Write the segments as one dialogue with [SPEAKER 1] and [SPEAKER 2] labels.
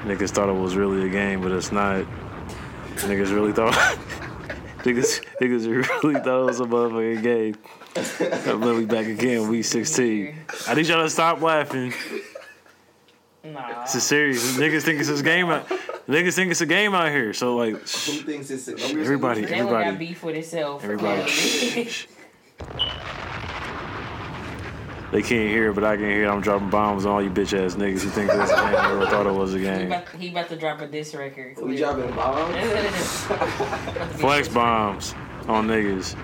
[SPEAKER 1] Niggas thought it was really a game, but it's not. Niggas really thought. niggas, niggas really thought it was a motherfucking game. I'm literally back again, week 16. I need y'all to stop laughing.
[SPEAKER 2] Nah.
[SPEAKER 1] It's a serious. Niggas think it's a game. Out, niggas think it's a game out here. So like,
[SPEAKER 3] Who thinks it's a
[SPEAKER 1] Everybody.
[SPEAKER 2] That one
[SPEAKER 1] everybody-
[SPEAKER 2] got beef with itself.
[SPEAKER 1] everybody. They can't hear, it, but I can hear. it. I'm dropping bombs on all you bitch ass niggas who think this game. I never thought it was a
[SPEAKER 2] he,
[SPEAKER 1] game.
[SPEAKER 2] about, he about to drop a diss record.
[SPEAKER 3] We dropping bombs?
[SPEAKER 1] Flex bombs on niggas,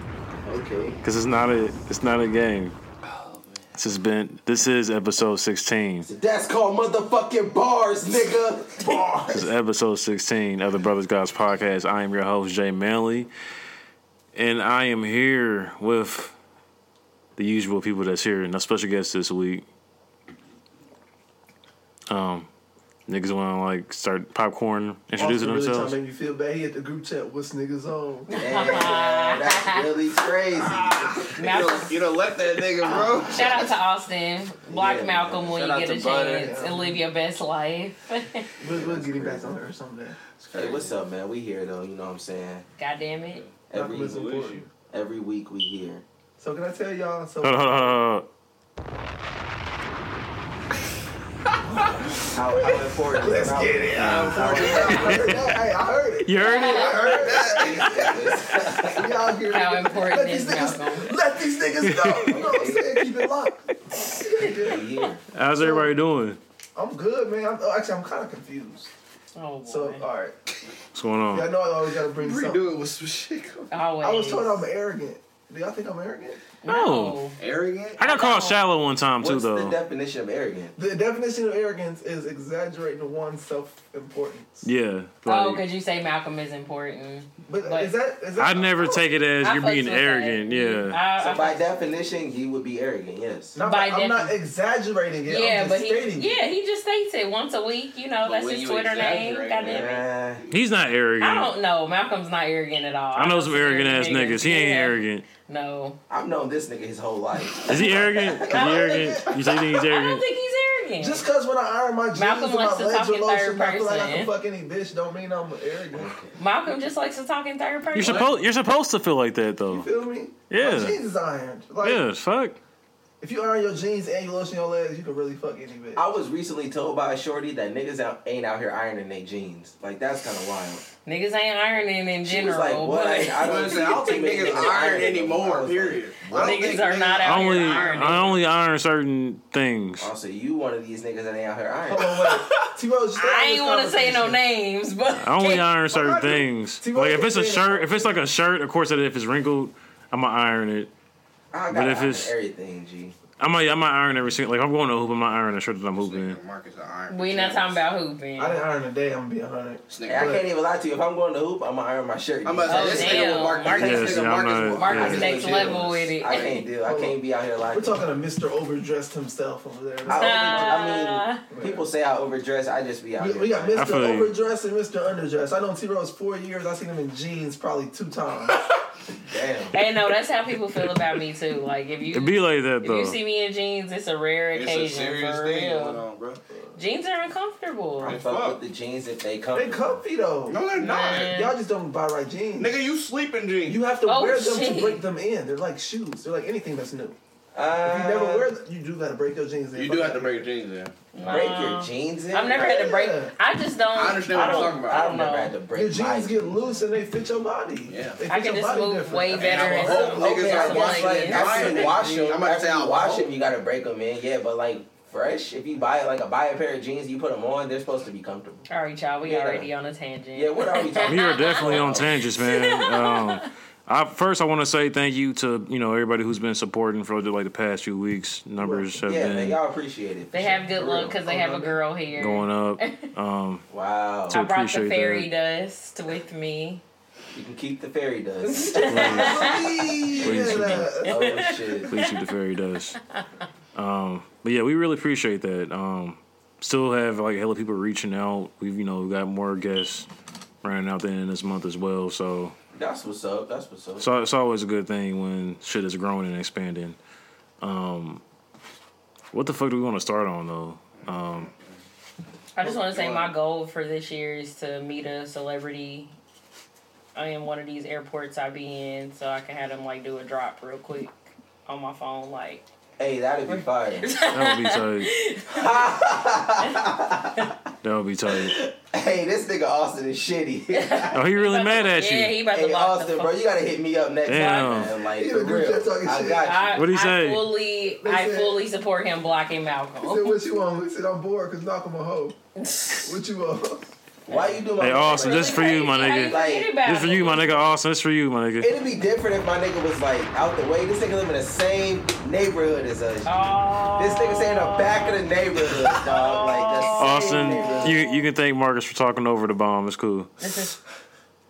[SPEAKER 3] Okay.
[SPEAKER 1] cause it's not a, it's not a game. This has been, this is episode 16.
[SPEAKER 3] That's called motherfucking bars, nigga. Bars.
[SPEAKER 1] This is episode 16 of the Brothers Gods podcast. I am your host, Jay Manley, and I am here with the usual people that's here, and a special guest this week. Um, niggas want to like start popcorn, introducing
[SPEAKER 4] Austin
[SPEAKER 1] themselves.
[SPEAKER 4] Really trying to make me feel bad. He at the group chat. What's niggas on?
[SPEAKER 3] Man, that's really crazy. You
[SPEAKER 2] Malcolm,
[SPEAKER 3] don't, you don't let that nigga, bro.
[SPEAKER 2] shout out to Austin. Block
[SPEAKER 3] Yeah,
[SPEAKER 2] Malcolm when
[SPEAKER 3] shout
[SPEAKER 2] you
[SPEAKER 3] out
[SPEAKER 2] get
[SPEAKER 3] to
[SPEAKER 2] a chance
[SPEAKER 3] Butter.
[SPEAKER 2] and live your best life.
[SPEAKER 4] We'll, we'll get him back on her or something.
[SPEAKER 3] Hey, what's up, man? We here though. You know what I'm saying?
[SPEAKER 2] God damn it.
[SPEAKER 3] Every
[SPEAKER 4] Malcolm is important.
[SPEAKER 3] every week we here.
[SPEAKER 4] So can I tell y'all? So
[SPEAKER 1] Hold on, hold on, hold on.
[SPEAKER 3] How, how important? Let's get it.
[SPEAKER 4] I heard that. Hey, I heard it.
[SPEAKER 1] You heard it?
[SPEAKER 4] I heard that. Y'all hear
[SPEAKER 2] How
[SPEAKER 4] it?
[SPEAKER 2] important
[SPEAKER 4] Let
[SPEAKER 2] is
[SPEAKER 4] these
[SPEAKER 2] Malcolm?
[SPEAKER 4] niggas, let these niggas know. You know what I'm saying? Keep it locked.
[SPEAKER 3] We here.
[SPEAKER 1] How's everybody doing?
[SPEAKER 4] I'm good, man. I'm, oh, actually, I'm kind of confused.
[SPEAKER 2] Oh boy.
[SPEAKER 4] So, uh, all right.
[SPEAKER 1] What's going on?
[SPEAKER 4] Y'all know I always gotta bring something.
[SPEAKER 5] Redo it with some shit. coming.
[SPEAKER 2] Always.
[SPEAKER 4] I was told I'm arrogant. Do y'all think I'm arrogant?
[SPEAKER 1] No.
[SPEAKER 3] Arrogant.
[SPEAKER 1] I got called shallow one time too,
[SPEAKER 3] What's the
[SPEAKER 1] though.
[SPEAKER 3] definition of arrogant?
[SPEAKER 4] The definition of arrogance is exaggerating one's self-importance.
[SPEAKER 1] yeah,
[SPEAKER 2] Oh,
[SPEAKER 1] like
[SPEAKER 2] because you say Malcolm is important.
[SPEAKER 4] But,
[SPEAKER 2] But-
[SPEAKER 4] is that is that?
[SPEAKER 1] I never take it as
[SPEAKER 2] I
[SPEAKER 1] you're
[SPEAKER 2] fucks
[SPEAKER 1] being
[SPEAKER 2] with that.
[SPEAKER 1] arrogant. Yeah,
[SPEAKER 2] I- I
[SPEAKER 3] So by definition, he would be arrogant. Yes.
[SPEAKER 4] Not,
[SPEAKER 2] by
[SPEAKER 4] I'm not
[SPEAKER 2] definition.
[SPEAKER 4] exaggerating it.
[SPEAKER 2] yeah,
[SPEAKER 4] I'm just
[SPEAKER 2] but
[SPEAKER 4] stating.
[SPEAKER 2] he, yeah, he just states it once a week. You know,
[SPEAKER 5] But
[SPEAKER 2] that's
[SPEAKER 5] when
[SPEAKER 2] his
[SPEAKER 5] you
[SPEAKER 2] Twitter name.
[SPEAKER 5] exaggerate,
[SPEAKER 2] God damn it.
[SPEAKER 3] Uh,
[SPEAKER 1] he's not arrogant.
[SPEAKER 2] I don't know. Malcolm's not arrogant at all.
[SPEAKER 1] I know some arrogant ass niggas. He ain't
[SPEAKER 2] Yeah.
[SPEAKER 1] arrogant.
[SPEAKER 2] No,
[SPEAKER 3] I've known this nigga his whole life.
[SPEAKER 1] Is he arrogant? Is he arrogant? You say you think he's
[SPEAKER 2] I don't
[SPEAKER 1] arrogant?
[SPEAKER 2] think he's arrogant.
[SPEAKER 4] Just because when I iron my jeans
[SPEAKER 2] Malcolm
[SPEAKER 4] and my
[SPEAKER 2] likes to talk
[SPEAKER 4] legs are
[SPEAKER 2] in
[SPEAKER 4] low,
[SPEAKER 2] third
[SPEAKER 4] shit, I feel like I
[SPEAKER 2] person.
[SPEAKER 4] can fuck any bitch. Don't mean I'm arrogant.
[SPEAKER 2] Malcolm just likes to talk in third person.
[SPEAKER 1] You're supposed you're supposed to feel like that though.
[SPEAKER 4] Feel me?
[SPEAKER 1] Yeah.
[SPEAKER 4] My jeans is ironed. Like
[SPEAKER 1] Yeah, fuck.
[SPEAKER 4] if you iron your jeans and you lotion your legs, you can really fuck any bitch.
[SPEAKER 3] I was recently told by a shorty that niggas out, ain't out here ironing their jeans. Like that's kind of wild.
[SPEAKER 2] Niggas ain't ironing in
[SPEAKER 3] She was
[SPEAKER 2] general.
[SPEAKER 3] like, "What? I,
[SPEAKER 2] but
[SPEAKER 3] I don't,
[SPEAKER 5] I don't think niggas iron anymore, period. I don't
[SPEAKER 2] niggas
[SPEAKER 5] think
[SPEAKER 2] are not out
[SPEAKER 1] only
[SPEAKER 2] here
[SPEAKER 1] I
[SPEAKER 2] ironing.
[SPEAKER 1] only iron certain things.
[SPEAKER 3] Also, "Oh, you one of these niggas that ain't out here
[SPEAKER 4] Hold
[SPEAKER 3] ironing.
[SPEAKER 4] on, wait. T-Rose, just
[SPEAKER 2] I
[SPEAKER 4] had
[SPEAKER 2] ain't
[SPEAKER 4] this
[SPEAKER 2] want to say no
[SPEAKER 4] conversation.
[SPEAKER 2] names, but
[SPEAKER 1] I only iron certain
[SPEAKER 4] I do.
[SPEAKER 1] things.
[SPEAKER 4] See,
[SPEAKER 1] Like
[SPEAKER 4] what
[SPEAKER 1] if it's a
[SPEAKER 4] I'm saying-
[SPEAKER 1] shirt, if it's like a shirt, of course that if it's wrinkled, I'ma iron it.
[SPEAKER 3] I
[SPEAKER 1] But
[SPEAKER 3] got
[SPEAKER 1] if
[SPEAKER 3] iron
[SPEAKER 1] it's-
[SPEAKER 3] everything, G.
[SPEAKER 1] I might I might iron every single like if I'm going to hoop, I'm not ironing the shirt that I'm hooping in.
[SPEAKER 5] Marcus are iron.
[SPEAKER 2] we not talking about hooping.
[SPEAKER 4] I didn't iron a day. I'm gonna be a hundred.
[SPEAKER 5] This
[SPEAKER 3] Hey, I
[SPEAKER 5] nigga-
[SPEAKER 3] can't even lie to you. If I'm going to hoop, I'm gonna iron my shirt.
[SPEAKER 5] I'm about
[SPEAKER 2] Oh,
[SPEAKER 5] to say this
[SPEAKER 2] damn.
[SPEAKER 5] nigga will Marcus.
[SPEAKER 2] Marcus-
[SPEAKER 5] this
[SPEAKER 1] Yes, yeah,
[SPEAKER 5] nigga
[SPEAKER 1] I'm
[SPEAKER 5] Marcus will
[SPEAKER 1] not-
[SPEAKER 5] Marcus.
[SPEAKER 2] Marcus
[SPEAKER 3] yeah.
[SPEAKER 2] takes level with it.
[SPEAKER 3] I can't do. I can't be out here like.
[SPEAKER 4] We're talking to Mr. Overdressed himself over there.
[SPEAKER 3] I,
[SPEAKER 2] Nah.
[SPEAKER 3] I mean, people say I overdress. I just be out
[SPEAKER 4] We,
[SPEAKER 3] here.
[SPEAKER 4] we got
[SPEAKER 1] I
[SPEAKER 4] Mr.
[SPEAKER 1] feel you.
[SPEAKER 4] Overdress and Mr. Underdress. I know T Rose four years. I seen him in jeans probably two times.
[SPEAKER 3] Damn.
[SPEAKER 2] Hey, no, that's how people feel about me too. Like if you
[SPEAKER 1] It'd be like that
[SPEAKER 2] if
[SPEAKER 1] though.
[SPEAKER 2] you see me in jeans, it's a rare
[SPEAKER 5] It's a
[SPEAKER 2] occasion
[SPEAKER 5] serious
[SPEAKER 2] for
[SPEAKER 5] thing
[SPEAKER 2] real.
[SPEAKER 5] going on, bro.
[SPEAKER 2] Jeans are uncomfortable.
[SPEAKER 3] I
[SPEAKER 5] They
[SPEAKER 3] fuck
[SPEAKER 5] fuck.
[SPEAKER 3] with the jeans if they come.
[SPEAKER 4] they comfy though.
[SPEAKER 5] No, they're not.
[SPEAKER 2] Man.
[SPEAKER 4] Y'all just don't buy right jeans.
[SPEAKER 5] Nigga, you sleeping jeans.
[SPEAKER 4] You have to
[SPEAKER 2] Oh,
[SPEAKER 4] wear them
[SPEAKER 2] shit.
[SPEAKER 4] to break them in. They're like shoes. They're like anything that's new. If
[SPEAKER 3] Uh,
[SPEAKER 4] you never wear them, you do gotta break your jeans in.
[SPEAKER 5] You do have to break your jeans in.
[SPEAKER 2] Nah.
[SPEAKER 3] Break your jeans in.
[SPEAKER 2] I've never had to break. I just don't.
[SPEAKER 5] I understand what
[SPEAKER 2] I
[SPEAKER 5] you're
[SPEAKER 2] don't-
[SPEAKER 5] talking
[SPEAKER 3] I
[SPEAKER 5] about.
[SPEAKER 3] don't never
[SPEAKER 2] know.
[SPEAKER 3] had to break
[SPEAKER 4] Your
[SPEAKER 3] my
[SPEAKER 4] jeans get loose and they fit your body.
[SPEAKER 5] Yeah.
[SPEAKER 4] They fit
[SPEAKER 2] I can
[SPEAKER 4] your
[SPEAKER 2] just
[SPEAKER 4] body
[SPEAKER 2] move
[SPEAKER 4] different.
[SPEAKER 2] way
[SPEAKER 5] And
[SPEAKER 2] better.
[SPEAKER 5] I
[SPEAKER 2] and
[SPEAKER 5] will hope
[SPEAKER 2] stuff.
[SPEAKER 5] niggas
[SPEAKER 3] Okay, I
[SPEAKER 5] are
[SPEAKER 2] Something
[SPEAKER 3] guess like
[SPEAKER 5] watching
[SPEAKER 2] like
[SPEAKER 5] it.
[SPEAKER 2] that.
[SPEAKER 3] after
[SPEAKER 5] Iron
[SPEAKER 3] you
[SPEAKER 5] it.
[SPEAKER 3] wash
[SPEAKER 5] I'm
[SPEAKER 3] them,
[SPEAKER 5] about to
[SPEAKER 3] after
[SPEAKER 5] say I
[SPEAKER 3] you wash
[SPEAKER 5] wash
[SPEAKER 3] them, you gotta break them in. Yeah, but like fresh, if you buy like a buy a pair of jeans, you put them on, they're supposed to be comfortable.
[SPEAKER 2] All right, y'all. We
[SPEAKER 3] Yeah.
[SPEAKER 2] already on a tangent.
[SPEAKER 3] Yeah, what are we talking?
[SPEAKER 1] We are definitely on tangents, man. Um, I, first, I want to say thank you to you know everybody who's been supporting for like the past few weeks. Numbers have
[SPEAKER 3] Yeah, man,
[SPEAKER 1] been
[SPEAKER 3] y'all appreciate it.
[SPEAKER 2] They
[SPEAKER 3] For
[SPEAKER 2] have
[SPEAKER 3] sure,
[SPEAKER 2] good
[SPEAKER 3] for
[SPEAKER 2] luck
[SPEAKER 3] real.
[SPEAKER 2] because they have a girl here.
[SPEAKER 1] going up. Um,
[SPEAKER 3] Wow,
[SPEAKER 2] I
[SPEAKER 1] So-
[SPEAKER 2] brought the
[SPEAKER 1] Appreciate
[SPEAKER 2] fairy dust with me.
[SPEAKER 3] you can keep the fairy dust.
[SPEAKER 4] Please,
[SPEAKER 1] Please,
[SPEAKER 4] yeah.
[SPEAKER 3] oh shit.
[SPEAKER 1] please keep the fairy dust. Um, but yeah, we really appreciate that. Um, still have like hella people reaching out. We've you know we got more guests running out the end of this month as well. So
[SPEAKER 3] That's what's up. That's what's up.
[SPEAKER 1] So it's always a good thing when shit is growing and expanding. Um, Um, what the fuck do we want to start on though? Um,
[SPEAKER 2] I just want to say my goal for this year is to meet a celebrity in one of these airports I be in, so I can have them like do a drop real quick on my phone, like.
[SPEAKER 3] Hey, that'd be fire.
[SPEAKER 1] That would be tight. That would be tight.
[SPEAKER 3] hey, this nigga Austin is shitty.
[SPEAKER 1] Oh, he really mad at
[SPEAKER 2] Yeah,
[SPEAKER 1] you.
[SPEAKER 2] he about to
[SPEAKER 3] Hey
[SPEAKER 2] lock
[SPEAKER 3] Austin,
[SPEAKER 2] the
[SPEAKER 3] bro,
[SPEAKER 2] phone.
[SPEAKER 3] you gotta hit me up next
[SPEAKER 1] Damn.
[SPEAKER 3] time. Man. Like
[SPEAKER 4] He
[SPEAKER 3] for
[SPEAKER 4] in the group
[SPEAKER 3] real,
[SPEAKER 4] chat talking
[SPEAKER 3] I
[SPEAKER 4] shit.
[SPEAKER 3] got
[SPEAKER 2] I,
[SPEAKER 1] What'd he
[SPEAKER 2] I
[SPEAKER 1] say?
[SPEAKER 2] fully,
[SPEAKER 4] He
[SPEAKER 2] I
[SPEAKER 4] said-
[SPEAKER 2] fully support him blocking
[SPEAKER 4] He said,
[SPEAKER 2] Malcolm.
[SPEAKER 4] "What you on?" He said, "I'm bored because Malcolm a hoe." What you on?
[SPEAKER 3] you. Why you doing?
[SPEAKER 1] Hey, Austin,
[SPEAKER 2] Really
[SPEAKER 1] this for you, my
[SPEAKER 2] crazy how
[SPEAKER 1] nigga.
[SPEAKER 2] you forget about
[SPEAKER 1] This for you,
[SPEAKER 2] him.
[SPEAKER 1] my nigga. Austin, this for you, my nigga.
[SPEAKER 3] It'd be different if my nigga was like out the way. This nigga live in the same neighborhood as us.
[SPEAKER 2] Oh.
[SPEAKER 3] This nigga stay in the back of the neighborhood, dog. Like the same
[SPEAKER 1] Austin,
[SPEAKER 3] neighborhood.
[SPEAKER 1] you you can thank Marcus for talking over the bomb. It's cool.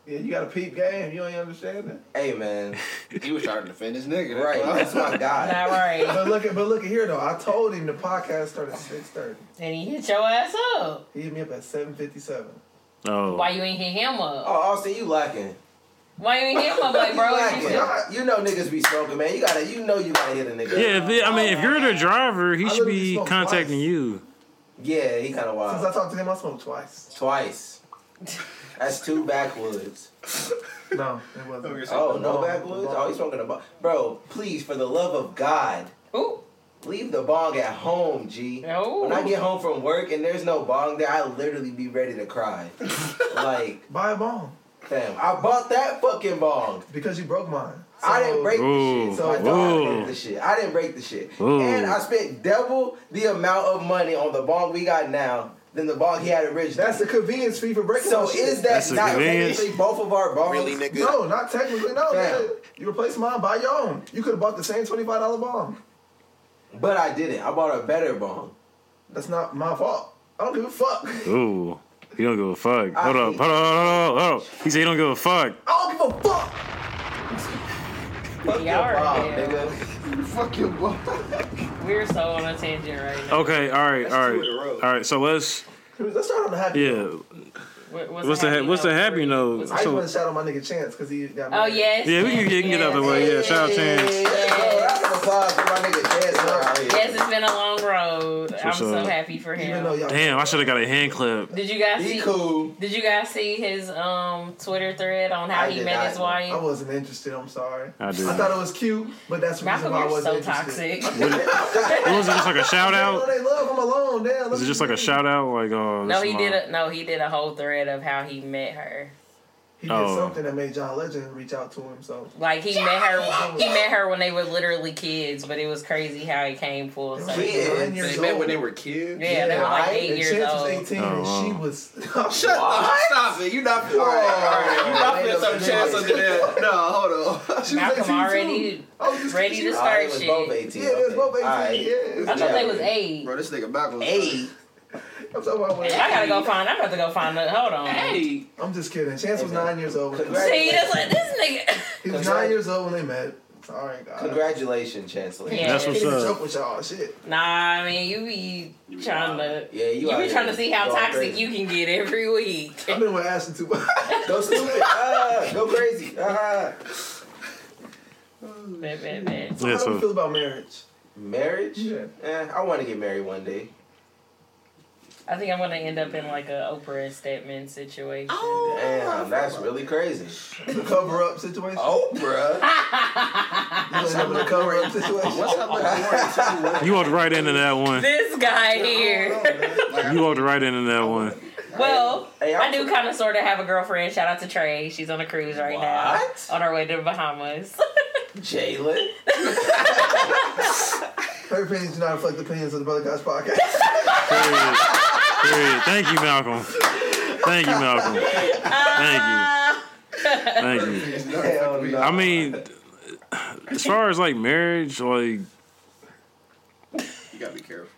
[SPEAKER 4] Yeah, you got a peep game. You don't even understand that.
[SPEAKER 3] Hey man,
[SPEAKER 5] He was trying to defend his nigga.
[SPEAKER 3] right? That's my guy.
[SPEAKER 2] Not right.
[SPEAKER 4] But look at but look at here though. I told him the podcast started at six thirty.
[SPEAKER 2] And he hit your ass up.
[SPEAKER 4] He hit me up at seven fifty seven.
[SPEAKER 2] Why
[SPEAKER 1] Oh,
[SPEAKER 2] you ain't hit him
[SPEAKER 3] Oh,
[SPEAKER 2] up?
[SPEAKER 3] Austin, you lacking.
[SPEAKER 2] Why you ain't hit him up? Like,
[SPEAKER 3] You
[SPEAKER 2] bro, if you
[SPEAKER 3] lacking.
[SPEAKER 2] still-
[SPEAKER 3] You know niggas be smoking, man. You gotta, you know, you gotta hit a nigga.
[SPEAKER 1] yeah. If, I mean, if you're the driver, he
[SPEAKER 4] I
[SPEAKER 1] should
[SPEAKER 4] literally
[SPEAKER 1] be
[SPEAKER 4] smoked
[SPEAKER 1] contacting
[SPEAKER 4] twice.
[SPEAKER 1] you.
[SPEAKER 3] Yeah, he kind of
[SPEAKER 4] Since
[SPEAKER 3] wild.
[SPEAKER 4] I talked to him, I smoked twice.
[SPEAKER 3] Twice. That's two backwoods.
[SPEAKER 4] No, it wasn't.
[SPEAKER 3] Oh, no
[SPEAKER 4] bong,
[SPEAKER 3] backwoods?
[SPEAKER 4] the bong.
[SPEAKER 3] Oh, he's smoking a bong. Bro, please, for the love of God,
[SPEAKER 2] Ooh,
[SPEAKER 3] leave the bong at home, G.
[SPEAKER 2] No.
[SPEAKER 3] When I
[SPEAKER 4] Oh.
[SPEAKER 3] get home from work and there's no bong there, I literally be ready to cry. like,
[SPEAKER 4] Buy a bomb
[SPEAKER 3] fam, I bought that fucking bong.
[SPEAKER 4] because you broke mine.
[SPEAKER 3] I
[SPEAKER 4] So-
[SPEAKER 3] didn't break
[SPEAKER 1] Ooh.
[SPEAKER 3] the shit, so I
[SPEAKER 1] Ooh.
[SPEAKER 3] thought I broke the shit. I didn't break the shit,
[SPEAKER 1] Ooh.
[SPEAKER 3] and I spent double the amount of money on the bong we got now than the bong he had originally.
[SPEAKER 4] That's the convenience fee for breaking.
[SPEAKER 3] So
[SPEAKER 4] my shit.
[SPEAKER 3] is
[SPEAKER 1] That's
[SPEAKER 3] that
[SPEAKER 1] a
[SPEAKER 3] not
[SPEAKER 1] convenience.
[SPEAKER 3] technically both of our balls?
[SPEAKER 5] Really, nigga?
[SPEAKER 4] No, not technically. No,
[SPEAKER 3] Fam.
[SPEAKER 4] man. You replace mine, buy your own. You could have bought the same twenty five dollar bomb.
[SPEAKER 3] But I didn't. I bought a better bong.
[SPEAKER 4] That's not my fault. I don't give a fuck. I
[SPEAKER 1] Ooh, he don't give a fuck.
[SPEAKER 3] I
[SPEAKER 1] Hold up,
[SPEAKER 3] hate-
[SPEAKER 1] hold up, hold up, hold up. He said he don't give a fuck.
[SPEAKER 4] don't give a fuck.
[SPEAKER 3] Fuck
[SPEAKER 2] Y'all
[SPEAKER 3] your
[SPEAKER 2] are
[SPEAKER 3] bong,
[SPEAKER 2] hell.
[SPEAKER 3] nigga.
[SPEAKER 5] Fuck your boy.
[SPEAKER 2] we're so on a tangent right now.
[SPEAKER 1] Okay, all right, all
[SPEAKER 5] two in a
[SPEAKER 1] right,
[SPEAKER 5] row.
[SPEAKER 1] all right. So let's
[SPEAKER 4] Let's start on the happy.
[SPEAKER 1] yeah.
[SPEAKER 2] What-
[SPEAKER 1] What's the ha- what's the
[SPEAKER 2] note
[SPEAKER 1] happy
[SPEAKER 2] for you?
[SPEAKER 1] note?
[SPEAKER 2] What's-
[SPEAKER 4] I just
[SPEAKER 1] So-
[SPEAKER 4] want to shout out my nigga Chance because he got.
[SPEAKER 2] Oh
[SPEAKER 4] married.
[SPEAKER 2] yes.
[SPEAKER 1] Yeah, we can
[SPEAKER 2] yes,
[SPEAKER 1] get, get out the
[SPEAKER 2] yes.
[SPEAKER 1] way. Yeah, shout out Chance.
[SPEAKER 3] Yeah, bro, round of applause for my nigga Chance Tucker out here.
[SPEAKER 2] Yes, it's been a long road. I'm
[SPEAKER 1] what's
[SPEAKER 2] so
[SPEAKER 1] up.
[SPEAKER 2] happy for
[SPEAKER 4] Even though
[SPEAKER 2] him.
[SPEAKER 4] y'all.
[SPEAKER 1] Damn, I should have got a hand clap.
[SPEAKER 2] Did you guys
[SPEAKER 3] He
[SPEAKER 2] see?
[SPEAKER 3] cool.
[SPEAKER 2] Did you guys see his um Twitter thread on how
[SPEAKER 3] I
[SPEAKER 2] he
[SPEAKER 3] did
[SPEAKER 2] met
[SPEAKER 3] not
[SPEAKER 2] his
[SPEAKER 3] know.
[SPEAKER 2] wife?
[SPEAKER 4] I wasn't interested. I'm sorry.
[SPEAKER 1] I did.
[SPEAKER 4] I thought it was cute, but that's the reason
[SPEAKER 2] Malcolm,
[SPEAKER 4] why I
[SPEAKER 2] you're
[SPEAKER 4] wasn't
[SPEAKER 2] so
[SPEAKER 4] interested.
[SPEAKER 2] toxic.
[SPEAKER 1] It was it just like a shout
[SPEAKER 4] Oh,
[SPEAKER 1] out.
[SPEAKER 4] they love him alone. Damn.
[SPEAKER 1] Was it just like a shout out? Like oh,
[SPEAKER 2] no,
[SPEAKER 1] this
[SPEAKER 2] he
[SPEAKER 1] my-
[SPEAKER 2] did. A, no, he did a whole thread of how he met her.
[SPEAKER 4] He did
[SPEAKER 1] Oh.
[SPEAKER 4] something that made John Legend reach out to him. So
[SPEAKER 2] Like he met her. He met her when they were literally kids, but it was crazy how it came full. circle.
[SPEAKER 4] Kids?
[SPEAKER 2] yeah,
[SPEAKER 4] Nine years
[SPEAKER 5] They met
[SPEAKER 4] old.
[SPEAKER 5] when they were kids.
[SPEAKER 2] they were like
[SPEAKER 3] Yeah,
[SPEAKER 2] eight
[SPEAKER 4] and
[SPEAKER 2] years
[SPEAKER 4] Chance
[SPEAKER 2] old.
[SPEAKER 4] was 18,
[SPEAKER 1] Oh,
[SPEAKER 4] and she
[SPEAKER 1] wow.
[SPEAKER 4] was.
[SPEAKER 5] Shut up. Stop it. You not feeling You not feeling some chance under that. No, hold on.
[SPEAKER 4] She was
[SPEAKER 2] Malcolm
[SPEAKER 4] 18
[SPEAKER 2] already
[SPEAKER 4] too. I was just
[SPEAKER 2] ready to
[SPEAKER 4] confused.
[SPEAKER 2] start
[SPEAKER 3] Oh, it was
[SPEAKER 2] shit.
[SPEAKER 3] both 18.
[SPEAKER 4] Yeah, it was
[SPEAKER 3] okay.
[SPEAKER 4] both 18,
[SPEAKER 3] All right.
[SPEAKER 4] yeah.
[SPEAKER 2] I thought they was eight.
[SPEAKER 5] Bro, this nigga back was
[SPEAKER 3] Eight.
[SPEAKER 4] I'm talking about when-
[SPEAKER 2] I gotta go find. I'm about to go find. The, hold on.
[SPEAKER 5] Hey.
[SPEAKER 4] I'm just kidding. Chance was nine years old.
[SPEAKER 3] Congrats.
[SPEAKER 2] See, that's like this nigga.
[SPEAKER 4] He was nine years old when they met. Sorry, guys.
[SPEAKER 3] Congratulations, Chancellor.
[SPEAKER 2] Yeah.
[SPEAKER 1] That's
[SPEAKER 4] He
[SPEAKER 1] what's
[SPEAKER 4] was
[SPEAKER 1] up.
[SPEAKER 4] joke with y'all. Shit.
[SPEAKER 2] Nah, I mean you be
[SPEAKER 5] You be
[SPEAKER 2] trying to.
[SPEAKER 5] wild.
[SPEAKER 3] Yeah, you
[SPEAKER 2] You
[SPEAKER 3] out
[SPEAKER 2] be
[SPEAKER 3] here
[SPEAKER 2] trying to see how
[SPEAKER 3] going
[SPEAKER 2] toxic
[SPEAKER 3] crazy.
[SPEAKER 2] you can get every week.
[SPEAKER 4] I've been with Ashton too much.
[SPEAKER 3] Go stupid. ah, go crazy. Ah.
[SPEAKER 2] Man, man, man.
[SPEAKER 1] Yeah,
[SPEAKER 4] How do you feel
[SPEAKER 1] so
[SPEAKER 4] about marriage?
[SPEAKER 3] Marriage?
[SPEAKER 4] Yeah.
[SPEAKER 3] Eh, I want to get married one day.
[SPEAKER 2] I think I'm gonna end up in like a Oprah and Stedman situation.
[SPEAKER 5] Oh.
[SPEAKER 2] Oh,
[SPEAKER 3] Damn, that's really crazy.
[SPEAKER 4] The cover up situation?
[SPEAKER 3] Oprah?
[SPEAKER 4] You having a cover up situation?
[SPEAKER 5] What's up with that morning?
[SPEAKER 1] you walked right into that one.
[SPEAKER 2] This guy here.
[SPEAKER 1] You walked right into that one.
[SPEAKER 2] Well,
[SPEAKER 3] Hey, I'm
[SPEAKER 2] I do kind of sort of have a girlfriend. Shout out to Trey. She's on a cruise right now.
[SPEAKER 3] What?
[SPEAKER 2] On her way to the Bahamas.
[SPEAKER 3] Jalen?
[SPEAKER 4] Her opinions do not reflect the opinions of the Brother Guys podcast.
[SPEAKER 1] Period. Period. Thank you, Malcolm. Thank you, Malcolm. Thank you. Thank you.
[SPEAKER 3] Hell no.
[SPEAKER 1] I mean, as far as like marriage, like
[SPEAKER 5] You gotta be careful.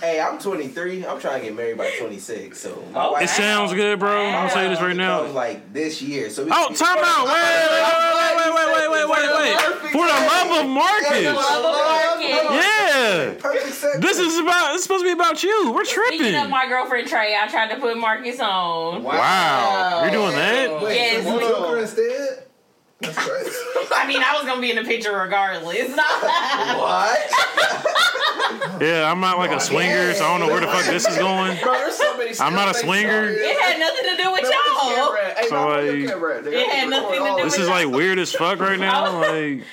[SPEAKER 3] hey, I'm 23. I'm trying to get married by 26. So my
[SPEAKER 2] Oh,
[SPEAKER 1] it sounds good, bro. I'm gonna say this right
[SPEAKER 3] comes,
[SPEAKER 1] now.
[SPEAKER 3] like this year. So we
[SPEAKER 1] Oh, time out! Wait, wait, wait, wait, wait, wait, wait, wait, wait! For the love of Marcus, yeah.
[SPEAKER 4] Perfect sex.
[SPEAKER 1] This is about. It's supposed to be about you. We're
[SPEAKER 2] Speaking of
[SPEAKER 1] tripping.
[SPEAKER 2] my girlfriend Trey, I tried to put Marcus on.
[SPEAKER 1] Wow, you're doing that?
[SPEAKER 5] Wait,
[SPEAKER 2] Yes.
[SPEAKER 5] so
[SPEAKER 4] You
[SPEAKER 5] hold
[SPEAKER 4] took her
[SPEAKER 5] on.
[SPEAKER 4] instead? That's crazy.
[SPEAKER 2] I mean, I was gonna be in the picture regardless.
[SPEAKER 3] What?
[SPEAKER 1] Yeah, I'm not like a swinger, so I don't know where the fuck this is going.
[SPEAKER 5] Bro, there's so many
[SPEAKER 1] I'm not a
[SPEAKER 5] things
[SPEAKER 1] swinger.
[SPEAKER 5] out here.
[SPEAKER 2] It had nothing to do with
[SPEAKER 5] Man, where's the
[SPEAKER 2] y'all.
[SPEAKER 5] camera at? Hey, bro, where's the
[SPEAKER 1] So, uh,
[SPEAKER 5] camera at? They
[SPEAKER 2] it had
[SPEAKER 5] got
[SPEAKER 2] nothing to
[SPEAKER 5] record all
[SPEAKER 2] do
[SPEAKER 5] this.
[SPEAKER 1] This is like weird as fuck right now. Like,
[SPEAKER 2] It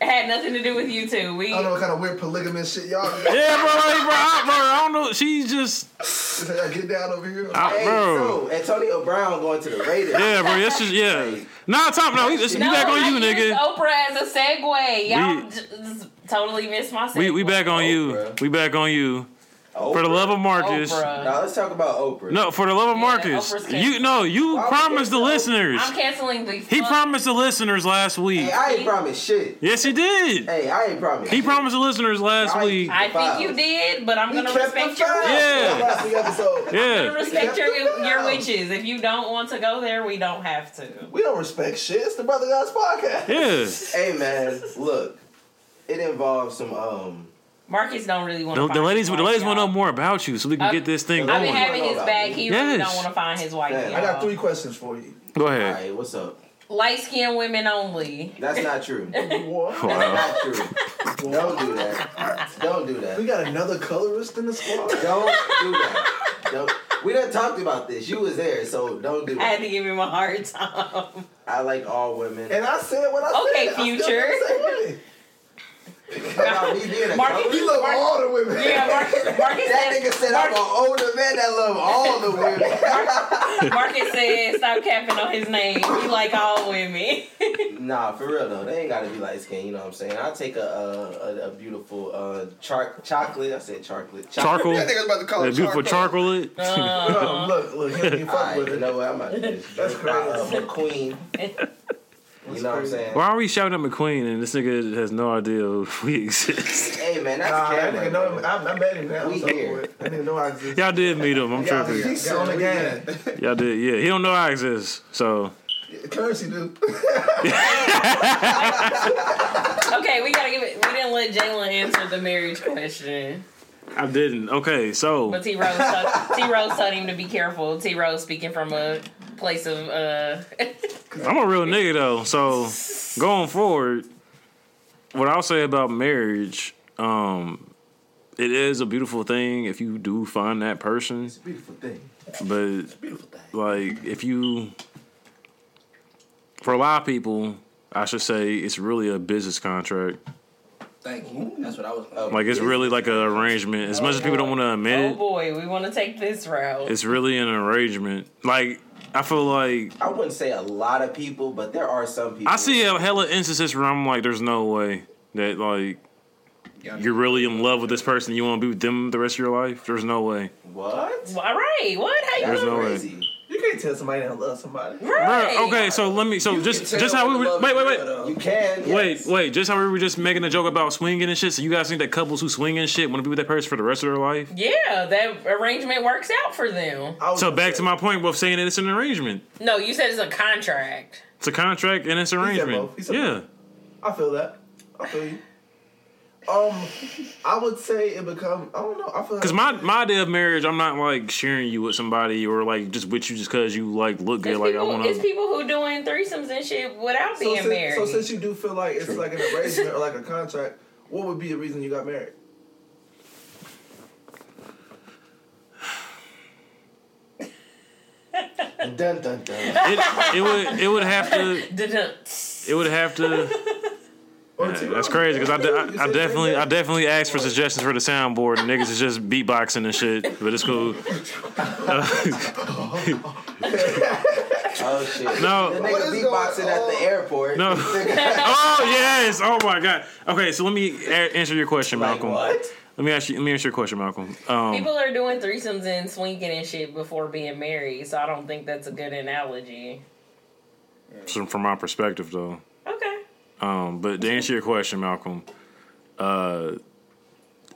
[SPEAKER 2] had nothing to do with you two. We
[SPEAKER 4] I don't know what kind of weird polygamous shit y'all do.
[SPEAKER 1] yeah, bro, like, bro, I, bro, I don't know. She's just,
[SPEAKER 4] Just like, Get down over here.
[SPEAKER 1] I,
[SPEAKER 3] Hey,
[SPEAKER 1] bro.
[SPEAKER 3] so, Antonio Brown going to the Raiders.
[SPEAKER 1] Yeah, bro, this is yeah. Nah, top, no, this, we
[SPEAKER 2] no,
[SPEAKER 1] back on
[SPEAKER 2] I
[SPEAKER 1] you,
[SPEAKER 2] used
[SPEAKER 1] nigga.
[SPEAKER 2] Oprah as a segue. Y'all
[SPEAKER 1] We-
[SPEAKER 2] j- just totally missed my segue.
[SPEAKER 1] We we back on you.
[SPEAKER 3] Oprah.
[SPEAKER 1] We back on you.
[SPEAKER 3] Oprah.
[SPEAKER 1] For the love of Marcus.
[SPEAKER 2] Oprah.
[SPEAKER 3] Now let's talk about Oprah.
[SPEAKER 1] No, for the love of
[SPEAKER 2] Yeah,
[SPEAKER 1] Marcus.
[SPEAKER 2] Oprah's
[SPEAKER 1] You no, you
[SPEAKER 3] Why would
[SPEAKER 1] promised
[SPEAKER 3] you
[SPEAKER 1] the
[SPEAKER 3] know?
[SPEAKER 1] listeners.
[SPEAKER 2] I'm canceling the.
[SPEAKER 1] He
[SPEAKER 2] fuck-
[SPEAKER 1] promised the listeners last week.
[SPEAKER 3] Hey, I ain't promised shit.
[SPEAKER 1] Yes, he did.
[SPEAKER 3] Hey, I ain't promised.
[SPEAKER 1] He
[SPEAKER 3] shit.
[SPEAKER 1] promised the listeners last
[SPEAKER 3] I-
[SPEAKER 1] week.
[SPEAKER 2] I think you
[SPEAKER 3] files.
[SPEAKER 2] did, but I'm
[SPEAKER 3] We
[SPEAKER 2] gonna
[SPEAKER 3] kept the
[SPEAKER 2] respect your.
[SPEAKER 3] files.
[SPEAKER 1] Yeah.
[SPEAKER 4] Last week episode.
[SPEAKER 2] I'm gonna
[SPEAKER 1] Yeah.
[SPEAKER 2] respect
[SPEAKER 4] Kept
[SPEAKER 2] your
[SPEAKER 4] the
[SPEAKER 2] your
[SPEAKER 4] files.
[SPEAKER 2] witches. If you don't want to go there, we don't have to.
[SPEAKER 4] We don't respect shit. It's the Brother Guys podcast.
[SPEAKER 1] Yeah.
[SPEAKER 3] Hey man, look, it involves some um.
[SPEAKER 2] Marcus don't really want
[SPEAKER 1] The,
[SPEAKER 2] to.
[SPEAKER 1] the ladies the ladies want to know more about you so we can
[SPEAKER 2] Uh,
[SPEAKER 1] get this thing
[SPEAKER 2] I've been
[SPEAKER 1] going.
[SPEAKER 2] having his back. He really
[SPEAKER 1] Yes.
[SPEAKER 2] don't want to find his wife.
[SPEAKER 3] Yeah.
[SPEAKER 4] I got
[SPEAKER 2] y'all.
[SPEAKER 4] three questions for you.
[SPEAKER 1] Go
[SPEAKER 3] All
[SPEAKER 1] ahead.
[SPEAKER 3] right, what's up?
[SPEAKER 2] light skinned women only.
[SPEAKER 3] That's not true.
[SPEAKER 4] One.
[SPEAKER 1] Wow.
[SPEAKER 3] Not true. Don't do that. Don't do
[SPEAKER 4] We
[SPEAKER 3] that.
[SPEAKER 4] got another colorist in the squad.
[SPEAKER 3] Don't do that. Don't. We done talked about this. You was there, so don't do
[SPEAKER 2] I had
[SPEAKER 3] that.
[SPEAKER 2] to give him a hard time.
[SPEAKER 3] I like all women.
[SPEAKER 4] And I said what I
[SPEAKER 2] Okay,
[SPEAKER 4] said. I still
[SPEAKER 2] Future.
[SPEAKER 4] gotta say women.
[SPEAKER 3] About me being a
[SPEAKER 2] Marcus-
[SPEAKER 3] color?
[SPEAKER 4] We love all the women.
[SPEAKER 2] Yeah, Marcus, Marcus,
[SPEAKER 3] That
[SPEAKER 2] said,
[SPEAKER 3] nigga said I'm an older man that love all the women.
[SPEAKER 2] Marcus said, stop capping on his name. He like all women.
[SPEAKER 3] nah, for real though, they ain't gotta be light skinned, You know what I'm saying? I take a uh, a, a beautiful uh char- chocolate. I said chocolate.
[SPEAKER 1] Charcoal.
[SPEAKER 5] That nigga's about to call
[SPEAKER 1] That
[SPEAKER 5] it
[SPEAKER 1] beautiful charcoal. it.
[SPEAKER 4] Look, look, look, him, he fuck
[SPEAKER 3] Alright,
[SPEAKER 4] with
[SPEAKER 3] you
[SPEAKER 4] it.
[SPEAKER 3] know what? I'm about to just
[SPEAKER 4] That's
[SPEAKER 3] drink my, uh,
[SPEAKER 4] crazy.
[SPEAKER 3] McQueen. You know what I'm saying?
[SPEAKER 1] Why are we shouting at McQueen and this nigga has no idea if we exist?
[SPEAKER 3] Hey man, that's
[SPEAKER 4] Nah, that
[SPEAKER 3] camera.
[SPEAKER 4] nigga know him.
[SPEAKER 3] man.
[SPEAKER 4] I, I met him now.
[SPEAKER 3] We
[SPEAKER 4] so
[SPEAKER 3] here.
[SPEAKER 4] what? That nigga know I exist.
[SPEAKER 1] Y'all did meet him. I'm
[SPEAKER 4] Y'all
[SPEAKER 1] tripping.
[SPEAKER 4] got on the game.
[SPEAKER 1] Y'all did. Yeah, he don't know I exist. So
[SPEAKER 4] Currency, dude.
[SPEAKER 2] Okay, we gotta give it. We didn't let Jalen answer the marriage question,
[SPEAKER 1] I didn't. Okay, so
[SPEAKER 2] but T Rose told- T Rose told him to be careful. T Rose speaking from a place of uh,
[SPEAKER 1] I'm a real nigga though. So going forward, what I'll say about marriage, um, it is a beautiful thing if you do find that person.
[SPEAKER 3] It's a beautiful thing.
[SPEAKER 1] But
[SPEAKER 3] Beautiful thing.
[SPEAKER 1] like if you for a lot of people, I should say it's really a business contract.
[SPEAKER 5] Thank you. That's what I was.
[SPEAKER 3] Oh,
[SPEAKER 1] Like it's
[SPEAKER 3] yeah.
[SPEAKER 1] really like an arrangement. As much as people don't want to admit
[SPEAKER 2] oh
[SPEAKER 1] it,
[SPEAKER 2] boy, we want to take this route.
[SPEAKER 1] it's really an arrangement. Like I feel like
[SPEAKER 3] I wouldn't say a lot of people, but there are some people.
[SPEAKER 1] I see a hella instances where I'm like, there's no way that like you're really in love with this person. You want to be with them the rest of your life. There's no way,
[SPEAKER 3] What?
[SPEAKER 2] All right, what? How you
[SPEAKER 1] There's
[SPEAKER 3] That's
[SPEAKER 2] doing?
[SPEAKER 1] no way.
[SPEAKER 3] crazy.
[SPEAKER 4] You can't tell somebody that love somebody.
[SPEAKER 2] Right.
[SPEAKER 1] Bruh, Okay, so let me. So just just how we were. Wait, wait, wait.
[SPEAKER 3] You uh, can. Yes.
[SPEAKER 1] Wait, wait! Just how we were just making a joke about swinging and shit. So you guys think that couples who swing and shit want to be with that person for the rest of their life?
[SPEAKER 2] Yeah, that arrangement works out for them.
[SPEAKER 4] I was
[SPEAKER 1] So
[SPEAKER 4] just
[SPEAKER 1] back to
[SPEAKER 4] saying-
[SPEAKER 1] my point with saying that it's an arrangement.
[SPEAKER 2] No, you said it's a contract.
[SPEAKER 1] It's a contract and it's an arrangement.
[SPEAKER 4] both. He said
[SPEAKER 1] Yeah.
[SPEAKER 4] both. I feel that. I feel you. Um, I would say it become. I don't know. I feel
[SPEAKER 1] Cause my my idea of marriage, I'm not like sharing you with somebody or like just with you just cause you like look good.
[SPEAKER 2] It's,
[SPEAKER 1] Like
[SPEAKER 2] people,
[SPEAKER 1] I want
[SPEAKER 2] it's
[SPEAKER 1] to.
[SPEAKER 2] people who doing threesomes and shit without
[SPEAKER 4] so
[SPEAKER 2] being
[SPEAKER 4] since,
[SPEAKER 2] married.
[SPEAKER 4] So since you do feel like it's like an arrangement or like a contract, what would be the reason you got married?
[SPEAKER 3] Dun dun dun.
[SPEAKER 1] It, it would it would have to
[SPEAKER 2] Dun-dun.
[SPEAKER 1] it would have to.
[SPEAKER 4] Or
[SPEAKER 1] Yeah,
[SPEAKER 4] two
[SPEAKER 1] that's
[SPEAKER 4] hours?
[SPEAKER 1] crazy because I, de-
[SPEAKER 4] You
[SPEAKER 1] I, I
[SPEAKER 4] said
[SPEAKER 1] definitely I
[SPEAKER 4] same thing.
[SPEAKER 1] definitely asked for suggestions for the soundboard and niggas is just beatboxing and shit, but it's cool.
[SPEAKER 3] Oh shit. The
[SPEAKER 1] No,
[SPEAKER 3] nigga
[SPEAKER 5] What is
[SPEAKER 3] beatboxing
[SPEAKER 5] going
[SPEAKER 3] at the
[SPEAKER 5] on?
[SPEAKER 3] airport.
[SPEAKER 1] no. oh yes! Oh my god. Okay, so let me a- answer your question,
[SPEAKER 3] Like
[SPEAKER 1] Malcolm.
[SPEAKER 3] what?
[SPEAKER 1] Let me ask you. Let me answer your question, Malcolm. Um,
[SPEAKER 2] People are doing threesomes and swinging and shit before being married, so I don't think that's a good analogy.
[SPEAKER 1] from, from my perspective, though.
[SPEAKER 2] Okay.
[SPEAKER 1] Um, but to answer your question, Malcolm, uh,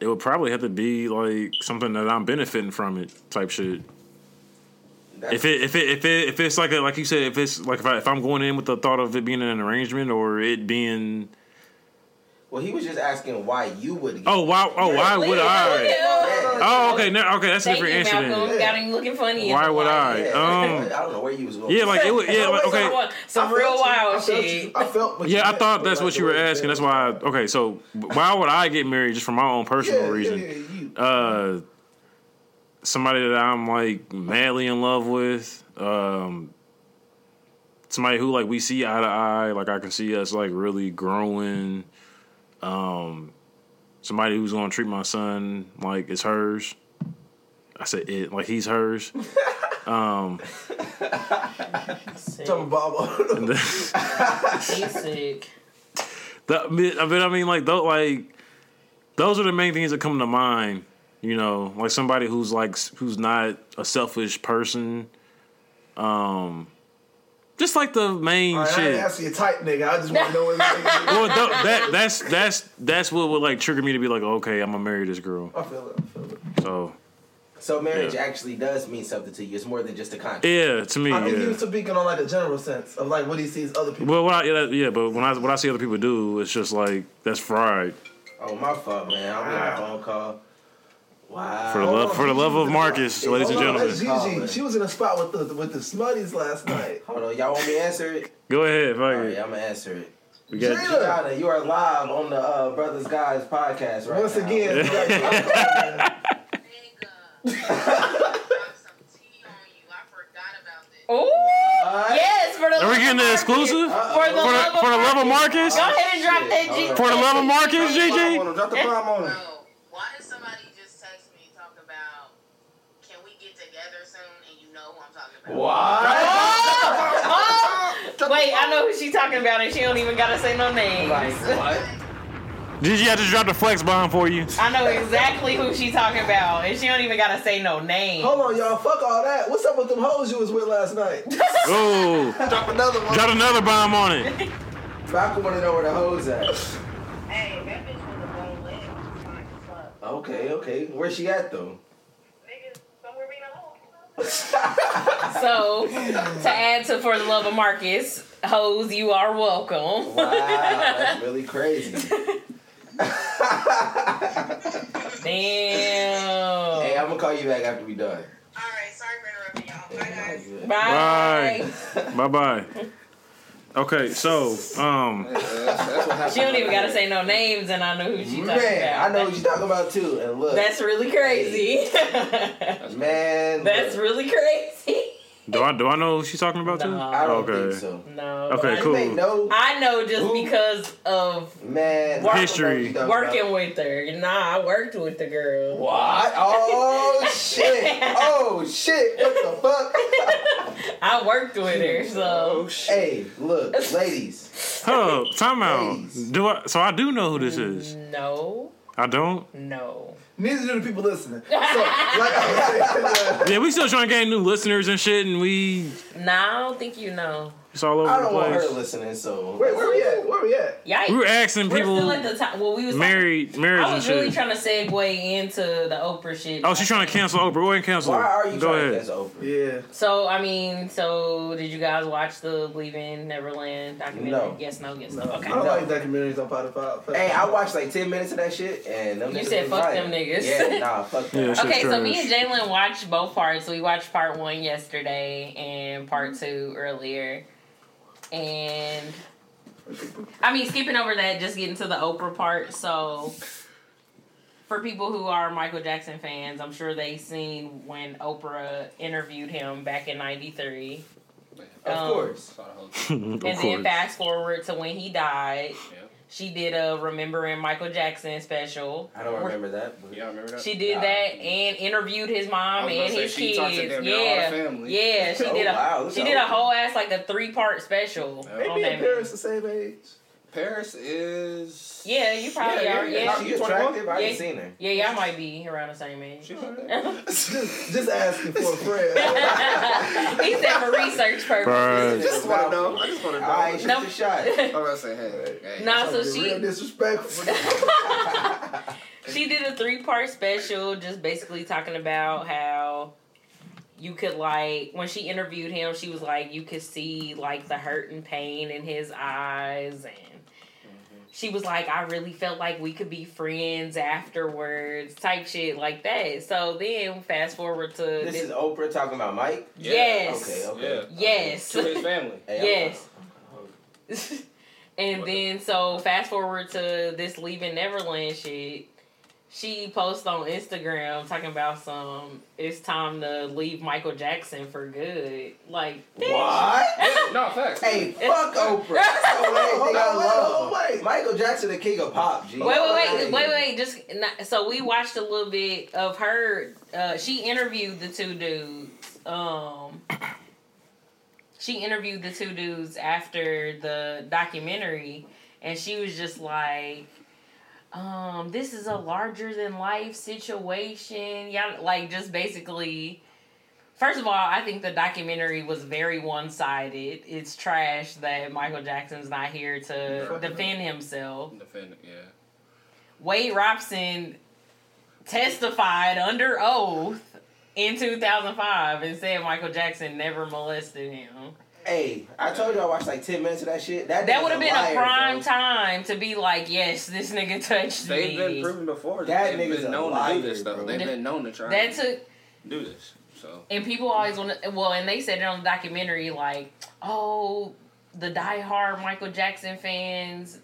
[SPEAKER 1] it would probably have to be like something that I'm benefiting from it type shit.
[SPEAKER 3] That's-
[SPEAKER 1] If it if it if it if it's like a, like you said if it's like if, I, if I'm going in with the thought of it being an arrangement or it being
[SPEAKER 3] well, he was just asking why you would. Get
[SPEAKER 1] oh why oh why would I
[SPEAKER 2] Leave it alone.
[SPEAKER 6] Malcolm.
[SPEAKER 1] Oh, okay, no, okay, that's a
[SPEAKER 2] Thank you,
[SPEAKER 1] different answer then.
[SPEAKER 2] Malcolm. Got him looking funny. in
[SPEAKER 1] Why
[SPEAKER 2] the
[SPEAKER 1] would
[SPEAKER 2] light.
[SPEAKER 1] I? Um,
[SPEAKER 6] I don't know where you was going.
[SPEAKER 1] yeah, like it was. Yeah, like,
[SPEAKER 2] Some
[SPEAKER 1] okay.
[SPEAKER 2] real- Some
[SPEAKER 4] I
[SPEAKER 2] real
[SPEAKER 4] felt you. I
[SPEAKER 2] wild
[SPEAKER 4] felt you.
[SPEAKER 2] shit.
[SPEAKER 4] I felt what you
[SPEAKER 1] Yeah, I
[SPEAKER 4] meant.
[SPEAKER 1] thought that's
[SPEAKER 4] Like
[SPEAKER 1] what
[SPEAKER 4] the
[SPEAKER 1] you were
[SPEAKER 4] way said
[SPEAKER 1] asking.
[SPEAKER 4] it.
[SPEAKER 1] That's why. I, okay, so why would I get married just for my own personal
[SPEAKER 4] Yeah,
[SPEAKER 1] reason?
[SPEAKER 4] Yeah, yeah, you.
[SPEAKER 1] Uh, somebody that I'm like madly in love with. Um, somebody who like we see eye to eye. Like I can see us like really growing. Um, somebody who's gonna treat my son like it's hers. I said it like he's hers.
[SPEAKER 2] Sick.
[SPEAKER 4] Talking about-
[SPEAKER 1] And then-
[SPEAKER 2] He's sick.
[SPEAKER 1] That, I mean, I mean- I mean, like though, like those are the main things that come to mind. You know, like somebody who's like s- who's not a selfish person. Um, just like the main
[SPEAKER 4] All right, I
[SPEAKER 1] Mm, shit.
[SPEAKER 4] didn't ask you a type nigga. I just want to know what nigga.
[SPEAKER 1] well, tho- that that's that's that's what would like trigger me to be like, okay, I'm gonna marry this girl.
[SPEAKER 4] I feel it. I feel it.
[SPEAKER 1] So
[SPEAKER 6] So marriage
[SPEAKER 1] Yeah.
[SPEAKER 6] actually does mean something to you. It's more than just a contract.
[SPEAKER 1] yeah, to me,
[SPEAKER 4] I think he was
[SPEAKER 1] yeah.
[SPEAKER 4] speaking on like the general sense of like what he sees other people.
[SPEAKER 1] Well, what I, yeah, that- yeah, but when I when I see other people do, it's just like that's fried.
[SPEAKER 6] Oh, my fault, man. I'm getting a phone call. Wow.
[SPEAKER 1] For the love for the love of Marcus, ladies and
[SPEAKER 4] Hold
[SPEAKER 1] gentlemen,
[SPEAKER 4] on, that's Gigi. She was in a spot with the with the smutties last night.
[SPEAKER 6] Hold on, y'all want me to answer it?
[SPEAKER 1] go ahead,
[SPEAKER 6] All
[SPEAKER 1] fuck
[SPEAKER 6] right,
[SPEAKER 1] it.
[SPEAKER 6] I'm gonna answer it.
[SPEAKER 1] We got
[SPEAKER 4] Jada!
[SPEAKER 6] Gianna, you are live on the uh, Brothers Guys podcast right
[SPEAKER 4] Once
[SPEAKER 6] now.
[SPEAKER 4] again,
[SPEAKER 1] Yeah.
[SPEAKER 2] Ooh.
[SPEAKER 4] like,
[SPEAKER 2] Oh, Yes, for the
[SPEAKER 1] Are we getting the
[SPEAKER 2] Marcus.
[SPEAKER 1] exclusive?
[SPEAKER 2] For
[SPEAKER 1] For
[SPEAKER 2] the,
[SPEAKER 1] the,
[SPEAKER 2] love of
[SPEAKER 1] for the love of Marcus?
[SPEAKER 2] Marcus. Go ahead and drop that G.
[SPEAKER 6] Shit,
[SPEAKER 1] For the love of Marcus,
[SPEAKER 5] Bomb on
[SPEAKER 1] GG?
[SPEAKER 5] him. Drop the bomb on him.
[SPEAKER 7] Why did somebody just text me talk about can we get together soon and you know who I'm talking about?
[SPEAKER 2] Oh! Oh! Wait, I know who she talking about, and she don't even gotta say no names.
[SPEAKER 6] Like, what?
[SPEAKER 1] GG, I just dropped a flex bomb for you.
[SPEAKER 2] I know exactly who she talking about, and she don't even gotta say no name.
[SPEAKER 4] Hold on, y'all. Fuck all that. What's up with them hoes you was with last night?
[SPEAKER 1] Oh,
[SPEAKER 5] Drop another one.
[SPEAKER 1] drop another bomb on it.
[SPEAKER 6] Malcolm want to know where the hoes at.
[SPEAKER 7] Hey, that bitch was a bone leg. She fine as fuck.
[SPEAKER 6] Okay, okay. Where's she at, though?
[SPEAKER 7] Niggas somewhere being alone.
[SPEAKER 2] So, to add to for the love of Marcus, hoes, you are welcome.
[SPEAKER 6] Wow, that's really crazy.
[SPEAKER 2] Damn.
[SPEAKER 6] Hey, I'm gonna call you back after we done.
[SPEAKER 7] Alright, sorry for interrupting y'all. Bye guys.
[SPEAKER 2] Bye.
[SPEAKER 1] Bye. Bye bye. Okay, so, um,
[SPEAKER 2] She don't even gotta say no names, and I know who she talking
[SPEAKER 6] Man,
[SPEAKER 2] about.
[SPEAKER 6] I know what you're talking about too. And look,
[SPEAKER 2] That's really crazy.
[SPEAKER 6] man,
[SPEAKER 2] That's
[SPEAKER 6] look,
[SPEAKER 2] really crazy.
[SPEAKER 1] do I do I know who she's talking about too?
[SPEAKER 2] No.
[SPEAKER 6] I don't
[SPEAKER 1] Okay.
[SPEAKER 6] think so.
[SPEAKER 2] No.
[SPEAKER 1] Okay,
[SPEAKER 2] I-
[SPEAKER 1] cool.
[SPEAKER 6] You ain't know,
[SPEAKER 2] I know just
[SPEAKER 6] Who?
[SPEAKER 2] because of
[SPEAKER 6] man.
[SPEAKER 2] Work-
[SPEAKER 1] History.
[SPEAKER 2] working with her. Nah, I worked with the girl.
[SPEAKER 6] What? Oh shit! Oh shit! What the fuck?
[SPEAKER 2] I worked with her, so
[SPEAKER 6] hey, look, ladies.
[SPEAKER 1] Huh, time out. Do I, so I do know who this is.
[SPEAKER 2] no,
[SPEAKER 1] I don't?
[SPEAKER 2] no.
[SPEAKER 4] Neither do the people listening. So, like I was saying, uh,
[SPEAKER 1] Yeah, we still trying to gain new listeners and shit, and we,
[SPEAKER 2] Nah, I don't think you know.
[SPEAKER 1] it's all over
[SPEAKER 6] I
[SPEAKER 1] the
[SPEAKER 6] don't want her
[SPEAKER 1] place.
[SPEAKER 6] listening. So
[SPEAKER 4] wait, where we at? Where we at?
[SPEAKER 2] Yikes.
[SPEAKER 1] We were asking
[SPEAKER 2] We're still
[SPEAKER 1] people
[SPEAKER 2] at the time. Well, we was
[SPEAKER 1] married, marriage
[SPEAKER 2] I
[SPEAKER 1] and
[SPEAKER 2] was really
[SPEAKER 1] shit.
[SPEAKER 2] trying to segue into the Oprah shit.
[SPEAKER 1] Oh, she's trying to cancel Oprah. Go ahead and cancel
[SPEAKER 6] why are
[SPEAKER 1] her.
[SPEAKER 6] you
[SPEAKER 1] Go
[SPEAKER 6] trying
[SPEAKER 1] ahead.
[SPEAKER 6] to Oprah?
[SPEAKER 4] Yeah.
[SPEAKER 2] So I mean, so did you guys watch the Leaving Neverland documentary?
[SPEAKER 6] No.
[SPEAKER 2] Yes, no, yes, no.
[SPEAKER 4] No,
[SPEAKER 2] Okay.
[SPEAKER 4] I don't like documentaries on Spotify.
[SPEAKER 6] Hey, I watched like ten minutes of that shit, and them
[SPEAKER 2] You
[SPEAKER 6] niggas
[SPEAKER 2] said
[SPEAKER 6] was
[SPEAKER 2] fuck
[SPEAKER 6] lying.
[SPEAKER 2] them niggas.
[SPEAKER 6] Yeah, nah, fuck
[SPEAKER 1] Yeah,
[SPEAKER 6] them.
[SPEAKER 1] shit.
[SPEAKER 2] Okay, so
[SPEAKER 1] trash.
[SPEAKER 2] me and Jalen watched both parts. We watched part one yesterday and part
[SPEAKER 6] Mm-hmm.
[SPEAKER 2] two earlier. And I mean, skipping over that, just getting to the Oprah part. So, for people who are Michael Jackson fans, I'm sure they seen when Oprah interviewed him back in '93.
[SPEAKER 6] Of
[SPEAKER 2] Um,
[SPEAKER 6] course.
[SPEAKER 1] and
[SPEAKER 2] and then fast forward to when he died.
[SPEAKER 5] Yeah.
[SPEAKER 2] She did a remembering Michael Jackson special.
[SPEAKER 6] I don't remember that. But
[SPEAKER 5] Yeah, I remember that.
[SPEAKER 2] She did
[SPEAKER 6] Nah.
[SPEAKER 2] that and interviewed his
[SPEAKER 5] I
[SPEAKER 2] mom
[SPEAKER 5] was gonna
[SPEAKER 2] and
[SPEAKER 5] say,
[SPEAKER 2] his
[SPEAKER 5] she talked to
[SPEAKER 2] kids.
[SPEAKER 5] them, they're all the
[SPEAKER 2] Yeah,
[SPEAKER 5] family.
[SPEAKER 2] yeah. She
[SPEAKER 6] Oh,
[SPEAKER 2] did a
[SPEAKER 6] wow, look
[SPEAKER 2] she
[SPEAKER 6] at
[SPEAKER 2] did a
[SPEAKER 6] Oprah.
[SPEAKER 2] whole ass like a three part special.
[SPEAKER 5] Yeah.
[SPEAKER 4] Maybe
[SPEAKER 2] on that
[SPEAKER 4] and Paris the same age.
[SPEAKER 5] Paris is.
[SPEAKER 2] man. Yeah, you probably
[SPEAKER 5] Yeah,
[SPEAKER 2] are.
[SPEAKER 5] yeah,
[SPEAKER 2] Yeah,
[SPEAKER 5] yeah.
[SPEAKER 2] yeah,
[SPEAKER 6] She
[SPEAKER 5] You
[SPEAKER 6] attractive. I
[SPEAKER 2] Yeah.
[SPEAKER 6] ain't seen her.
[SPEAKER 2] y'all might be around the same age.
[SPEAKER 5] She's like that.
[SPEAKER 4] Just, just asking for a friend.
[SPEAKER 2] he said for research purposes.
[SPEAKER 1] Bruh.
[SPEAKER 5] just want to know. I just want to know.
[SPEAKER 6] I ain't shoot
[SPEAKER 2] Nope.
[SPEAKER 6] the shot.
[SPEAKER 5] I'm gonna say, hey, hey.
[SPEAKER 2] Nah, so
[SPEAKER 4] Something real
[SPEAKER 2] she
[SPEAKER 4] disrespectful.
[SPEAKER 2] she did a three part special just basically talking about how you could like when she interviewed him she
[SPEAKER 6] Mm-hmm.
[SPEAKER 2] was like you could see like the hurt and pain in his eyes and she was like, I really felt like we could be friends afterwards, type shit like that. So then fast forward to
[SPEAKER 6] This
[SPEAKER 2] thi-
[SPEAKER 6] is Oprah talking about Mike.
[SPEAKER 2] yes,
[SPEAKER 6] Okay, okay.
[SPEAKER 5] Yeah.
[SPEAKER 2] yes,
[SPEAKER 5] To his family.
[SPEAKER 6] Hey, I'm-
[SPEAKER 2] yes. and
[SPEAKER 5] What?
[SPEAKER 2] then so fast forward to this leaving Neverland shit. She posts on Instagram talking about some. It's time to leave Michael Jackson for good. Like bitch.
[SPEAKER 6] What?
[SPEAKER 5] No, facts.
[SPEAKER 6] hey, fuck Oprah. That's the only thing I love. Michael Jackson, the king of pop. G.
[SPEAKER 2] Wait, wait, wait, wait, wait. Just not, so we watched a little bit of her. Uh, she interviewed the two dudes. Um, she interviewed the two dudes after the documentary, and she was just like, um, "This is a larger than life situation." Yeah, like just basically. First of all, I think the documentary was very one sided. It's trash that Michael Jackson's not here to defend himself.
[SPEAKER 5] Defend it, yeah.
[SPEAKER 2] Wade Robson testified under oath in 2005 and said Michael Jackson never molested him.
[SPEAKER 6] Hey, I told you I watched like 10 minutes of that shit. That,
[SPEAKER 2] That
[SPEAKER 6] nigga's
[SPEAKER 2] would have been
[SPEAKER 6] liar,
[SPEAKER 2] a prime
[SPEAKER 6] bro.
[SPEAKER 2] time to be like, yes, this nigga touched
[SPEAKER 5] They've been
[SPEAKER 2] me.
[SPEAKER 5] proven before.
[SPEAKER 6] That
[SPEAKER 5] They've
[SPEAKER 6] nigga's
[SPEAKER 5] been
[SPEAKER 6] a
[SPEAKER 5] known to
[SPEAKER 6] liar,
[SPEAKER 5] do this stuff.
[SPEAKER 6] bro.
[SPEAKER 5] They've been known to try
[SPEAKER 2] that
[SPEAKER 5] to
[SPEAKER 2] took,
[SPEAKER 5] do this. So
[SPEAKER 2] and people always want to, well, and they said it on the documentary, like, oh, the diehard Michael Jackson fans.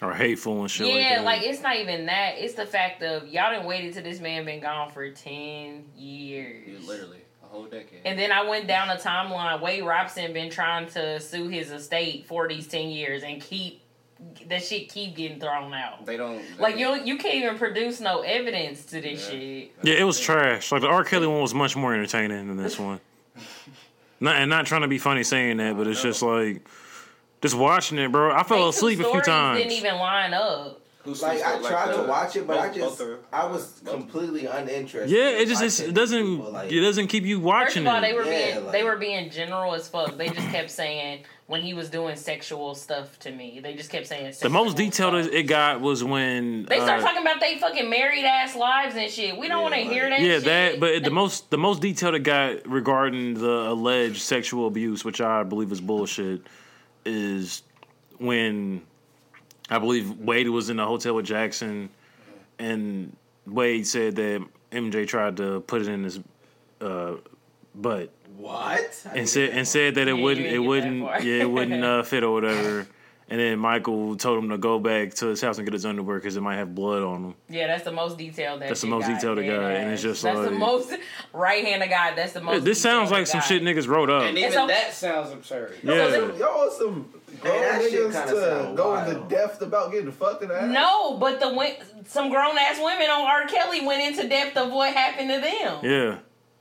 [SPEAKER 1] Or hateful and shit
[SPEAKER 2] yeah,
[SPEAKER 1] like that.
[SPEAKER 2] like, it's not even that. It's the fact of y'all done waited till this man been gone for 10 years.
[SPEAKER 5] yeah, literally a whole decade.
[SPEAKER 2] And then I went down a timeline. Wade Robson been trying to sue his estate for these ten years and keep that shit keep getting thrown out.
[SPEAKER 5] they don't they
[SPEAKER 2] Like
[SPEAKER 5] don't-
[SPEAKER 2] you you can't even produce no evidence to this
[SPEAKER 5] Yeah.
[SPEAKER 2] shit.
[SPEAKER 1] Yeah, it was trash. Like the R. Kelly one was much more entertaining than this one. Not and not trying to be funny saying that, but it's just like just watching it, bro. I fell
[SPEAKER 2] They two
[SPEAKER 1] asleep a few
[SPEAKER 2] stories Didn't
[SPEAKER 1] times.
[SPEAKER 2] even line up.
[SPEAKER 5] Who's
[SPEAKER 6] Like, I
[SPEAKER 5] like
[SPEAKER 6] tried
[SPEAKER 5] the-
[SPEAKER 6] to watch it, but I
[SPEAKER 5] both-
[SPEAKER 6] just,
[SPEAKER 5] both are-
[SPEAKER 6] I was
[SPEAKER 5] both-
[SPEAKER 6] completely uninterested.
[SPEAKER 1] Yeah,
[SPEAKER 6] in
[SPEAKER 1] it just it's,
[SPEAKER 6] watching
[SPEAKER 1] it doesn't
[SPEAKER 6] people, like-
[SPEAKER 1] it doesn't keep you
[SPEAKER 2] First
[SPEAKER 1] watching
[SPEAKER 2] of all, they
[SPEAKER 1] it.
[SPEAKER 2] were
[SPEAKER 6] Yeah,
[SPEAKER 2] being
[SPEAKER 6] like-
[SPEAKER 2] they were being general as fuck. They just kept saying when he was doing sexual stuff to me. They just kept saying
[SPEAKER 1] The
[SPEAKER 2] sexual
[SPEAKER 1] most detailed
[SPEAKER 2] stuff.
[SPEAKER 1] it got was when
[SPEAKER 2] They start
[SPEAKER 1] uh,
[SPEAKER 2] talking about they fucking married ass lives and shit. We don't want to hear that.
[SPEAKER 1] yeah,
[SPEAKER 2] shit.
[SPEAKER 1] that. But the most the most detailed it got regarding the alleged sexual abuse, which I believe is bullshit, is when I believe Wade was in the hotel with Jackson, and Wade said that MJ tried to put it in his uh, butt
[SPEAKER 6] What?
[SPEAKER 1] and said and said that it
[SPEAKER 2] Yeah, you
[SPEAKER 1] wouldn't
[SPEAKER 2] didn't
[SPEAKER 1] it
[SPEAKER 2] get that
[SPEAKER 1] wouldn't
[SPEAKER 2] far.
[SPEAKER 1] yeah it wouldn't uh, fit or whatever. And then Michael told him to go back to his house and get his underwear because it might have blood on him.
[SPEAKER 2] Yeah, that's the most detailed. That
[SPEAKER 1] That's the
[SPEAKER 2] shit
[SPEAKER 1] most
[SPEAKER 2] got,
[SPEAKER 1] detailed it
[SPEAKER 2] dead
[SPEAKER 1] got, and
[SPEAKER 2] ass.
[SPEAKER 1] it's just
[SPEAKER 2] that's the
[SPEAKER 1] like-
[SPEAKER 2] most right hand of God. That's the most.
[SPEAKER 1] This sounds
[SPEAKER 2] detailed
[SPEAKER 1] like
[SPEAKER 2] it
[SPEAKER 1] some
[SPEAKER 2] got.
[SPEAKER 1] shit niggas wrote up.
[SPEAKER 5] And
[SPEAKER 2] It's
[SPEAKER 5] even
[SPEAKER 2] a-
[SPEAKER 5] that sounds absurd.
[SPEAKER 1] Yeah.
[SPEAKER 4] Y'all some grown
[SPEAKER 6] that shit
[SPEAKER 4] niggas
[SPEAKER 6] kinda
[SPEAKER 4] to
[SPEAKER 6] sound
[SPEAKER 4] go into
[SPEAKER 6] wild.
[SPEAKER 4] depth about getting fucked in the ass.
[SPEAKER 2] No, but the wi- some grown ass women on R. Kelly went into depth of what happened to them.
[SPEAKER 1] Yeah.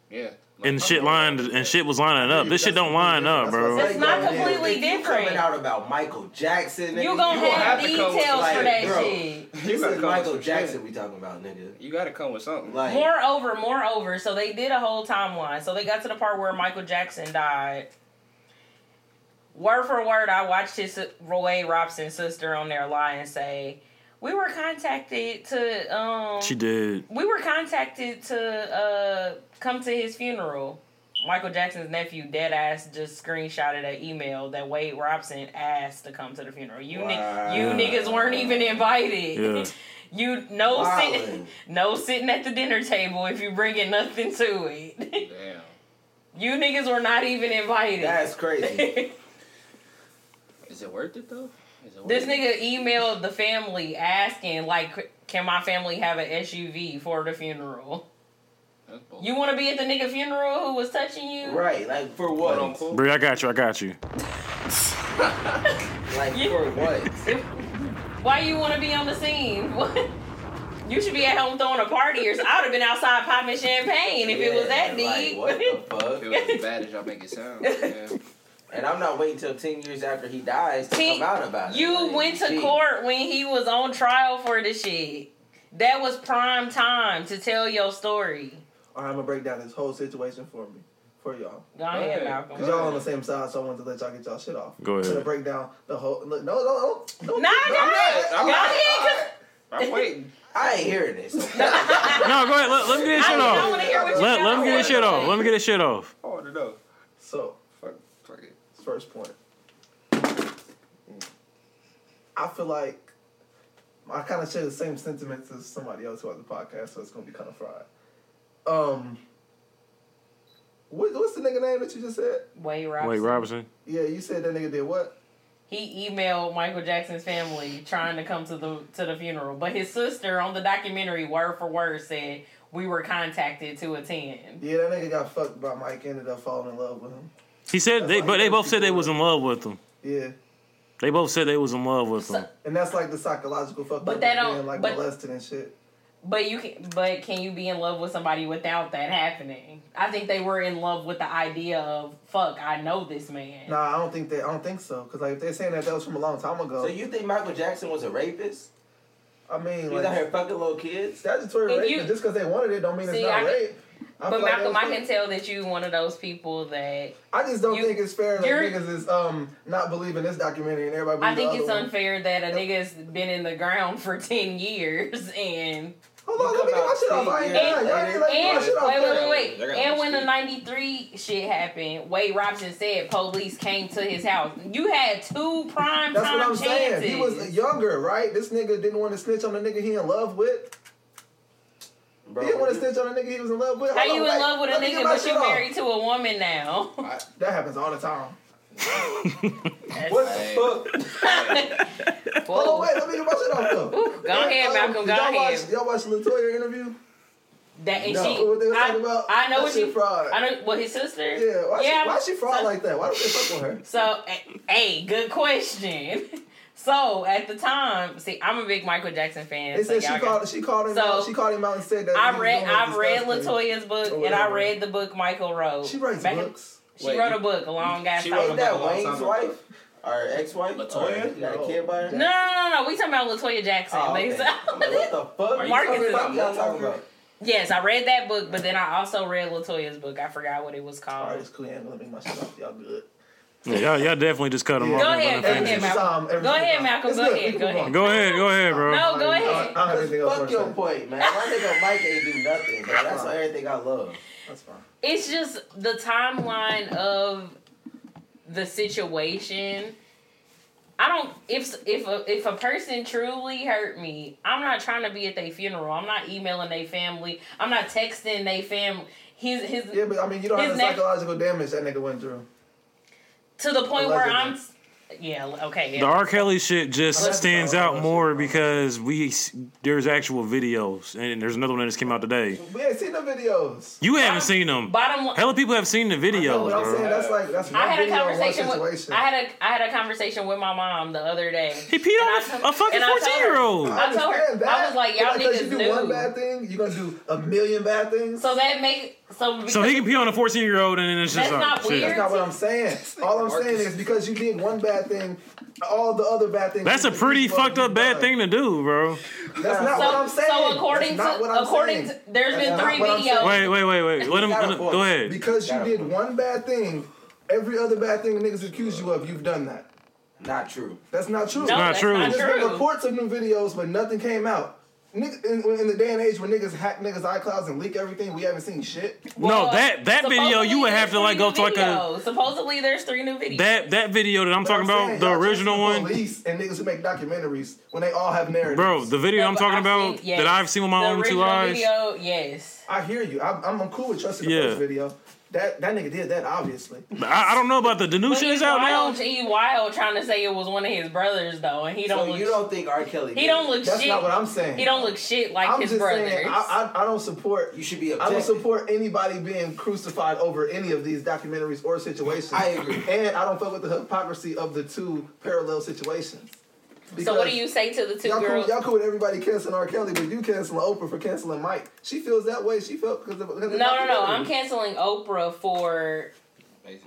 [SPEAKER 5] Yeah. Like,
[SPEAKER 1] and shit lined and shit was lining up. This shit don't line up, bro.
[SPEAKER 2] It's not completely
[SPEAKER 6] If you
[SPEAKER 2] different.
[SPEAKER 6] coming out about Michael Jackson. Nigga,
[SPEAKER 2] You gonna
[SPEAKER 5] gonna
[SPEAKER 2] have,
[SPEAKER 5] have to come
[SPEAKER 2] details
[SPEAKER 5] with
[SPEAKER 2] for
[SPEAKER 6] like,
[SPEAKER 2] that
[SPEAKER 6] bro.
[SPEAKER 2] shit.
[SPEAKER 5] You
[SPEAKER 6] This
[SPEAKER 5] gotta
[SPEAKER 6] is
[SPEAKER 5] come
[SPEAKER 6] Michael
[SPEAKER 5] with some shit.
[SPEAKER 6] Jackson we talking about, nigga.
[SPEAKER 5] You gotta come with something.
[SPEAKER 6] Like,
[SPEAKER 2] Moreover, moreover, so they did a whole timeline. So they got to the part where Michael Jackson died. Word for word, I watched his Roy Robson's sister on there lie and say, "We were contacted to um."
[SPEAKER 1] She did.
[SPEAKER 2] We were contacted to uh, come to his funeral. Michael Jackson's nephew, dead ass, just screenshotted an email that Wade Robson asked to come to the funeral. You ni-
[SPEAKER 6] Wow.
[SPEAKER 2] you niggas weren't even invited.
[SPEAKER 1] Yeah.
[SPEAKER 2] you no sit,
[SPEAKER 6] Wildin'.
[SPEAKER 2] no sitting at the dinner table if you bringing nothing to it.
[SPEAKER 5] Damn.
[SPEAKER 2] you niggas were not even invited.
[SPEAKER 6] that's crazy.
[SPEAKER 5] Is it worth it though? Is it worth
[SPEAKER 2] This
[SPEAKER 5] it?
[SPEAKER 2] nigga emailed the family asking like, can my family have an SUV for the funeral?
[SPEAKER 5] That's bull-
[SPEAKER 2] You want to be at the nigga funeral who was touching you?
[SPEAKER 6] right, like for
[SPEAKER 5] quote
[SPEAKER 6] what?
[SPEAKER 5] unquote.
[SPEAKER 1] Brie, I got you. I got you.
[SPEAKER 6] Like
[SPEAKER 2] Yeah.
[SPEAKER 6] for what?
[SPEAKER 2] Why you want to be on the scene? What? You should be at home throwing a party, or so- I would have been outside popping champagne if it was that
[SPEAKER 6] Yeah, like,
[SPEAKER 2] deep.
[SPEAKER 6] what the
[SPEAKER 5] If
[SPEAKER 6] fuck?
[SPEAKER 5] it was as bad as y'all make it sound. Yeah.
[SPEAKER 6] And I'm not waiting till ten years after he dies to
[SPEAKER 2] See,
[SPEAKER 6] come out about it.
[SPEAKER 2] you
[SPEAKER 6] Like,
[SPEAKER 2] went to
[SPEAKER 6] gee.
[SPEAKER 2] court when he was on trial for this shit. That was prime time to tell your story.
[SPEAKER 4] All right, I'm gonna break down this whole situation for me, for y'all,
[SPEAKER 2] Go ahead,
[SPEAKER 5] Okay.
[SPEAKER 2] Malcolm.
[SPEAKER 4] cause y'all on the same side, so I wanted to let y'all get y'all shit off.
[SPEAKER 1] Go
[SPEAKER 4] I'm gonna
[SPEAKER 1] ahead.
[SPEAKER 4] break down the whole. Look, no, no, no, no.
[SPEAKER 2] Nah,
[SPEAKER 5] I'm
[SPEAKER 2] nah.
[SPEAKER 5] not. I'm
[SPEAKER 2] Go
[SPEAKER 5] not.
[SPEAKER 2] ahead,
[SPEAKER 5] I'm waiting.
[SPEAKER 6] I ain't hearing this. okay?
[SPEAKER 1] No, go ahead. Let, let me get his
[SPEAKER 2] 'cause I,
[SPEAKER 1] shit
[SPEAKER 2] want
[SPEAKER 1] off.
[SPEAKER 2] to hear what you
[SPEAKER 1] Let,
[SPEAKER 2] got
[SPEAKER 1] let me get his
[SPEAKER 2] going
[SPEAKER 1] shit off.
[SPEAKER 2] on.
[SPEAKER 1] Let me get his shit off.
[SPEAKER 5] I want to know.
[SPEAKER 4] So
[SPEAKER 5] Fuck. Fuck it.
[SPEAKER 4] first point, I feel like I kind of share the same sentiments as somebody else who has a podcast, so it's gonna be kind of fried. Um, what, what's the nigga name that you just said?
[SPEAKER 2] Wade Robson.
[SPEAKER 1] Wait, Robinson.
[SPEAKER 4] Yeah, you said that nigga did what?
[SPEAKER 2] He emailed Michael Jackson's family trying to come to the to the funeral, but his sister on the documentary, word for word, said we were contacted to attend.
[SPEAKER 4] Yeah, that nigga got fucked by Mike, ended up falling in love with him.
[SPEAKER 1] He said they,
[SPEAKER 4] why
[SPEAKER 1] but
[SPEAKER 4] he
[SPEAKER 1] they
[SPEAKER 4] does
[SPEAKER 1] both said they
[SPEAKER 4] people
[SPEAKER 1] was in love with him.
[SPEAKER 4] Yeah,
[SPEAKER 1] They both said they was in love with
[SPEAKER 2] So-
[SPEAKER 1] him.
[SPEAKER 4] and that's like the psychological fuck.
[SPEAKER 2] But
[SPEAKER 4] up
[SPEAKER 2] that
[SPEAKER 4] of
[SPEAKER 2] don't-
[SPEAKER 4] being, like
[SPEAKER 2] but-
[SPEAKER 4] molested and shit.
[SPEAKER 2] But you can, but can you be in love with somebody without that happening? I think they were in love with the idea of fuck. I know this man.
[SPEAKER 4] Nah, I don't think that. I don't think so. Cause like if they're saying that that was from a long time ago,
[SPEAKER 6] So you think Michael Jackson was a rapist?
[SPEAKER 4] I mean,
[SPEAKER 6] He was out here
[SPEAKER 4] like
[SPEAKER 6] fucking little kids.
[SPEAKER 4] statutory
[SPEAKER 2] If
[SPEAKER 4] rape.
[SPEAKER 2] you-
[SPEAKER 4] but just cause they wanted it, don't mean
[SPEAKER 2] See,
[SPEAKER 4] it's not
[SPEAKER 2] I can-
[SPEAKER 4] rape.
[SPEAKER 2] but
[SPEAKER 4] I feel like that
[SPEAKER 2] Malcolm,
[SPEAKER 4] was
[SPEAKER 2] I
[SPEAKER 4] rape.
[SPEAKER 2] can tell that you one of those people that
[SPEAKER 4] I just don't
[SPEAKER 2] You-
[SPEAKER 4] think it's fair that
[SPEAKER 2] you're-
[SPEAKER 4] niggas is um not believing this documentary and everybody.
[SPEAKER 2] I
[SPEAKER 4] believes
[SPEAKER 2] think
[SPEAKER 4] the
[SPEAKER 2] it's
[SPEAKER 4] other one.
[SPEAKER 2] unfair that a nigga's been in the ground for ten years and
[SPEAKER 4] Hold on, let me get my shit off. I
[SPEAKER 2] And-
[SPEAKER 4] ain't done. Y'all ain't let me get
[SPEAKER 2] and
[SPEAKER 4] my shit off.
[SPEAKER 2] wait,
[SPEAKER 4] yet.
[SPEAKER 2] wait, wait,
[SPEAKER 5] They
[SPEAKER 2] wait.
[SPEAKER 5] got
[SPEAKER 2] And
[SPEAKER 5] no
[SPEAKER 2] when the
[SPEAKER 5] speed.
[SPEAKER 2] '93 shit happened, Wade Robson said police came to his house. You had two prime
[SPEAKER 4] That's
[SPEAKER 2] time
[SPEAKER 4] what I'm
[SPEAKER 2] chances.
[SPEAKER 4] saying. He was younger, right? This nigga didn't want to snitch on the nigga he in love with.
[SPEAKER 6] Bro,
[SPEAKER 4] he didn't want to
[SPEAKER 6] you-
[SPEAKER 4] snitch on the nigga he was in love with.
[SPEAKER 2] How
[SPEAKER 4] Hold
[SPEAKER 2] you
[SPEAKER 4] on,
[SPEAKER 2] in
[SPEAKER 4] wait.
[SPEAKER 2] love with a
[SPEAKER 4] Let me get
[SPEAKER 2] nigga,
[SPEAKER 4] my
[SPEAKER 2] but
[SPEAKER 4] shit
[SPEAKER 2] you
[SPEAKER 4] off.
[SPEAKER 2] married to a woman now?
[SPEAKER 4] That happens all the time.
[SPEAKER 6] What the fuck?
[SPEAKER 4] Hold on,
[SPEAKER 2] Whoa.
[SPEAKER 4] wait. Let me get my shit off though.
[SPEAKER 2] Ooh, Go ahead,
[SPEAKER 4] Um,
[SPEAKER 2] Malcolm.
[SPEAKER 4] did
[SPEAKER 2] Go
[SPEAKER 4] y'all
[SPEAKER 2] ahead.
[SPEAKER 4] Watch, y'all watch Latoya interview?
[SPEAKER 2] That and
[SPEAKER 4] No.
[SPEAKER 2] she.
[SPEAKER 4] What they was
[SPEAKER 2] I,
[SPEAKER 4] talking about?
[SPEAKER 2] I know
[SPEAKER 4] That
[SPEAKER 2] what
[SPEAKER 4] shit
[SPEAKER 2] you.
[SPEAKER 4] fraud.
[SPEAKER 2] I know. Well, his sister.
[SPEAKER 4] Yeah. Why,
[SPEAKER 2] Yeah.
[SPEAKER 4] She, why she fraud
[SPEAKER 2] so-
[SPEAKER 4] like that? Why do they fuck with her?
[SPEAKER 2] So, a- hey, good question. So at the time, see, I'm a big Michael Jackson fan.
[SPEAKER 4] They
[SPEAKER 2] so y'all
[SPEAKER 4] said she
[SPEAKER 2] got-
[SPEAKER 4] called. She called him.
[SPEAKER 2] So,
[SPEAKER 4] out, she called him out and said that. he
[SPEAKER 2] I
[SPEAKER 4] was
[SPEAKER 2] read
[SPEAKER 4] doing
[SPEAKER 2] I've
[SPEAKER 4] this
[SPEAKER 2] read
[SPEAKER 4] stuff, and-
[SPEAKER 2] Latoya's book
[SPEAKER 4] Or
[SPEAKER 2] and I
[SPEAKER 4] whatever.
[SPEAKER 2] read the book Michael wrote.
[SPEAKER 4] She writes
[SPEAKER 2] Back in-
[SPEAKER 4] books.
[SPEAKER 2] she
[SPEAKER 5] Wait,
[SPEAKER 2] wrote
[SPEAKER 5] you-
[SPEAKER 2] a book a long ass
[SPEAKER 5] she
[SPEAKER 2] time.
[SPEAKER 5] wrote
[SPEAKER 6] Ain't
[SPEAKER 2] ago.
[SPEAKER 6] that
[SPEAKER 5] Long time
[SPEAKER 6] Wayne's
[SPEAKER 5] ago.
[SPEAKER 6] wife? Or ex-wife?
[SPEAKER 5] Latoya?
[SPEAKER 6] Or you got a kid by her?
[SPEAKER 2] No, no, no, no. We talking about Latoya Jackson.
[SPEAKER 6] Oh, okay.
[SPEAKER 2] They-
[SPEAKER 6] I'm like, what the fuck?
[SPEAKER 5] Are you
[SPEAKER 2] Marcus
[SPEAKER 6] What the
[SPEAKER 2] is
[SPEAKER 6] fuck
[SPEAKER 5] a
[SPEAKER 6] y'all talking about?
[SPEAKER 2] yes, I read that book, but then I also read Latoya's book. I forgot what it was
[SPEAKER 4] All right,
[SPEAKER 2] called.
[SPEAKER 4] it's cool. Yeah, let me get my shit off. Y'all good.
[SPEAKER 1] Yeah, y'all, y'all definitely just cut him
[SPEAKER 4] Yeah.
[SPEAKER 1] off.
[SPEAKER 4] Go
[SPEAKER 1] and let
[SPEAKER 2] ahead,
[SPEAKER 1] him
[SPEAKER 2] go
[SPEAKER 1] finish.
[SPEAKER 2] ahead, Malcolm.
[SPEAKER 4] time, every
[SPEAKER 2] Go ahead,
[SPEAKER 4] time.
[SPEAKER 2] Malcolm,
[SPEAKER 4] It's
[SPEAKER 2] go
[SPEAKER 4] good.
[SPEAKER 2] ahead,
[SPEAKER 4] We
[SPEAKER 2] go
[SPEAKER 4] can move
[SPEAKER 2] ahead.
[SPEAKER 4] on.
[SPEAKER 1] Go ahead, go ahead, bro.
[SPEAKER 2] No, go
[SPEAKER 4] I don't-
[SPEAKER 2] ahead.
[SPEAKER 4] I don't have anything else
[SPEAKER 6] Fuck
[SPEAKER 4] to
[SPEAKER 6] your
[SPEAKER 4] say.
[SPEAKER 6] point, man. My nigga Mike ain't do nothing, bro. That's everything I love.
[SPEAKER 4] That's fine.
[SPEAKER 2] It's just the timeline of the situation. I don't if if a, if a person truly hurt me, I'm not trying to be at their funeral. I'm not emailing their family. I'm not texting their family. His his
[SPEAKER 4] Yeah, but I mean, you don't have
[SPEAKER 2] His
[SPEAKER 4] the
[SPEAKER 2] neck-
[SPEAKER 4] psychological damage that nigga went through.
[SPEAKER 2] to the point where I'm.
[SPEAKER 4] Allegedly.
[SPEAKER 2] Yeah. Okay.
[SPEAKER 1] The
[SPEAKER 2] Yeah.
[SPEAKER 1] R. Kelly shit just
[SPEAKER 4] That's
[SPEAKER 1] stands
[SPEAKER 4] the R.
[SPEAKER 1] out
[SPEAKER 4] Kelly
[SPEAKER 1] more
[SPEAKER 4] shit.
[SPEAKER 1] because we s- there's actual videos, and there's another one that just came out today.
[SPEAKER 4] We ain't seen the videos.
[SPEAKER 1] You haven't seen them.
[SPEAKER 2] Bottom line.
[SPEAKER 1] Hella people have seen the videos,
[SPEAKER 4] but I'm saying
[SPEAKER 1] bro.
[SPEAKER 4] that's like that's one
[SPEAKER 2] I had a
[SPEAKER 4] video, one
[SPEAKER 2] conversation with
[SPEAKER 4] situation.
[SPEAKER 2] I had a I had a conversation with my mom the other day.
[SPEAKER 1] He peed on a- a fucking
[SPEAKER 2] and I told her-
[SPEAKER 1] 14 year old.
[SPEAKER 2] I told her-
[SPEAKER 4] understand
[SPEAKER 2] I was like,
[SPEAKER 4] but
[SPEAKER 2] y'all
[SPEAKER 4] because
[SPEAKER 2] niggas
[SPEAKER 4] you do one
[SPEAKER 2] knew.
[SPEAKER 4] bad thing, you're gonna do a million bad things.
[SPEAKER 2] So that make so
[SPEAKER 1] So he can pee on a 14 year old, and then it's just
[SPEAKER 2] That's
[SPEAKER 1] like,
[SPEAKER 2] not
[SPEAKER 1] shit.
[SPEAKER 2] weird.
[SPEAKER 4] that's not what I'm saying. All I'm saying is because you did one bad thing, all the other bad things.
[SPEAKER 1] That's a pretty
[SPEAKER 4] Well,
[SPEAKER 1] fucked up
[SPEAKER 4] you've
[SPEAKER 1] bad
[SPEAKER 4] done.
[SPEAKER 1] thing to do, bro.
[SPEAKER 4] That's not
[SPEAKER 2] so,
[SPEAKER 4] what I'm saying.
[SPEAKER 2] so according
[SPEAKER 4] That's not
[SPEAKER 2] to
[SPEAKER 4] what I'm
[SPEAKER 2] according
[SPEAKER 4] saying.
[SPEAKER 2] to there's
[SPEAKER 4] That's
[SPEAKER 2] been
[SPEAKER 4] not
[SPEAKER 2] three
[SPEAKER 4] what I'm saying.
[SPEAKER 2] videos.
[SPEAKER 1] Wait, wait, wait, wait. Let him let him- go ahead.
[SPEAKER 4] because you
[SPEAKER 6] Gotta
[SPEAKER 4] did
[SPEAKER 6] point.
[SPEAKER 4] one bad thing, every other bad thing niggas accuse you of, you've done that.
[SPEAKER 6] Not true.
[SPEAKER 4] That's not true.
[SPEAKER 2] No,
[SPEAKER 1] not
[SPEAKER 2] that's
[SPEAKER 1] true.
[SPEAKER 2] not
[SPEAKER 1] It's
[SPEAKER 4] There's
[SPEAKER 2] true.
[SPEAKER 4] been reports of new videos, but nothing came out. Nigga, in, in the day and age when niggas hack niggas' iClouds and leak everything, we haven't seen shit.
[SPEAKER 2] Well,
[SPEAKER 1] No, that that video you
[SPEAKER 2] supposedly
[SPEAKER 1] would have to
[SPEAKER 2] there's
[SPEAKER 1] like
[SPEAKER 2] three
[SPEAKER 1] go
[SPEAKER 2] new
[SPEAKER 1] to like a
[SPEAKER 2] videos. supposedly there's three new videos.
[SPEAKER 1] that that video that I'm talking
[SPEAKER 4] But I'm saying,
[SPEAKER 1] about, the
[SPEAKER 4] y'all
[SPEAKER 1] original
[SPEAKER 4] trust the
[SPEAKER 1] one.
[SPEAKER 4] Police and niggas who make documentaries when they all have narratives.
[SPEAKER 1] Bro, the video
[SPEAKER 2] No,
[SPEAKER 1] I'm
[SPEAKER 2] but
[SPEAKER 1] talking
[SPEAKER 2] I've
[SPEAKER 1] about
[SPEAKER 2] seen- yes.
[SPEAKER 1] that I've seen with my
[SPEAKER 2] The
[SPEAKER 1] own two
[SPEAKER 2] original
[SPEAKER 1] eyes.
[SPEAKER 2] Video, yes.
[SPEAKER 4] I hear you. I'm, I'm- I'm cool with trusting the
[SPEAKER 1] Yeah.
[SPEAKER 4] first video. That that nigga did that obviously.
[SPEAKER 1] I, I don't know about the the new shit
[SPEAKER 2] he's
[SPEAKER 1] is out
[SPEAKER 2] wild,
[SPEAKER 1] now.
[SPEAKER 2] He wild trying to say it was one of his brothers though, and he don't.
[SPEAKER 6] So
[SPEAKER 2] look,
[SPEAKER 6] you don't think R. Kelly?
[SPEAKER 2] he
[SPEAKER 6] did
[SPEAKER 2] don't
[SPEAKER 6] it?
[SPEAKER 2] look
[SPEAKER 4] That's
[SPEAKER 2] shit.
[SPEAKER 4] not what I'm saying.
[SPEAKER 2] he don't look shit like
[SPEAKER 4] I'm
[SPEAKER 2] his
[SPEAKER 4] just
[SPEAKER 2] brothers.
[SPEAKER 4] saying I, I I don't support.
[SPEAKER 6] You should be
[SPEAKER 4] I don't
[SPEAKER 6] objective.
[SPEAKER 4] support anybody being crucified over any of these documentaries or situations.
[SPEAKER 6] I agree.
[SPEAKER 4] And I don't fuck with the hypocrisy of the two parallel situations.
[SPEAKER 2] so what do
[SPEAKER 4] Because-
[SPEAKER 2] you say to the 2
[SPEAKER 4] Y'all cool,
[SPEAKER 2] girls?
[SPEAKER 4] y'all cool with everybody canceling R. Kelly, but you canceling Oprah for canceling Mike. She feels that way. She felt because of, because of
[SPEAKER 2] no, no, no. I'm
[SPEAKER 4] documentary.
[SPEAKER 2] canceling Oprah for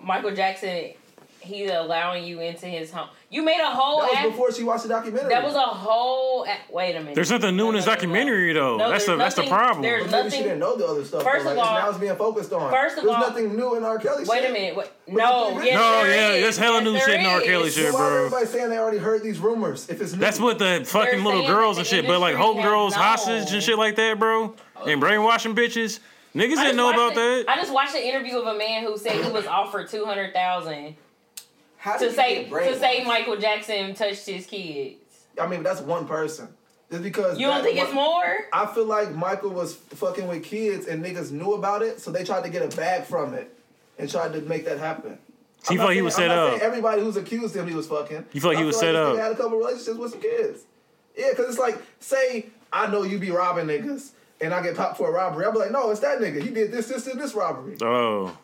[SPEAKER 2] Michael Jackson. He allowing you into his home. You made a whole.
[SPEAKER 4] That
[SPEAKER 2] ass-
[SPEAKER 4] was before she watched the documentary.
[SPEAKER 2] That was a whole. a- Wait a minute.
[SPEAKER 1] There's nothing new in this
[SPEAKER 2] No, no, no, no.
[SPEAKER 1] documentary though.
[SPEAKER 2] No,
[SPEAKER 1] that's the
[SPEAKER 2] there's
[SPEAKER 1] that's the
[SPEAKER 2] nothing-
[SPEAKER 1] problem.
[SPEAKER 2] there's-
[SPEAKER 4] But maybe she
[SPEAKER 2] nothing-
[SPEAKER 4] didn't know the other stuff.
[SPEAKER 2] First
[SPEAKER 4] though,
[SPEAKER 2] of
[SPEAKER 4] like, it's
[SPEAKER 2] all-
[SPEAKER 4] now it's being focused on.
[SPEAKER 2] first of
[SPEAKER 4] There's
[SPEAKER 2] all-
[SPEAKER 4] nothing new in R. Kelly.
[SPEAKER 2] Wait
[SPEAKER 4] shit.
[SPEAKER 2] a minute. Wait,
[SPEAKER 4] the
[SPEAKER 2] no.
[SPEAKER 4] three
[SPEAKER 2] Yes,
[SPEAKER 1] No,
[SPEAKER 2] there
[SPEAKER 1] yeah,
[SPEAKER 2] is.
[SPEAKER 1] there's hella
[SPEAKER 2] Yes,
[SPEAKER 1] new
[SPEAKER 2] there
[SPEAKER 1] shit in R.
[SPEAKER 2] is.
[SPEAKER 1] Kelly
[SPEAKER 4] So
[SPEAKER 1] shit,
[SPEAKER 4] why
[SPEAKER 1] bro.
[SPEAKER 4] everybody saying they already heard these rumors? If it's new,
[SPEAKER 1] That's what the fucking little
[SPEAKER 2] saying that
[SPEAKER 1] girls
[SPEAKER 2] the
[SPEAKER 1] and shit, but like
[SPEAKER 2] industry
[SPEAKER 1] home
[SPEAKER 2] has
[SPEAKER 1] girls,
[SPEAKER 2] known.
[SPEAKER 1] hostage and shit like that, bro, and brainwashing bitches. Niggas
[SPEAKER 2] I
[SPEAKER 1] didn't
[SPEAKER 2] just
[SPEAKER 1] know about
[SPEAKER 2] watched a-
[SPEAKER 1] that.
[SPEAKER 2] I just watched an interview of a man who said he was offered two hundred thousand
[SPEAKER 6] How
[SPEAKER 2] to
[SPEAKER 6] did you
[SPEAKER 2] say
[SPEAKER 6] get brainwashed?
[SPEAKER 2] to say Michael Jackson touched his kids.
[SPEAKER 4] I mean, that's one person. Just because
[SPEAKER 2] You don't
[SPEAKER 4] that
[SPEAKER 2] think
[SPEAKER 4] one-
[SPEAKER 2] it's more?
[SPEAKER 4] I feel like Michael was fucking with kids and niggas knew about it, so they tried to get a bag from it and tried to make that happen.
[SPEAKER 1] So you feel like he was set up.
[SPEAKER 4] Everybody who's accused him, he was fucking.
[SPEAKER 1] You feel like
[SPEAKER 4] I
[SPEAKER 1] he was
[SPEAKER 4] feel
[SPEAKER 1] set
[SPEAKER 4] this
[SPEAKER 1] up.
[SPEAKER 4] nigga Had a couple relationships with some kids. Yeah, because it's like, say I know you be robbing niggas, and I get popped for a robbery. I'll be like, no, it's that nigga. He did this, this, and this robbery.
[SPEAKER 1] Oh,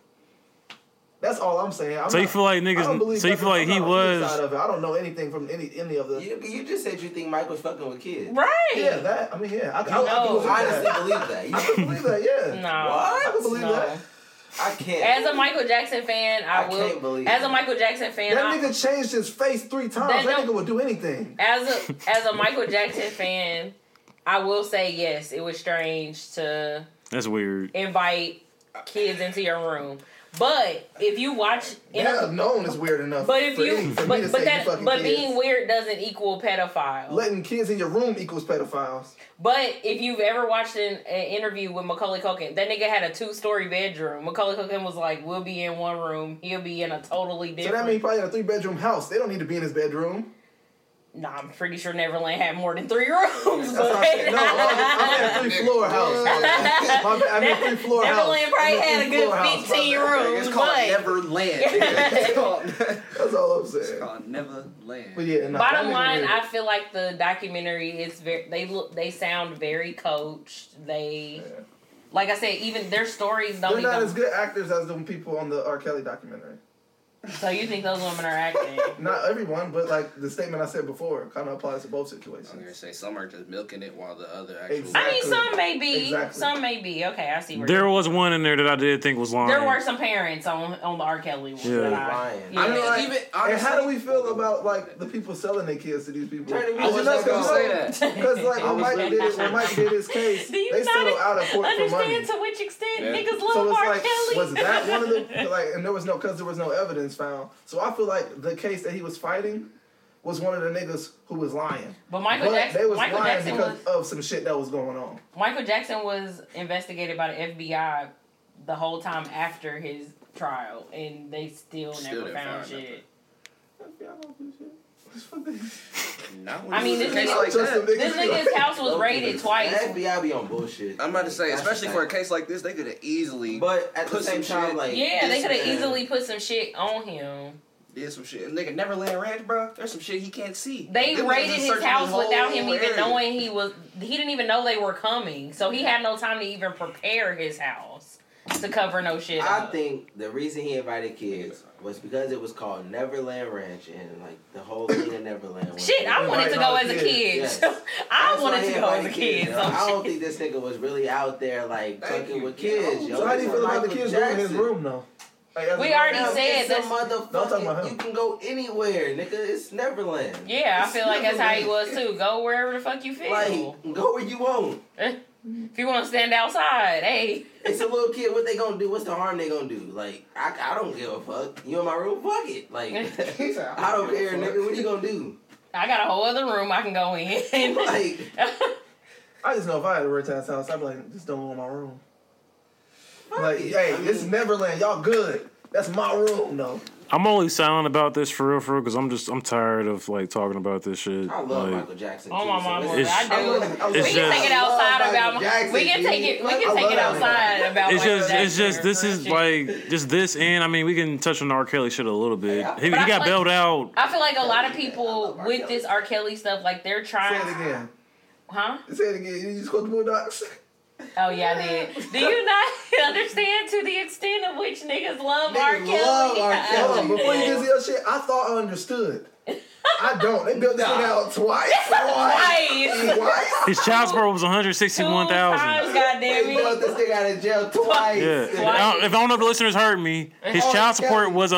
[SPEAKER 4] That's all I'm saying. I'm
[SPEAKER 1] so you
[SPEAKER 4] not-
[SPEAKER 1] feel like
[SPEAKER 4] I don't
[SPEAKER 1] niggas?
[SPEAKER 4] believe
[SPEAKER 1] So you
[SPEAKER 4] nothing.
[SPEAKER 1] feel like
[SPEAKER 4] I'm
[SPEAKER 1] he
[SPEAKER 4] not on either
[SPEAKER 1] was?
[SPEAKER 4] Side of it. I don't know anything from any any of the.
[SPEAKER 6] You, you just said you think Michael's fucking with kids.
[SPEAKER 2] Right.
[SPEAKER 4] Yeah, that. I mean, yeah. I, I, I,
[SPEAKER 2] No.
[SPEAKER 4] can
[SPEAKER 6] You
[SPEAKER 4] believe
[SPEAKER 6] honestly
[SPEAKER 4] that.
[SPEAKER 6] believe that. You,
[SPEAKER 4] I can believe that. Yeah.
[SPEAKER 2] No.
[SPEAKER 4] I can believe
[SPEAKER 2] No.
[SPEAKER 4] that.
[SPEAKER 6] I can't.
[SPEAKER 2] As a Michael Jackson fan, I,
[SPEAKER 6] I
[SPEAKER 2] will.
[SPEAKER 6] can't believe
[SPEAKER 2] as a
[SPEAKER 6] it.
[SPEAKER 2] Michael Jackson fan,
[SPEAKER 4] That
[SPEAKER 2] I-
[SPEAKER 4] nigga changed his face three
[SPEAKER 2] That
[SPEAKER 4] times. That
[SPEAKER 2] don't-
[SPEAKER 4] nigga would do anything.
[SPEAKER 2] as a as a Michael Jackson fan, I will say yes, it was strange to
[SPEAKER 1] That's weird.
[SPEAKER 2] invite kids into your room. But if you watch,
[SPEAKER 4] That alone is weird enough.
[SPEAKER 2] but if
[SPEAKER 4] for
[SPEAKER 2] you,
[SPEAKER 4] any- for me to
[SPEAKER 2] but,
[SPEAKER 4] say
[SPEAKER 2] but
[SPEAKER 4] you
[SPEAKER 2] that,
[SPEAKER 4] fucking
[SPEAKER 2] but
[SPEAKER 4] kids.
[SPEAKER 2] being weird doesn't equal pedophile.
[SPEAKER 4] Oh. letting kids in your room equals pedophiles.
[SPEAKER 2] But if you've ever watched an, an interview with Macaulay Culkin, that nigga had a two story bedroom. Macaulay Culkin was like, "We'll be in one room. He'll be in a totally
[SPEAKER 4] So
[SPEAKER 2] different."
[SPEAKER 4] that means he probably in a three bedroom house. They don't need to be in his bedroom.
[SPEAKER 2] nah, I'm pretty sure Neverland had more than three rooms.
[SPEAKER 4] That's
[SPEAKER 2] but-
[SPEAKER 4] what I'm saying. No, I'm in a three floor house. My bad, I'm in a three floor house.
[SPEAKER 2] Neverland probably
[SPEAKER 4] I'm in
[SPEAKER 2] had a good
[SPEAKER 4] three-floor house.
[SPEAKER 2] 15
[SPEAKER 4] My bad.
[SPEAKER 2] rooms,
[SPEAKER 5] It's called
[SPEAKER 2] but
[SPEAKER 5] Neverland. It's called,
[SPEAKER 4] That's all I'm
[SPEAKER 5] it's
[SPEAKER 4] saying.
[SPEAKER 5] called Neverland.
[SPEAKER 4] But yeah, nah, that
[SPEAKER 2] bottom
[SPEAKER 4] nigga
[SPEAKER 2] line,
[SPEAKER 4] weird.
[SPEAKER 2] I feel like the documentary is very. They look, they sound very coached. They,
[SPEAKER 4] Yeah.
[SPEAKER 2] like I said, even their stories don't
[SPEAKER 4] they're not
[SPEAKER 2] even.
[SPEAKER 4] as good actors as the people on the R. Kelly documentary.
[SPEAKER 2] So you think those women are acting?
[SPEAKER 4] Not everyone, but like the statement I said before kind of applies to both situations.
[SPEAKER 5] I'm gonna say some are just milking it while the other actually.
[SPEAKER 4] Exactly.
[SPEAKER 2] I mean, some may be,
[SPEAKER 4] Exactly.
[SPEAKER 2] some may be. Okay, I see. Where
[SPEAKER 1] There
[SPEAKER 2] you're-
[SPEAKER 1] was one in there that I did think was lying.
[SPEAKER 2] there were some parents on on the R. Kelly one.
[SPEAKER 1] Yeah.
[SPEAKER 2] that I,
[SPEAKER 6] Ryan.
[SPEAKER 2] yeah.
[SPEAKER 5] I mean,
[SPEAKER 4] like-
[SPEAKER 5] even
[SPEAKER 4] and how do we
[SPEAKER 5] honestly-
[SPEAKER 4] feel about like the people selling their kids to these people?
[SPEAKER 6] Turn the
[SPEAKER 5] I was
[SPEAKER 6] music up.
[SPEAKER 5] just gonna say
[SPEAKER 4] Because
[SPEAKER 5] that.
[SPEAKER 4] like
[SPEAKER 5] I
[SPEAKER 4] when
[SPEAKER 5] was
[SPEAKER 4] Mike did it, when Mike did his case,
[SPEAKER 2] Do you
[SPEAKER 4] they
[SPEAKER 2] not
[SPEAKER 4] settled out of court for money.
[SPEAKER 2] understand to which extent
[SPEAKER 5] Yeah.
[SPEAKER 2] niggas love
[SPEAKER 4] So it's
[SPEAKER 2] R.
[SPEAKER 4] like,
[SPEAKER 2] Kelly?
[SPEAKER 4] was that one of the like? And there was no because there was no evidence found. So I feel like the case that he was fighting was one of the niggas who was lying.
[SPEAKER 2] but Michael
[SPEAKER 4] but
[SPEAKER 2] Jackson,
[SPEAKER 4] they was
[SPEAKER 2] Michael
[SPEAKER 4] lying
[SPEAKER 2] Jackson was
[SPEAKER 4] because of some shit that was going on.
[SPEAKER 2] Michael Jackson was investigated by the FBI the whole time after his trial, and they still,
[SPEAKER 5] Still
[SPEAKER 2] never
[SPEAKER 5] didn't
[SPEAKER 2] found
[SPEAKER 5] find
[SPEAKER 2] shit.
[SPEAKER 5] nothing. Not when
[SPEAKER 2] I mean,
[SPEAKER 5] it's
[SPEAKER 2] this
[SPEAKER 5] a case
[SPEAKER 2] nigga-
[SPEAKER 5] like
[SPEAKER 4] Just
[SPEAKER 5] that.
[SPEAKER 4] a nigga-
[SPEAKER 2] This nigga's house was raided twice.
[SPEAKER 6] The FBI be on bullshit.
[SPEAKER 5] I'm about to say,
[SPEAKER 6] That's
[SPEAKER 5] especially
[SPEAKER 6] the
[SPEAKER 5] for a
[SPEAKER 6] thing.
[SPEAKER 5] case like this, they could have easily
[SPEAKER 6] But at the
[SPEAKER 5] Put
[SPEAKER 6] same
[SPEAKER 5] some
[SPEAKER 6] time,
[SPEAKER 5] shit-
[SPEAKER 6] like
[SPEAKER 2] Yeah, they
[SPEAKER 6] this
[SPEAKER 2] could have
[SPEAKER 6] man-
[SPEAKER 2] easily put some shit on him.
[SPEAKER 5] did some shit. Nigga, Neverland Ranch, bro. There's some shit he can't see.
[SPEAKER 2] They
[SPEAKER 5] Them niggas
[SPEAKER 2] raided
[SPEAKER 5] is
[SPEAKER 2] his
[SPEAKER 5] searching
[SPEAKER 2] house
[SPEAKER 5] whole
[SPEAKER 2] without him even
[SPEAKER 5] area.
[SPEAKER 2] knowing he was. He didn't even know they were coming, so he had no time to even prepare his house to cover no shit.
[SPEAKER 6] I
[SPEAKER 2] up.
[SPEAKER 6] think the reason he invited kids was because it was called Neverland Ranch and like the whole thing of Neverland. was-
[SPEAKER 2] Shit, I wanted to go as a kid.
[SPEAKER 6] Yes.
[SPEAKER 2] I
[SPEAKER 6] That's why
[SPEAKER 2] wanted
[SPEAKER 6] he
[SPEAKER 2] to go as a
[SPEAKER 6] invited kids,
[SPEAKER 2] kid.
[SPEAKER 6] yo. I
[SPEAKER 2] So
[SPEAKER 6] don't think this nigga was really out there like
[SPEAKER 5] Thank
[SPEAKER 6] fucking
[SPEAKER 5] you.
[SPEAKER 6] with kids. Yo,
[SPEAKER 4] so how do you
[SPEAKER 6] This
[SPEAKER 4] feel about the
[SPEAKER 6] Michael
[SPEAKER 4] kids
[SPEAKER 6] Jackson.
[SPEAKER 4] going in his room though? Like, as
[SPEAKER 2] We
[SPEAKER 4] a-
[SPEAKER 2] already
[SPEAKER 6] Now,
[SPEAKER 2] said
[SPEAKER 6] it's a
[SPEAKER 2] that's-
[SPEAKER 4] talking about
[SPEAKER 6] motherfucking.
[SPEAKER 4] him.
[SPEAKER 6] You can go anywhere, nigga. It's Neverland.
[SPEAKER 2] yeah, I feel like that's how he was too. Go wherever the fuck you feel.
[SPEAKER 6] Like, go where you want.
[SPEAKER 2] If you want to stand outside, hey.
[SPEAKER 6] It's a little kid. What they gonna do? What's the harm they gonna do? Like, I, I don't give a fuck. You in my room? Fuck it. Like,
[SPEAKER 4] He said,
[SPEAKER 6] I don't care, nigga. What you gonna do?
[SPEAKER 2] I got a whole other room I can go in.
[SPEAKER 6] Like,
[SPEAKER 4] I just know if I had a rich ass house, I'd be like, just don't go in my room.
[SPEAKER 6] fuck
[SPEAKER 4] Like,
[SPEAKER 6] it.
[SPEAKER 4] hey,
[SPEAKER 6] I mean,
[SPEAKER 4] this is Neverland. Y'all good. That's my room though.
[SPEAKER 1] I'm only silent about this for real, for real, because I'm just I'm tired of like talking about this shit.
[SPEAKER 6] I love
[SPEAKER 1] like,
[SPEAKER 6] Michael Jackson.
[SPEAKER 2] Oh,
[SPEAKER 6] too,
[SPEAKER 2] my
[SPEAKER 6] so
[SPEAKER 2] mama,
[SPEAKER 6] it's-
[SPEAKER 1] I do.
[SPEAKER 6] I love- I
[SPEAKER 1] It's
[SPEAKER 2] we
[SPEAKER 6] love-
[SPEAKER 2] can take it
[SPEAKER 6] I love
[SPEAKER 2] outside
[SPEAKER 6] Michael
[SPEAKER 2] about.
[SPEAKER 6] Jackson,
[SPEAKER 2] we can
[SPEAKER 6] dude.
[SPEAKER 2] take it. We
[SPEAKER 6] Like, I
[SPEAKER 2] can take
[SPEAKER 6] love
[SPEAKER 2] it
[SPEAKER 6] Michael Jackson.
[SPEAKER 2] outside about.
[SPEAKER 1] It's
[SPEAKER 2] Michael
[SPEAKER 1] just, it's
[SPEAKER 2] Jackson
[SPEAKER 1] just, this is
[SPEAKER 2] and
[SPEAKER 1] like, just this end. I mean, we can touch on R. Kelly shit a little bit.
[SPEAKER 6] Yeah.
[SPEAKER 1] He, he
[SPEAKER 2] But I
[SPEAKER 1] got
[SPEAKER 2] like-
[SPEAKER 1] bailed out.
[SPEAKER 2] I feel like a lot of
[SPEAKER 6] I
[SPEAKER 2] people
[SPEAKER 6] love R.
[SPEAKER 2] with
[SPEAKER 6] Kelly.
[SPEAKER 2] this R. Kelly stuff, like they're
[SPEAKER 4] Say it
[SPEAKER 2] trying,
[SPEAKER 4] again.
[SPEAKER 2] huh?
[SPEAKER 4] Say it again. You just quote the Bulldogs.
[SPEAKER 2] Oh yeah, I did. Do you not understand to the extent of which niggas love R.
[SPEAKER 6] Niggas
[SPEAKER 2] Kelly?
[SPEAKER 6] love R.
[SPEAKER 4] Hold
[SPEAKER 6] Kelly.
[SPEAKER 4] on, before you get to your shit, I thought I understood. I don't. They built this
[SPEAKER 6] Nah.
[SPEAKER 4] shit out twice.
[SPEAKER 2] Twice.
[SPEAKER 4] Twice.
[SPEAKER 1] His child support was
[SPEAKER 2] Two
[SPEAKER 1] 161,000.
[SPEAKER 2] times, goddamn
[SPEAKER 6] They
[SPEAKER 2] it.
[SPEAKER 6] built this nigga out of jail twice.
[SPEAKER 1] Yeah.
[SPEAKER 2] Twice.
[SPEAKER 1] If I don't- If I don't know if the listeners heard me, his
[SPEAKER 6] Oh,
[SPEAKER 1] child
[SPEAKER 6] yeah.
[SPEAKER 1] support was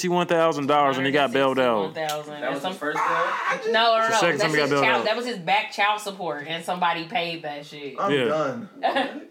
[SPEAKER 1] $161,000 and he got bailed out.
[SPEAKER 2] 161,000.
[SPEAKER 5] That
[SPEAKER 2] That's
[SPEAKER 5] was the
[SPEAKER 2] some-
[SPEAKER 5] first one.
[SPEAKER 6] Ah, I just-
[SPEAKER 2] No, no,
[SPEAKER 1] It's
[SPEAKER 2] no.
[SPEAKER 1] the second
[SPEAKER 2] That's
[SPEAKER 1] time he got
[SPEAKER 2] his
[SPEAKER 1] bailed
[SPEAKER 2] child-
[SPEAKER 1] out.
[SPEAKER 2] That was his back child support, and somebody paid that shit.
[SPEAKER 6] Ah,
[SPEAKER 4] I'm
[SPEAKER 1] Yeah.
[SPEAKER 4] done.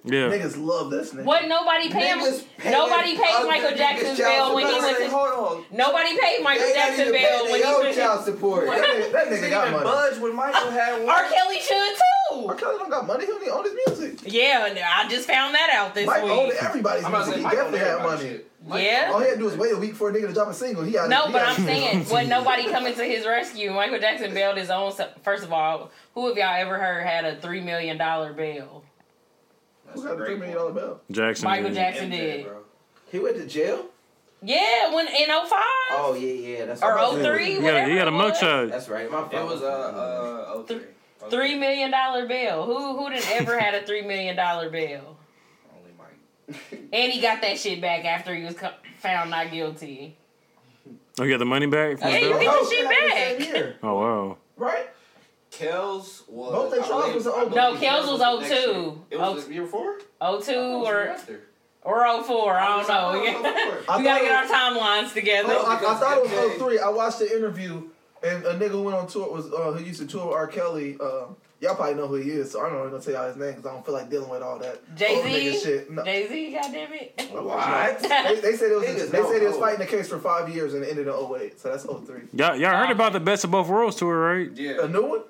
[SPEAKER 1] Yeah.
[SPEAKER 4] Niggas love this nigga.
[SPEAKER 2] What nobody paid?
[SPEAKER 6] Niggas paying
[SPEAKER 2] Nobody paid
[SPEAKER 6] other
[SPEAKER 2] Michael
[SPEAKER 6] niggas'
[SPEAKER 2] Jackson's
[SPEAKER 6] child
[SPEAKER 2] bill when he
[SPEAKER 6] support.
[SPEAKER 2] was. in-
[SPEAKER 5] Hold on.
[SPEAKER 2] Nobody paid Michael
[SPEAKER 6] They not
[SPEAKER 2] Jackson
[SPEAKER 6] even
[SPEAKER 2] bill
[SPEAKER 6] paying
[SPEAKER 2] when he
[SPEAKER 6] their own
[SPEAKER 2] was. in-
[SPEAKER 6] child support.
[SPEAKER 4] That nigga, that nigga got money.
[SPEAKER 5] when Michael had
[SPEAKER 2] R. Kelly should too.
[SPEAKER 4] R. Kelly don't got money. He only own his music.
[SPEAKER 2] Yeah, and I just found that out this
[SPEAKER 4] Mike owned
[SPEAKER 2] week.
[SPEAKER 4] everybody's
[SPEAKER 5] I'm about to
[SPEAKER 4] music.
[SPEAKER 5] say
[SPEAKER 4] He
[SPEAKER 5] Mike on
[SPEAKER 4] definitely had
[SPEAKER 5] everybody's
[SPEAKER 4] money.
[SPEAKER 5] shit. Mike
[SPEAKER 2] Yeah.
[SPEAKER 4] All he had to do was wait a week for a nigga to drop a single. He out.
[SPEAKER 2] No,
[SPEAKER 4] he
[SPEAKER 2] but
[SPEAKER 4] out.
[SPEAKER 2] I'm saying, when nobody coming to his rescue, Michael Jackson bailed his own. se- First of all, who have y'all ever heard had a three million dollar bail?
[SPEAKER 4] Who got a three million dollar bill?
[SPEAKER 1] Jackson.
[SPEAKER 2] Michael
[SPEAKER 1] did.
[SPEAKER 2] Jackson did.
[SPEAKER 5] bro.
[SPEAKER 6] He went to jail.
[SPEAKER 2] Yeah, when in 05
[SPEAKER 6] Oh yeah, yeah. That's
[SPEAKER 2] or
[SPEAKER 6] what I'm
[SPEAKER 2] 03,
[SPEAKER 6] saying.
[SPEAKER 1] He got a,
[SPEAKER 2] whatever.
[SPEAKER 1] he got a
[SPEAKER 2] it was.
[SPEAKER 1] mugshot.
[SPEAKER 6] That's right. My fault.
[SPEAKER 5] It was uh uh oh three. Oh,
[SPEAKER 2] Three million dollar bail. Who who did ever had a three million dollar bail?
[SPEAKER 5] Only Mike.
[SPEAKER 2] And he got that shit back after he was co- found not guilty.
[SPEAKER 1] Oh, you got the money back? from
[SPEAKER 2] Yeah,
[SPEAKER 1] the
[SPEAKER 2] you
[SPEAKER 1] bill?
[SPEAKER 2] get-
[SPEAKER 4] Oh,
[SPEAKER 2] the shit
[SPEAKER 4] it happened the
[SPEAKER 2] back.
[SPEAKER 4] same year,
[SPEAKER 1] Oh, wow.
[SPEAKER 4] right?
[SPEAKER 5] Kells was.
[SPEAKER 4] Both their
[SPEAKER 5] I
[SPEAKER 4] trials
[SPEAKER 5] believe-
[SPEAKER 4] was in
[SPEAKER 5] I
[SPEAKER 4] 02.
[SPEAKER 5] believe
[SPEAKER 2] No, Kells was
[SPEAKER 5] the next
[SPEAKER 2] 02.
[SPEAKER 5] year. It was the year before.
[SPEAKER 2] O two
[SPEAKER 5] Oh, it was the year
[SPEAKER 2] or
[SPEAKER 5] after.
[SPEAKER 2] or 04, I don't know.
[SPEAKER 5] Oh, it was
[SPEAKER 4] I
[SPEAKER 2] we gotta
[SPEAKER 4] thought
[SPEAKER 2] get our
[SPEAKER 4] it
[SPEAKER 2] timelines together.
[SPEAKER 4] No, I, I thought it was 03. I watched the interview, and a nigga went on tour. Was uh, who used to tour with R. Kelly. Um, y'all probably know who he is, so I'm not really gonna tell y'all his name because I don't feel like dealing with all that old
[SPEAKER 2] Jay-Z?
[SPEAKER 4] nigga shit. No.
[SPEAKER 2] Jay Z, goddamn it.
[SPEAKER 6] What?
[SPEAKER 4] They, they said it was.
[SPEAKER 6] Niggas
[SPEAKER 4] they
[SPEAKER 6] don't
[SPEAKER 4] said it was
[SPEAKER 6] know.
[SPEAKER 4] fighting the case for five years and it ended in 08, so that's 03.
[SPEAKER 1] Y'all, y'all heard about the Best of Both Worlds tour, right?
[SPEAKER 5] Yeah.
[SPEAKER 4] A new one?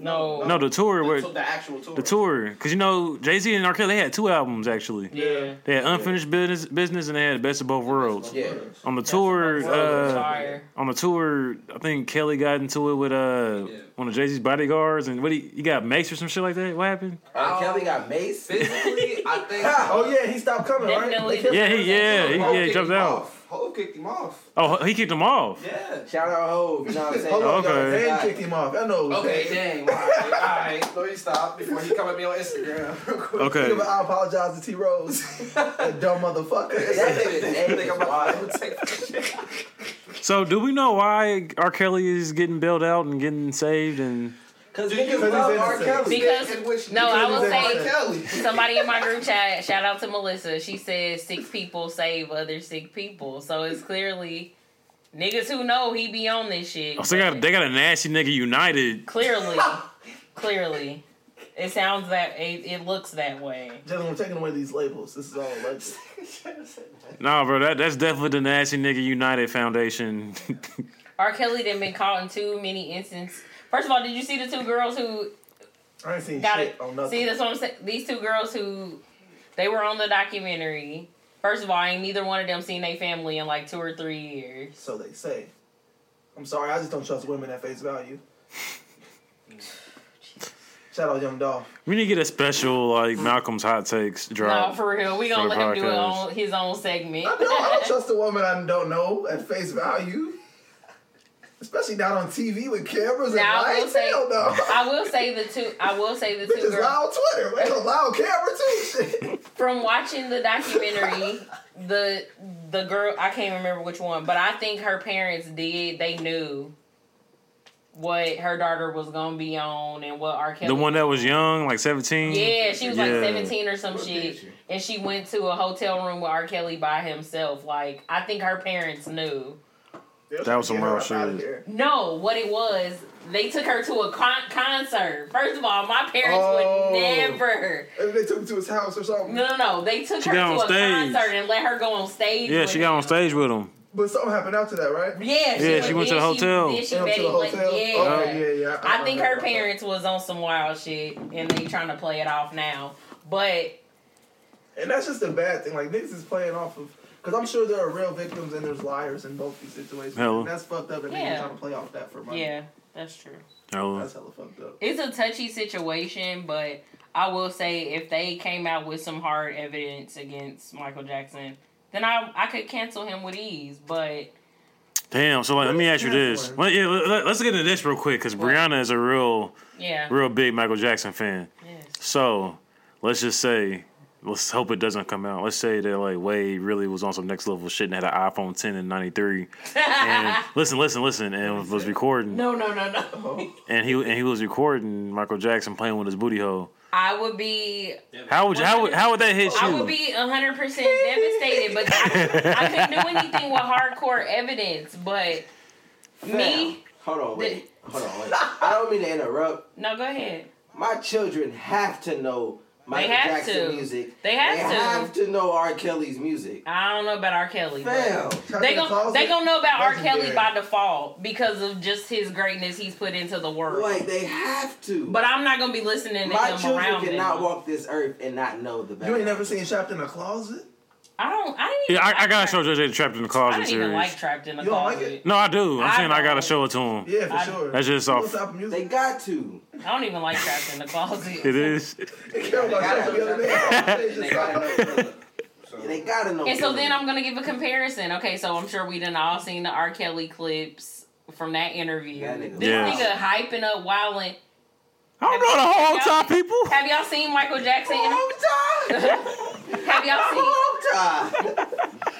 [SPEAKER 2] No.
[SPEAKER 1] No, the tour.
[SPEAKER 5] The,
[SPEAKER 1] Where,
[SPEAKER 5] so the actual tour.
[SPEAKER 1] the tour. Because, you know, Jay Z and R. Kelly they had two albums, actually.
[SPEAKER 2] Yeah.
[SPEAKER 1] They had Unfinished Business, business and they had Best of Both Worlds.
[SPEAKER 6] Yeah.
[SPEAKER 1] On the tour, uh,
[SPEAKER 2] Fire.
[SPEAKER 1] on the tour, I think Kelly got into it with uh,
[SPEAKER 5] Yeah.
[SPEAKER 1] one of Jay Z's bodyguards, and what he, he got Mace or some shit like that. What happened?
[SPEAKER 6] R.
[SPEAKER 2] Oh.
[SPEAKER 6] Kelly got mace.
[SPEAKER 5] Physically, I think.
[SPEAKER 4] Oh yeah, he stopped coming,
[SPEAKER 2] Definitely.
[SPEAKER 4] right? They kept-
[SPEAKER 1] Yeah, he yeah he,
[SPEAKER 5] Hov
[SPEAKER 1] yeah he
[SPEAKER 5] kicked
[SPEAKER 1] jumped
[SPEAKER 5] him
[SPEAKER 1] out.
[SPEAKER 5] Off. Hove kicked him off.
[SPEAKER 1] Oh, he kicked him off.
[SPEAKER 5] Yeah.
[SPEAKER 6] Shout out Hov. You know what I'm saying?
[SPEAKER 4] Hold on, y'all.
[SPEAKER 1] Okay.
[SPEAKER 4] Zane kicked him off. I know. it was
[SPEAKER 5] Okay,
[SPEAKER 4] Zane.
[SPEAKER 5] dang. All right, all right. Let me stop before he come at me on Instagram. real quick.
[SPEAKER 1] Okay.
[SPEAKER 4] But I apologize to T Rose, that dumb
[SPEAKER 6] That
[SPEAKER 4] motherfucker.
[SPEAKER 6] nigga's
[SPEAKER 5] I
[SPEAKER 6] name
[SPEAKER 5] think I'm
[SPEAKER 6] is
[SPEAKER 5] about
[SPEAKER 6] wild.
[SPEAKER 5] to take this shit.
[SPEAKER 1] So, do we know why R. Kelly is getting bailed out and getting saved? And
[SPEAKER 6] Cause
[SPEAKER 5] Do
[SPEAKER 6] niggas
[SPEAKER 5] you
[SPEAKER 6] love
[SPEAKER 4] love
[SPEAKER 6] R.
[SPEAKER 4] innocent?
[SPEAKER 6] Kelly.
[SPEAKER 2] Because-
[SPEAKER 5] And which-
[SPEAKER 2] no, I will
[SPEAKER 5] because
[SPEAKER 2] say-
[SPEAKER 5] R. Kelly.
[SPEAKER 2] Somebody in my group chat, shout out to Melissa. She said sick people save other sick people. So it's clearly niggas who know he be on this shit.
[SPEAKER 1] oh, so they, got, they got a nasty nigga united.
[SPEAKER 2] Clearly, clearly, it sounds that it, it looks that way.
[SPEAKER 4] Gentlemen, I'm taking away these labels. This is all legend.
[SPEAKER 1] Nah, bro, that, that's definitely the nasty nigga united foundation.
[SPEAKER 2] R. Kelly done been caught in too many instances. First of all, did you see the two girls who
[SPEAKER 4] I ain't seen
[SPEAKER 2] got
[SPEAKER 4] shit
[SPEAKER 2] it?
[SPEAKER 4] on nothing.
[SPEAKER 2] See, that's what I'm saying. These two girls who they were on the documentary. First of all, ain't neither one of them seen their family in like two or three years.
[SPEAKER 4] So they say. I'm sorry, I just don't trust women at face value. Shout out Young Dolph.
[SPEAKER 1] we need to get a special, like, Malcolm's Hot Takes
[SPEAKER 2] No,
[SPEAKER 1] drop.
[SPEAKER 2] for real. We gonna
[SPEAKER 1] For
[SPEAKER 2] let
[SPEAKER 1] the
[SPEAKER 2] him do it
[SPEAKER 1] podcast.
[SPEAKER 2] on his own segment.
[SPEAKER 4] I don't, I don't trust a woman I don't know at face value. Especially not on TV with cameras and
[SPEAKER 2] Now, I will
[SPEAKER 4] lights.
[SPEAKER 2] say-
[SPEAKER 4] Hell no.
[SPEAKER 2] I will say the two. I will say the two
[SPEAKER 4] Bitches
[SPEAKER 2] girls
[SPEAKER 4] loud Twitter. They a loud camera too. Shit.
[SPEAKER 2] from watching the documentary. the the girl I can't remember which one, but I think her parents did. They knew what her daughter was gonna be on and what R. Kelly.
[SPEAKER 1] The one that was young, like 17.
[SPEAKER 2] Yeah, she was like
[SPEAKER 1] Yeah.
[SPEAKER 2] seventeen or some shit, and she went to a hotel room with R. Kelly by himself. Like I think her parents knew.
[SPEAKER 1] That was some
[SPEAKER 4] Get her
[SPEAKER 1] real
[SPEAKER 4] up outta
[SPEAKER 1] shit.
[SPEAKER 4] here.
[SPEAKER 2] No, what it was, they took her to a con- concert. First of all, my parents
[SPEAKER 4] Oh.
[SPEAKER 2] would never.
[SPEAKER 4] And they took him to his house or something.
[SPEAKER 2] No, no, no. They took
[SPEAKER 1] She
[SPEAKER 2] her
[SPEAKER 1] got
[SPEAKER 2] to
[SPEAKER 1] on
[SPEAKER 2] a
[SPEAKER 1] stage.
[SPEAKER 2] concert and let her go on stage.
[SPEAKER 1] Yeah,
[SPEAKER 2] with
[SPEAKER 1] she got on
[SPEAKER 2] him.
[SPEAKER 1] stage with him.
[SPEAKER 4] But something happened after that, right?
[SPEAKER 2] Yeah,
[SPEAKER 1] Yeah,
[SPEAKER 2] was-
[SPEAKER 1] she went to
[SPEAKER 2] then
[SPEAKER 1] the hotel.
[SPEAKER 2] Then she
[SPEAKER 4] They went
[SPEAKER 2] Betty
[SPEAKER 4] to the
[SPEAKER 2] Blake-
[SPEAKER 4] hotel.
[SPEAKER 2] yeah.
[SPEAKER 4] Oh, yeah, yeah.
[SPEAKER 2] I think her
[SPEAKER 4] remember.
[SPEAKER 2] parents was on some wild shit and they trying to play it off now. But
[SPEAKER 4] And that's just a bad thing. Like niggas is playing off of because I'm sure there are real victims and there's liars in both these situations.
[SPEAKER 1] Hella.
[SPEAKER 4] And that's fucked up. And
[SPEAKER 2] Yeah.
[SPEAKER 4] niggas trying to play off that for money.
[SPEAKER 2] yeah, that's true.
[SPEAKER 1] Oh,
[SPEAKER 4] That's hella fucked up.
[SPEAKER 2] It's a touchy situation, but I will say if they came out with some hard evidence against Michael Jackson, then I I could cancel him with ease. But
[SPEAKER 1] damn. So, like, let me ask you
[SPEAKER 4] Yeah,
[SPEAKER 1] this.
[SPEAKER 4] boy.
[SPEAKER 1] Well, yeah, let- let- let's get into this real quick, because Brianna is a real,
[SPEAKER 2] yeah,
[SPEAKER 1] real big Michael Jackson fan.
[SPEAKER 2] yes.
[SPEAKER 1] So let's just say, let's hope it doesn't come out. Let's say that like Wade really was on some next level shit and had an iPhone 10 in '93. And listen, listen, listen, and was recording.
[SPEAKER 2] no, no, no, no.
[SPEAKER 1] And he and he was recording Michael Jackson playing with his booty hole.
[SPEAKER 2] I would be
[SPEAKER 1] How would you, how would how would that hit you?
[SPEAKER 2] I would be 100% devastated, but I, I couldn't do anything with hardcore evidence. But me,
[SPEAKER 6] Hold on, wait. Hold on, wait. I don't mean to interrupt.
[SPEAKER 2] no, go ahead.
[SPEAKER 6] My children have to know Michael
[SPEAKER 2] have
[SPEAKER 6] Jackson
[SPEAKER 2] to.
[SPEAKER 6] music.
[SPEAKER 2] They have to.
[SPEAKER 6] have to know R. Kelly's music.
[SPEAKER 2] I don't know about R. Kelly. but-
[SPEAKER 6] Fam.
[SPEAKER 2] They gon' they gonna know about R.
[SPEAKER 4] Legendary.
[SPEAKER 2] Kelly by default because of just his greatness he's put into the world.
[SPEAKER 6] Like they have to.
[SPEAKER 2] but I'm not gonna be listening to
[SPEAKER 6] my
[SPEAKER 2] him
[SPEAKER 6] children
[SPEAKER 2] around
[SPEAKER 6] cannot
[SPEAKER 2] them.
[SPEAKER 6] walk this earth and not know the.
[SPEAKER 4] You ain't never
[SPEAKER 6] Backstreet
[SPEAKER 4] seen Trapped in a Closet?
[SPEAKER 2] I don't. I didn't.
[SPEAKER 1] Yeah,
[SPEAKER 2] Even
[SPEAKER 1] I, I
[SPEAKER 2] like
[SPEAKER 1] gotta
[SPEAKER 2] Trapped-
[SPEAKER 1] show JJ Trapped in the
[SPEAKER 2] I
[SPEAKER 1] Closet
[SPEAKER 2] didn't even
[SPEAKER 1] series.
[SPEAKER 2] like Trapped in the
[SPEAKER 4] You don't like
[SPEAKER 2] Closet.
[SPEAKER 4] it?
[SPEAKER 1] no, I do. I'm
[SPEAKER 2] I
[SPEAKER 1] saying I gotta
[SPEAKER 2] don't.
[SPEAKER 1] show it to him.
[SPEAKER 4] Yeah, for
[SPEAKER 2] I-
[SPEAKER 4] sure.
[SPEAKER 1] That's just
[SPEAKER 4] What
[SPEAKER 1] off.
[SPEAKER 4] type of
[SPEAKER 6] They
[SPEAKER 4] music?
[SPEAKER 6] got to.
[SPEAKER 2] I don't even like Trapped in the Closet.
[SPEAKER 1] It is.
[SPEAKER 4] They care about
[SPEAKER 5] gotta
[SPEAKER 4] something
[SPEAKER 5] know
[SPEAKER 4] other
[SPEAKER 1] that.
[SPEAKER 4] than- They
[SPEAKER 5] They
[SPEAKER 4] just
[SPEAKER 5] gotta
[SPEAKER 4] like-
[SPEAKER 5] know Thriller. So,
[SPEAKER 6] They gotta know.
[SPEAKER 2] And so
[SPEAKER 6] Kelly.
[SPEAKER 2] then I'm gonna give a comparison. Okay, so I'm sure we done all seen the R. Kelly clips from that interview.
[SPEAKER 6] That nigga
[SPEAKER 1] wild.
[SPEAKER 2] this nigga hyping up, wilding.
[SPEAKER 1] I don't know the whole
[SPEAKER 2] Y'all-
[SPEAKER 1] time, people.
[SPEAKER 2] Have y'all seen Michael Jackson?
[SPEAKER 6] Long time.
[SPEAKER 2] Have y'all seen?
[SPEAKER 6] Long time.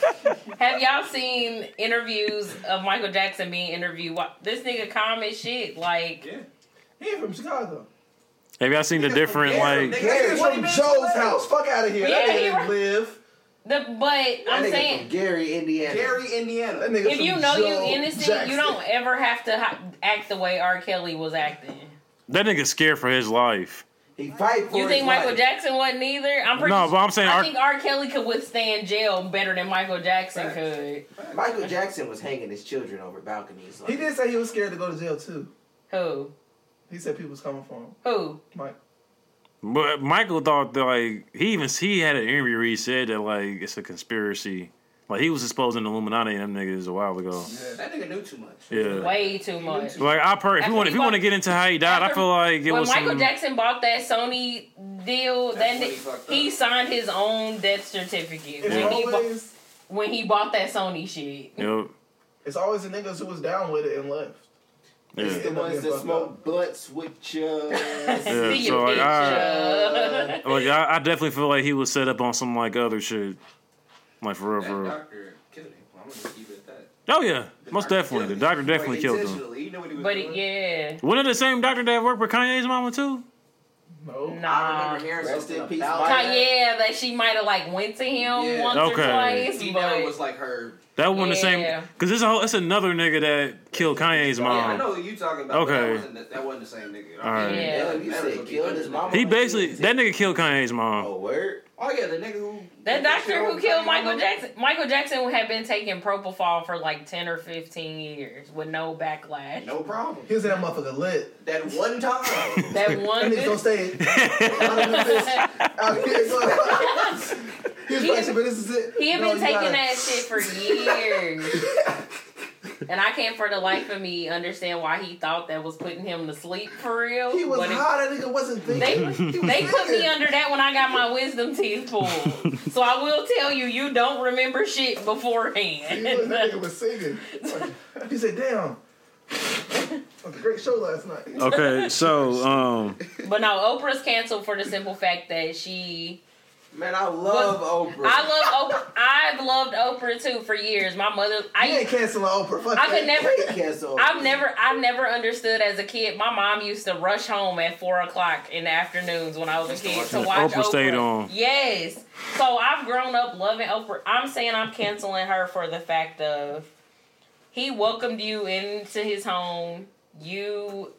[SPEAKER 2] Have y'all seen interviews of Michael Jackson being interviewed? Wha- This nigga calm as shit. Like,
[SPEAKER 5] yeah.
[SPEAKER 4] He ain't from Chicago.
[SPEAKER 1] Have y'all seen the different
[SPEAKER 5] Damn,
[SPEAKER 1] like?
[SPEAKER 5] nigga,
[SPEAKER 4] That nigga's
[SPEAKER 5] what
[SPEAKER 4] from
[SPEAKER 5] he been
[SPEAKER 4] Joe's
[SPEAKER 5] to?
[SPEAKER 4] house. Fuck out of here. That
[SPEAKER 2] Yeah,
[SPEAKER 4] nigga
[SPEAKER 2] he
[SPEAKER 4] didn't
[SPEAKER 2] right.
[SPEAKER 4] live.
[SPEAKER 2] the but
[SPEAKER 6] That
[SPEAKER 2] I'm
[SPEAKER 6] nigga
[SPEAKER 2] saying
[SPEAKER 6] from Gary, Indiana.
[SPEAKER 5] Gary, Indiana.
[SPEAKER 4] That nigga
[SPEAKER 2] if
[SPEAKER 4] from
[SPEAKER 2] you know
[SPEAKER 4] Joe
[SPEAKER 2] you innocent,
[SPEAKER 4] Jackson.
[SPEAKER 2] you don't ever have to hi- act the way R. Kelly was acting.
[SPEAKER 1] That nigga scared for his life.
[SPEAKER 6] He fight for
[SPEAKER 2] You
[SPEAKER 6] his
[SPEAKER 2] think Michael
[SPEAKER 6] life.
[SPEAKER 2] Jackson wasn't either? I'm pretty.
[SPEAKER 1] No,
[SPEAKER 2] sure-
[SPEAKER 1] but I'm saying
[SPEAKER 2] I
[SPEAKER 1] R-
[SPEAKER 2] think R. Kelly could withstand jail better than Michael Jackson could.
[SPEAKER 6] Michael Jackson was hanging his children over balconies. Like,
[SPEAKER 4] He did say he was scared to go to jail too.
[SPEAKER 2] Who?
[SPEAKER 4] He said people was coming for him.
[SPEAKER 2] Who?
[SPEAKER 4] Mike.
[SPEAKER 1] But Michael thought that like he even he had an interview where he said that like it's a conspiracy. Like he was exposing the Illuminati and them niggas a while ago.
[SPEAKER 5] That nigga knew too much.
[SPEAKER 1] Yeah.
[SPEAKER 2] Way too much.
[SPEAKER 1] Like I per if
[SPEAKER 2] After
[SPEAKER 1] you want
[SPEAKER 2] he
[SPEAKER 1] if you want to
[SPEAKER 2] bought-
[SPEAKER 1] get into how he died, I
[SPEAKER 2] after-
[SPEAKER 1] feel like it
[SPEAKER 2] when
[SPEAKER 1] was
[SPEAKER 2] Michael
[SPEAKER 1] some,
[SPEAKER 2] Jackson bought that Sony deal,
[SPEAKER 5] That's
[SPEAKER 2] then
[SPEAKER 5] when he fucked
[SPEAKER 2] he,
[SPEAKER 5] up.
[SPEAKER 2] signed his own death certificate
[SPEAKER 4] It's
[SPEAKER 2] when, he bu-
[SPEAKER 4] always
[SPEAKER 2] when he bought that Sony shit.
[SPEAKER 1] You know,
[SPEAKER 4] it's always the niggas who was down with it and left.
[SPEAKER 1] yeah.
[SPEAKER 6] The ones that smoke blunts with uh, you.
[SPEAKER 1] Yeah,
[SPEAKER 2] See
[SPEAKER 1] so,
[SPEAKER 2] your
[SPEAKER 1] like,
[SPEAKER 2] picture.
[SPEAKER 1] Like I, I definitely feel like he was set up on some like other shit. Like for real,
[SPEAKER 5] That
[SPEAKER 1] for real.
[SPEAKER 5] doctor killed him. I'm gonna just keep it at that.
[SPEAKER 1] Oh yeah,
[SPEAKER 5] The
[SPEAKER 1] most
[SPEAKER 5] doctor
[SPEAKER 1] definitely. The
[SPEAKER 5] him.
[SPEAKER 1] doctor definitely
[SPEAKER 5] Like,
[SPEAKER 1] killed him.
[SPEAKER 5] intentionally. He knew what he was
[SPEAKER 2] But
[SPEAKER 5] doing.
[SPEAKER 2] it, yeah,
[SPEAKER 1] Wasn't it the same doctor that worked with Kanye's mama too?
[SPEAKER 4] No.
[SPEAKER 5] I
[SPEAKER 2] nah.
[SPEAKER 5] remember hearing
[SPEAKER 6] Rest
[SPEAKER 5] something
[SPEAKER 6] in peace,
[SPEAKER 5] about
[SPEAKER 6] Mike.
[SPEAKER 5] that.
[SPEAKER 2] Kanye, yeah, that she might have like went to him
[SPEAKER 5] Yeah.
[SPEAKER 2] once or
[SPEAKER 1] Okay.
[SPEAKER 2] twice,
[SPEAKER 5] He never
[SPEAKER 2] but
[SPEAKER 5] was like her.
[SPEAKER 1] That wasn't the
[SPEAKER 2] Yeah.
[SPEAKER 1] same. Cause it's a whole, it's another nigga that killed Kanye's
[SPEAKER 5] Yeah, I
[SPEAKER 1] mom.
[SPEAKER 5] know who you talking about. but
[SPEAKER 1] Okay.
[SPEAKER 5] That wasn't, the, that wasn't the same nigga.
[SPEAKER 1] All right.
[SPEAKER 2] Yeah.
[SPEAKER 6] you said killed his mama.
[SPEAKER 1] He basically that nigga killed Kanye's mom.
[SPEAKER 6] Oh, word?
[SPEAKER 5] Oh yeah, the nigga who.
[SPEAKER 2] that doctor who
[SPEAKER 5] Kanye
[SPEAKER 2] killed
[SPEAKER 5] mama.
[SPEAKER 2] Michael Jackson, Michael Jackson had been taking propofol for like ten or fifteen years with no backlash.
[SPEAKER 5] No problem.
[SPEAKER 4] He was that motherfucker lit.
[SPEAKER 5] That one time.
[SPEAKER 2] That
[SPEAKER 4] That
[SPEAKER 2] one,
[SPEAKER 4] niggas don't stay out here. He was
[SPEAKER 2] He-
[SPEAKER 4] flashing, but this is it.
[SPEAKER 2] He had
[SPEAKER 4] No,
[SPEAKER 2] been
[SPEAKER 4] you
[SPEAKER 2] taking
[SPEAKER 4] gotta-
[SPEAKER 2] that shit for years. and I can't for the life of me understand why he thought that was putting him to sleep for real.
[SPEAKER 4] He was
[SPEAKER 2] But it-
[SPEAKER 4] high. That nigga wasn't
[SPEAKER 2] They,
[SPEAKER 4] thinking.
[SPEAKER 2] they put me under that when I got my wisdom teeth pulled. So I will tell you, you don't remember shit
[SPEAKER 4] He was, that
[SPEAKER 2] beforehand.
[SPEAKER 4] nigga was singing. He said, "Damn, that was a great show last night."
[SPEAKER 1] Okay, so um,
[SPEAKER 2] but no, Oprah's canceled for the simple fact that she
[SPEAKER 6] Man, I love Oprah.
[SPEAKER 2] I love Oprah. I've loved Oprah too for years. My mother, I
[SPEAKER 4] You ain't canceling Oprah. Fuck
[SPEAKER 2] I could
[SPEAKER 4] that.
[SPEAKER 2] never.
[SPEAKER 6] Cancel.
[SPEAKER 2] I've never, I never understood as a kid. My mom used to rush home at four o'clock in the afternoons when I was a kid to watch
[SPEAKER 1] Oprah stayed on.
[SPEAKER 2] Yes, so I've grown up loving Oprah. I'm saying I'm canceling her for the fact of he welcomed you into his home. You,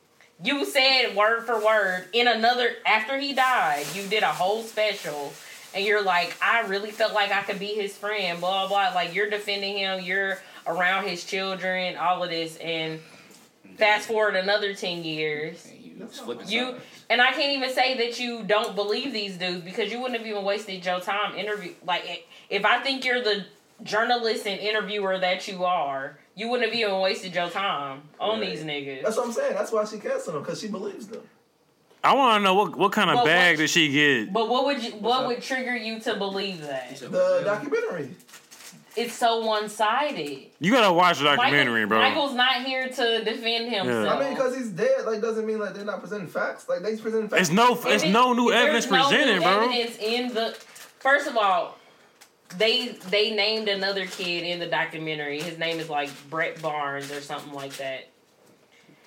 [SPEAKER 2] you said word for word in another after he died. You did a whole special. And you're like, I really felt like I could be his friend, blah blah. Like you're defending him, you're around his children, all of this, and fast forward another 10 years
[SPEAKER 5] you slipping.
[SPEAKER 2] you and i can't even say that you don't believe these dudes because you wouldn't have even wasted your time interview like if i think you're the journalist and interviewer that you are you wouldn't have even wasted your time on
[SPEAKER 5] Right.
[SPEAKER 2] these niggas
[SPEAKER 4] That's what I'm saying. That's why she canceled him because she believes them.
[SPEAKER 1] I want to know what what kind of
[SPEAKER 2] But
[SPEAKER 1] bag
[SPEAKER 2] what-
[SPEAKER 1] did she get?
[SPEAKER 2] but what would you what
[SPEAKER 5] up?
[SPEAKER 2] would trigger you to believe that
[SPEAKER 4] The documentary.
[SPEAKER 2] it's so one-sided
[SPEAKER 1] You gotta watch the
[SPEAKER 2] Michael-
[SPEAKER 1] documentary, bro.
[SPEAKER 2] michael's not here to defend himself
[SPEAKER 4] I mean, because he's dead, like doesn't mean like they're not presenting facts. Like they presenting facts.
[SPEAKER 1] It's no
[SPEAKER 2] If
[SPEAKER 1] it's
[SPEAKER 2] it-
[SPEAKER 1] no new
[SPEAKER 2] if there's
[SPEAKER 1] evidence
[SPEAKER 2] no new
[SPEAKER 1] presented, bro.
[SPEAKER 2] Evidence in the first of all, they they named another kid in the documentary. His name is like Brett Barnes or something like that.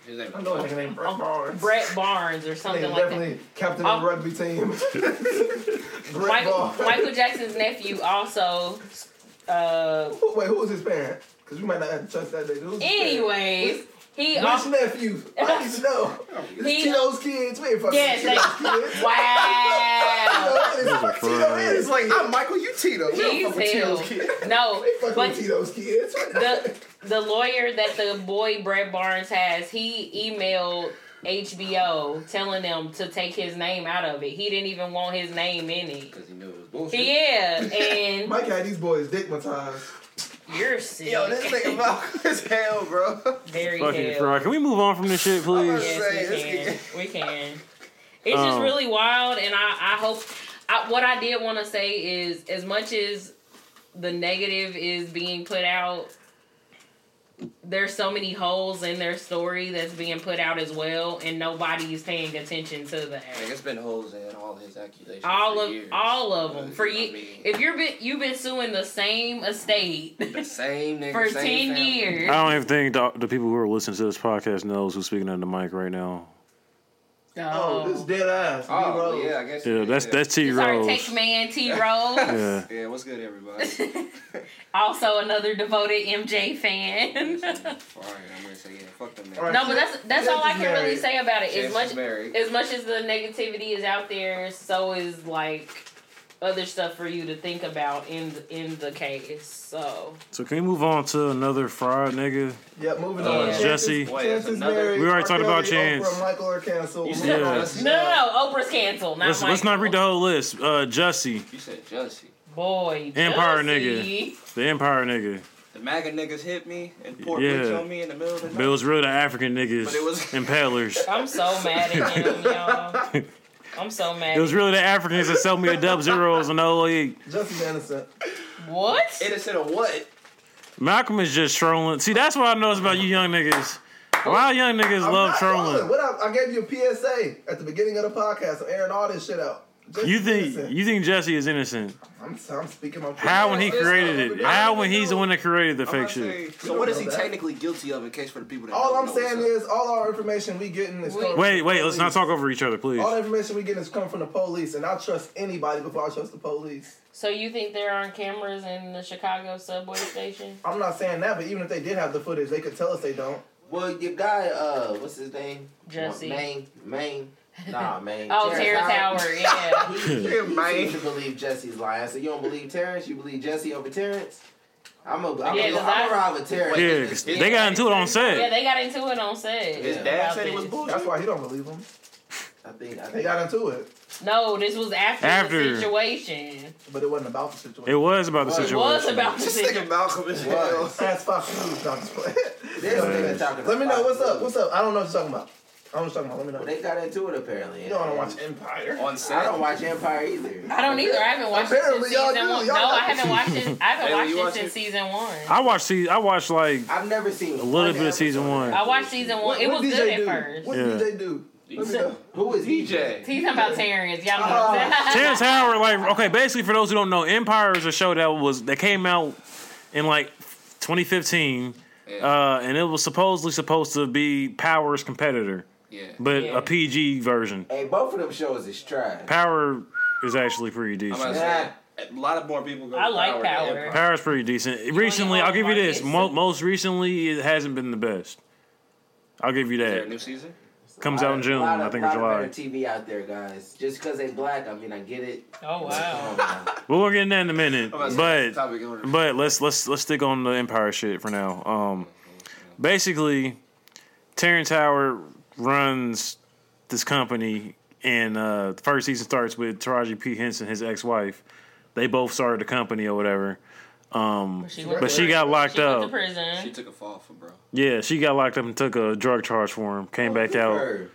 [SPEAKER 4] I know a nigga named Brett Barnes.
[SPEAKER 2] Um, Brett Barnes or
[SPEAKER 4] Nigga
[SPEAKER 2] something like that. Oh.
[SPEAKER 4] definitely captain of the rugby team. Brett
[SPEAKER 2] Michael,
[SPEAKER 4] Barnes.
[SPEAKER 2] Michael Jackson's nephew also. Uh,
[SPEAKER 4] Who- Wait, who was his parent? Because we might not have to trust that nigga. Who's his parent?
[SPEAKER 2] anyways, He
[SPEAKER 4] Which nephew? I need to know. It's
[SPEAKER 2] uh, He-
[SPEAKER 4] Tito's kids. We ain't fucking
[SPEAKER 2] Yes,
[SPEAKER 4] with Tito's
[SPEAKER 2] they-
[SPEAKER 4] kids.
[SPEAKER 2] wow.
[SPEAKER 4] Tito is. Tito
[SPEAKER 5] It's
[SPEAKER 4] is.
[SPEAKER 5] like I'm Michael, you Tito. You don't fuck with Tito's
[SPEAKER 2] He's
[SPEAKER 5] kid.
[SPEAKER 2] hell. No,
[SPEAKER 4] They fucking with
[SPEAKER 2] but
[SPEAKER 4] Tito's kids.
[SPEAKER 2] the the lawyer that the boy Brett Barnes has, he emailed HBO telling them to take his name out of it. He didn't even want his name in it.
[SPEAKER 5] Because he knew it was bullshit.
[SPEAKER 2] Yeah, and
[SPEAKER 4] Mike had these boys digmatized.
[SPEAKER 2] you're sick.
[SPEAKER 5] Yo, this nigga Malcolm is hell, bro.
[SPEAKER 2] Very
[SPEAKER 1] Fucking
[SPEAKER 2] hell.
[SPEAKER 1] fraud. Can we move on from this shit, please?
[SPEAKER 5] Say, this
[SPEAKER 2] Yes, we can. We can. It's just
[SPEAKER 1] Um,
[SPEAKER 2] really wild, and I, I hope. I, what I did want to say is, as much as the negative is being put out, there's so many holes in their story that's being put out as well, and nobody's paying attention to
[SPEAKER 5] Like,
[SPEAKER 2] that.
[SPEAKER 5] it's been holes in all his accusations.
[SPEAKER 2] All
[SPEAKER 5] for
[SPEAKER 2] of
[SPEAKER 5] years.
[SPEAKER 2] all of them for
[SPEAKER 5] I
[SPEAKER 2] you.
[SPEAKER 5] mean,
[SPEAKER 2] If you're been you've been suing the same estate
[SPEAKER 5] the same nigga
[SPEAKER 2] for ten
[SPEAKER 5] same family.
[SPEAKER 2] years,
[SPEAKER 1] I don't even think the, the people who are listening to this podcast knows who's speaking on the mic right now.
[SPEAKER 4] Oh, this dead ass.
[SPEAKER 5] Oh,
[SPEAKER 4] D-Rose.
[SPEAKER 5] yeah, I guess.
[SPEAKER 1] Yeah, that's that's T
[SPEAKER 2] It's our tech
[SPEAKER 1] Rose.
[SPEAKER 2] man T Rose.
[SPEAKER 1] Yeah.
[SPEAKER 5] Yeah, what's good, everybody?
[SPEAKER 2] also another devoted MJ fan.
[SPEAKER 5] All right, I'm gonna say yeah. Fuck them.
[SPEAKER 4] All right.
[SPEAKER 5] man.
[SPEAKER 2] no, but that's that's all I can really say about it.
[SPEAKER 5] Chance
[SPEAKER 2] As
[SPEAKER 5] is
[SPEAKER 2] much
[SPEAKER 5] married.
[SPEAKER 2] as much as the negativity is out there, so is like other stuff for you to think about in in the case. So
[SPEAKER 1] So can we move on to another fraud nigga?
[SPEAKER 4] Yep, moving
[SPEAKER 5] Uh,
[SPEAKER 4] on.
[SPEAKER 1] Jesse.
[SPEAKER 5] Wait, that's
[SPEAKER 4] Chances
[SPEAKER 5] another-
[SPEAKER 4] married.
[SPEAKER 1] We already talked
[SPEAKER 4] R.
[SPEAKER 1] about
[SPEAKER 4] Kelly,
[SPEAKER 1] Chance.
[SPEAKER 4] Oprah, Michael or cancel.
[SPEAKER 5] You
[SPEAKER 4] Moving
[SPEAKER 5] said
[SPEAKER 4] on.
[SPEAKER 5] Jesse.
[SPEAKER 2] no, no, no, Oprah's canceled. Not
[SPEAKER 1] Let's let's not read the whole list. Uh, Jussie,
[SPEAKER 5] You said Jussie.
[SPEAKER 2] boy.
[SPEAKER 1] Empire
[SPEAKER 2] Jussie.
[SPEAKER 1] the Empire nigga,
[SPEAKER 5] The MAGA niggas hit me and Portland
[SPEAKER 1] Yeah.
[SPEAKER 5] on me in the middle of the night.
[SPEAKER 1] but it was really the African niggas,
[SPEAKER 5] But it was-
[SPEAKER 1] impalers.
[SPEAKER 2] I'm so mad at him, y'all. I'm so mad.
[SPEAKER 1] It was really the Africans that sold me the dub zeros E. in the 08.
[SPEAKER 4] Jesse's innocent.
[SPEAKER 2] what?
[SPEAKER 5] Innocent of what?
[SPEAKER 1] Malcolm is just trolling. See, that's what I noticed about you young niggas. A lot of young niggas
[SPEAKER 4] I'm
[SPEAKER 1] love
[SPEAKER 4] not
[SPEAKER 1] trolling.
[SPEAKER 4] trolling. What I, I gave you a PSA at the beginning of the podcast. I'm airing all this shit out. Jesse's
[SPEAKER 1] You think
[SPEAKER 4] innocent.
[SPEAKER 1] you think Jesse is innocent?
[SPEAKER 4] I'm, I'm speaking my truth.
[SPEAKER 1] How when he
[SPEAKER 5] It's-
[SPEAKER 1] created it? How when he's the one that created the
[SPEAKER 5] I'm
[SPEAKER 1] fake
[SPEAKER 5] about to
[SPEAKER 1] shit?
[SPEAKER 5] say, So what is he technically guilty of in case for the people that
[SPEAKER 4] All
[SPEAKER 5] don't
[SPEAKER 4] I'm
[SPEAKER 5] know
[SPEAKER 4] saying
[SPEAKER 5] what's up?
[SPEAKER 4] is, all our information we getting is coming
[SPEAKER 1] Wait,
[SPEAKER 4] from
[SPEAKER 1] wait.
[SPEAKER 4] the
[SPEAKER 1] Let's not
[SPEAKER 4] police.
[SPEAKER 1] talk over each other, please.
[SPEAKER 4] All the information we getting is coming from the police, and I trust anybody before I trust the police.
[SPEAKER 2] So you think there aren't cameras in the Chicago subway station?
[SPEAKER 4] I'm not saying that, but even if they did have the footage, they could tell us they don't.
[SPEAKER 6] Well, your guy, uh, what's his name?
[SPEAKER 2] Jesse.
[SPEAKER 6] Maine, Maine. Nah, Maine.
[SPEAKER 2] Oh, Terrence Howard. Yeah.
[SPEAKER 6] He, he,
[SPEAKER 5] Yeah, Maine.
[SPEAKER 6] seems to believe Jesse's lying. So you don't believe Terrence? You believe Jesse over Terrence? I'm a, I'm
[SPEAKER 2] Yeah,
[SPEAKER 6] a, I'm
[SPEAKER 2] 'cause I-
[SPEAKER 6] a ride with Terrence.
[SPEAKER 1] Yeah, 'cause they got into it on
[SPEAKER 2] Yeah,
[SPEAKER 1] set.
[SPEAKER 2] they got into it on set.
[SPEAKER 5] His
[SPEAKER 6] Yeah.
[SPEAKER 5] dad
[SPEAKER 2] about
[SPEAKER 5] said it was
[SPEAKER 2] this.
[SPEAKER 5] bullshit.
[SPEAKER 4] That's why he don't believe them.
[SPEAKER 6] I think, I
[SPEAKER 4] They
[SPEAKER 6] think.
[SPEAKER 4] got into it,
[SPEAKER 2] No, this was after,
[SPEAKER 1] After.
[SPEAKER 2] the situation.
[SPEAKER 4] but it wasn't about the situation.
[SPEAKER 1] It was about the
[SPEAKER 6] Well, it
[SPEAKER 2] It was
[SPEAKER 1] situation.
[SPEAKER 2] about the
[SPEAKER 5] This nigga
[SPEAKER 2] situation.
[SPEAKER 5] Malcolm is hell.
[SPEAKER 4] That's Fox News. No, I'm just playing.
[SPEAKER 6] There's a nigga talking
[SPEAKER 4] Let me know
[SPEAKER 6] about-
[SPEAKER 4] what's up. What's up? I don't know what you're talking about. I don't know what you're talking about. Let
[SPEAKER 6] Well,
[SPEAKER 4] me know.
[SPEAKER 6] they got into it apparently.
[SPEAKER 4] You don't want to watch Empire.
[SPEAKER 5] On
[SPEAKER 6] I
[SPEAKER 5] set.
[SPEAKER 6] don't watch Empire either.
[SPEAKER 2] I don't either. I haven't watched
[SPEAKER 4] Apparently
[SPEAKER 2] it since
[SPEAKER 4] y'all
[SPEAKER 2] season
[SPEAKER 4] do.
[SPEAKER 2] one.
[SPEAKER 4] Y'all
[SPEAKER 2] no,
[SPEAKER 4] got-
[SPEAKER 2] I haven't watched it. I haven't
[SPEAKER 5] Hey,
[SPEAKER 2] watched
[SPEAKER 5] you
[SPEAKER 2] it
[SPEAKER 5] watch
[SPEAKER 2] since
[SPEAKER 5] it?
[SPEAKER 2] season one. I,
[SPEAKER 1] I watched. se- I watched like
[SPEAKER 6] I've never seen
[SPEAKER 1] a little bit of season one.
[SPEAKER 2] watched season one.
[SPEAKER 4] What-
[SPEAKER 2] it
[SPEAKER 4] what
[SPEAKER 2] was
[SPEAKER 4] DJ
[SPEAKER 2] good at
[SPEAKER 4] do?
[SPEAKER 2] first.
[SPEAKER 4] What
[SPEAKER 1] Yeah.
[SPEAKER 4] did they do? Let me know.
[SPEAKER 6] Who is
[SPEAKER 5] DJ.
[SPEAKER 2] He's talking about Terrence. Y'all know.
[SPEAKER 1] Terrence Howard, like, okay, basically for those who don't know, Empire is a show that was that came out in like 2015,
[SPEAKER 5] Yeah.
[SPEAKER 1] uh, and it was supposedly supposed to be Power's competitor,
[SPEAKER 5] yeah.
[SPEAKER 1] but
[SPEAKER 2] Yeah.
[SPEAKER 1] a PG version.
[SPEAKER 6] Hey, both of them shows is trash.
[SPEAKER 1] Power is actually pretty
[SPEAKER 5] I'm gonna
[SPEAKER 1] decent.
[SPEAKER 5] say a lot of more people go.
[SPEAKER 2] I like
[SPEAKER 5] to than
[SPEAKER 2] Power.
[SPEAKER 5] Empire.
[SPEAKER 1] Power's pretty decent. Recently,
[SPEAKER 2] know
[SPEAKER 1] I'll give you
[SPEAKER 2] why
[SPEAKER 1] this.
[SPEAKER 2] it's-
[SPEAKER 1] Mo- most recently, it hasn't been the best. I'll give you
[SPEAKER 5] Is there a
[SPEAKER 1] that.
[SPEAKER 5] new season?
[SPEAKER 1] Comes out in June,
[SPEAKER 6] Lot of-
[SPEAKER 1] I think, or
[SPEAKER 6] lot of
[SPEAKER 1] July.
[SPEAKER 6] better TV out there, guys. Just because they black, I mean, I get it.
[SPEAKER 2] Oh wow.
[SPEAKER 1] But we're getting that in a minute.
[SPEAKER 5] I'm about to say
[SPEAKER 1] But
[SPEAKER 5] topic in order.
[SPEAKER 1] But let's let's let's stick on the Empire shit for now. Um, basically, Terrence Howard runs this company, and uh, the first season starts with Taraji P Henson, his ex-wife. They both started the company or whatever. Um,
[SPEAKER 2] She went
[SPEAKER 1] but
[SPEAKER 2] to
[SPEAKER 1] she got locked
[SPEAKER 2] she went to
[SPEAKER 1] up.
[SPEAKER 5] she
[SPEAKER 2] prison.
[SPEAKER 5] took a fall for bro.
[SPEAKER 1] Yeah, she got locked up and took a drug charge for him.
[SPEAKER 3] Oh,
[SPEAKER 1] Came back out.
[SPEAKER 6] Her.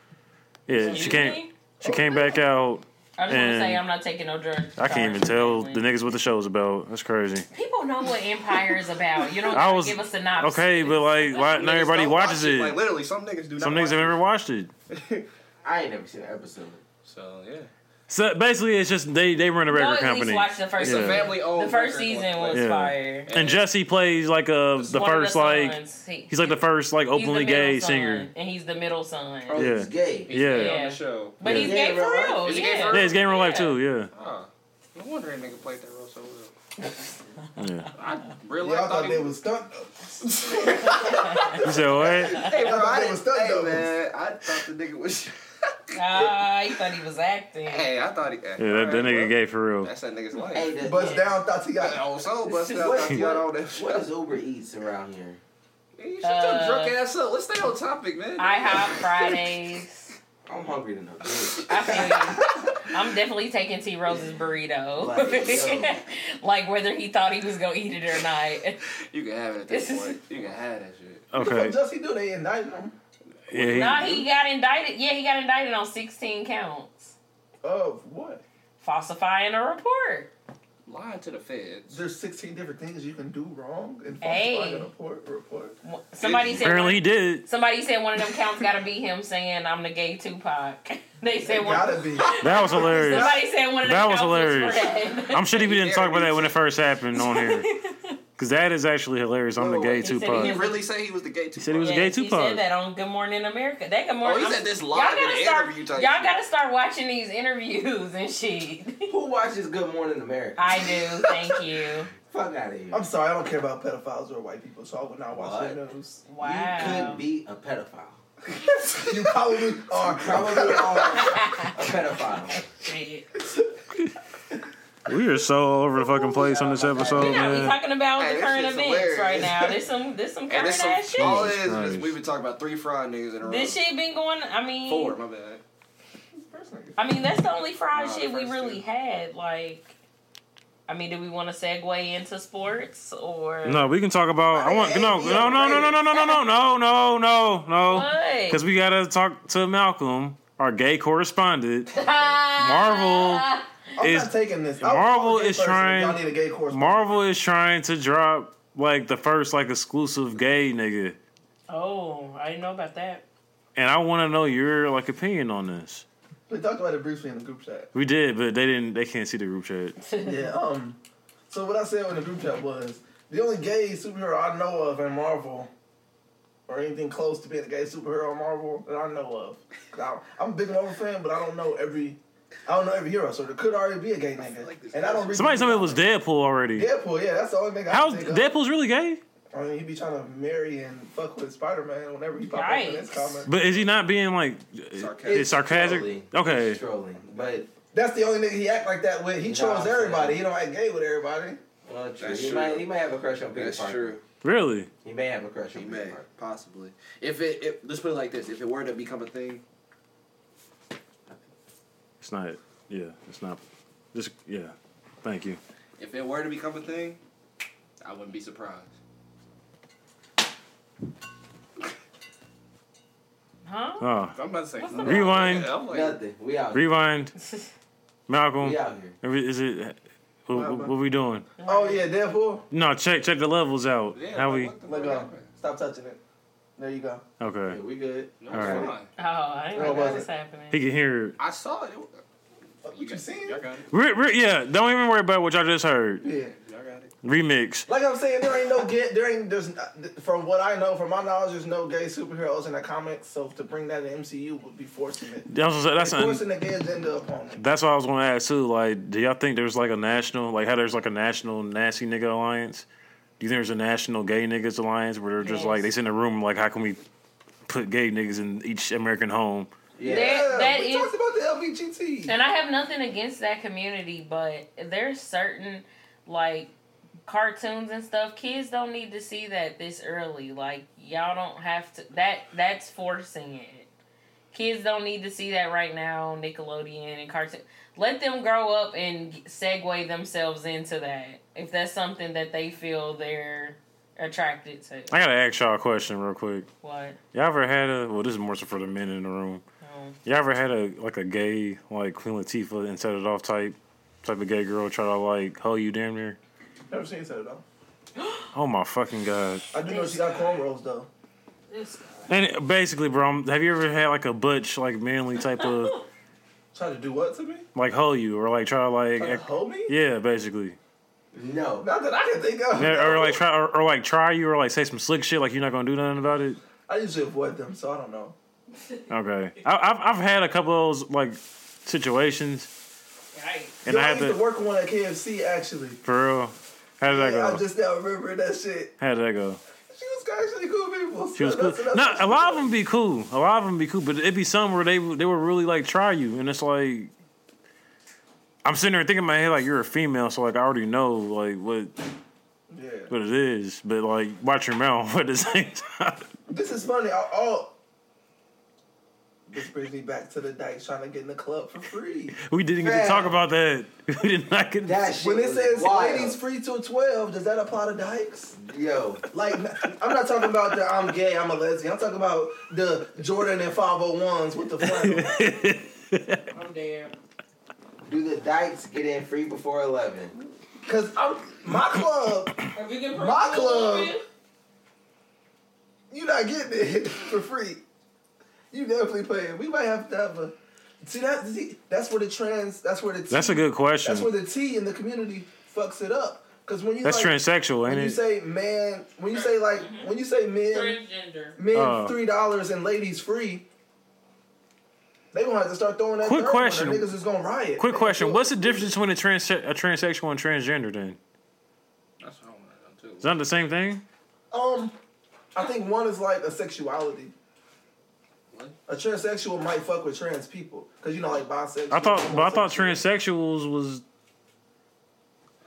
[SPEAKER 1] Yeah, she
[SPEAKER 2] Excuse
[SPEAKER 1] came.
[SPEAKER 2] me?
[SPEAKER 1] She came back out.
[SPEAKER 2] I just want to
[SPEAKER 1] and-
[SPEAKER 2] say I'm not taking no drugs.
[SPEAKER 1] I can't even tell the niggas what the show's about. That's crazy.
[SPEAKER 2] People know what Empire is about. You don't
[SPEAKER 1] I
[SPEAKER 2] gotta
[SPEAKER 1] was-
[SPEAKER 2] give a synopsis.
[SPEAKER 1] Okay, but like, why,
[SPEAKER 5] Some
[SPEAKER 1] not
[SPEAKER 5] niggas
[SPEAKER 1] everybody
[SPEAKER 5] don't watch
[SPEAKER 1] watches
[SPEAKER 5] it. Like
[SPEAKER 1] it.
[SPEAKER 5] literally, some niggas do.
[SPEAKER 1] Some
[SPEAKER 5] not
[SPEAKER 1] niggas have never watched it.
[SPEAKER 6] I ain't never seen an episode.
[SPEAKER 5] So yeah,
[SPEAKER 1] So basically, it's just they they run a
[SPEAKER 2] Go
[SPEAKER 1] record
[SPEAKER 2] at least
[SPEAKER 1] company,
[SPEAKER 2] watch the first
[SPEAKER 5] it's
[SPEAKER 1] Yeah.
[SPEAKER 5] a
[SPEAKER 2] season.
[SPEAKER 5] family owned.
[SPEAKER 2] The first season was
[SPEAKER 1] Yeah.
[SPEAKER 2] fire.
[SPEAKER 1] and Jesse plays like a the
[SPEAKER 2] One of
[SPEAKER 1] first like
[SPEAKER 2] sons, he-
[SPEAKER 1] he's like the first like
[SPEAKER 2] he's the
[SPEAKER 1] openly
[SPEAKER 2] middle
[SPEAKER 1] gay
[SPEAKER 2] son,
[SPEAKER 1] singer.
[SPEAKER 2] and he's the middle son.
[SPEAKER 6] Oh,
[SPEAKER 1] Yeah.
[SPEAKER 6] he's gay.
[SPEAKER 1] Yeah.
[SPEAKER 5] on the show.
[SPEAKER 2] But
[SPEAKER 1] Yeah.
[SPEAKER 2] he's
[SPEAKER 6] Yeah,
[SPEAKER 2] gay for
[SPEAKER 6] right.
[SPEAKER 2] real.
[SPEAKER 5] Is he
[SPEAKER 2] uh, yeah.
[SPEAKER 5] gay for
[SPEAKER 1] Yeah, he's gay in real life
[SPEAKER 2] Yeah.
[SPEAKER 1] too. Yeah,
[SPEAKER 5] Oh, no wonder that nigga played that role so well.
[SPEAKER 1] Yeah.
[SPEAKER 5] Real
[SPEAKER 4] Y'all
[SPEAKER 5] life
[SPEAKER 4] thought
[SPEAKER 5] thought he
[SPEAKER 4] they
[SPEAKER 5] was.
[SPEAKER 4] was stunt doubles.
[SPEAKER 1] You said what?
[SPEAKER 5] Hey, bro,
[SPEAKER 4] I thought
[SPEAKER 5] I
[SPEAKER 4] they
[SPEAKER 5] didn't.
[SPEAKER 4] was stunt
[SPEAKER 5] Hey,
[SPEAKER 4] doubles.
[SPEAKER 5] man, I thought the nigga was.
[SPEAKER 2] Ah, he thought he was acting.
[SPEAKER 5] hey, I thought he. Yeah,
[SPEAKER 1] Yeah, that, that nigga gay for real.
[SPEAKER 5] That's that nigga's life.
[SPEAKER 6] Hey, the,
[SPEAKER 4] Bust down, thought he
[SPEAKER 5] That
[SPEAKER 4] got.
[SPEAKER 5] old soul bust out.
[SPEAKER 6] What-
[SPEAKER 5] thought he got all that shit.
[SPEAKER 6] what is Uber Eats around here?
[SPEAKER 5] Man, you shut
[SPEAKER 2] Uh,
[SPEAKER 5] your drunk ass up. Let's stay on topic, man.
[SPEAKER 2] I have Fridays.
[SPEAKER 6] I'm hungry to know.
[SPEAKER 2] I feel you. I'm definitely taking T Rose's burrito.
[SPEAKER 6] Like,
[SPEAKER 2] like whether he thought he was gonna eat it or not.
[SPEAKER 5] You can have it at this point. You can have that shit.
[SPEAKER 1] Okay.
[SPEAKER 4] Just he do they indicted him.
[SPEAKER 1] Yeah,
[SPEAKER 2] Nah, he got indicted. Yeah, he got indicted on 16 counts.
[SPEAKER 4] Of what?
[SPEAKER 2] Falsifying a report.
[SPEAKER 5] Lying to the feds.
[SPEAKER 4] There's 16 different things you can do wrong and
[SPEAKER 2] Hey.
[SPEAKER 4] falsify a report. Report.
[SPEAKER 2] Wh- Somebody
[SPEAKER 1] he,
[SPEAKER 2] said
[SPEAKER 1] apparently he did.
[SPEAKER 2] somebody said one of them counts gotta be him saying I'm the gay Tupac. they said
[SPEAKER 4] It
[SPEAKER 2] one
[SPEAKER 4] gotta be.
[SPEAKER 1] That was hilarious.
[SPEAKER 2] somebody said one of them
[SPEAKER 1] That was
[SPEAKER 2] counts
[SPEAKER 1] hilarious.
[SPEAKER 2] was for that.
[SPEAKER 1] I'm sure he didn't talk about that when it first happened on here. Because that is actually hilarious. I'm the gay
[SPEAKER 5] He
[SPEAKER 2] said he
[SPEAKER 1] Tupac.
[SPEAKER 5] He really say he was the gay Tupac.
[SPEAKER 1] said he was- a gay
[SPEAKER 2] Yes, He
[SPEAKER 1] Tupac.
[SPEAKER 2] said that on Good Morning America. That Good
[SPEAKER 5] Oh,
[SPEAKER 2] Morning.
[SPEAKER 5] he
[SPEAKER 2] I'm-
[SPEAKER 5] said this
[SPEAKER 2] y'all
[SPEAKER 5] live in
[SPEAKER 2] gotta
[SPEAKER 5] an
[SPEAKER 2] start.
[SPEAKER 5] interview
[SPEAKER 2] Y'all
[SPEAKER 5] type shit.
[SPEAKER 2] gotta start watching these interviews and shit.
[SPEAKER 6] Who watches Good Morning America?
[SPEAKER 2] I do. Thank you.
[SPEAKER 6] Fuck out of here.
[SPEAKER 4] I'm sorry, I don't care about pedophiles or white people, so I would not watch
[SPEAKER 6] What?
[SPEAKER 4] their news.
[SPEAKER 6] You
[SPEAKER 2] Wow.
[SPEAKER 6] could be a pedophile.
[SPEAKER 4] You probably are.
[SPEAKER 6] Probably are a pedophile.
[SPEAKER 2] Shit.
[SPEAKER 1] We are so over the fucking place on this episode,
[SPEAKER 2] We not be
[SPEAKER 1] Oh, man.
[SPEAKER 2] talking about
[SPEAKER 5] Hey,
[SPEAKER 2] the
[SPEAKER 5] this
[SPEAKER 2] current
[SPEAKER 5] shit's
[SPEAKER 2] events
[SPEAKER 5] hilarious.
[SPEAKER 2] right now. There's some there's some
[SPEAKER 5] And
[SPEAKER 2] current
[SPEAKER 5] this some,
[SPEAKER 2] ass
[SPEAKER 5] all
[SPEAKER 2] shit.
[SPEAKER 5] it is, is
[SPEAKER 1] Christ.
[SPEAKER 5] we've been talking about three fried niggas in a row.
[SPEAKER 2] This shit been going. I mean,
[SPEAKER 5] Four, my bad.
[SPEAKER 2] I mean that's the only fried
[SPEAKER 5] Nah, the
[SPEAKER 2] shit we
[SPEAKER 5] first
[SPEAKER 2] really
[SPEAKER 5] two.
[SPEAKER 2] had. Like, I mean, do we want to segue into sports or
[SPEAKER 1] No, we can talk about. I want no, no, no, no, no, no, no, no, no, no, no, no, no.
[SPEAKER 2] What?
[SPEAKER 1] Because we gotta talk to Malcolm, our gay correspondent.
[SPEAKER 2] Ah.
[SPEAKER 4] I'm
[SPEAKER 1] Is-
[SPEAKER 4] not taking this.
[SPEAKER 1] Marvel
[SPEAKER 4] I'm a gay
[SPEAKER 1] is
[SPEAKER 4] person.
[SPEAKER 1] trying-
[SPEAKER 4] Y'all need a gay course.
[SPEAKER 1] Marvel is trying to drop like the first like exclusive gay nigga,
[SPEAKER 2] Oh, I didn't know about that.
[SPEAKER 1] and I want to know your like opinion on this.
[SPEAKER 4] we talked about it briefly in the group chat.
[SPEAKER 1] We did, but they didn't. They can't see the group chat.
[SPEAKER 4] Yeah. Um. So what I said in the group chat was the only gay superhero I know of in Marvel, or anything close to being a gay superhero in Marvel that I know of. 'Cause I, am a big Marvel fan, but I don't know every. I don't know every hero, so there could already be a gay nigga,
[SPEAKER 5] like this
[SPEAKER 4] and I don't. Really
[SPEAKER 1] Somebody told me it was Deadpool already.
[SPEAKER 4] Deadpool. Yeah, that's the only thing. I
[SPEAKER 1] How
[SPEAKER 4] can think of.
[SPEAKER 1] Deadpool's really gay?
[SPEAKER 4] I mean, he be trying to marry and fuck with Spider Man whenever he pop up in his
[SPEAKER 2] Yikes.
[SPEAKER 4] comment.
[SPEAKER 1] But is he not being like
[SPEAKER 5] Sarcastic.
[SPEAKER 1] it's sarcastic?
[SPEAKER 6] Trolling.
[SPEAKER 1] Okay.
[SPEAKER 6] It's trolling. But,
[SPEAKER 4] That's the only nigga he act like that with. He trolls
[SPEAKER 6] Nah,
[SPEAKER 4] everybody. He don't act gay with everybody.
[SPEAKER 6] well, true.
[SPEAKER 5] That's
[SPEAKER 6] He,
[SPEAKER 5] true.
[SPEAKER 6] Might, he might have a crush on Peter
[SPEAKER 5] That's
[SPEAKER 6] Parker.
[SPEAKER 5] true.
[SPEAKER 1] Really?
[SPEAKER 6] He may have a crush on
[SPEAKER 5] He
[SPEAKER 6] Peter
[SPEAKER 5] may,
[SPEAKER 6] Parker.
[SPEAKER 5] possibly. If it, if, let's put it like this: if it were to become a thing,
[SPEAKER 1] It's not. Yeah, it's not. Just yeah. Thank you.
[SPEAKER 5] if it were to become a thing, I wouldn't be surprised.
[SPEAKER 2] Huh?
[SPEAKER 1] Oh,
[SPEAKER 5] I'm about to say
[SPEAKER 2] What's
[SPEAKER 5] no.
[SPEAKER 2] the-
[SPEAKER 1] Rewind.
[SPEAKER 5] Yeah, I'm like,
[SPEAKER 6] Nothing. We out here.
[SPEAKER 1] rewind.
[SPEAKER 2] Oh,
[SPEAKER 1] Malcolm,
[SPEAKER 6] We out here.
[SPEAKER 1] is it? What, what, what we doing?
[SPEAKER 4] Oh yeah, Deadpool.
[SPEAKER 1] No, check check the levels out.
[SPEAKER 5] yeah,
[SPEAKER 1] How
[SPEAKER 5] like,
[SPEAKER 1] we?
[SPEAKER 5] what the
[SPEAKER 4] Let
[SPEAKER 5] fuck
[SPEAKER 4] go.
[SPEAKER 5] happened?
[SPEAKER 4] Stop touching it. There you go.
[SPEAKER 1] Okay.
[SPEAKER 6] Yeah, we good.
[SPEAKER 5] No,
[SPEAKER 1] All
[SPEAKER 5] it's
[SPEAKER 1] right.
[SPEAKER 5] fine.
[SPEAKER 2] Oh, I didn't know
[SPEAKER 4] What was
[SPEAKER 2] what was
[SPEAKER 4] it?
[SPEAKER 2] happening.
[SPEAKER 1] He can hear. It.
[SPEAKER 5] I saw it. it was-
[SPEAKER 4] What
[SPEAKER 5] got-
[SPEAKER 4] you seeing?
[SPEAKER 5] Y'all got it.
[SPEAKER 1] Re- re- yeah, don't even worry about what y'all just heard.
[SPEAKER 4] Yeah.
[SPEAKER 5] Y'all got it.
[SPEAKER 1] Remix.
[SPEAKER 4] Like I'm saying, there ain't no get. There ain't. There's not- from what I know, from my knowledge, there's no gay superheroes in the comics. So to bring that in MCU would be forcing it.
[SPEAKER 1] That's what, that's
[SPEAKER 4] forcing the gay agenda upon them.
[SPEAKER 1] that's what I was gonna ask too. Like, do y'all think there's like a national, like how there's like a national nasty nigga alliance? Do you think there's a national gay niggas alliance where they're just like they sit in a room like, how can we put gay niggas in each American home?
[SPEAKER 6] Yeah.
[SPEAKER 2] There- that
[SPEAKER 4] we
[SPEAKER 2] is-
[SPEAKER 4] talked about the LVGT.
[SPEAKER 2] And I have nothing against that community, but there's certain like cartoons and stuff. Kids don't need to see that this early. Like y'all don't have to. That that's forcing it. Kids don't need to see that right now. on Nickelodeon and cartoon. Let them grow up and segue themselves into that if that's something that they feel they're attracted to.
[SPEAKER 1] I gotta ask y'all a question real quick.
[SPEAKER 2] What?
[SPEAKER 1] Y'all ever had a well? This is more so for the men in the room.
[SPEAKER 2] Um,
[SPEAKER 1] Y'all ever had a like a gay like Queen Latifah and set it off type type of gay girl try to like hoe you damn near?
[SPEAKER 4] Never seen that though.
[SPEAKER 1] Oh my fucking god!
[SPEAKER 4] I do know she got cornrows though.
[SPEAKER 2] this-
[SPEAKER 1] And it- basically, bro, I'm- have you ever had like a butch like manly type of?
[SPEAKER 4] Trying to do what to me?
[SPEAKER 1] like hoe you or like try to like
[SPEAKER 4] Trying to
[SPEAKER 1] act-
[SPEAKER 4] hold me?
[SPEAKER 1] yeah basically
[SPEAKER 6] No.
[SPEAKER 4] Not that I can think of.
[SPEAKER 1] Yeah, or like try or, or like try you or like say some slick shit like you're not gonna do nothing about it
[SPEAKER 4] I usually avoid them, so I don't know.
[SPEAKER 1] okay I, I've, I've had a couple of those like situations
[SPEAKER 2] Yikes.
[SPEAKER 1] And
[SPEAKER 4] And Yo, I,
[SPEAKER 1] I had
[SPEAKER 4] used to
[SPEAKER 1] to
[SPEAKER 4] work on one at KFC actually.
[SPEAKER 1] for real. How did that
[SPEAKER 4] Yeah, I
[SPEAKER 1] go?
[SPEAKER 4] just now remembering that shit.
[SPEAKER 1] How did that go?
[SPEAKER 4] She was actually cool people.
[SPEAKER 1] She was cool. No, a lot of them be cool. A lot of them be cool, but it'd be some where they they would really like try you, and it's like I'm sitting there thinking in my head like you're a female, so like I already know like what
[SPEAKER 4] Yeah.
[SPEAKER 1] what it is, but like watch your mouth at the same time.
[SPEAKER 4] This is funny. I, all this brings me back to the night trying to get in the club for free.
[SPEAKER 1] We didn't get to talk about that. We did not get.
[SPEAKER 6] That
[SPEAKER 1] To,
[SPEAKER 6] shit
[SPEAKER 4] When it
[SPEAKER 6] was
[SPEAKER 4] says
[SPEAKER 6] wild.
[SPEAKER 4] ladies free till twelve, does that apply to dykes?
[SPEAKER 6] yo,
[SPEAKER 4] Like, I'm not talking about the I'm gay, I'm a lesbian. I'm talking about the Jordan and 501s with the flannel.
[SPEAKER 2] I'm dead.
[SPEAKER 6] do the dykes get in free before eleven?
[SPEAKER 4] Cause I'm my club,
[SPEAKER 2] If you get
[SPEAKER 4] My
[SPEAKER 2] personal
[SPEAKER 4] club.
[SPEAKER 2] with it,
[SPEAKER 4] you not getting it for free. You definitely paying. We might have to have a see that see, that's where the trans that's where the T,
[SPEAKER 1] that's a good
[SPEAKER 4] that's where
[SPEAKER 1] question.
[SPEAKER 4] the T in the community fucks it up. Cause when you
[SPEAKER 1] That's
[SPEAKER 4] like,
[SPEAKER 1] transsexual,
[SPEAKER 4] when you
[SPEAKER 1] ain't it?
[SPEAKER 4] say man when you say like when you say men
[SPEAKER 2] Transgender.
[SPEAKER 4] men
[SPEAKER 1] Oh.
[SPEAKER 4] three dollars and ladies free, they gonna have to start throwing that.
[SPEAKER 1] Quick
[SPEAKER 4] third one, or
[SPEAKER 1] question.
[SPEAKER 4] niggas is gonna riot.
[SPEAKER 1] Quick
[SPEAKER 4] They
[SPEAKER 1] question:
[SPEAKER 4] feel-
[SPEAKER 1] What's the difference between a trans a transsexual and transgender? Then
[SPEAKER 5] That's what I want to know
[SPEAKER 1] is
[SPEAKER 5] too.
[SPEAKER 1] that the same thing?
[SPEAKER 4] Um, I think one is like a sexuality.
[SPEAKER 5] What?
[SPEAKER 4] A transsexual might fuck with trans people because you know, like bisexual.
[SPEAKER 1] I thought, but I thought transsexuals was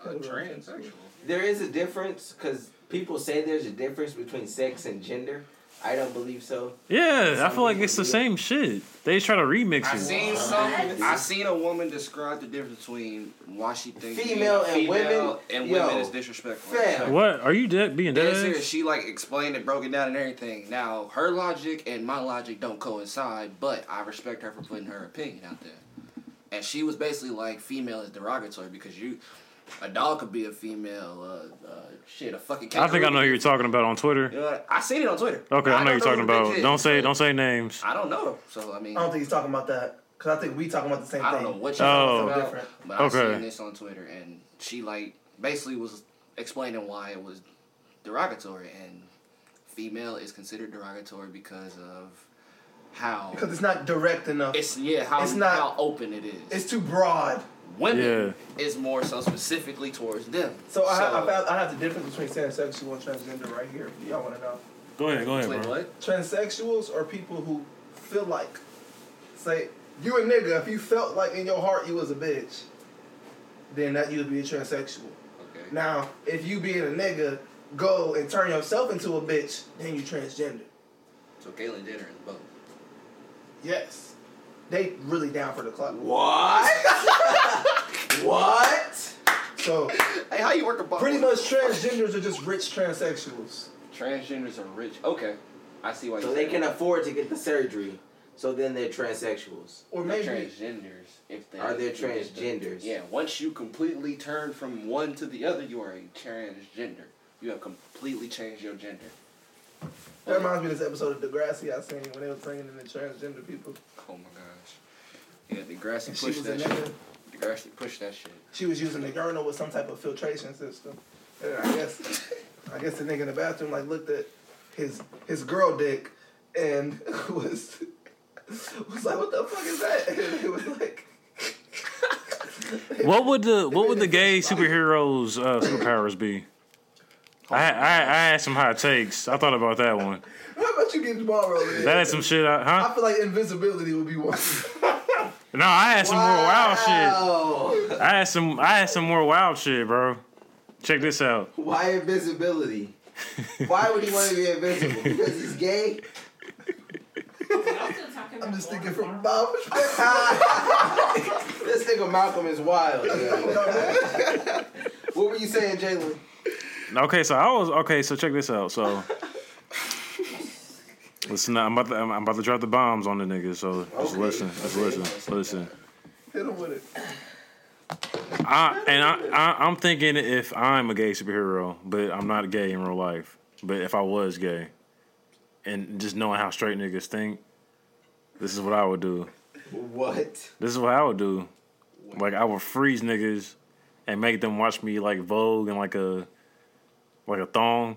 [SPEAKER 5] Uh, transsexual.
[SPEAKER 6] There is a difference because people say there's a difference between sex and gender. I don't believe so.
[SPEAKER 1] yeah. I feel like it's the same shit. They just try to remix
[SPEAKER 5] I
[SPEAKER 1] it.
[SPEAKER 5] seen some. I seen a woman describe the difference between why she thinks being
[SPEAKER 6] Female and
[SPEAKER 5] female
[SPEAKER 6] women?
[SPEAKER 5] and
[SPEAKER 6] Yo,
[SPEAKER 5] women is disrespectful.
[SPEAKER 6] fam.
[SPEAKER 1] What are you dead being
[SPEAKER 5] Dead
[SPEAKER 1] dead?
[SPEAKER 5] serious.
[SPEAKER 1] ass?
[SPEAKER 5] She like explained it, broke it down, and everything. Now her logic and my logic don't coincide, but I respect her for putting her opinion out there. And she was basically like, female is derogatory because you, a dog could be a female. Uh, uh, shit, a fucking.
[SPEAKER 1] I think I know who
[SPEAKER 5] you.
[SPEAKER 1] you're talking about on Twitter.
[SPEAKER 5] You know what? I seen it on Twitter.
[SPEAKER 1] Okay, I know you're talking
[SPEAKER 5] who the bitch
[SPEAKER 1] about.
[SPEAKER 5] is,
[SPEAKER 1] Don't say
[SPEAKER 5] but
[SPEAKER 1] don't say names.
[SPEAKER 5] I don't know. So I mean,
[SPEAKER 4] I don't think he's talking about that because I think we talking about the same
[SPEAKER 5] I don't
[SPEAKER 4] thing.
[SPEAKER 5] know what you're
[SPEAKER 1] Oh.
[SPEAKER 5] talking about,
[SPEAKER 4] Different.
[SPEAKER 5] but I
[SPEAKER 1] Okay.
[SPEAKER 5] seen this on Twitter, and she like basically was explaining why it was derogatory, and female is considered derogatory because of how
[SPEAKER 4] Because it's not direct enough. It's,
[SPEAKER 5] it's yeah how
[SPEAKER 4] it's not-
[SPEAKER 5] how open it is.
[SPEAKER 4] too broad.
[SPEAKER 5] Women is more so specifically towards them.
[SPEAKER 4] So, I, have, I, have, I have the difference between transsexual and transgender right here. If y'all want to know,
[SPEAKER 1] Go ahead, go ahead,
[SPEAKER 5] Wait,
[SPEAKER 1] bro.
[SPEAKER 5] what?
[SPEAKER 4] transsexuals are people who feel like, say, you a nigga. If you felt like in your heart you was a bitch, then that you'd be a transsexual.
[SPEAKER 5] Okay.
[SPEAKER 4] Now, if you being a nigga go and turn yourself into a bitch, then you transgender.
[SPEAKER 5] So Caitlyn Jenner is both.
[SPEAKER 4] Yes. They really down for the clock.
[SPEAKER 6] What? what?
[SPEAKER 4] So
[SPEAKER 5] Hey, how you work a bar?
[SPEAKER 4] pretty much transgenders are just rich transsexuals.
[SPEAKER 5] transgenders are rich. Okay, I see why.
[SPEAKER 6] So
[SPEAKER 5] you
[SPEAKER 6] they
[SPEAKER 5] said
[SPEAKER 6] can
[SPEAKER 5] that.
[SPEAKER 6] afford to get the surgery. So then they're transsexuals.
[SPEAKER 4] Or
[SPEAKER 5] They're
[SPEAKER 4] maybe
[SPEAKER 5] transgenders if they
[SPEAKER 6] Are they
[SPEAKER 5] if they-
[SPEAKER 6] transgenders?
[SPEAKER 5] Yeah, once you completely turn from one to the other, you are a transgender. You have completely changed your gender.
[SPEAKER 4] that reminds me of this episode of Degrassi I seen when they was singing in the transgender people.
[SPEAKER 5] Oh my gosh. Yeah, Degrassi
[SPEAKER 4] And she was
[SPEAKER 5] pushed
[SPEAKER 4] a
[SPEAKER 5] that shit.
[SPEAKER 4] nigga.
[SPEAKER 5] Degrassi pushed that shit.
[SPEAKER 4] She was using the urinal with some type of filtration system. And I guess I guess the nigga in the bathroom like looked at his his girl dick and was was like, what the fuck is that? And it was like
[SPEAKER 1] What would the what would the gay superheroes uh, superpowers be? I, I I had some hot takes. I thought about that one.
[SPEAKER 4] How about you get tomorrow? Man?
[SPEAKER 1] That had some shit. I,
[SPEAKER 4] I
[SPEAKER 1] huh?
[SPEAKER 4] feel like invisibility would be one.
[SPEAKER 1] No, I had some more wild Oh, shit.
[SPEAKER 6] Oh,
[SPEAKER 1] I had some I had some more wild shit, bro. Check this out.
[SPEAKER 6] why invisibility? Why would he want to be invisible? Because he's gay?
[SPEAKER 2] Y'all still talking about
[SPEAKER 4] I'm just thinking
[SPEAKER 2] Walmart.
[SPEAKER 4] from my perspective.
[SPEAKER 6] This nigga Malcolm is wild. yo. what were you saying, Jalen?
[SPEAKER 1] Okay, so I was okay. So check this out. So listen, I'm about to I'm I'm about to drop the bombs on the niggas. So just
[SPEAKER 6] Okay.
[SPEAKER 1] listen, just listen, listen.
[SPEAKER 4] Hit him with it.
[SPEAKER 1] I and I, I I'm thinking if I'm a gay superhero, but I'm not gay in real life. But if I was gay, and just knowing how straight niggas think, this is what I would do.
[SPEAKER 6] What?
[SPEAKER 1] This is what I would do. Like I would freeze niggas and make them watch me like Vogue and like a like a thong.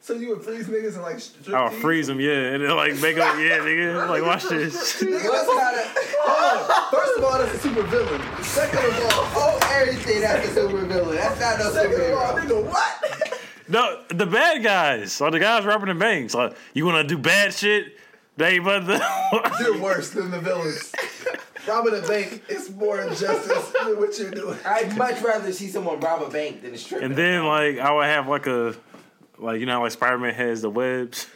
[SPEAKER 4] So you would freeze niggas and like strip
[SPEAKER 1] I'll freeze them, yeah, and then like make up, yeah, nigga. Like watch this.
[SPEAKER 4] Nigga,
[SPEAKER 6] What's
[SPEAKER 4] that's
[SPEAKER 6] not
[SPEAKER 4] not
[SPEAKER 6] a-
[SPEAKER 4] oh, First of all, that's a super villain. Second of all,
[SPEAKER 6] Oh, everything that's a supervillain. That's not no
[SPEAKER 4] second of all,
[SPEAKER 6] superhero.
[SPEAKER 4] nigga, what?
[SPEAKER 1] No, the bad guys are the guys robbing the banks. Like you want to do bad shit, they but the
[SPEAKER 4] You're worse than the villains. Robbing a bank is more injustice than what you're doing.
[SPEAKER 6] I'd much rather see someone rob a bank than a stripper.
[SPEAKER 1] and then like I would have like a like you know how, like Spider Man has the webs.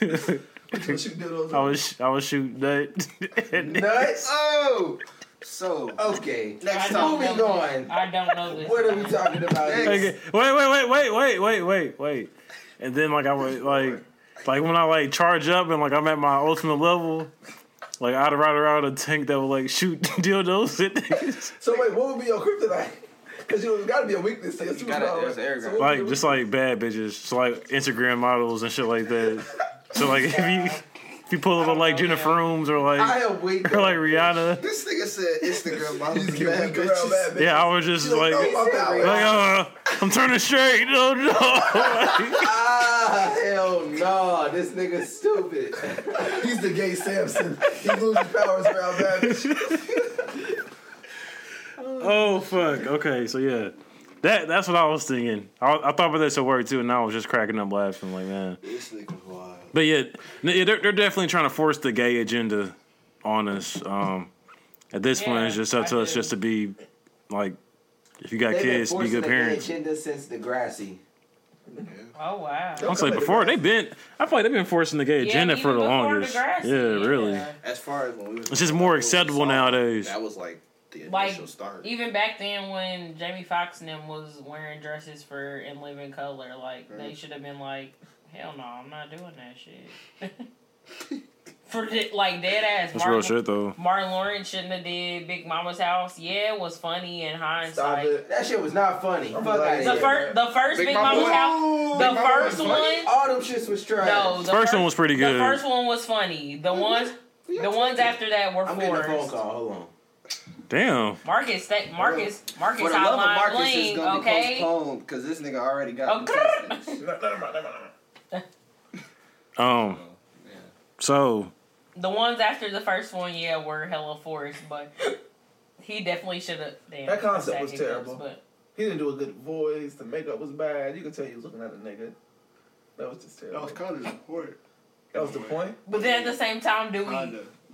[SPEAKER 4] What you do those
[SPEAKER 1] I would sh- I would shoot that. and
[SPEAKER 6] nuts. Oh,
[SPEAKER 5] So
[SPEAKER 6] okay.
[SPEAKER 5] Next
[SPEAKER 6] Next
[SPEAKER 5] time.
[SPEAKER 6] moving on.
[SPEAKER 2] I don't know this.
[SPEAKER 6] What are we talking about?
[SPEAKER 5] Next.
[SPEAKER 6] here?
[SPEAKER 1] Okay, wait, wait, wait, wait, wait, wait, wait, wait. And then like I would like like when I like charge up and like I'm at my ultimate level, like I'd ride around a tank that would like shoot dildos at niggas.
[SPEAKER 4] So wait, what would be your kryptonite? Because you got to be a weakness to your
[SPEAKER 5] You gotta-
[SPEAKER 4] superpower.
[SPEAKER 5] there's an arrogant.
[SPEAKER 4] what would
[SPEAKER 1] Like
[SPEAKER 4] your-
[SPEAKER 1] just like bad bitches. So like Instagram models and shit like that. So like if you if you pull up on like Jennifer Rooms or
[SPEAKER 4] I
[SPEAKER 1] like
[SPEAKER 4] am weak.
[SPEAKER 1] or like Rihanna.
[SPEAKER 5] this nigga said Instagram models
[SPEAKER 4] Just get weak around bad bitches.
[SPEAKER 1] Yeah, I was just
[SPEAKER 4] You don't
[SPEAKER 1] like
[SPEAKER 4] know
[SPEAKER 1] like
[SPEAKER 4] my power.
[SPEAKER 1] uh I'm turning straight. No no Like,
[SPEAKER 6] Ah, hell no. This nigga's stupid.
[SPEAKER 4] He's the gay Samson. He loses powers around bad bitches.
[SPEAKER 1] Oh fuck. Okay, so yeah. That that's what I was thinking. I, I thought about this at work too, and I was just cracking up laughing like man.
[SPEAKER 5] This nigga's wild.
[SPEAKER 1] But yeah, n- yeah, they're they're definitely trying to force the gay agenda on us. Um, at this point, it's
[SPEAKER 2] Yeah,
[SPEAKER 1] just up to
[SPEAKER 2] I
[SPEAKER 1] us
[SPEAKER 2] do.
[SPEAKER 1] just to be like, if you got
[SPEAKER 6] They've been
[SPEAKER 1] kids, be
[SPEAKER 6] forcing
[SPEAKER 1] good
[SPEAKER 6] the gay
[SPEAKER 1] parents.
[SPEAKER 6] agenda since Degrassi.
[SPEAKER 2] Oh wow.
[SPEAKER 1] I'll say
[SPEAKER 4] Come
[SPEAKER 1] before
[SPEAKER 4] on,
[SPEAKER 1] they've been. I feel like they've been forcing the gay
[SPEAKER 2] Yeah,
[SPEAKER 1] agenda
[SPEAKER 2] even
[SPEAKER 1] for the
[SPEAKER 2] before
[SPEAKER 1] longest.
[SPEAKER 2] Degrassi,
[SPEAKER 1] yeah, really.
[SPEAKER 5] As far as when we was
[SPEAKER 1] It's just more acceptable nowadays.
[SPEAKER 5] That was like the
[SPEAKER 2] Like,
[SPEAKER 5] initial start.
[SPEAKER 2] Even back then, when Jamie Foxx and them was wearing dresses for and living color, like they should have been like, "Hell no, I'm not doing that shit." for the- like dead ass
[SPEAKER 1] That's real
[SPEAKER 2] Martin,
[SPEAKER 1] shit though.
[SPEAKER 2] Martin Lawrence shouldn't have did Big Mama's House. Yeah, it was funny in
[SPEAKER 4] Stop
[SPEAKER 2] hindsight.
[SPEAKER 4] it.
[SPEAKER 6] That shit was not funny.
[SPEAKER 4] I'm
[SPEAKER 6] Fuck out
[SPEAKER 4] glad
[SPEAKER 6] of
[SPEAKER 2] The
[SPEAKER 4] Yeah.
[SPEAKER 2] first, the first Big,
[SPEAKER 5] Big
[SPEAKER 2] Mama's
[SPEAKER 5] Mama-
[SPEAKER 2] House,
[SPEAKER 5] Big
[SPEAKER 2] the
[SPEAKER 5] Mama
[SPEAKER 2] first
[SPEAKER 5] was
[SPEAKER 2] one.
[SPEAKER 5] funny.
[SPEAKER 6] All them shits was trash.
[SPEAKER 2] No, the
[SPEAKER 1] First one was pretty good.
[SPEAKER 2] The first one was funny. The ones, the ones after that were
[SPEAKER 6] I'm getting a phone
[SPEAKER 2] forced.
[SPEAKER 6] call. Hold on.
[SPEAKER 1] Damn.
[SPEAKER 2] Marcus, that Marcus, Marcus,
[SPEAKER 5] For the love of
[SPEAKER 2] hotline
[SPEAKER 5] Marcus, it's
[SPEAKER 2] bling.
[SPEAKER 5] gonna be
[SPEAKER 2] Okay,
[SPEAKER 5] postponed because this nigga already got
[SPEAKER 2] Okay.
[SPEAKER 5] the test.
[SPEAKER 4] No, never mind, never mind, never mind.
[SPEAKER 1] Um.
[SPEAKER 5] Oh. yeah.
[SPEAKER 1] So
[SPEAKER 2] the ones after the first one, yeah, were hella forced, but he definitely should have.
[SPEAKER 4] That concept was terrible.
[SPEAKER 2] But
[SPEAKER 4] He didn't do a good voice. The makeup was bad. You could tell he was looking at a nigga. That was just terrible.
[SPEAKER 5] kind of important.
[SPEAKER 4] That was the point.
[SPEAKER 2] but then at the same time, do we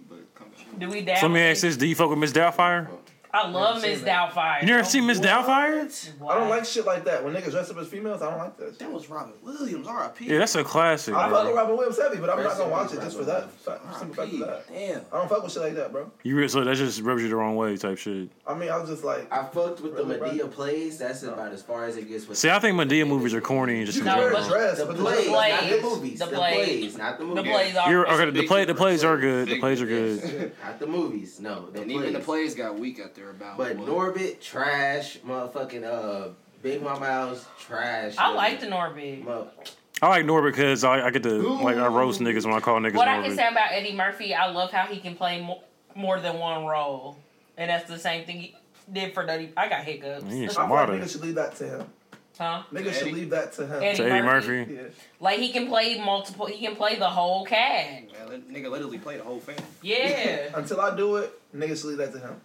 [SPEAKER 5] but
[SPEAKER 2] do we dab?
[SPEAKER 1] let me ask this: Do you fuck with Miss Doubtfire?
[SPEAKER 2] I love
[SPEAKER 4] Never seen
[SPEAKER 2] Miss
[SPEAKER 4] that.
[SPEAKER 2] Doubtfire. Oh,
[SPEAKER 1] You never seen Miss Doubtfire?
[SPEAKER 4] I don't like shit like that. When niggas dress up as females, I don't like that. Shit.
[SPEAKER 5] That was Robin Williams, R.I.P.
[SPEAKER 1] Yeah, that's a classic.
[SPEAKER 4] I fuck with
[SPEAKER 1] Bro.
[SPEAKER 4] Robin Williams heavy, but I'm not
[SPEAKER 6] First thing
[SPEAKER 4] gonna watch
[SPEAKER 6] was
[SPEAKER 4] it just for
[SPEAKER 6] Robin
[SPEAKER 4] that. Fuck, just simple fact of
[SPEAKER 5] R.I.P.
[SPEAKER 4] that.
[SPEAKER 5] Damn.
[SPEAKER 4] I don't fuck with shit like that, bro.
[SPEAKER 1] You re- so that just rubs you the wrong way, type shit.
[SPEAKER 4] I mean, I was just like,
[SPEAKER 6] I fucked with
[SPEAKER 4] Really,
[SPEAKER 6] the Medea
[SPEAKER 4] bro?
[SPEAKER 6] plays. That's about as far as it gets with
[SPEAKER 1] See, I think Medea movies are corny and just.
[SPEAKER 4] you
[SPEAKER 1] in
[SPEAKER 2] No,
[SPEAKER 4] wear
[SPEAKER 1] general.
[SPEAKER 4] a
[SPEAKER 2] but-
[SPEAKER 4] dress,
[SPEAKER 6] the
[SPEAKER 4] but
[SPEAKER 6] plays, not the
[SPEAKER 2] plays.
[SPEAKER 6] movies.
[SPEAKER 2] The
[SPEAKER 6] The,
[SPEAKER 2] plays.
[SPEAKER 6] plays, not the
[SPEAKER 2] the
[SPEAKER 6] movies.
[SPEAKER 2] plays. Are
[SPEAKER 1] You're okay.
[SPEAKER 5] It's a
[SPEAKER 1] The
[SPEAKER 5] big
[SPEAKER 1] play the plays are
[SPEAKER 5] difference.
[SPEAKER 1] good. The
[SPEAKER 5] Big
[SPEAKER 1] plays are
[SPEAKER 5] difference.
[SPEAKER 1] good.
[SPEAKER 6] Not the movies. No, the plays.
[SPEAKER 5] And even the plays got weak out there about.
[SPEAKER 6] But
[SPEAKER 5] what?
[SPEAKER 6] Norbit trash, motherfucking uh, Big Mama House trash.
[SPEAKER 2] I like the Norbig.
[SPEAKER 6] Mo-
[SPEAKER 1] I like Norbit because I, I get to like I roast niggas when I call niggas
[SPEAKER 2] What I can
[SPEAKER 1] Norbit.
[SPEAKER 2] say about Eddie Murphy, I love how he can play more, more than one role, and that's the same thing he did for Dirty. I got hiccups.
[SPEAKER 1] Man, you
[SPEAKER 4] I feel like
[SPEAKER 1] Smarter.
[SPEAKER 4] niggas should leave that to him.
[SPEAKER 2] huh?
[SPEAKER 4] Niggas
[SPEAKER 5] Eddie-
[SPEAKER 4] should leave that to him.
[SPEAKER 2] Eddie
[SPEAKER 1] To Eddie
[SPEAKER 2] Murphy.
[SPEAKER 1] Murphy.
[SPEAKER 4] Yeah.
[SPEAKER 2] Like he can play multiple. He can play the whole cast.
[SPEAKER 5] Yeah, that nigga literally played the whole family.
[SPEAKER 2] Yeah.
[SPEAKER 4] Until I do it, niggas should leave that to him.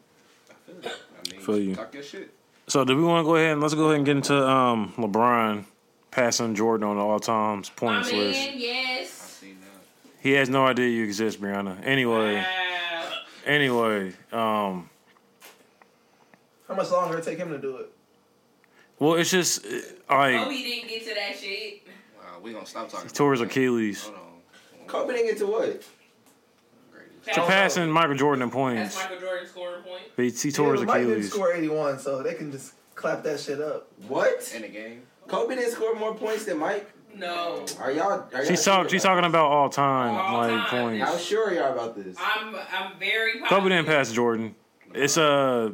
[SPEAKER 5] I feel that. I mean,
[SPEAKER 1] Feel you.
[SPEAKER 5] talk your shit.
[SPEAKER 1] So do we want to go ahead and let's go ahead and get into um LeBron passing Jordan on the all times
[SPEAKER 2] I
[SPEAKER 1] points
[SPEAKER 2] mean,
[SPEAKER 1] list?
[SPEAKER 5] I
[SPEAKER 2] yes.
[SPEAKER 5] seen that.
[SPEAKER 1] He has no idea you exist, Brianna. Anyway,
[SPEAKER 2] Wow.
[SPEAKER 1] anyway, um,
[SPEAKER 4] How much longer it take him to do it?
[SPEAKER 1] well, it's just uh, like
[SPEAKER 2] Kobe Oh, didn't get to that shit.
[SPEAKER 5] Wow, we gonna stop talking.
[SPEAKER 1] tore his
[SPEAKER 5] about that.
[SPEAKER 1] Achilles.
[SPEAKER 5] Hold on.
[SPEAKER 6] Kobe didn't get to what?
[SPEAKER 5] Greatest.
[SPEAKER 1] To
[SPEAKER 2] That-
[SPEAKER 1] passing Michael Jordan in
[SPEAKER 2] Oh, That's
[SPEAKER 1] points,
[SPEAKER 2] Michael Jordan scoring point.
[SPEAKER 1] he, he tore his
[SPEAKER 4] Yeah, Mike didn't
[SPEAKER 1] Achilles.
[SPEAKER 4] score 81, so they can just clap that shit up.
[SPEAKER 6] What?
[SPEAKER 5] In the game.
[SPEAKER 6] Kobe didn't score more points than Mike.
[SPEAKER 2] No.
[SPEAKER 6] Are y'all? Are
[SPEAKER 1] She's
[SPEAKER 6] y'all
[SPEAKER 1] talking. She's
[SPEAKER 6] sure
[SPEAKER 1] talking about all time
[SPEAKER 2] All
[SPEAKER 1] like
[SPEAKER 2] time.
[SPEAKER 1] points.
[SPEAKER 6] How sure are y'all about this?
[SPEAKER 2] I'm I'm very positive.
[SPEAKER 1] Kobe didn't pass Jordan. It's uh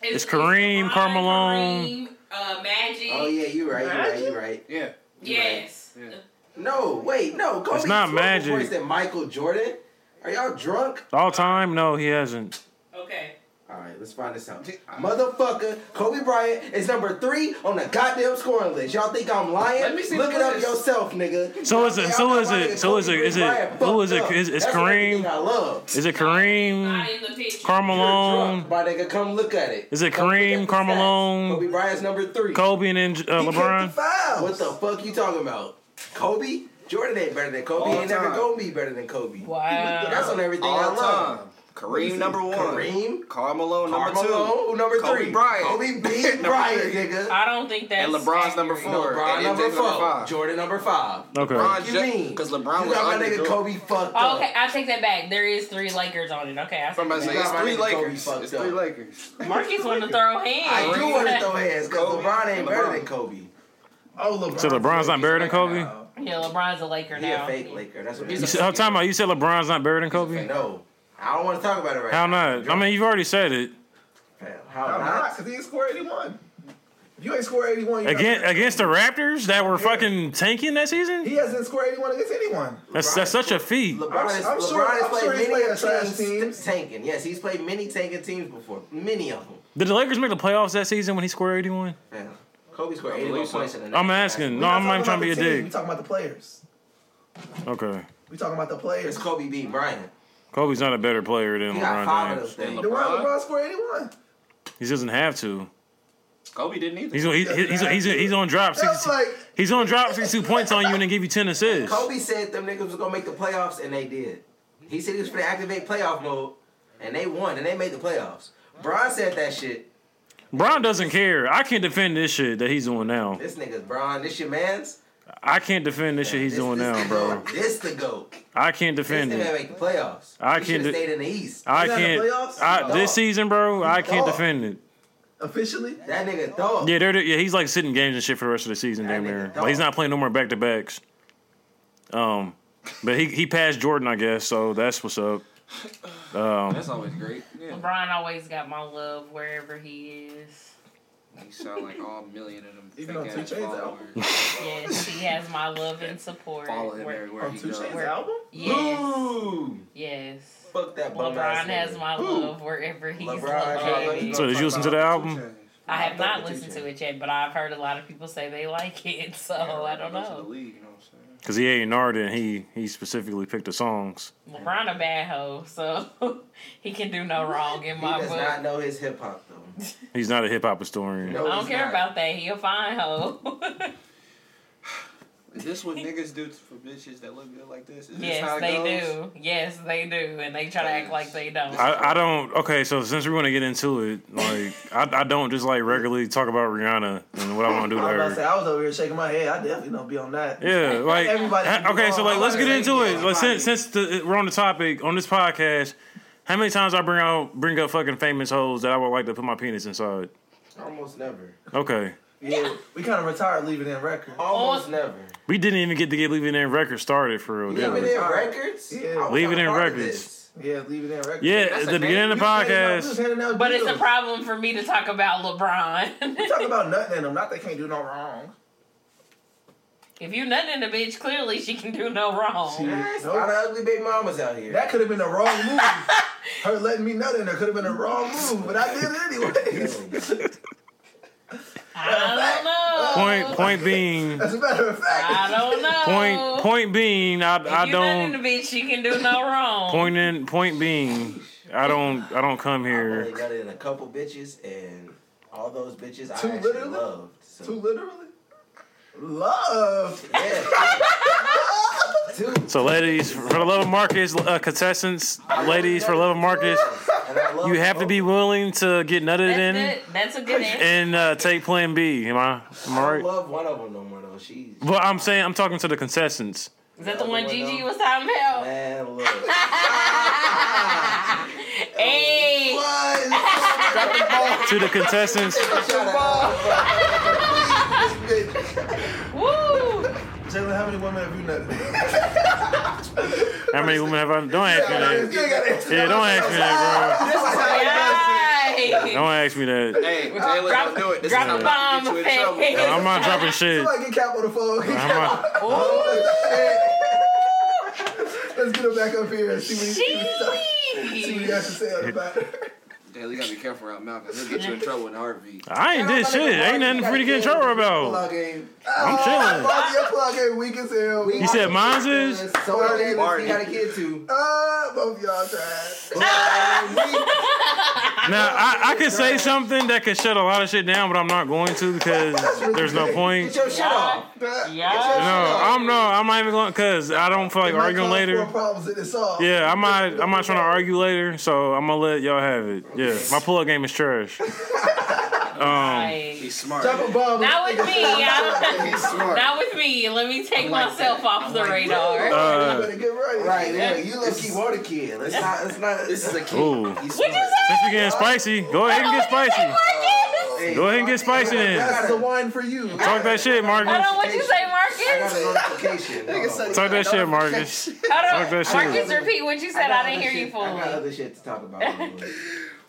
[SPEAKER 1] It's Kareem,
[SPEAKER 2] LeBron,
[SPEAKER 1] Karl Malone.
[SPEAKER 2] uh, Kareem, uh, Magic.
[SPEAKER 6] Oh yeah, you right. You right. You right.
[SPEAKER 5] Yeah. you
[SPEAKER 2] Yes.
[SPEAKER 5] right. Yeah.
[SPEAKER 6] No, wait, no. Kobe
[SPEAKER 1] It's not
[SPEAKER 6] scored more
[SPEAKER 1] magic.
[SPEAKER 6] points than Michael Jordan. Are y'all drunk?
[SPEAKER 1] all time. No, he hasn't.
[SPEAKER 2] Okay.
[SPEAKER 3] All right, let's find this out. Motherfucker, Kobe Bryant is number three on the goddamn scoring list. Y'all think I'm lying?
[SPEAKER 5] Let me see
[SPEAKER 3] Look
[SPEAKER 5] the
[SPEAKER 3] it up
[SPEAKER 5] list.
[SPEAKER 3] yourself, nigga.
[SPEAKER 1] So is it-
[SPEAKER 3] Y'all
[SPEAKER 1] so
[SPEAKER 3] know
[SPEAKER 1] is
[SPEAKER 3] my
[SPEAKER 1] it-
[SPEAKER 3] nigga
[SPEAKER 1] so is it-
[SPEAKER 3] Kobe
[SPEAKER 1] is it-
[SPEAKER 3] Bryant
[SPEAKER 1] who
[SPEAKER 3] fucked
[SPEAKER 1] is it-
[SPEAKER 3] up.
[SPEAKER 1] is- is
[SPEAKER 3] That's the only
[SPEAKER 1] Kareem-
[SPEAKER 3] thing I love.
[SPEAKER 1] Is it
[SPEAKER 2] Not
[SPEAKER 1] Kareem,
[SPEAKER 2] in the picture.
[SPEAKER 3] Drunk,
[SPEAKER 1] Carmelone,
[SPEAKER 3] my nigga, come look at it.
[SPEAKER 1] Is it
[SPEAKER 3] Come look at
[SPEAKER 1] Kareem,
[SPEAKER 3] the
[SPEAKER 1] Karl
[SPEAKER 3] stats.
[SPEAKER 1] Malone?
[SPEAKER 3] Kobe Bryant's number three.
[SPEAKER 1] Kobe, and then, uh,
[SPEAKER 4] He kept
[SPEAKER 1] LeBron?
[SPEAKER 4] the fouls.
[SPEAKER 3] What the fuck you talking about? Kobe? Jordan ain't better than Kobe.
[SPEAKER 5] All
[SPEAKER 3] ain't never
[SPEAKER 5] time.
[SPEAKER 3] gonna be better than Kobe. That's
[SPEAKER 2] Wow.
[SPEAKER 3] on everything
[SPEAKER 5] All
[SPEAKER 3] I love.
[SPEAKER 5] time. Kareem number one.
[SPEAKER 3] Kareem?
[SPEAKER 5] Karl Malone number
[SPEAKER 3] Karl Malone, who
[SPEAKER 5] two.
[SPEAKER 3] number
[SPEAKER 5] Kobe
[SPEAKER 3] three?
[SPEAKER 5] Bryant.
[SPEAKER 3] Kobe B.
[SPEAKER 5] Number
[SPEAKER 3] Bryant,
[SPEAKER 5] three.
[SPEAKER 3] nigga.
[SPEAKER 2] I don't think that's
[SPEAKER 5] And LeBron's number
[SPEAKER 2] accurate.
[SPEAKER 5] four.
[SPEAKER 3] LeBron
[SPEAKER 5] and
[SPEAKER 3] number
[SPEAKER 5] MJ's
[SPEAKER 3] four.
[SPEAKER 5] five.
[SPEAKER 3] Jordan number five.
[SPEAKER 1] Okay.
[SPEAKER 5] LeBron
[SPEAKER 3] What you
[SPEAKER 5] Ju-
[SPEAKER 3] mean?
[SPEAKER 5] 'cause LeBron
[SPEAKER 3] you
[SPEAKER 5] was
[SPEAKER 3] got my
[SPEAKER 5] under
[SPEAKER 3] nigga
[SPEAKER 5] the-
[SPEAKER 3] Kobe fucked
[SPEAKER 2] Oh,
[SPEAKER 3] up.
[SPEAKER 2] okay, I take that back. There is three Lakers on it. Okay, I see.
[SPEAKER 5] From us,
[SPEAKER 3] You
[SPEAKER 5] it's
[SPEAKER 3] got my
[SPEAKER 5] three
[SPEAKER 3] nigga Kobe
[SPEAKER 5] Lakers.
[SPEAKER 3] fucked
[SPEAKER 5] It's
[SPEAKER 3] up.
[SPEAKER 5] three Lakers.
[SPEAKER 2] Marcus want to throw
[SPEAKER 3] I
[SPEAKER 2] hands.
[SPEAKER 3] do want to throw hands because
[SPEAKER 5] Kobe
[SPEAKER 3] LeBron ain't
[SPEAKER 5] and
[SPEAKER 3] better
[SPEAKER 5] LeBron.
[SPEAKER 3] than Kobe.
[SPEAKER 4] Oh, LeBron.
[SPEAKER 1] So LeBron's not better than Kobe?
[SPEAKER 2] Yeah, LeBron's a Laker
[SPEAKER 3] He
[SPEAKER 2] now.
[SPEAKER 3] a fake Laker. That's what
[SPEAKER 5] He's
[SPEAKER 1] You
[SPEAKER 3] it
[SPEAKER 1] said, I'm talking about, you said LeBron's not better than
[SPEAKER 3] is.
[SPEAKER 1] Kobe?
[SPEAKER 3] No, I don't want to talk about it right
[SPEAKER 1] How
[SPEAKER 3] now.
[SPEAKER 1] not? I mean, you've already said it.
[SPEAKER 3] how
[SPEAKER 4] I'm not,
[SPEAKER 3] not?
[SPEAKER 4] because he didn't score 81. If you ain't score 81, you're
[SPEAKER 1] Against,
[SPEAKER 4] not,
[SPEAKER 1] against the Raptors that were fucking tanking that season?
[SPEAKER 4] he hasn't scored 81 against anyone.
[SPEAKER 1] That's, that's such a feat.
[SPEAKER 3] LeBron, is,
[SPEAKER 4] I'm
[SPEAKER 3] LeBron
[SPEAKER 4] sure-
[SPEAKER 3] has
[SPEAKER 4] I'm
[SPEAKER 3] played
[SPEAKER 4] sure he's
[SPEAKER 3] many
[SPEAKER 4] played trash
[SPEAKER 3] teams,
[SPEAKER 4] teams.
[SPEAKER 3] tanking. Yes, he's played many tanking teams before. Many of them.
[SPEAKER 1] Did the Lakers make the playoffs that season when he scored 81?
[SPEAKER 3] Man, Kobe scored
[SPEAKER 5] believe
[SPEAKER 3] 81
[SPEAKER 5] so.
[SPEAKER 3] points in the
[SPEAKER 1] I'm
[SPEAKER 3] night.
[SPEAKER 1] asking. No,
[SPEAKER 4] We're
[SPEAKER 1] I'm not even
[SPEAKER 4] talking
[SPEAKER 1] trying
[SPEAKER 4] about
[SPEAKER 1] to be a
[SPEAKER 4] the team, we
[SPEAKER 1] dick.
[SPEAKER 4] talking about the players.
[SPEAKER 1] Okay.
[SPEAKER 4] we talking about the
[SPEAKER 3] It's
[SPEAKER 4] players.
[SPEAKER 3] Kobe B. Bryant.
[SPEAKER 1] Kobe's not a better player than
[SPEAKER 3] He got
[SPEAKER 1] LeBron
[SPEAKER 3] five of those
[SPEAKER 1] James.
[SPEAKER 3] things.
[SPEAKER 4] The one
[SPEAKER 5] LeBron?
[SPEAKER 4] LeBron scored 81.
[SPEAKER 1] He doesn't have to.
[SPEAKER 5] Kobe didn't either.
[SPEAKER 1] He's on, he's, he's, he's, he's on drop.
[SPEAKER 4] That's
[SPEAKER 1] 62,
[SPEAKER 4] like,
[SPEAKER 1] he's on drop 62 points on you and then give you 10 assists.
[SPEAKER 3] Kobe said them niggas was gonna make the playoffs and they did. He said he was gonna activate playoff mode and they won and they made the playoffs. Bron said that shit.
[SPEAKER 1] Bron doesn't care. I can't defend this shit that he's doing now.
[SPEAKER 3] This nigga's Bron. This your man's.
[SPEAKER 1] I can't defend this shit he's
[SPEAKER 3] This-
[SPEAKER 1] doing
[SPEAKER 3] this
[SPEAKER 1] now,
[SPEAKER 3] the
[SPEAKER 1] bro.
[SPEAKER 3] goat. This the goat.
[SPEAKER 1] I can't
[SPEAKER 3] This
[SPEAKER 1] defend
[SPEAKER 3] nigga
[SPEAKER 1] it.
[SPEAKER 3] make the playoffs.
[SPEAKER 1] I
[SPEAKER 3] He
[SPEAKER 1] can't
[SPEAKER 3] should've
[SPEAKER 1] do-
[SPEAKER 3] stayed in the East.
[SPEAKER 1] I
[SPEAKER 4] He's not in the playoffs?
[SPEAKER 1] can't. I, this
[SPEAKER 3] Dog.
[SPEAKER 1] season, bro, I can't
[SPEAKER 4] Dog.
[SPEAKER 1] defend it.
[SPEAKER 4] officially,
[SPEAKER 3] that nigga dog.
[SPEAKER 1] Yeah, they're, yeah, he's like sitting games and shit for the rest of the season,
[SPEAKER 3] That
[SPEAKER 1] damn near.
[SPEAKER 3] nigga
[SPEAKER 1] Like, he's
[SPEAKER 3] dog.
[SPEAKER 1] not playing no more back to backs. Um, but he he passed Jordan, I guess. So that's what's up. Um,
[SPEAKER 5] That's always great. Yeah.
[SPEAKER 2] LeBron always got my love wherever he is.
[SPEAKER 5] He sound like all million of them.
[SPEAKER 4] Even on
[SPEAKER 5] fake
[SPEAKER 4] Two
[SPEAKER 5] ass
[SPEAKER 4] Chainz
[SPEAKER 5] followers.
[SPEAKER 2] Yes, he has my love and support.
[SPEAKER 5] Follow him
[SPEAKER 2] Where-
[SPEAKER 5] everywhere
[SPEAKER 4] on
[SPEAKER 5] he
[SPEAKER 4] Two
[SPEAKER 5] goes.
[SPEAKER 4] Chainz album?
[SPEAKER 2] Yes,
[SPEAKER 3] Ooh.
[SPEAKER 2] yes.
[SPEAKER 3] Fuck that bum ass
[SPEAKER 2] LeBron has
[SPEAKER 3] nigga.
[SPEAKER 2] my
[SPEAKER 3] Ooh.
[SPEAKER 2] love wherever he's
[SPEAKER 3] LeBron,
[SPEAKER 2] located.
[SPEAKER 1] so did you listen to the album?
[SPEAKER 2] I have
[SPEAKER 3] Nah, I
[SPEAKER 2] not
[SPEAKER 3] fuck with
[SPEAKER 2] listened
[SPEAKER 3] TJ.
[SPEAKER 2] to it yet, but I've heard a lot of people say they like it, so Oh, I don't
[SPEAKER 5] Go to the
[SPEAKER 2] know.
[SPEAKER 5] league, you know what I'm saying?
[SPEAKER 1] Because he ain't art and he he specifically picked the songs.
[SPEAKER 2] LeBron a bad hoe, so he can do no wrong in
[SPEAKER 3] He
[SPEAKER 2] my
[SPEAKER 3] does not
[SPEAKER 2] book.
[SPEAKER 3] know his hip hop though.
[SPEAKER 1] He's not a hip hop historian.
[SPEAKER 3] No,
[SPEAKER 2] I
[SPEAKER 3] he's
[SPEAKER 2] don't care
[SPEAKER 3] not.
[SPEAKER 2] about that. He a fine hoe.
[SPEAKER 5] Is this what niggas do for bitches that look good like this? Is this
[SPEAKER 2] yes,
[SPEAKER 5] how it
[SPEAKER 2] they
[SPEAKER 5] goes?
[SPEAKER 2] do. Yes, they do, and they try to act like they don't.
[SPEAKER 1] I, I don't. Okay, so since we're gonna get into it, like I, I don't just like regularly talk about Rihanna and what I want to do to
[SPEAKER 4] I was about to say,
[SPEAKER 1] her.
[SPEAKER 4] I was over here shaking my head. I definitely don't be on that.
[SPEAKER 1] Yeah, like
[SPEAKER 4] Everybody
[SPEAKER 1] ha-
[SPEAKER 4] can do
[SPEAKER 1] okay, so
[SPEAKER 4] wrong.
[SPEAKER 1] like let's get into it.
[SPEAKER 5] Everybody.
[SPEAKER 1] Like, since since the, we're on the topic on this podcast, how many times I bring out bring up fucking famous hoes that I would like to put my penis inside?
[SPEAKER 3] Almost never.
[SPEAKER 1] Okay,
[SPEAKER 4] Yeah, we kind of retired leaving in record.
[SPEAKER 3] Almost
[SPEAKER 2] Oh.
[SPEAKER 3] never.
[SPEAKER 1] we didn't even get to get leaving in record started for real. Did
[SPEAKER 3] Leave
[SPEAKER 1] we?
[SPEAKER 3] it in records.
[SPEAKER 4] Yeah.
[SPEAKER 3] I was
[SPEAKER 1] Leave it
[SPEAKER 3] a
[SPEAKER 1] in
[SPEAKER 3] part of
[SPEAKER 1] records.
[SPEAKER 3] this.
[SPEAKER 4] Yeah, leaving in record.
[SPEAKER 1] Yeah,
[SPEAKER 5] That's
[SPEAKER 1] at
[SPEAKER 5] a
[SPEAKER 1] the
[SPEAKER 5] name.
[SPEAKER 1] beginning of the
[SPEAKER 4] We was handing out- we was
[SPEAKER 1] podcast.
[SPEAKER 4] handing out
[SPEAKER 2] But it's a
[SPEAKER 4] deals.
[SPEAKER 2] problem for me to talk about
[SPEAKER 4] We
[SPEAKER 2] LeBron.
[SPEAKER 4] talk about nothing in them. Not they can't do no wrong.
[SPEAKER 2] if you nothing in a bitch, clearly she can do no wrong.
[SPEAKER 3] Yes,
[SPEAKER 4] Nope.
[SPEAKER 3] A lot of ugly big mamas out here.
[SPEAKER 4] That could have been the wrong move. Her letting me nut in there could have been the wrong move, but I did it anyways.
[SPEAKER 2] I don't know.
[SPEAKER 1] Point point being
[SPEAKER 4] As a matter of
[SPEAKER 2] I
[SPEAKER 4] fact,
[SPEAKER 2] don't know.
[SPEAKER 1] point point being I
[SPEAKER 2] If
[SPEAKER 1] I
[SPEAKER 2] you nothing
[SPEAKER 1] don't.
[SPEAKER 2] in a bitch, she can do no wrong.
[SPEAKER 1] Point in point being, I don't I don't come
[SPEAKER 3] Only
[SPEAKER 1] here.
[SPEAKER 3] got in a couple bitches, and all those bitches
[SPEAKER 4] Too
[SPEAKER 3] I actually
[SPEAKER 4] literally?
[SPEAKER 3] loved. So.
[SPEAKER 4] too literally. Love.
[SPEAKER 3] yeah. Two.
[SPEAKER 1] So ladies, for the love of Marcus, uh, contestants, ladies, for the love of Marcus,
[SPEAKER 3] And I love
[SPEAKER 1] you have to be willing to get nutted
[SPEAKER 2] That's,
[SPEAKER 1] in
[SPEAKER 2] good. That's a good answer.
[SPEAKER 1] and uh, take Plan B. Am I am
[SPEAKER 3] I
[SPEAKER 1] I
[SPEAKER 3] don't
[SPEAKER 1] right?
[SPEAKER 3] love one of them no more though. She's
[SPEAKER 1] Well, I'm saying I'm talking to the contestants.
[SPEAKER 2] Is that
[SPEAKER 3] the
[SPEAKER 2] the one
[SPEAKER 3] other one,
[SPEAKER 2] Gigi
[SPEAKER 3] though.
[SPEAKER 2] was talking about?
[SPEAKER 3] man, look.
[SPEAKER 2] Hey,
[SPEAKER 1] To the contestants,
[SPEAKER 2] woo!
[SPEAKER 4] Jalen, how many women have you nutted?
[SPEAKER 1] how many women have I? Don't ask me that. Yeah, don't ask me that, bro.
[SPEAKER 2] Guys,
[SPEAKER 1] Don't ask me that.
[SPEAKER 5] Hey, Jalen,
[SPEAKER 2] Drop-
[SPEAKER 5] don't do it. This
[SPEAKER 2] drop
[SPEAKER 5] is how
[SPEAKER 2] the bomb
[SPEAKER 5] we get you in
[SPEAKER 2] effect.
[SPEAKER 5] trouble.
[SPEAKER 1] I'm not dropping shit.
[SPEAKER 4] Somebody get Oh, Cap on the phone. Get
[SPEAKER 1] I'm
[SPEAKER 4] Cap.
[SPEAKER 1] not,
[SPEAKER 4] Let's get him back up here and see what he, see what he
[SPEAKER 2] Jeez.
[SPEAKER 4] has to say on the matter.
[SPEAKER 5] Daily, you gotta be careful around Malcolm. He'll get you in trouble in a heartbeat.
[SPEAKER 1] I ain't did shit. Ain't nothing free to get in trouble
[SPEAKER 4] Oh.
[SPEAKER 1] about.
[SPEAKER 3] Plug-in.
[SPEAKER 1] I'm chilling.
[SPEAKER 3] Plug your plug-in weak as hell.
[SPEAKER 1] You said mine's is?
[SPEAKER 3] So are they
[SPEAKER 5] Martin.
[SPEAKER 3] you got a kid too.
[SPEAKER 4] Uh, both y'all trash.
[SPEAKER 1] Now I, I could say something that could shut a lot of shit down, but I'm not going to because there's no
[SPEAKER 3] Get
[SPEAKER 1] point.
[SPEAKER 3] your shit off.
[SPEAKER 1] No,
[SPEAKER 2] Yeah.
[SPEAKER 1] I'm no, I'm not even going because I don't feel like
[SPEAKER 4] Might
[SPEAKER 1] arguing
[SPEAKER 4] cause
[SPEAKER 1] later.
[SPEAKER 4] more Problems in this song.
[SPEAKER 1] Yeah, I'm not. I'm not trying to argue later, so I'm gonna let y'all have it. Yeah, my pull-up game is trash. Um,
[SPEAKER 2] Like,
[SPEAKER 5] He's smart.
[SPEAKER 4] Drop a bomb.
[SPEAKER 2] not with me. I don't-
[SPEAKER 5] He's smart.
[SPEAKER 2] Not with me. Let me take
[SPEAKER 5] I'm like
[SPEAKER 2] myself
[SPEAKER 5] that.
[SPEAKER 2] off
[SPEAKER 5] I'm
[SPEAKER 2] the
[SPEAKER 5] like
[SPEAKER 2] radar.
[SPEAKER 1] uh,
[SPEAKER 4] You better get right.
[SPEAKER 3] Right, yeah, you look key water kid. Let's not, let's not.
[SPEAKER 5] this is a kid.
[SPEAKER 1] Ooh.
[SPEAKER 5] He's
[SPEAKER 2] What'd you
[SPEAKER 5] smart.
[SPEAKER 1] since
[SPEAKER 2] say?
[SPEAKER 1] we getting spicy, go ahead and get spicy.
[SPEAKER 3] hey,
[SPEAKER 1] Go ahead and get spicy then.
[SPEAKER 3] That's the wine for you.
[SPEAKER 1] Talk that shit,
[SPEAKER 2] I
[SPEAKER 1] Marcus.
[SPEAKER 2] don't what you say,
[SPEAKER 3] I got
[SPEAKER 2] Marcus.
[SPEAKER 3] a notification. Hold on.
[SPEAKER 1] Talk that shit, Marcus.
[SPEAKER 2] I
[SPEAKER 1] Talk that
[SPEAKER 2] don't.
[SPEAKER 1] shit.
[SPEAKER 2] Marcus, repeat what you
[SPEAKER 3] I
[SPEAKER 2] said.
[SPEAKER 3] got
[SPEAKER 2] I didn't
[SPEAKER 3] other
[SPEAKER 2] hear you
[SPEAKER 3] shit- I got
[SPEAKER 2] fully.
[SPEAKER 3] other shit to talk about.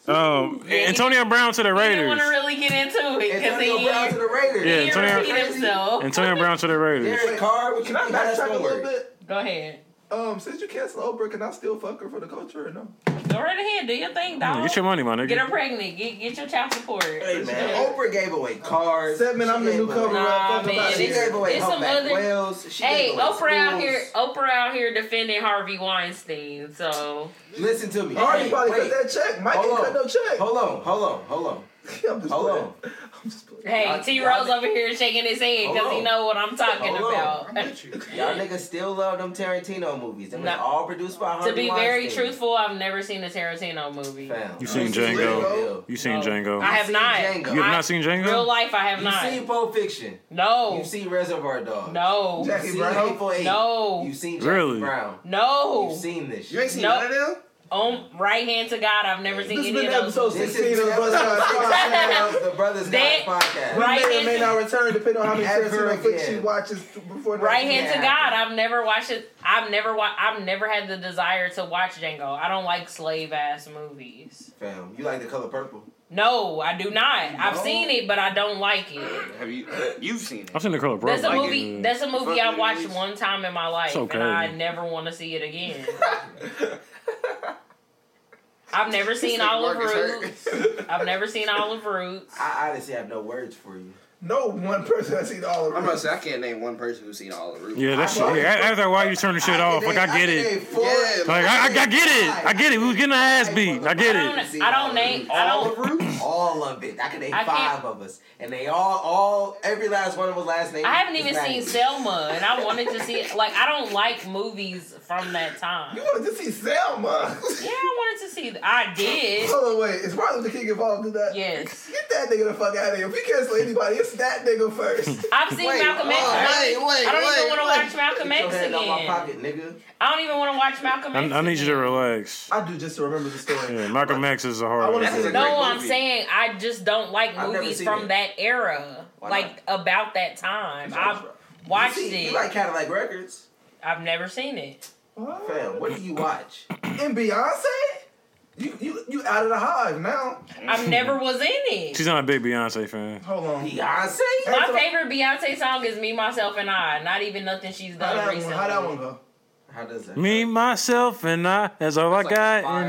[SPEAKER 1] Um, Antonio Brown to the
[SPEAKER 2] He didn't want to
[SPEAKER 1] Raiders.
[SPEAKER 2] really get into it because
[SPEAKER 3] Antonio
[SPEAKER 2] he
[SPEAKER 3] Brown to the Raiders.
[SPEAKER 1] Yeah,
[SPEAKER 2] he didn't
[SPEAKER 1] Antonio-
[SPEAKER 2] repeat himself.
[SPEAKER 1] Antonio Brown to the Raiders.
[SPEAKER 3] Derek Carr, what you
[SPEAKER 4] Can I
[SPEAKER 3] think about that
[SPEAKER 4] backtrack a
[SPEAKER 3] story?
[SPEAKER 4] little bit?
[SPEAKER 2] Go ahead.
[SPEAKER 4] Um, since you cancel Oprah, can I still fuck her for the culture or no?
[SPEAKER 2] Go right ahead. Do your thing,
[SPEAKER 1] Yeah,
[SPEAKER 2] dog.
[SPEAKER 1] Get your money, my
[SPEAKER 2] Get her
[SPEAKER 1] nigga.
[SPEAKER 2] pregnant. Get get your child support.
[SPEAKER 3] Hey
[SPEAKER 2] Yeah.
[SPEAKER 3] man, Oprah gave away cars.
[SPEAKER 4] Seven,
[SPEAKER 3] She
[SPEAKER 4] I'm the
[SPEAKER 3] gave
[SPEAKER 4] new
[SPEAKER 3] away-
[SPEAKER 4] cover
[SPEAKER 2] Nah,
[SPEAKER 4] up. Fuck
[SPEAKER 2] man,
[SPEAKER 4] about
[SPEAKER 3] She
[SPEAKER 2] this-
[SPEAKER 3] gave away
[SPEAKER 2] There's some
[SPEAKER 3] humpback
[SPEAKER 2] other-
[SPEAKER 3] whales. She
[SPEAKER 2] Hey,
[SPEAKER 3] gave away
[SPEAKER 2] Oprah out
[SPEAKER 3] schools.
[SPEAKER 2] here. Oprah out here defending Harvey Weinstein. So
[SPEAKER 3] Listen to me.
[SPEAKER 4] Already
[SPEAKER 3] Hey,
[SPEAKER 4] probably
[SPEAKER 3] wait.
[SPEAKER 4] cut that check. Mike ain't
[SPEAKER 3] Hold
[SPEAKER 4] cut
[SPEAKER 3] on.
[SPEAKER 4] no check.
[SPEAKER 3] Hold on, hold on, hold on.
[SPEAKER 4] I'm just
[SPEAKER 3] Hold
[SPEAKER 4] playing.
[SPEAKER 3] on.
[SPEAKER 4] I'm just playing.
[SPEAKER 2] hey,
[SPEAKER 3] Y'all-
[SPEAKER 2] T
[SPEAKER 3] y'all
[SPEAKER 2] Rose
[SPEAKER 3] niggas-
[SPEAKER 2] over here shaking his head because
[SPEAKER 3] Hold
[SPEAKER 2] he
[SPEAKER 3] on.
[SPEAKER 2] know what I'm talking
[SPEAKER 3] Hold on.
[SPEAKER 2] about.
[SPEAKER 3] Y'all niggas still love them Tarantino movies. They
[SPEAKER 2] No.
[SPEAKER 3] were all produced by Harvey
[SPEAKER 2] to be very
[SPEAKER 3] Weinstein.
[SPEAKER 2] truthful, I've never seen a Tarantino movie.
[SPEAKER 3] Fam.
[SPEAKER 1] You seen
[SPEAKER 4] Django?
[SPEAKER 1] Django? You seen
[SPEAKER 2] No.
[SPEAKER 1] Django?
[SPEAKER 2] I have
[SPEAKER 3] seen
[SPEAKER 2] not.
[SPEAKER 3] Django.
[SPEAKER 1] You have
[SPEAKER 2] I-
[SPEAKER 1] not seen Django?
[SPEAKER 2] Real life, I have
[SPEAKER 3] You've
[SPEAKER 2] not.
[SPEAKER 3] seen Pulp Fiction.
[SPEAKER 2] no,
[SPEAKER 3] You've seen Reservoir Dogs.
[SPEAKER 2] no,
[SPEAKER 4] Jack-
[SPEAKER 3] You've
[SPEAKER 4] Jackie
[SPEAKER 3] seen
[SPEAKER 4] Brown?
[SPEAKER 3] Hateful Eight.
[SPEAKER 2] No.
[SPEAKER 3] You've seen Jackie
[SPEAKER 1] Really?
[SPEAKER 3] Brown.
[SPEAKER 2] no.
[SPEAKER 3] You've seen this shit.
[SPEAKER 5] You ain't seen
[SPEAKER 2] Nope.
[SPEAKER 5] none of them?
[SPEAKER 2] Oh, right hand to God, I've never seen
[SPEAKER 4] This has
[SPEAKER 2] any
[SPEAKER 4] been
[SPEAKER 2] of
[SPEAKER 4] episode
[SPEAKER 2] those.
[SPEAKER 3] This is
[SPEAKER 4] 16 of the Brothers Podcast.
[SPEAKER 3] the Brothers
[SPEAKER 2] That-
[SPEAKER 3] Guys podcast.
[SPEAKER 4] We
[SPEAKER 2] Right
[SPEAKER 4] may or may
[SPEAKER 2] hand-
[SPEAKER 4] not return depending on how many
[SPEAKER 3] Ever
[SPEAKER 4] Tarantino flicks she
[SPEAKER 3] again.
[SPEAKER 4] watches before next
[SPEAKER 2] Right
[SPEAKER 4] week.
[SPEAKER 2] hand to
[SPEAKER 3] Yeah.
[SPEAKER 2] God, I've never watched it. I've never wa- I've never had the desire to watch Django. I don't like slave ass movies.
[SPEAKER 3] Fam, you like the color purple?
[SPEAKER 2] No, I do not. I've
[SPEAKER 3] No.
[SPEAKER 2] seen it, but I don't like it.
[SPEAKER 5] Have you? You've seen
[SPEAKER 1] I've
[SPEAKER 5] it.
[SPEAKER 1] seen the color purple. mm.
[SPEAKER 2] That's a
[SPEAKER 5] like
[SPEAKER 2] movie.
[SPEAKER 1] Yeah.
[SPEAKER 2] That's a movie I
[SPEAKER 5] Fuck
[SPEAKER 2] watched
[SPEAKER 5] movies.
[SPEAKER 2] one time in my life,
[SPEAKER 1] It's okay.
[SPEAKER 2] and I never want to see it again. I've never seen
[SPEAKER 5] like
[SPEAKER 2] all of
[SPEAKER 5] Marcus hurt.
[SPEAKER 2] Roots. I've never seen all of Roots.
[SPEAKER 3] I honestly have no words for you.
[SPEAKER 4] No one person has seen all of
[SPEAKER 5] I'm
[SPEAKER 4] them.
[SPEAKER 5] gonna say I can't name one person who's seen all of Roots.
[SPEAKER 1] Yeah, that's yeah, after a while you turn the shit off. Like I get it.
[SPEAKER 5] Yeah,
[SPEAKER 1] Like I, I, I get it. I get it. We was getting our ass beat. I
[SPEAKER 2] I
[SPEAKER 1] get it.
[SPEAKER 2] don't. I don't name. I
[SPEAKER 5] All
[SPEAKER 2] don't.
[SPEAKER 5] of Roots?
[SPEAKER 3] All of it. I could name
[SPEAKER 2] I can't-
[SPEAKER 3] five of us, and they all, all, every last one of us last name.
[SPEAKER 2] I haven't
[SPEAKER 3] is
[SPEAKER 2] even seen
[SPEAKER 3] Maggie.
[SPEAKER 2] Selma, and I wanted to see it. Like I don't like movies from that time.
[SPEAKER 4] You wanted to see Selma.
[SPEAKER 2] Yeah, I wanted to see. th- I did.
[SPEAKER 4] Hold on, wait. Is Martin Luther King involved in that?
[SPEAKER 2] Yes,
[SPEAKER 4] Get that nigga the fuck out of here. If we cancel anybody, it's that nigga first.
[SPEAKER 2] I've seen Malcolm X.
[SPEAKER 5] oh,
[SPEAKER 2] and I-
[SPEAKER 5] wait, wait,
[SPEAKER 2] I don't even
[SPEAKER 5] wait,
[SPEAKER 2] want to
[SPEAKER 5] wait.
[SPEAKER 2] watch Malcolm
[SPEAKER 3] Put your
[SPEAKER 2] X
[SPEAKER 3] hand out my
[SPEAKER 2] again.
[SPEAKER 3] pocket, nigga.
[SPEAKER 2] I don't even want to watch Malcolm X.
[SPEAKER 1] I, I need you to
[SPEAKER 2] again.
[SPEAKER 1] relax.
[SPEAKER 4] I do just to remember the story.
[SPEAKER 1] Yeah, Malcolm X is a hard.
[SPEAKER 4] I wanna
[SPEAKER 1] ass.
[SPEAKER 5] That's a
[SPEAKER 2] No,
[SPEAKER 5] great
[SPEAKER 2] I'm
[SPEAKER 5] movie.
[SPEAKER 2] saying I just don't like
[SPEAKER 3] I've never
[SPEAKER 2] movies
[SPEAKER 3] seen
[SPEAKER 2] from
[SPEAKER 3] it.
[SPEAKER 2] that era,
[SPEAKER 3] Why
[SPEAKER 2] like about that time. I've
[SPEAKER 3] You
[SPEAKER 2] watched
[SPEAKER 3] see,
[SPEAKER 2] it.
[SPEAKER 3] You like Cadillac Records,
[SPEAKER 2] I've never seen it.
[SPEAKER 3] fam. What do you watch?
[SPEAKER 4] And Beyonce? You you you out of the hive now.
[SPEAKER 3] Mm.
[SPEAKER 2] I've never was in it.
[SPEAKER 1] She's not a big Beyonce fan.
[SPEAKER 4] Hold on.
[SPEAKER 3] Beyonce.
[SPEAKER 2] My
[SPEAKER 4] so-
[SPEAKER 2] favorite Beyonce song is "Me, Myself, and I." Not even nothing she's
[SPEAKER 4] How
[SPEAKER 2] done
[SPEAKER 4] that one,
[SPEAKER 2] recently.
[SPEAKER 4] how that one go?
[SPEAKER 3] How does that?
[SPEAKER 1] Me, myself, and I. That's all I
[SPEAKER 5] That's like a
[SPEAKER 1] got in
[SPEAKER 5] fire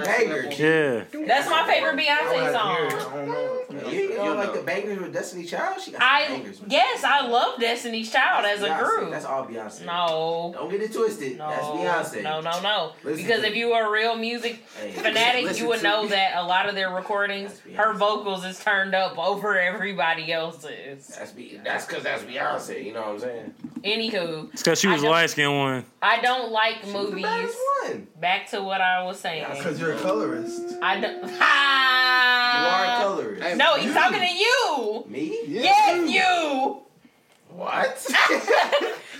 [SPEAKER 1] the
[SPEAKER 3] That's
[SPEAKER 1] end.
[SPEAKER 3] a banger. G.
[SPEAKER 1] Yeah.
[SPEAKER 2] That's my favorite
[SPEAKER 4] I don't
[SPEAKER 2] Beyonce
[SPEAKER 4] have to hear it.
[SPEAKER 2] song.
[SPEAKER 4] I don't know.
[SPEAKER 3] You ain't
[SPEAKER 5] You'll
[SPEAKER 3] know like
[SPEAKER 5] know.
[SPEAKER 3] the bangers with Destiny Child. She got some
[SPEAKER 2] I
[SPEAKER 3] bangers. with
[SPEAKER 2] yes, I love Destiny's Child as
[SPEAKER 3] That's
[SPEAKER 2] a
[SPEAKER 3] Beyonce.
[SPEAKER 2] group.
[SPEAKER 3] That's all Beyonce.
[SPEAKER 2] No.
[SPEAKER 3] Don't get it twisted. That's
[SPEAKER 2] No,
[SPEAKER 3] Beyonce.
[SPEAKER 2] no, no, no.
[SPEAKER 3] Listen
[SPEAKER 2] because
[SPEAKER 3] to
[SPEAKER 2] if
[SPEAKER 3] me.
[SPEAKER 2] you were a real music
[SPEAKER 3] Hey,
[SPEAKER 2] fanatic,
[SPEAKER 5] Listen
[SPEAKER 2] you would
[SPEAKER 5] to
[SPEAKER 2] know
[SPEAKER 5] me.
[SPEAKER 2] that a lot of their recordings,
[SPEAKER 3] That's
[SPEAKER 2] her
[SPEAKER 3] Beyonce.
[SPEAKER 2] vocals is turned up over everybody else's.
[SPEAKER 3] That's be that's because that's Beyonce. You know what I'm saying?
[SPEAKER 2] Anywho,
[SPEAKER 1] It's because she
[SPEAKER 2] I
[SPEAKER 1] was the
[SPEAKER 2] know-
[SPEAKER 1] light skinned one.
[SPEAKER 2] I don't like
[SPEAKER 3] She was the
[SPEAKER 2] movies.
[SPEAKER 3] baddest one.
[SPEAKER 2] Back to what I was saying.
[SPEAKER 3] Yeah,
[SPEAKER 4] Because you're a colorist.
[SPEAKER 2] I don't. Uh,
[SPEAKER 3] You are
[SPEAKER 2] Ha!
[SPEAKER 3] colorist.
[SPEAKER 5] Hey,
[SPEAKER 2] No, he's talking to you.
[SPEAKER 3] Me?
[SPEAKER 2] Yes, you.
[SPEAKER 3] What?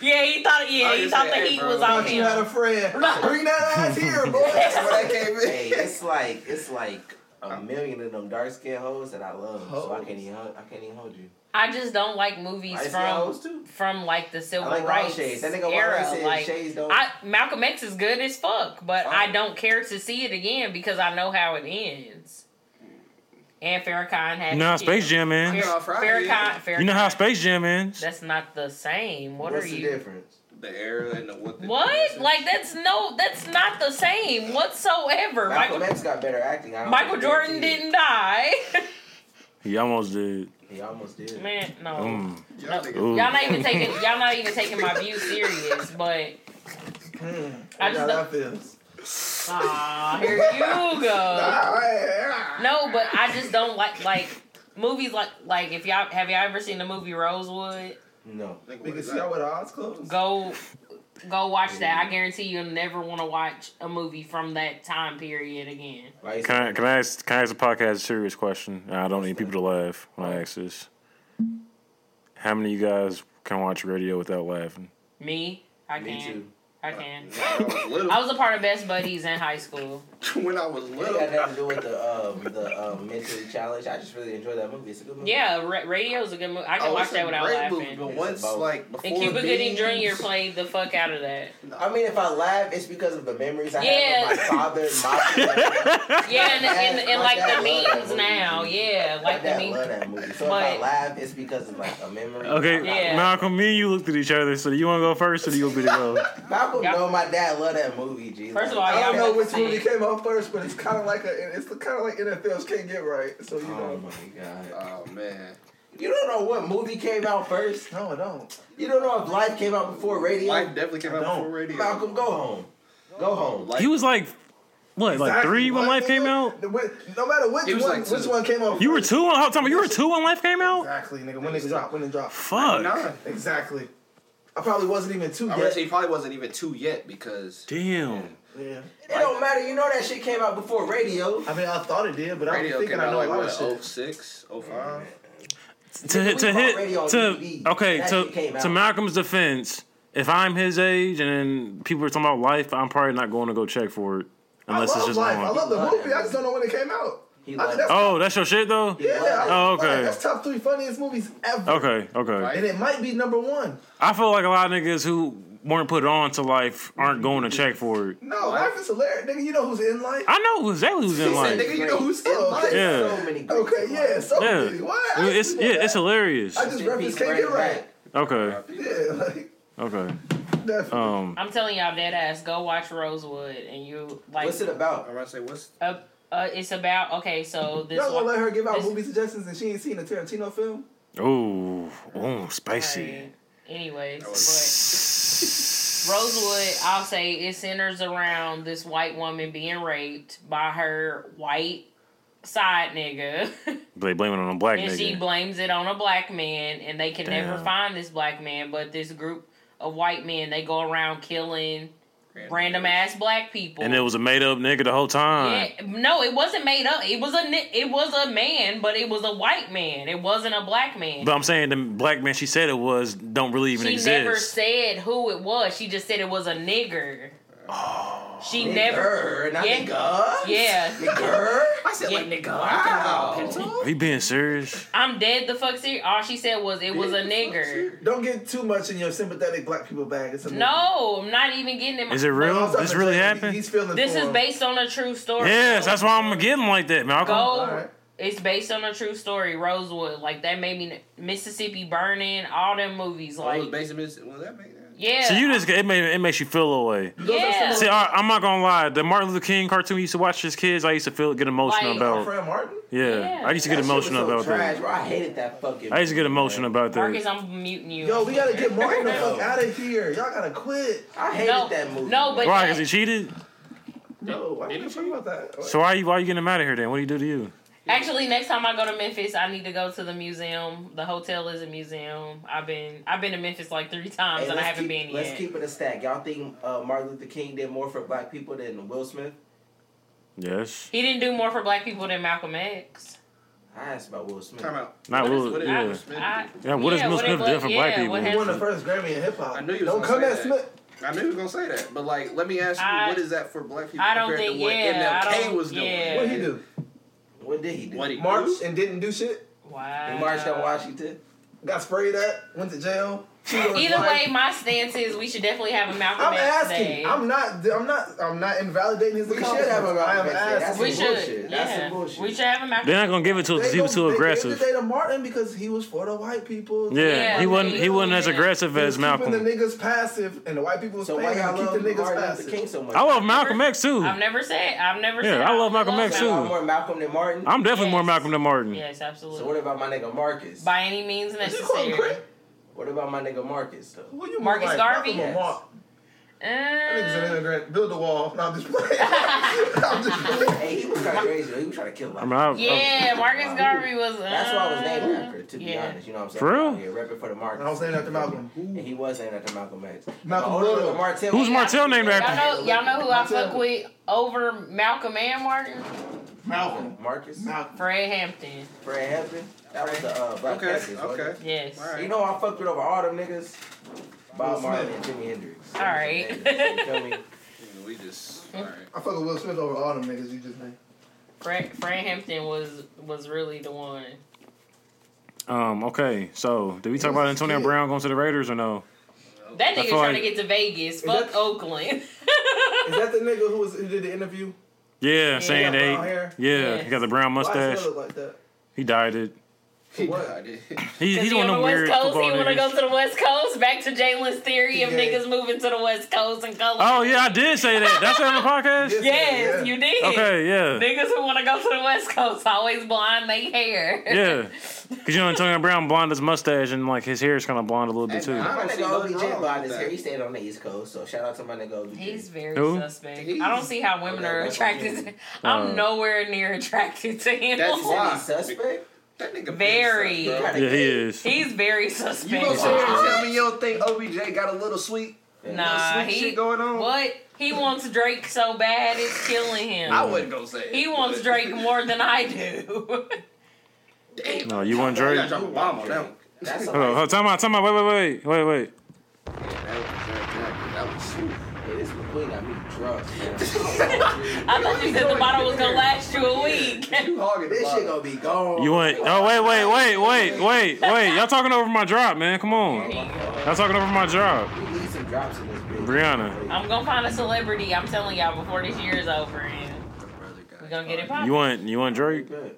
[SPEAKER 2] Yeah, he thought.
[SPEAKER 3] Oh,
[SPEAKER 2] Yeah,
[SPEAKER 5] I
[SPEAKER 2] he
[SPEAKER 5] just
[SPEAKER 2] thought
[SPEAKER 5] said,
[SPEAKER 2] that
[SPEAKER 5] hey,
[SPEAKER 2] he
[SPEAKER 5] bro,
[SPEAKER 2] was
[SPEAKER 5] why
[SPEAKER 2] on
[SPEAKER 4] Thought you had
[SPEAKER 2] him.
[SPEAKER 4] a friend. Bring that ass here, boy.
[SPEAKER 5] That's where that came in.
[SPEAKER 3] hey, it's like it's like
[SPEAKER 2] Uh,
[SPEAKER 3] a million of them dark skinned hoes that I love. So I can't even hold, I can't even hold you.
[SPEAKER 2] I just don't like movies
[SPEAKER 3] I see
[SPEAKER 2] from
[SPEAKER 3] hoes too.
[SPEAKER 2] from like the
[SPEAKER 3] I
[SPEAKER 2] civil
[SPEAKER 3] like all
[SPEAKER 2] rights
[SPEAKER 3] shades. That nigga
[SPEAKER 2] era.
[SPEAKER 3] Warren said
[SPEAKER 2] like
[SPEAKER 3] shades don't.
[SPEAKER 2] I, Malcolm X is good as fuck, but I
[SPEAKER 3] Oh.
[SPEAKER 2] don't care to see it again because I know how it ends. And Farrakhan had
[SPEAKER 1] You know how
[SPEAKER 2] to
[SPEAKER 1] Space
[SPEAKER 2] kill-
[SPEAKER 1] Jam ends.
[SPEAKER 5] Yeah, Friday.
[SPEAKER 2] Farrakhan, Farrakhan.
[SPEAKER 1] You know how Space Jam ends.
[SPEAKER 2] That's not the same. What
[SPEAKER 3] What's
[SPEAKER 2] are
[SPEAKER 3] the
[SPEAKER 2] you?
[SPEAKER 3] difference?
[SPEAKER 5] the era and the what. The
[SPEAKER 2] What? Like that's no, that's not the same whatsoever.
[SPEAKER 3] Malcolm
[SPEAKER 2] Michael,
[SPEAKER 3] X got better acting. I don't
[SPEAKER 2] Michael
[SPEAKER 3] think he
[SPEAKER 2] Jordan
[SPEAKER 3] did.
[SPEAKER 2] didn't die.
[SPEAKER 1] He almost did.
[SPEAKER 3] He almost did.
[SPEAKER 2] Man, no.
[SPEAKER 1] Mm.
[SPEAKER 2] No.
[SPEAKER 5] Y'all niggas-
[SPEAKER 1] Ooh.
[SPEAKER 2] Y'all not even taking y'all not even taking my view serious, but I
[SPEAKER 4] I
[SPEAKER 2] just
[SPEAKER 4] just
[SPEAKER 2] don't-
[SPEAKER 4] that feels.
[SPEAKER 2] aw, ah, here you go.
[SPEAKER 4] Ah,
[SPEAKER 2] No, but I just don't like like movies like like if y'all have y'all ever seen the movie Rosewood?
[SPEAKER 3] No.
[SPEAKER 5] Like, what
[SPEAKER 4] we can
[SPEAKER 5] is
[SPEAKER 4] see y'all
[SPEAKER 5] that?
[SPEAKER 4] with our eyes closed.
[SPEAKER 2] Go go watch that. I guarantee you'll never want to watch a movie from that time period again.
[SPEAKER 3] Like,
[SPEAKER 1] Can I, can I ask can I ask the podcast a serious question? I don't need people to laugh when I ask this. How many of you guys can watch radio without laughing?
[SPEAKER 2] Me, Uh, I can.
[SPEAKER 3] me too.
[SPEAKER 2] I can.
[SPEAKER 5] When I was little,
[SPEAKER 2] I was a part of Best Buddies in high school.
[SPEAKER 5] when I was
[SPEAKER 3] It ain't got
[SPEAKER 5] little,
[SPEAKER 3] nothing to do with the um, the um, mentally challenged. I just really enjoy that movie. It's a good movie.
[SPEAKER 2] Yeah, ra- radio's a good movie. I can
[SPEAKER 5] Oh,
[SPEAKER 2] watch
[SPEAKER 5] it's a
[SPEAKER 2] that without
[SPEAKER 5] great
[SPEAKER 2] laughing.
[SPEAKER 5] movie, but
[SPEAKER 3] It's
[SPEAKER 5] once
[SPEAKER 3] about-
[SPEAKER 5] like before
[SPEAKER 2] And Cuba Gooding
[SPEAKER 5] Beans-
[SPEAKER 2] Jr. played the fuck out of that.
[SPEAKER 3] I mean, if I laugh, it's because of the memories I
[SPEAKER 2] Yeah.
[SPEAKER 3] have with my father, my
[SPEAKER 2] Yeah, and, and, and,
[SPEAKER 3] My
[SPEAKER 2] like
[SPEAKER 3] dad
[SPEAKER 2] the
[SPEAKER 3] loved that
[SPEAKER 2] memes
[SPEAKER 3] movie.
[SPEAKER 2] now. Yeah,
[SPEAKER 3] my
[SPEAKER 2] like the
[SPEAKER 3] dad love
[SPEAKER 2] memes.
[SPEAKER 3] that movie. So if
[SPEAKER 2] But-
[SPEAKER 3] I laugh, it's because of like a memory.
[SPEAKER 1] Okay,
[SPEAKER 2] Yeah.
[SPEAKER 1] Malcolm, me and you looked at each other, so do you want to go first or do you want me to go?
[SPEAKER 3] Malcolm,
[SPEAKER 2] Y'all-
[SPEAKER 3] know my dad love that movie. G.
[SPEAKER 2] First of
[SPEAKER 3] Like,
[SPEAKER 2] all,
[SPEAKER 4] I
[SPEAKER 2] y'all
[SPEAKER 4] don't know
[SPEAKER 2] must
[SPEAKER 4] which
[SPEAKER 2] see.
[SPEAKER 4] movie came out first, but it's kind of like a. It's kind of like NFLs can't get right, so you
[SPEAKER 3] oh
[SPEAKER 4] know.
[SPEAKER 3] my god,
[SPEAKER 5] Oh man,
[SPEAKER 3] you don't know what movie came out first.
[SPEAKER 4] No, I don't.
[SPEAKER 3] You don't know if Life came out before Radio.
[SPEAKER 5] life definitely came out
[SPEAKER 4] I don't.
[SPEAKER 5] before radio.
[SPEAKER 3] Malcolm, go home. Go home.
[SPEAKER 5] Life-
[SPEAKER 1] He was like, what, like
[SPEAKER 4] Exactly.
[SPEAKER 1] three when
[SPEAKER 4] What,
[SPEAKER 1] Life came
[SPEAKER 4] nigga?
[SPEAKER 1] out?
[SPEAKER 4] The way- No matter which
[SPEAKER 5] He
[SPEAKER 4] one,
[SPEAKER 5] was like two.
[SPEAKER 4] which one came out.
[SPEAKER 1] You were
[SPEAKER 4] first.
[SPEAKER 1] two when, hold on, you were two when Life came out?
[SPEAKER 4] Exactly, nigga. When it dropped, when it dropped.
[SPEAKER 1] Fuck.
[SPEAKER 5] Nah.
[SPEAKER 4] Exactly. I probably wasn't even two
[SPEAKER 5] I would
[SPEAKER 4] yet.
[SPEAKER 5] say he probably wasn't even two yet because
[SPEAKER 1] Damn.
[SPEAKER 4] Yeah.
[SPEAKER 3] It don't matter. You know that shit came out before Radio.
[SPEAKER 4] I mean, I thought it did, but I was
[SPEAKER 5] radio
[SPEAKER 4] thinking
[SPEAKER 5] came
[SPEAKER 4] I
[SPEAKER 5] out
[SPEAKER 4] know
[SPEAKER 5] like
[SPEAKER 4] a lot
[SPEAKER 5] what,
[SPEAKER 4] of shit.
[SPEAKER 5] 06, 05?
[SPEAKER 1] To, to
[SPEAKER 3] call radio
[SPEAKER 1] hit,
[SPEAKER 3] on
[SPEAKER 1] to,
[SPEAKER 3] TV.
[SPEAKER 1] okay,
[SPEAKER 3] That shit
[SPEAKER 1] to,
[SPEAKER 3] came
[SPEAKER 1] to
[SPEAKER 3] out.
[SPEAKER 1] Malcolm's defense, if I'm his age and then people are talking about Life, I'm probably not going to go check for it. Unless
[SPEAKER 4] I
[SPEAKER 1] it's
[SPEAKER 4] love
[SPEAKER 1] just
[SPEAKER 4] life.
[SPEAKER 1] on.
[SPEAKER 4] I love the
[SPEAKER 3] Love that
[SPEAKER 4] movie. I just don't know when it came out.
[SPEAKER 3] He
[SPEAKER 4] I
[SPEAKER 3] loved
[SPEAKER 4] think
[SPEAKER 3] it.
[SPEAKER 4] that's,
[SPEAKER 1] Oh, that's your shit though?
[SPEAKER 4] yeah. I-
[SPEAKER 1] Oh, okay.
[SPEAKER 4] That's top three funniest movies ever.
[SPEAKER 1] Okay, okay.
[SPEAKER 4] And it might be number one.
[SPEAKER 1] I feel like a lot of niggas who weren't put on to life aren't going to check for it.
[SPEAKER 4] No, life is hilarious, nigga. You know who's in life?
[SPEAKER 1] I know exactly who's in life.
[SPEAKER 5] Nigga, you know who's in
[SPEAKER 4] Oh,
[SPEAKER 5] life?
[SPEAKER 4] okay.
[SPEAKER 1] Yeah.
[SPEAKER 3] So many. greats
[SPEAKER 4] Okay,
[SPEAKER 3] in life.
[SPEAKER 4] yeah. So
[SPEAKER 1] Yeah.
[SPEAKER 4] many. What? I
[SPEAKER 1] It's
[SPEAKER 4] just-
[SPEAKER 1] yeah, it's hilarious.
[SPEAKER 4] I just
[SPEAKER 3] Just
[SPEAKER 4] reference
[SPEAKER 3] be
[SPEAKER 4] can't get right.
[SPEAKER 3] correct.
[SPEAKER 1] Okay,
[SPEAKER 4] Yeah, like
[SPEAKER 1] okay.
[SPEAKER 4] definitely.
[SPEAKER 1] Um,
[SPEAKER 2] I'm telling y'all, dead ass, go watch Rosewood, and you like.
[SPEAKER 3] What's it about?
[SPEAKER 5] I'm about to say what's
[SPEAKER 2] Uh, uh, it's about okay. So this
[SPEAKER 4] Y'all gonna let her give out
[SPEAKER 2] this-
[SPEAKER 4] movie suggestions and she ain't seen a Tarantino film?
[SPEAKER 1] ooh, ooh, spicy.
[SPEAKER 2] Anyways, but Rosewood, I'll say it centers around this white woman being raped by her white side nigga.
[SPEAKER 1] They blaming it on a black
[SPEAKER 2] and she
[SPEAKER 1] nigga.
[SPEAKER 2] blames it on a black man and they can never
[SPEAKER 1] Damn.
[SPEAKER 2] find this black man, but this group of white men they go around killing random ass black people.
[SPEAKER 1] And it was a made up nigga the whole
[SPEAKER 2] yeah,
[SPEAKER 1] time.
[SPEAKER 2] no, it wasn't made up. It was a ni- it was a man, but it was a white man. It wasn't a black man.
[SPEAKER 1] But I'm saying the black man she said it was don't really even
[SPEAKER 2] she never
[SPEAKER 1] exist.
[SPEAKER 2] said who it was. She just said it was a nigger. Oh, she never.
[SPEAKER 3] Nigger, not
[SPEAKER 2] Yeah.
[SPEAKER 3] nigga.
[SPEAKER 2] Yeah,
[SPEAKER 3] Nigger.
[SPEAKER 5] I said
[SPEAKER 2] Yeah.
[SPEAKER 5] like nigga.
[SPEAKER 3] Wow.
[SPEAKER 1] Are you being serious?
[SPEAKER 2] I'm dead. The fuck serious. All she said was it was a nigger.
[SPEAKER 4] Don't get too much in your sympathetic black people bag. It's a movie.
[SPEAKER 2] No, I'm not even getting it.
[SPEAKER 1] Is it real?
[SPEAKER 4] Also,
[SPEAKER 1] This really
[SPEAKER 4] he-
[SPEAKER 1] happened?
[SPEAKER 4] He's feeling
[SPEAKER 2] This
[SPEAKER 4] for
[SPEAKER 2] is
[SPEAKER 4] him.
[SPEAKER 2] based on a true story.
[SPEAKER 1] Yes, that's why I'm getting like that, Malcolm.
[SPEAKER 2] Go.
[SPEAKER 4] All right.
[SPEAKER 2] It's based on a true story, Rosewood. Like that made me Mississippi Burning, all them movies.
[SPEAKER 5] All those
[SPEAKER 2] Like
[SPEAKER 5] basements. Well, that make that.
[SPEAKER 2] yeah,
[SPEAKER 1] So you just it, made, it makes you feel away.
[SPEAKER 4] Those are
[SPEAKER 2] Yeah.
[SPEAKER 1] See,
[SPEAKER 4] similar-
[SPEAKER 1] I, I'm not gonna lie. The Martin Luther King cartoon we used to watch as kids. I used to feel get emotional
[SPEAKER 2] Like-
[SPEAKER 1] about.
[SPEAKER 4] Fred Martin.
[SPEAKER 1] Yeah, I used to get
[SPEAKER 3] That shit was
[SPEAKER 1] emotional
[SPEAKER 3] so
[SPEAKER 1] about
[SPEAKER 3] trash,
[SPEAKER 1] that.
[SPEAKER 3] Bro, I hated that fucking.
[SPEAKER 1] I used to get emotional about
[SPEAKER 2] Marcus,
[SPEAKER 1] that.
[SPEAKER 2] I'm muting you.
[SPEAKER 4] Yo, we gotta get Martin the fuck out of here. Y'all gotta quit.
[SPEAKER 3] I hated
[SPEAKER 2] no,
[SPEAKER 3] that movie.
[SPEAKER 2] no, but
[SPEAKER 1] Why?
[SPEAKER 2] that-
[SPEAKER 1] Cause he cheated.
[SPEAKER 4] No, why didn't you about that?
[SPEAKER 1] So why you why you getting him out of here then? What do you do to you?
[SPEAKER 2] Actually, next time I go to Memphis, I need to go to the museum. The hotel is a museum. I've been I've been to Memphis like three times
[SPEAKER 3] Hey,
[SPEAKER 2] and I
[SPEAKER 3] let's
[SPEAKER 2] haven't
[SPEAKER 3] keep-
[SPEAKER 2] been
[SPEAKER 3] Let's
[SPEAKER 2] yet.
[SPEAKER 3] keep it a stack. Y'all think uh, Martin Luther King did more for black people than Will Smith?
[SPEAKER 1] Yes.
[SPEAKER 2] He didn't do more for black people than Malcolm X.
[SPEAKER 3] I asked about Will Smith.
[SPEAKER 5] Time out.
[SPEAKER 1] Not
[SPEAKER 2] What is-
[SPEAKER 1] Will.
[SPEAKER 5] what is-
[SPEAKER 1] Yeah.
[SPEAKER 5] what is-
[SPEAKER 2] I-
[SPEAKER 1] Yeah. What is
[SPEAKER 2] yeah,
[SPEAKER 1] Will
[SPEAKER 2] what it
[SPEAKER 1] Smith
[SPEAKER 2] was-
[SPEAKER 1] doing for black
[SPEAKER 2] yeah, what
[SPEAKER 4] He
[SPEAKER 1] people?
[SPEAKER 4] won the first Grammy in hip hop.
[SPEAKER 5] I knew you was
[SPEAKER 4] Don't
[SPEAKER 5] gonna
[SPEAKER 4] come
[SPEAKER 5] say
[SPEAKER 4] at
[SPEAKER 5] that.
[SPEAKER 4] Smith.
[SPEAKER 5] I knew you was gonna say that, but like, let me ask you,
[SPEAKER 2] I-
[SPEAKER 5] what is that for black people
[SPEAKER 2] I don't
[SPEAKER 5] compared
[SPEAKER 2] think-
[SPEAKER 5] to what
[SPEAKER 2] yeah, I
[SPEAKER 5] MLK
[SPEAKER 2] don't-
[SPEAKER 5] was doing?
[SPEAKER 2] yeah.
[SPEAKER 4] What he do?
[SPEAKER 3] What did he do?
[SPEAKER 5] What he
[SPEAKER 4] March
[SPEAKER 5] do?
[SPEAKER 4] and didn't do shit.
[SPEAKER 2] Wow.
[SPEAKER 3] He marched on Washington.
[SPEAKER 4] Got sprayed at. Went to jail. Either
[SPEAKER 2] Either way, my stance is we should definitely have a Malcolm
[SPEAKER 4] I'm
[SPEAKER 2] X
[SPEAKER 4] asking.
[SPEAKER 2] Day.
[SPEAKER 4] I'm not. I'm not. I'm not invalidating his
[SPEAKER 3] We should
[SPEAKER 4] accomplishments.
[SPEAKER 3] have a Malcolm
[SPEAKER 4] I am
[SPEAKER 3] X Day. That's
[SPEAKER 4] asking.
[SPEAKER 2] we
[SPEAKER 3] some
[SPEAKER 2] should.
[SPEAKER 3] bullshit.
[SPEAKER 2] Yeah.
[SPEAKER 3] That's some bullshit.
[SPEAKER 2] We should have a Malcolm
[SPEAKER 1] They're not gonna give it to us because he was too
[SPEAKER 4] don't-
[SPEAKER 1] aggressive.
[SPEAKER 4] They gave the day to Martin because he was for the white people.
[SPEAKER 1] Yeah,
[SPEAKER 2] Yeah,
[SPEAKER 1] he
[SPEAKER 2] like,
[SPEAKER 1] wasn't. He wasn't as
[SPEAKER 2] yeah.
[SPEAKER 1] aggressive
[SPEAKER 4] He was
[SPEAKER 1] as Malcolm.
[SPEAKER 4] Keeping the niggas passive, and the white people was
[SPEAKER 3] So why
[SPEAKER 4] paying
[SPEAKER 3] y'all
[SPEAKER 4] to
[SPEAKER 3] love
[SPEAKER 4] keep the niggas
[SPEAKER 3] Martin Luther
[SPEAKER 4] passive.
[SPEAKER 3] King so much?
[SPEAKER 1] I love Malcolm X too.
[SPEAKER 2] I've never said. I've never
[SPEAKER 1] Yeah,
[SPEAKER 2] said.
[SPEAKER 1] I love Malcolm X, too.
[SPEAKER 3] Y'all more Malcolm than Martin.
[SPEAKER 1] I'm definitely more
[SPEAKER 2] Yes.
[SPEAKER 1] Malcolm than Martin.
[SPEAKER 2] Yes, absolutely.
[SPEAKER 3] so what about my nigga Marcus?
[SPEAKER 2] By any means
[SPEAKER 4] Did you call him
[SPEAKER 2] necessary.
[SPEAKER 4] Chris?
[SPEAKER 3] What about my nigga Marcus though?
[SPEAKER 4] Who you
[SPEAKER 2] Marcus
[SPEAKER 4] like?
[SPEAKER 2] Garvey?
[SPEAKER 4] Malcolm or Mark? That nigga's an
[SPEAKER 2] Uh,
[SPEAKER 1] Oh,
[SPEAKER 4] immigrant. Build the wall. No, I'm just playing. I'm just playing.
[SPEAKER 3] Hey, he was kind of crazy. though. He was trying to kill a
[SPEAKER 1] I
[SPEAKER 3] lot.
[SPEAKER 1] mean, I,
[SPEAKER 2] yeah, Marcus
[SPEAKER 3] Wow.
[SPEAKER 2] Garvey was. Uh,
[SPEAKER 3] That's why I was named after, to be
[SPEAKER 2] yeah.
[SPEAKER 3] honest. You know what I'm saying?
[SPEAKER 1] For real?
[SPEAKER 3] Yeah, repping for the Marcus.
[SPEAKER 4] I was named after Malcolm.
[SPEAKER 3] And he was named after Malcolm X.
[SPEAKER 4] Malcolm
[SPEAKER 3] My older
[SPEAKER 4] Little.
[SPEAKER 3] brother Martell.
[SPEAKER 1] Who's Martell named
[SPEAKER 2] Y'all
[SPEAKER 1] after?
[SPEAKER 2] know, uh, y'all know who I
[SPEAKER 4] Martell.
[SPEAKER 2] fuck with over Malcolm and Martin?
[SPEAKER 4] Malcolm.
[SPEAKER 3] Marcus.
[SPEAKER 4] Malcolm.
[SPEAKER 2] Fred Hampton.
[SPEAKER 3] Fred Hampton. That was the uh, Black
[SPEAKER 5] Okay,
[SPEAKER 3] Panthers, wasn't
[SPEAKER 5] okay.
[SPEAKER 3] it?
[SPEAKER 2] Yes.
[SPEAKER 5] All right.
[SPEAKER 3] You know I fucked with over all them niggas?
[SPEAKER 4] Will
[SPEAKER 3] Bob Marley
[SPEAKER 4] Smith.
[SPEAKER 3] and Jimi Hendrix.
[SPEAKER 2] All right.
[SPEAKER 3] You feel me?
[SPEAKER 5] We
[SPEAKER 2] Hmm.
[SPEAKER 5] just all right.
[SPEAKER 4] I fuck with Will Smith over all them niggas you just named.
[SPEAKER 2] Fred, Fred Hampton was was really the one.
[SPEAKER 1] Um. Okay. So, did we talk about Antonio
[SPEAKER 4] Yeah.
[SPEAKER 1] Brown going to the Raiders or no?
[SPEAKER 2] That nigga
[SPEAKER 1] feel
[SPEAKER 2] trying to
[SPEAKER 1] like-
[SPEAKER 2] get to Vegas. Fuck
[SPEAKER 4] that-
[SPEAKER 2] Oakland.
[SPEAKER 4] Is that the nigga who was who did the interview?
[SPEAKER 1] Yeah,
[SPEAKER 4] He
[SPEAKER 1] saying
[SPEAKER 4] got brown
[SPEAKER 1] they.
[SPEAKER 4] hair.
[SPEAKER 1] Yeah,
[SPEAKER 2] Yes.
[SPEAKER 1] he got the brown
[SPEAKER 4] Why
[SPEAKER 1] mustache.
[SPEAKER 4] does he look like that?
[SPEAKER 1] He dyed it.
[SPEAKER 5] He
[SPEAKER 4] What?
[SPEAKER 5] died.
[SPEAKER 1] He,
[SPEAKER 2] Cause
[SPEAKER 1] he's
[SPEAKER 2] he
[SPEAKER 1] one of them
[SPEAKER 2] on the
[SPEAKER 1] weird
[SPEAKER 2] West Coast.
[SPEAKER 1] football
[SPEAKER 2] He want to
[SPEAKER 1] niggas.
[SPEAKER 2] go to the West Coast. Back to Jalen's theory of
[SPEAKER 4] Yeah.
[SPEAKER 2] niggas moving to the West Coast and color.
[SPEAKER 1] Oh yeah, I did say that. That's on the podcast.
[SPEAKER 4] Yes.
[SPEAKER 2] yes,
[SPEAKER 4] Yeah.
[SPEAKER 2] you did.
[SPEAKER 1] Okay. Yeah.
[SPEAKER 2] Niggas who want to go to the West Coast always blonde they hair.
[SPEAKER 1] Yeah. Cause you know Antonio Brown blonde his mustache and like his hair is kind of blonde a little bit
[SPEAKER 5] Hey,
[SPEAKER 1] too.
[SPEAKER 5] man,
[SPEAKER 3] My
[SPEAKER 5] don't see
[SPEAKER 3] nigga
[SPEAKER 5] nothing
[SPEAKER 3] OBJ
[SPEAKER 5] wrong
[SPEAKER 3] bought
[SPEAKER 5] with
[SPEAKER 3] his
[SPEAKER 5] that.
[SPEAKER 3] hair. He stayed on the East Coast, so shout out to my nigga OBJ.
[SPEAKER 2] He's very
[SPEAKER 1] Who?
[SPEAKER 2] suspect. I don't see how women
[SPEAKER 5] Oh,
[SPEAKER 2] are
[SPEAKER 3] He's-
[SPEAKER 2] attracted. to
[SPEAKER 1] Uh,
[SPEAKER 2] I'm nowhere near attracted to him.
[SPEAKER 5] That's
[SPEAKER 3] Is that
[SPEAKER 5] why.
[SPEAKER 3] any suspect?
[SPEAKER 5] That nigga been
[SPEAKER 2] Very.
[SPEAKER 5] sucked,
[SPEAKER 1] Yeah, he is.
[SPEAKER 2] He's very
[SPEAKER 5] bro. You gonna
[SPEAKER 2] suspect.
[SPEAKER 5] sit here and tell me you don't think OBJ got a little sweet,
[SPEAKER 2] Nah,
[SPEAKER 5] sweet
[SPEAKER 2] Uh, he
[SPEAKER 5] shit going on?
[SPEAKER 2] what he wants Drake so bad it's killing him.
[SPEAKER 5] I wasn't gonna say. it,
[SPEAKER 2] he wants
[SPEAKER 5] but-
[SPEAKER 2] Drake more than I do.
[SPEAKER 5] Damn.
[SPEAKER 1] No, you want
[SPEAKER 5] I
[SPEAKER 1] Drake?
[SPEAKER 5] gotta drop a bomb on that one.
[SPEAKER 3] That's
[SPEAKER 1] Hold on, hold on, time out, time out, wait, wait, wait, wait, wait.
[SPEAKER 5] That was sweet.
[SPEAKER 3] Hey, this McQueen got me drugs, man.
[SPEAKER 2] I thought you said the bottle was gonna last you a week.
[SPEAKER 5] You hogging the
[SPEAKER 3] this shit
[SPEAKER 5] bottle.
[SPEAKER 3] gonna be gone.
[SPEAKER 1] You want? Oh wait, wait, wait, wait, wait, wait. Y'all talking over my drop, man. Come on. Y'all talking over my drop.
[SPEAKER 3] We need some drops in this bitch.
[SPEAKER 1] Brianna.
[SPEAKER 2] I'm gonna find a celebrity. I'm telling y'all before this year is over, and we gonna get it poppin'.
[SPEAKER 1] You want? You want Drake?
[SPEAKER 3] Good.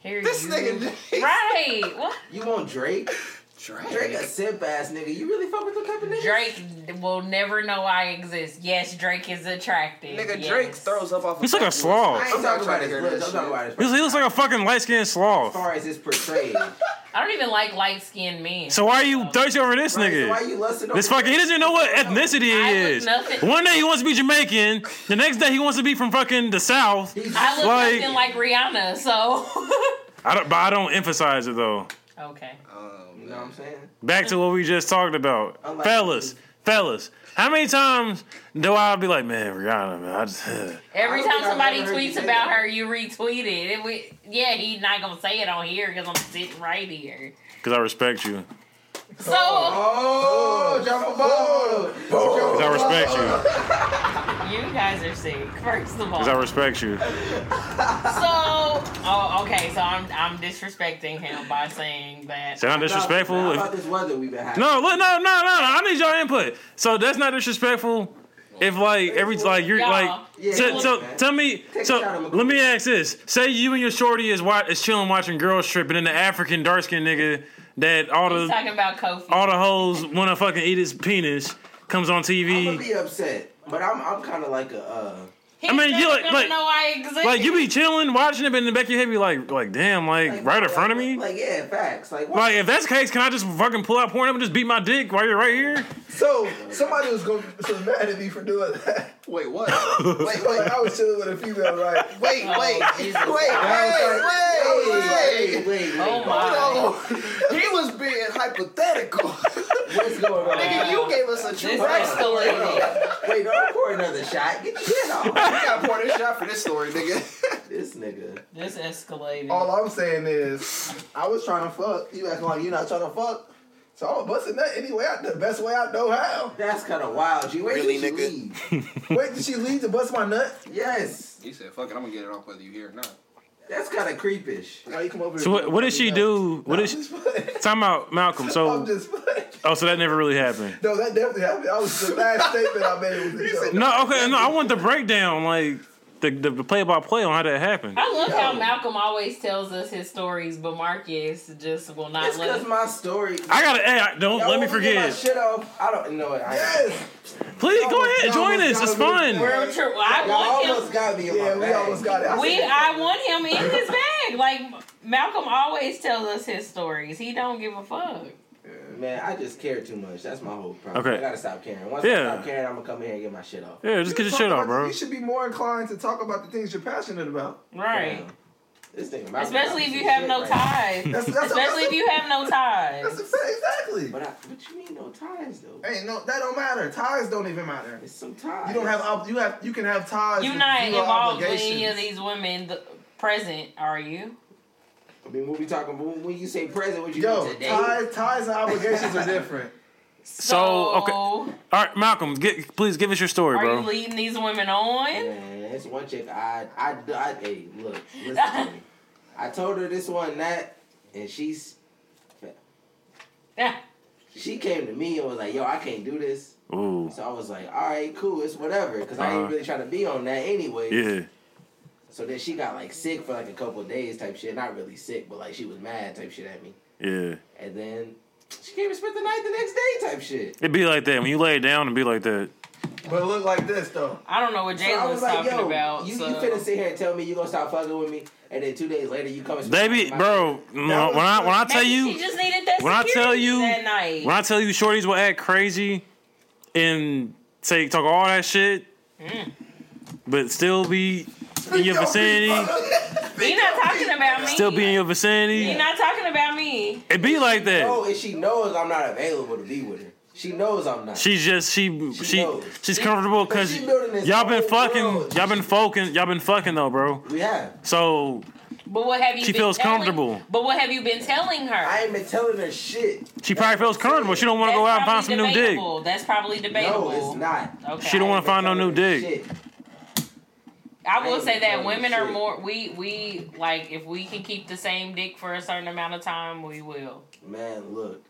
[SPEAKER 2] Here
[SPEAKER 5] This
[SPEAKER 2] you.
[SPEAKER 5] nigga.
[SPEAKER 2] Right. What?
[SPEAKER 3] You want Drake? Drake a simp ass nigga. You really fuck with them type of niggas?
[SPEAKER 2] Drake will never know I exist. Yes, Drake is attractive.
[SPEAKER 5] Nigga
[SPEAKER 2] yes.
[SPEAKER 5] Drake throws up off.
[SPEAKER 1] He's like a
[SPEAKER 5] slob.
[SPEAKER 1] sloth.
[SPEAKER 3] I ain't
[SPEAKER 5] I'm not
[SPEAKER 3] talking about
[SPEAKER 5] trying to
[SPEAKER 3] his
[SPEAKER 5] hear
[SPEAKER 3] looks.
[SPEAKER 5] that
[SPEAKER 3] I'm talking about
[SPEAKER 5] shit.
[SPEAKER 3] his
[SPEAKER 1] He looks- he looks like a fucking light skinned
[SPEAKER 3] As
[SPEAKER 1] sloth.
[SPEAKER 3] far as it's portrayed.
[SPEAKER 2] I don't even like light skinned men.
[SPEAKER 1] So why are you thirsty over this
[SPEAKER 3] Right, so why
[SPEAKER 1] nigga?
[SPEAKER 3] you lusting over
[SPEAKER 1] This fucking he doesn't even know what ethnicity
[SPEAKER 2] I
[SPEAKER 1] he
[SPEAKER 2] look
[SPEAKER 1] is.
[SPEAKER 2] nothing-
[SPEAKER 1] One day he wants to be Jamaican, the next day he wants to be from fucking the South.
[SPEAKER 2] I look
[SPEAKER 1] Like-
[SPEAKER 2] nothing like Rihanna, so.
[SPEAKER 1] I don't, but I don't emphasize it though.
[SPEAKER 2] okay.
[SPEAKER 5] Oh,
[SPEAKER 3] You know what I'm saying?
[SPEAKER 1] Back to what we just talked about,
[SPEAKER 3] Unlike-
[SPEAKER 1] fellas, fellas. How many times do I be like, man, Rihanna, man, I just,
[SPEAKER 2] Every
[SPEAKER 3] I don't
[SPEAKER 2] time
[SPEAKER 3] think I've
[SPEAKER 2] somebody
[SPEAKER 3] ever heard you
[SPEAKER 2] tweets
[SPEAKER 3] say
[SPEAKER 2] about
[SPEAKER 3] that.
[SPEAKER 2] her, you retweet it. it we, yeah, he's not gonna say it on here because I'm sitting right here.
[SPEAKER 1] because I respect you,
[SPEAKER 2] So
[SPEAKER 3] Oh, drop a ball.
[SPEAKER 1] because I respect you,
[SPEAKER 2] you guys are sick. First of all,
[SPEAKER 1] because I respect you.
[SPEAKER 2] so oh, okay. So I'm I'm disrespecting him by saying that.
[SPEAKER 1] Sound
[SPEAKER 3] How
[SPEAKER 1] disrespectful? If,
[SPEAKER 3] about this weather we've been having?
[SPEAKER 1] no, look, no, no, no, no. I need your input. So that's not disrespectful. If like every like you're
[SPEAKER 2] Y'all.
[SPEAKER 1] like
[SPEAKER 3] Yeah,
[SPEAKER 1] So,
[SPEAKER 3] come
[SPEAKER 1] so
[SPEAKER 3] on, man.
[SPEAKER 1] tell me.
[SPEAKER 3] Take a
[SPEAKER 1] so
[SPEAKER 3] shot of
[SPEAKER 1] let me ask this: Say you and your shorty is wa- is chilling watching Girls Trip, and then the African dark skinned nigga that all
[SPEAKER 2] He's
[SPEAKER 1] the
[SPEAKER 2] talking about Kofi.
[SPEAKER 1] all the hoes want to fucking eat his penis comes on
[SPEAKER 3] I'm gonna
[SPEAKER 1] TV.
[SPEAKER 3] be upset, but I'm I'm kind of like a uh,
[SPEAKER 2] He's
[SPEAKER 1] I mean, you
[SPEAKER 2] never
[SPEAKER 1] like-
[SPEAKER 2] gonna
[SPEAKER 1] like-
[SPEAKER 2] know I exist.
[SPEAKER 1] Like you be chilling, watching it, but in the back of your head be like, like damn, like right in front of me.
[SPEAKER 3] Like yeah, facts. Like what?
[SPEAKER 1] Like if that's the case, can I just fucking pull out porn up and just beat my dick while you're right here?
[SPEAKER 4] So somebody was going to was mad at me for doing that.
[SPEAKER 5] Wait, what?
[SPEAKER 4] Like, like I was chilling with a female, right?
[SPEAKER 5] Wait, wait, wait,
[SPEAKER 3] Hey,
[SPEAKER 5] wait,
[SPEAKER 3] wait, wait,
[SPEAKER 2] Oh
[SPEAKER 3] wait.
[SPEAKER 2] my!
[SPEAKER 5] Oh, he was being hypothetical.
[SPEAKER 3] What's going on?
[SPEAKER 5] Nigga, you gave us a
[SPEAKER 2] This
[SPEAKER 5] true backstory.
[SPEAKER 2] escalated.
[SPEAKER 3] Wait, don't pour another shot. Get your shit off.
[SPEAKER 5] You gotta pour this shot for this story, nigga.
[SPEAKER 3] this nigga.
[SPEAKER 2] This escalated.
[SPEAKER 4] All I'm saying is, I was trying to fuck. You acting like you're not trying to fuck. So I'm busting that anyway. I, the best way I know how.
[SPEAKER 3] That's kind of wild. You wait
[SPEAKER 5] Really,
[SPEAKER 3] till she
[SPEAKER 5] nigga?
[SPEAKER 3] leave.
[SPEAKER 4] Wait, did she leave to bust my nut?
[SPEAKER 3] Yes,
[SPEAKER 5] He said, "Fuck it, I'm gonna get it off whether you hear or not."
[SPEAKER 3] that's kind of creepish.
[SPEAKER 4] Why you come over here?
[SPEAKER 1] So what, what did she do? What did she?
[SPEAKER 4] I'm just playing.
[SPEAKER 1] Time out, Malcolm.
[SPEAKER 4] I'm
[SPEAKER 1] So
[SPEAKER 4] just playing.
[SPEAKER 1] Oh, so that never really happened.
[SPEAKER 4] No, that definitely happened. That was the last statement I made was a joke.
[SPEAKER 1] No, okay, no. I want the breakdown, like the the play by play on how that happened.
[SPEAKER 2] I love how Malcolm always tells us his stories, but Marcus just will not
[SPEAKER 3] It's
[SPEAKER 2] Uh, let
[SPEAKER 3] because
[SPEAKER 2] us.
[SPEAKER 3] my story.
[SPEAKER 1] I gotta. Hey, I- don't
[SPEAKER 3] Y'all
[SPEAKER 1] let me
[SPEAKER 3] want to
[SPEAKER 1] forget.
[SPEAKER 3] get My shit off. I don't know. I,
[SPEAKER 4] Yes.
[SPEAKER 1] Please go
[SPEAKER 3] Y'all
[SPEAKER 1] ahead,
[SPEAKER 3] almost
[SPEAKER 1] join
[SPEAKER 3] got
[SPEAKER 1] us.
[SPEAKER 3] me
[SPEAKER 1] It's
[SPEAKER 3] with that.
[SPEAKER 1] fun.
[SPEAKER 2] Real true. I
[SPEAKER 3] Y'all
[SPEAKER 2] want
[SPEAKER 3] almost
[SPEAKER 2] him.
[SPEAKER 3] got me in
[SPEAKER 4] Yeah,
[SPEAKER 3] my
[SPEAKER 4] we
[SPEAKER 3] bag.
[SPEAKER 4] almost got it. I
[SPEAKER 2] We,
[SPEAKER 4] said-
[SPEAKER 2] I want him in his bag. Like Malcolm always tells us his stories. He don't give a fuck.
[SPEAKER 3] Man, I just care too much. That's my whole problem.
[SPEAKER 1] Okay.
[SPEAKER 3] I gotta stop caring. Once
[SPEAKER 1] Yeah.
[SPEAKER 3] I stop caring, I'm gonna come in here and get my shit off.
[SPEAKER 1] Yeah, just get your shit off, bro.
[SPEAKER 4] You should be more inclined to talk about the things you're passionate about.
[SPEAKER 2] Right.
[SPEAKER 3] Damn. This thing about
[SPEAKER 2] Especially if you have no ties.
[SPEAKER 4] That's- that's-
[SPEAKER 2] Especially if you have no
[SPEAKER 4] That's
[SPEAKER 2] ties.
[SPEAKER 4] exa- exactly.
[SPEAKER 3] But I, but you mean no ties though.
[SPEAKER 4] Hey, no, that don't matter. Ties don't even matter.
[SPEAKER 3] It's some ties.
[SPEAKER 4] You don't have ob- you have you can have ties.
[SPEAKER 2] You're
[SPEAKER 4] with
[SPEAKER 2] not
[SPEAKER 4] zero
[SPEAKER 2] involved with any of
[SPEAKER 4] obligations.
[SPEAKER 2] these women th- present, are you?
[SPEAKER 3] I mean, what we talking about? When you say present, what you
[SPEAKER 4] Yo,
[SPEAKER 3] do today?
[SPEAKER 4] ties, ties and obligations are different.
[SPEAKER 1] So, okay. All right, Malcolm, get please give us your story,
[SPEAKER 2] Are you
[SPEAKER 1] bro.
[SPEAKER 2] leading these women on?
[SPEAKER 3] Man, it's one chick. I, I, I, hey, look, listen to me. I told her this one that, and she's
[SPEAKER 2] Yeah.
[SPEAKER 3] she came to me and was like, "Yo, I can't do this."
[SPEAKER 1] Ooh,
[SPEAKER 3] So I was like, "All right, cool, it's whatever," because I
[SPEAKER 1] Uh-huh.
[SPEAKER 3] ain't really trying to be on that anyway.
[SPEAKER 1] yeah.
[SPEAKER 3] So then she got like sick for like a couple of days type shit. Not really sick, but like she was mad type shit at me.
[SPEAKER 1] Yeah.
[SPEAKER 3] And then she came and spent the night the next day type shit.
[SPEAKER 1] It be like that when you lay it down and be like that.
[SPEAKER 4] But look like this though.
[SPEAKER 2] I don't know what
[SPEAKER 3] So I
[SPEAKER 2] Jayla was
[SPEAKER 3] was like,
[SPEAKER 2] talking
[SPEAKER 3] yo,
[SPEAKER 2] about.
[SPEAKER 3] you,
[SPEAKER 2] so.
[SPEAKER 3] you finna sit here and tell me you gonna stop fucking with me, and then two days later you come and spend
[SPEAKER 1] They be,
[SPEAKER 3] the night with my-
[SPEAKER 1] bro. When I when I, when I tell
[SPEAKER 2] Maybe
[SPEAKER 1] you,
[SPEAKER 2] she just needed that
[SPEAKER 1] when I tell
[SPEAKER 2] security
[SPEAKER 1] you-
[SPEAKER 2] that night.
[SPEAKER 1] When I tell you shorties will act crazy and say talk all that shit, but still be in your vicinity,
[SPEAKER 2] You're not talking about me.
[SPEAKER 1] still be in your vicinity,
[SPEAKER 2] You're not talking about me.
[SPEAKER 1] it be like that.
[SPEAKER 3] Oh, and she knows I'm not available to be with her. She knows I'm not.
[SPEAKER 1] She's just she she
[SPEAKER 3] knows.
[SPEAKER 1] she's comfortable because
[SPEAKER 3] She building this
[SPEAKER 1] y'all been
[SPEAKER 3] whole
[SPEAKER 1] fucking
[SPEAKER 3] world.
[SPEAKER 1] y'all been fucking y'all been fucking though, bro.
[SPEAKER 3] we have.
[SPEAKER 1] So
[SPEAKER 2] But what have you?
[SPEAKER 1] She
[SPEAKER 2] been
[SPEAKER 1] feels
[SPEAKER 2] telling-
[SPEAKER 1] comfortable.
[SPEAKER 2] But what have you been telling her?
[SPEAKER 3] I ain't been telling her shit.
[SPEAKER 1] she probably feels comfortable. She don't want to
[SPEAKER 2] That's
[SPEAKER 1] go out and find some
[SPEAKER 2] probably
[SPEAKER 1] new dick.
[SPEAKER 2] debatable. That's probably debatable.
[SPEAKER 3] No, it's not.
[SPEAKER 2] Okay.
[SPEAKER 1] She don't wanna find no new dick.
[SPEAKER 3] Shit.
[SPEAKER 2] I will
[SPEAKER 3] ain't
[SPEAKER 2] say that
[SPEAKER 3] telling
[SPEAKER 2] women are
[SPEAKER 3] shit.
[SPEAKER 2] more. We we like if we can keep the same dick for a certain amount of time, we will.
[SPEAKER 3] Man, look.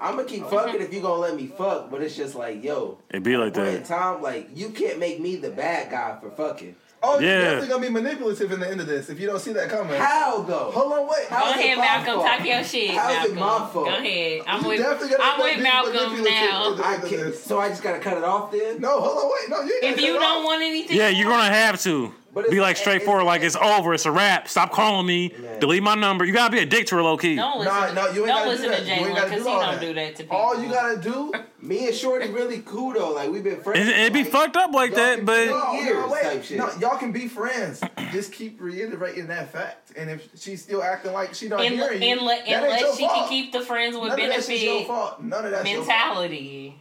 [SPEAKER 3] I'm gonna keep fucking if you gonna let me fuck, but it's just like, yo,
[SPEAKER 1] It be like
[SPEAKER 3] Right,
[SPEAKER 1] that.
[SPEAKER 3] Tom, like you can't make me the bad guy for fucking.
[SPEAKER 4] Oh,
[SPEAKER 1] Yeah.
[SPEAKER 4] you're definitely gonna be manipulative in the end of this if you don't see that coming.
[SPEAKER 3] How though?
[SPEAKER 4] Hold on, wait.
[SPEAKER 3] How
[SPEAKER 2] Go
[SPEAKER 3] is it
[SPEAKER 2] ahead,
[SPEAKER 3] my
[SPEAKER 2] Malcolm.
[SPEAKER 3] fault?
[SPEAKER 2] Talk your shit,
[SPEAKER 3] How is
[SPEAKER 2] Malcolm.
[SPEAKER 3] it my fault?
[SPEAKER 2] Go ahead. I'm
[SPEAKER 4] You
[SPEAKER 2] with.
[SPEAKER 4] definitely gotta
[SPEAKER 2] I'm
[SPEAKER 4] let
[SPEAKER 2] with
[SPEAKER 4] people
[SPEAKER 2] Malcolm
[SPEAKER 4] manipulate you.
[SPEAKER 2] now.
[SPEAKER 3] I can't. So I just gotta cut it off then.
[SPEAKER 4] No, hold on, wait. No, you. ain't
[SPEAKER 2] If you
[SPEAKER 4] gotta
[SPEAKER 2] don't
[SPEAKER 4] cut
[SPEAKER 2] want anything,
[SPEAKER 1] Yeah, you're gonna have to.
[SPEAKER 3] But
[SPEAKER 1] Be
[SPEAKER 3] it's-
[SPEAKER 1] like straightforward, like it's over, it's a wrap. Stop calling me,
[SPEAKER 3] Yeah.
[SPEAKER 1] delete my number. You gotta be a dick to her, low key.
[SPEAKER 2] Don't
[SPEAKER 4] it
[SPEAKER 2] listen.
[SPEAKER 4] off. Nah, no, you ain't
[SPEAKER 2] don't
[SPEAKER 4] gotta
[SPEAKER 2] listen to
[SPEAKER 4] do that. You
[SPEAKER 2] Jay
[SPEAKER 4] ain't
[SPEAKER 2] because
[SPEAKER 4] gotta
[SPEAKER 2] he
[SPEAKER 4] do all
[SPEAKER 2] don't
[SPEAKER 4] that.
[SPEAKER 2] do that to people.
[SPEAKER 4] All you gotta do.
[SPEAKER 3] Me and Shorty really cool though. Like we've been friends.
[SPEAKER 1] It, it'd be
[SPEAKER 3] like,
[SPEAKER 1] fucked up like
[SPEAKER 4] y'all
[SPEAKER 1] that,
[SPEAKER 4] can-
[SPEAKER 1] but
[SPEAKER 4] no,
[SPEAKER 3] years
[SPEAKER 4] no, wait.
[SPEAKER 3] type shit.
[SPEAKER 4] No, y'all can be friends. Just keep reiterating that fact. And if she's still acting like she don't
[SPEAKER 2] Un-
[SPEAKER 4] hear you,
[SPEAKER 2] unle-
[SPEAKER 4] that ain't your
[SPEAKER 2] unless she can
[SPEAKER 4] fault.
[SPEAKER 2] keep the friends with
[SPEAKER 4] None of that shit's your
[SPEAKER 2] benefit
[SPEAKER 4] fault. None of that
[SPEAKER 2] mentality.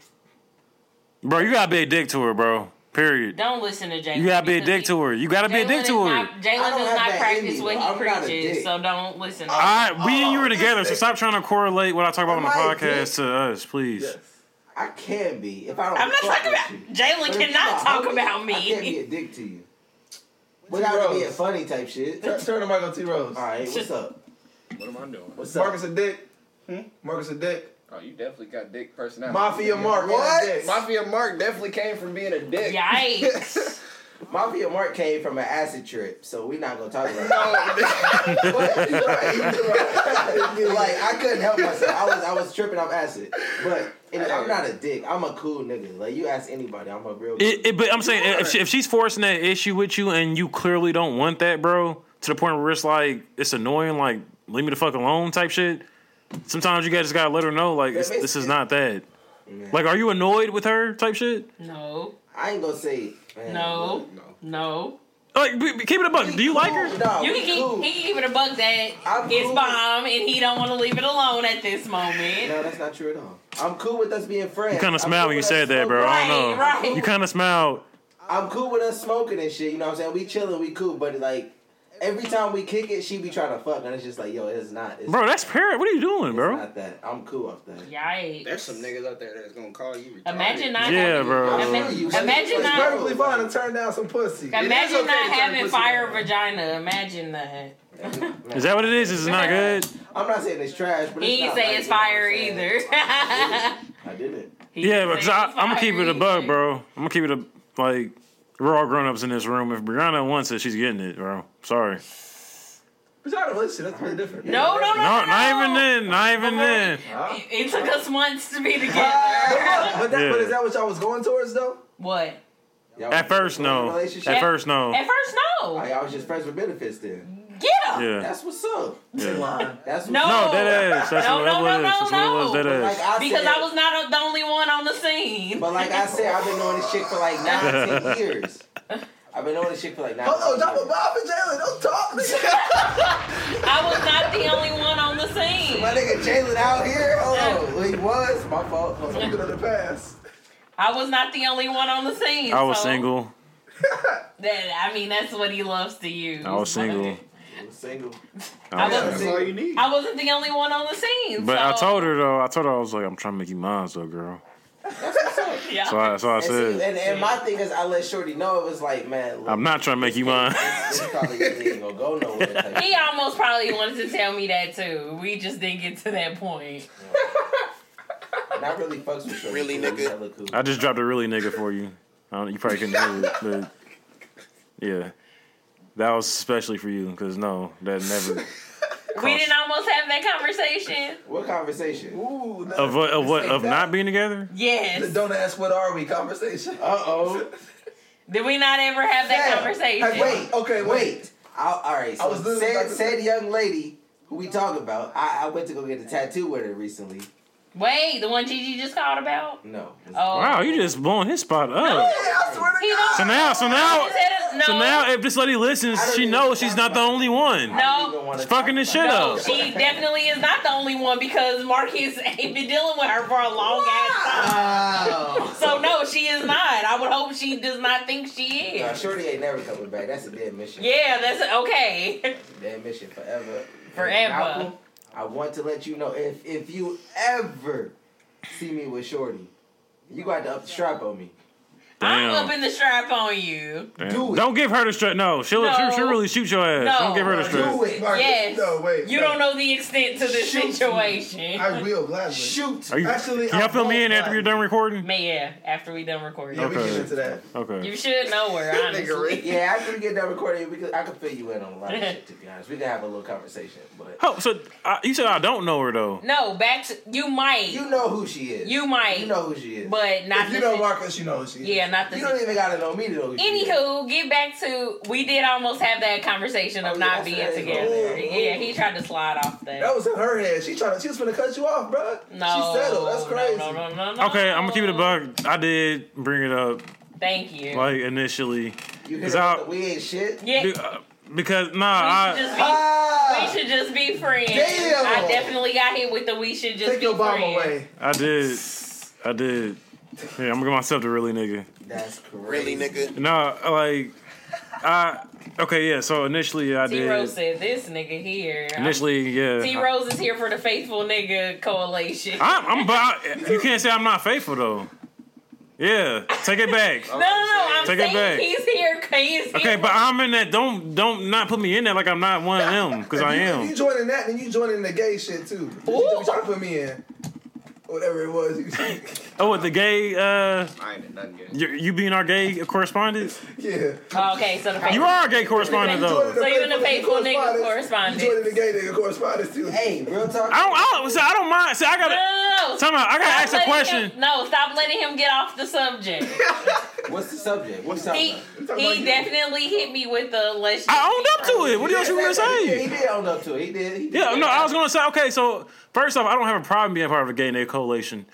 [SPEAKER 1] bro, you gotta be a dick to her, bro. Period.
[SPEAKER 2] Don't listen to Jalen.
[SPEAKER 1] You gotta be a dick to her. You gotta be a dick to her.
[SPEAKER 2] Jalen
[SPEAKER 3] I don't
[SPEAKER 2] does
[SPEAKER 3] have
[SPEAKER 2] not
[SPEAKER 3] that
[SPEAKER 2] practice
[SPEAKER 3] in me,
[SPEAKER 2] what he
[SPEAKER 3] though. I'm not a
[SPEAKER 2] preaches,
[SPEAKER 3] dick.
[SPEAKER 2] so don't listen. to him.
[SPEAKER 1] I, we and you were together, so stop trying to correlate what I talk about on the
[SPEAKER 3] Am I a dick?
[SPEAKER 1] podcast to us, please.
[SPEAKER 4] Yes.
[SPEAKER 3] I can be if I don't.
[SPEAKER 2] I'm not
[SPEAKER 3] fuck
[SPEAKER 2] talking
[SPEAKER 3] with
[SPEAKER 2] about
[SPEAKER 3] you.
[SPEAKER 2] Jalen.
[SPEAKER 3] But if you
[SPEAKER 2] Cannot
[SPEAKER 3] my
[SPEAKER 2] talk
[SPEAKER 3] homie,
[SPEAKER 2] about
[SPEAKER 3] I can't be
[SPEAKER 2] me.
[SPEAKER 3] a dick to you. Without
[SPEAKER 4] Rose.
[SPEAKER 3] being funny type shit.
[SPEAKER 4] Turn, turn the mic on T Rose.
[SPEAKER 3] All right, what's up?
[SPEAKER 5] What am I doing?
[SPEAKER 3] What's up? Hmm?
[SPEAKER 4] Marcus a dick. Marcus a dick.
[SPEAKER 5] Oh, you definitely got dick personality.
[SPEAKER 4] Mafia Mark.
[SPEAKER 3] What?
[SPEAKER 4] Dick.
[SPEAKER 5] Mafia Mark definitely came from being a dick.
[SPEAKER 2] Yikes!
[SPEAKER 3] Mafia Mark came from an acid trip, so we're not gonna talk about that.
[SPEAKER 5] No,
[SPEAKER 3] like I couldn't help myself. I was I was tripping off acid, but and I'm not a dick. I'm a cool nigga. Like you ask anybody, I'm a real.
[SPEAKER 1] It, it, but I'm saying if, she, if she's forcing that issue with you and you clearly don't want that, bro, to the point where it's like it's annoying, like leave me the fuck alone type shit. Sometimes you guys just gotta let her know, like it's, this is not that.
[SPEAKER 3] Man,
[SPEAKER 1] Like, are you annoyed with her type shit?
[SPEAKER 2] no,
[SPEAKER 3] I ain't gonna say man,
[SPEAKER 2] no,
[SPEAKER 5] no.
[SPEAKER 2] no.
[SPEAKER 1] Like, be, be- keep it a buck. Do you like
[SPEAKER 3] look,
[SPEAKER 1] her?
[SPEAKER 3] nah,
[SPEAKER 2] You
[SPEAKER 3] we
[SPEAKER 2] can keep.
[SPEAKER 3] cool.
[SPEAKER 2] He can give it a buck that
[SPEAKER 3] I'm
[SPEAKER 2] it's
[SPEAKER 3] cool.
[SPEAKER 2] bomb, and he don't want to leave it alone at this moment.
[SPEAKER 3] No, that's not true at all. I'm cool with us being friends.
[SPEAKER 1] You kind
[SPEAKER 3] I'm
[SPEAKER 1] of smiled
[SPEAKER 3] cool
[SPEAKER 1] when you
[SPEAKER 3] with us
[SPEAKER 1] said that, bro. I don't know.
[SPEAKER 2] Right, right.
[SPEAKER 1] You kind of smiled.
[SPEAKER 3] I'm cool with us smoking and shit. You know what I'm saying? We chilling, we cool, but like every time we kick it, she be trying to fuck, and it's just like, yo, it's not. It's,
[SPEAKER 1] Bro, that's parrot. What are you doing,
[SPEAKER 3] it's
[SPEAKER 1] bro?
[SPEAKER 3] not that. I'm cool off that.
[SPEAKER 2] Yikes!
[SPEAKER 5] There's some niggas out there that's gonna call you. Retarded.
[SPEAKER 2] Imagine not.
[SPEAKER 1] Yeah,
[SPEAKER 2] having,
[SPEAKER 1] bro.
[SPEAKER 2] ima-
[SPEAKER 3] You-
[SPEAKER 2] Imagine
[SPEAKER 4] It's
[SPEAKER 2] not.
[SPEAKER 4] perfectly fine to turn down some pussy.
[SPEAKER 5] It is
[SPEAKER 2] Imagine
[SPEAKER 5] okay to
[SPEAKER 2] not
[SPEAKER 5] turn
[SPEAKER 2] having
[SPEAKER 5] pussy
[SPEAKER 2] fire
[SPEAKER 5] down.
[SPEAKER 2] vagina. Imagine that.
[SPEAKER 1] Is that what it is? Is it not good?
[SPEAKER 3] I'm not saying it's trash, but
[SPEAKER 2] He
[SPEAKER 3] it's
[SPEAKER 2] ain't
[SPEAKER 3] not,
[SPEAKER 2] say
[SPEAKER 3] like,
[SPEAKER 2] it's
[SPEAKER 3] you know what I'm
[SPEAKER 2] fire
[SPEAKER 3] saying.
[SPEAKER 2] either.
[SPEAKER 3] I didn't.
[SPEAKER 2] He
[SPEAKER 1] Yeah,
[SPEAKER 2] didn't
[SPEAKER 1] because
[SPEAKER 2] say
[SPEAKER 1] I,
[SPEAKER 2] it's
[SPEAKER 1] I'm gonna keep it a
[SPEAKER 2] fire
[SPEAKER 1] bug,
[SPEAKER 2] either.
[SPEAKER 1] bro. I'm gonna keep it a like. We're all grown ups in this room. If Brianna wants it, she's getting it, bro. Sorry.
[SPEAKER 4] But y'all in a relationship, that's pretty different.
[SPEAKER 2] No, no, no,
[SPEAKER 1] No, not even then. Not even then.
[SPEAKER 4] Huh?
[SPEAKER 2] It, it took us months to be
[SPEAKER 4] Ah,
[SPEAKER 2] together.
[SPEAKER 4] but, that, but
[SPEAKER 1] Yeah.
[SPEAKER 4] is that what y'all was going towards though?
[SPEAKER 2] what?
[SPEAKER 3] Y'all
[SPEAKER 1] At first, no. At first, Mm.
[SPEAKER 2] At
[SPEAKER 1] no.
[SPEAKER 2] first,
[SPEAKER 3] Oh,
[SPEAKER 2] no.
[SPEAKER 3] y'all was just friends with benefits then.
[SPEAKER 2] Yeah.
[SPEAKER 1] Yeah.
[SPEAKER 3] That's what's up.
[SPEAKER 1] yeah.
[SPEAKER 4] Lying.
[SPEAKER 3] That's what's
[SPEAKER 2] No.
[SPEAKER 1] No,
[SPEAKER 3] up.
[SPEAKER 1] that ass. That's
[SPEAKER 2] No,
[SPEAKER 1] what it
[SPEAKER 2] no, no,
[SPEAKER 1] was.
[SPEAKER 2] no,
[SPEAKER 1] That's what it was.
[SPEAKER 2] no.
[SPEAKER 1] That
[SPEAKER 3] Like
[SPEAKER 1] ass.
[SPEAKER 3] I
[SPEAKER 2] Because
[SPEAKER 3] said,
[SPEAKER 2] I was not the only one on the scene.
[SPEAKER 3] But like I said, I've been knowing this chick for like nine, ten years. I've been knowing this chick for like nine.
[SPEAKER 4] Hold
[SPEAKER 3] 10
[SPEAKER 4] on, drop a
[SPEAKER 3] years.
[SPEAKER 4] Bob and Jalen. Don't talk, nigga.
[SPEAKER 2] I was not the only one on the scene.
[SPEAKER 3] My nigga Jalen out here. Hold on, he was my fault. Hold
[SPEAKER 4] I'm
[SPEAKER 3] on.
[SPEAKER 4] good on the pass.
[SPEAKER 2] I was not the only one on the scene.
[SPEAKER 1] I was
[SPEAKER 2] so
[SPEAKER 1] single.
[SPEAKER 2] That, I mean, that's what he loves to use.
[SPEAKER 1] I was single.
[SPEAKER 3] I'm single.
[SPEAKER 1] I was single.
[SPEAKER 2] I was-
[SPEAKER 5] That's all you need.
[SPEAKER 2] I wasn't the only one on the scene.
[SPEAKER 1] But
[SPEAKER 2] so,
[SPEAKER 1] I told her though. I told her I was like, I'm trying to make you mine, so girl.
[SPEAKER 2] Yeah.
[SPEAKER 1] So I, that's what I
[SPEAKER 3] And, see,
[SPEAKER 1] said.
[SPEAKER 3] and, and my thing is, I let Shorty know it was like, man, look,
[SPEAKER 1] I'm not trying to make you mine.
[SPEAKER 3] this probably ain't gonna go nowhere. type
[SPEAKER 2] he almost probably wanted to tell me that too. We just didn't get to that point.
[SPEAKER 3] And I really fucks with Shorty.
[SPEAKER 8] Really,
[SPEAKER 3] too.
[SPEAKER 8] nigga?
[SPEAKER 3] Hella cool.
[SPEAKER 1] I just dropped a really nigga for you. I don't, you probably couldn't hear it, but yeah, that was especially for you because no, that never.
[SPEAKER 2] We didn't almost have that conversation.
[SPEAKER 3] What conversation?
[SPEAKER 4] Ooh, no.
[SPEAKER 1] Of what? Of what? Of not being together?
[SPEAKER 4] The
[SPEAKER 2] Yes.
[SPEAKER 4] don't ask what are we conversation.
[SPEAKER 3] Uh oh.
[SPEAKER 2] Did we not ever have that
[SPEAKER 3] Yeah.
[SPEAKER 2] conversation?
[SPEAKER 4] Hey,
[SPEAKER 3] Wait.
[SPEAKER 4] Okay, wait.
[SPEAKER 3] Wait. I, all right. So
[SPEAKER 4] I was literally about
[SPEAKER 3] said,
[SPEAKER 4] to
[SPEAKER 3] said young lady who we talking about. I, I went to go get a tattoo with her recently.
[SPEAKER 2] Wait, the one Gigi just called about?
[SPEAKER 3] No.
[SPEAKER 2] Oh.
[SPEAKER 1] Wow, you just blowing his spot up.
[SPEAKER 4] Yeah, I swear
[SPEAKER 2] He
[SPEAKER 4] to
[SPEAKER 2] don't-
[SPEAKER 4] God.
[SPEAKER 1] So now, so now,
[SPEAKER 2] He said it- no.
[SPEAKER 1] so now, if this lady listens,
[SPEAKER 3] I don't
[SPEAKER 1] she
[SPEAKER 3] even
[SPEAKER 1] knows she's
[SPEAKER 3] talk
[SPEAKER 1] not the
[SPEAKER 3] about
[SPEAKER 1] only one.
[SPEAKER 2] No.
[SPEAKER 1] It's fucking this shit
[SPEAKER 2] no,
[SPEAKER 1] up.
[SPEAKER 2] she definitely is not the only one because Marcus ain't been dealing with her for a long ass time.
[SPEAKER 3] Wow.
[SPEAKER 2] So no, she is not. I would hope she does not think she
[SPEAKER 3] Nah,
[SPEAKER 2] is.
[SPEAKER 3] Shorty ain't never coming back. That's a dead mission.
[SPEAKER 2] Yeah, that's okay.
[SPEAKER 3] Dead mission forever.
[SPEAKER 2] Forever.
[SPEAKER 3] Malcolm, I want to let you know if if you ever see me with Shorty, you got to up the strap on me.
[SPEAKER 2] I'm
[SPEAKER 1] Damn.
[SPEAKER 2] upping the strap on you.
[SPEAKER 1] Damn.
[SPEAKER 3] do it.
[SPEAKER 1] Don't give her the strap. No, she'll, she'll
[SPEAKER 2] No.
[SPEAKER 1] she'll really shoot your ass.
[SPEAKER 2] No.
[SPEAKER 1] Don't give her the strap.
[SPEAKER 3] Do it.
[SPEAKER 4] Marcus,
[SPEAKER 2] Yes.
[SPEAKER 4] No, wait.
[SPEAKER 2] You
[SPEAKER 4] no.
[SPEAKER 2] don't know the extent to this
[SPEAKER 4] Shoot me.
[SPEAKER 2] situation.
[SPEAKER 4] I will gladly.
[SPEAKER 3] Shoot.
[SPEAKER 1] Are you,
[SPEAKER 4] Actually,
[SPEAKER 1] can y'all
[SPEAKER 4] I
[SPEAKER 1] fill me in
[SPEAKER 4] won't
[SPEAKER 1] after
[SPEAKER 4] lie.
[SPEAKER 1] you're done recording?
[SPEAKER 2] Man, yeah, after we done recording.
[SPEAKER 4] Yeah, we
[SPEAKER 1] Okay.
[SPEAKER 4] get into that.
[SPEAKER 1] Okay.
[SPEAKER 2] You should know her, honestly.
[SPEAKER 3] Yeah, after we get done recording, we could, I can fill you in on a lot of shit. To be honest, we can have a little conversation, but
[SPEAKER 1] Oh, so I, you said I don't know her though.
[SPEAKER 2] No, back to you might.
[SPEAKER 3] you know who she is.
[SPEAKER 2] You might.
[SPEAKER 3] You know who she is.
[SPEAKER 2] but not
[SPEAKER 4] If you
[SPEAKER 2] the
[SPEAKER 4] know
[SPEAKER 2] sit-
[SPEAKER 4] Marcus, you know who she is.
[SPEAKER 2] Yeah, not the
[SPEAKER 3] you don't even gotta know me to know. Who she is.
[SPEAKER 2] Anywho, get back to we did almost have that conversation
[SPEAKER 3] Oh,
[SPEAKER 2] of
[SPEAKER 3] yeah,
[SPEAKER 2] not
[SPEAKER 3] that's
[SPEAKER 2] being
[SPEAKER 3] right.
[SPEAKER 2] together.
[SPEAKER 4] Ooh,
[SPEAKER 2] Yeah, he tried to slide off that.
[SPEAKER 4] Oh, That was in her head. She trying to. She was gonna cut you off, bro.
[SPEAKER 2] no,
[SPEAKER 4] She settled. That's crazy.
[SPEAKER 2] No, no, no, no, no.
[SPEAKER 1] Okay, I'm gonna keep it a buck. I did bring it up
[SPEAKER 2] Thank you.
[SPEAKER 1] like initially
[SPEAKER 3] You hit
[SPEAKER 1] Cause
[SPEAKER 3] her
[SPEAKER 1] I-
[SPEAKER 3] with the we ain't shit.
[SPEAKER 2] yeah,
[SPEAKER 1] Be- uh, because nah,
[SPEAKER 2] we, should
[SPEAKER 1] I
[SPEAKER 2] just be,
[SPEAKER 3] Ah!
[SPEAKER 2] we should just be friends.
[SPEAKER 3] Damn.
[SPEAKER 2] I definitely got hit with the we should just
[SPEAKER 4] Take
[SPEAKER 2] be
[SPEAKER 4] your bomb
[SPEAKER 2] friends.
[SPEAKER 4] away.
[SPEAKER 1] I did I did. Yeah, I'm gonna give myself the really nigga.
[SPEAKER 3] That's
[SPEAKER 8] Really,
[SPEAKER 3] crazy.
[SPEAKER 8] nigga?
[SPEAKER 1] Nah, like I okay yeah. So initially I
[SPEAKER 2] T Rose
[SPEAKER 1] did.
[SPEAKER 2] said this nigga here.
[SPEAKER 1] Initially
[SPEAKER 2] T
[SPEAKER 1] yeah.
[SPEAKER 2] Rose is here for the faithful nigga coalition.
[SPEAKER 1] I'm, I'm about. You can't say I'm not faithful though. Yeah, take it back.
[SPEAKER 2] no, no, no. I'm
[SPEAKER 1] Take it
[SPEAKER 2] saying
[SPEAKER 1] back.
[SPEAKER 2] he's here. He's here.
[SPEAKER 1] Okay, but I'm in that. Don't don't not put me in that like I'm not one of them because I
[SPEAKER 4] If you
[SPEAKER 1] am.
[SPEAKER 4] joining that, then you joining the gay shit too. You
[SPEAKER 2] Ooh.
[SPEAKER 4] just trying to put me in. Whatever it was. You
[SPEAKER 1] Oh, with the gay. Uh,
[SPEAKER 5] I ain't done yet.
[SPEAKER 1] you, you being our gay correspondent.
[SPEAKER 4] yeah.
[SPEAKER 2] Oh, okay, so the faithful.
[SPEAKER 1] You are our gay correspondent though.
[SPEAKER 2] So you in the faithful nigga
[SPEAKER 4] You joining the gay nigga correspondence too.
[SPEAKER 3] Hey, real talk.
[SPEAKER 1] I don't. I don't, see, I don't mind. See, I
[SPEAKER 2] No,
[SPEAKER 1] gotta.
[SPEAKER 2] no, no.
[SPEAKER 1] Tell me, I gotta
[SPEAKER 2] Stop
[SPEAKER 1] ask a
[SPEAKER 2] letting
[SPEAKER 1] question.
[SPEAKER 2] him- no, stop letting him get off the subject.
[SPEAKER 3] What's the subject? What's up?
[SPEAKER 2] He,
[SPEAKER 4] about
[SPEAKER 2] he
[SPEAKER 4] you.
[SPEAKER 2] definitely hit me with the let's.
[SPEAKER 1] I owned up to it. What else you gonna
[SPEAKER 3] Yeah,
[SPEAKER 1] say?
[SPEAKER 3] he did own up to it. He did. He did.
[SPEAKER 1] Yeah, no, I was gonna say. Okay, so first off, I don't have a problem being part of a gay nigga coalition.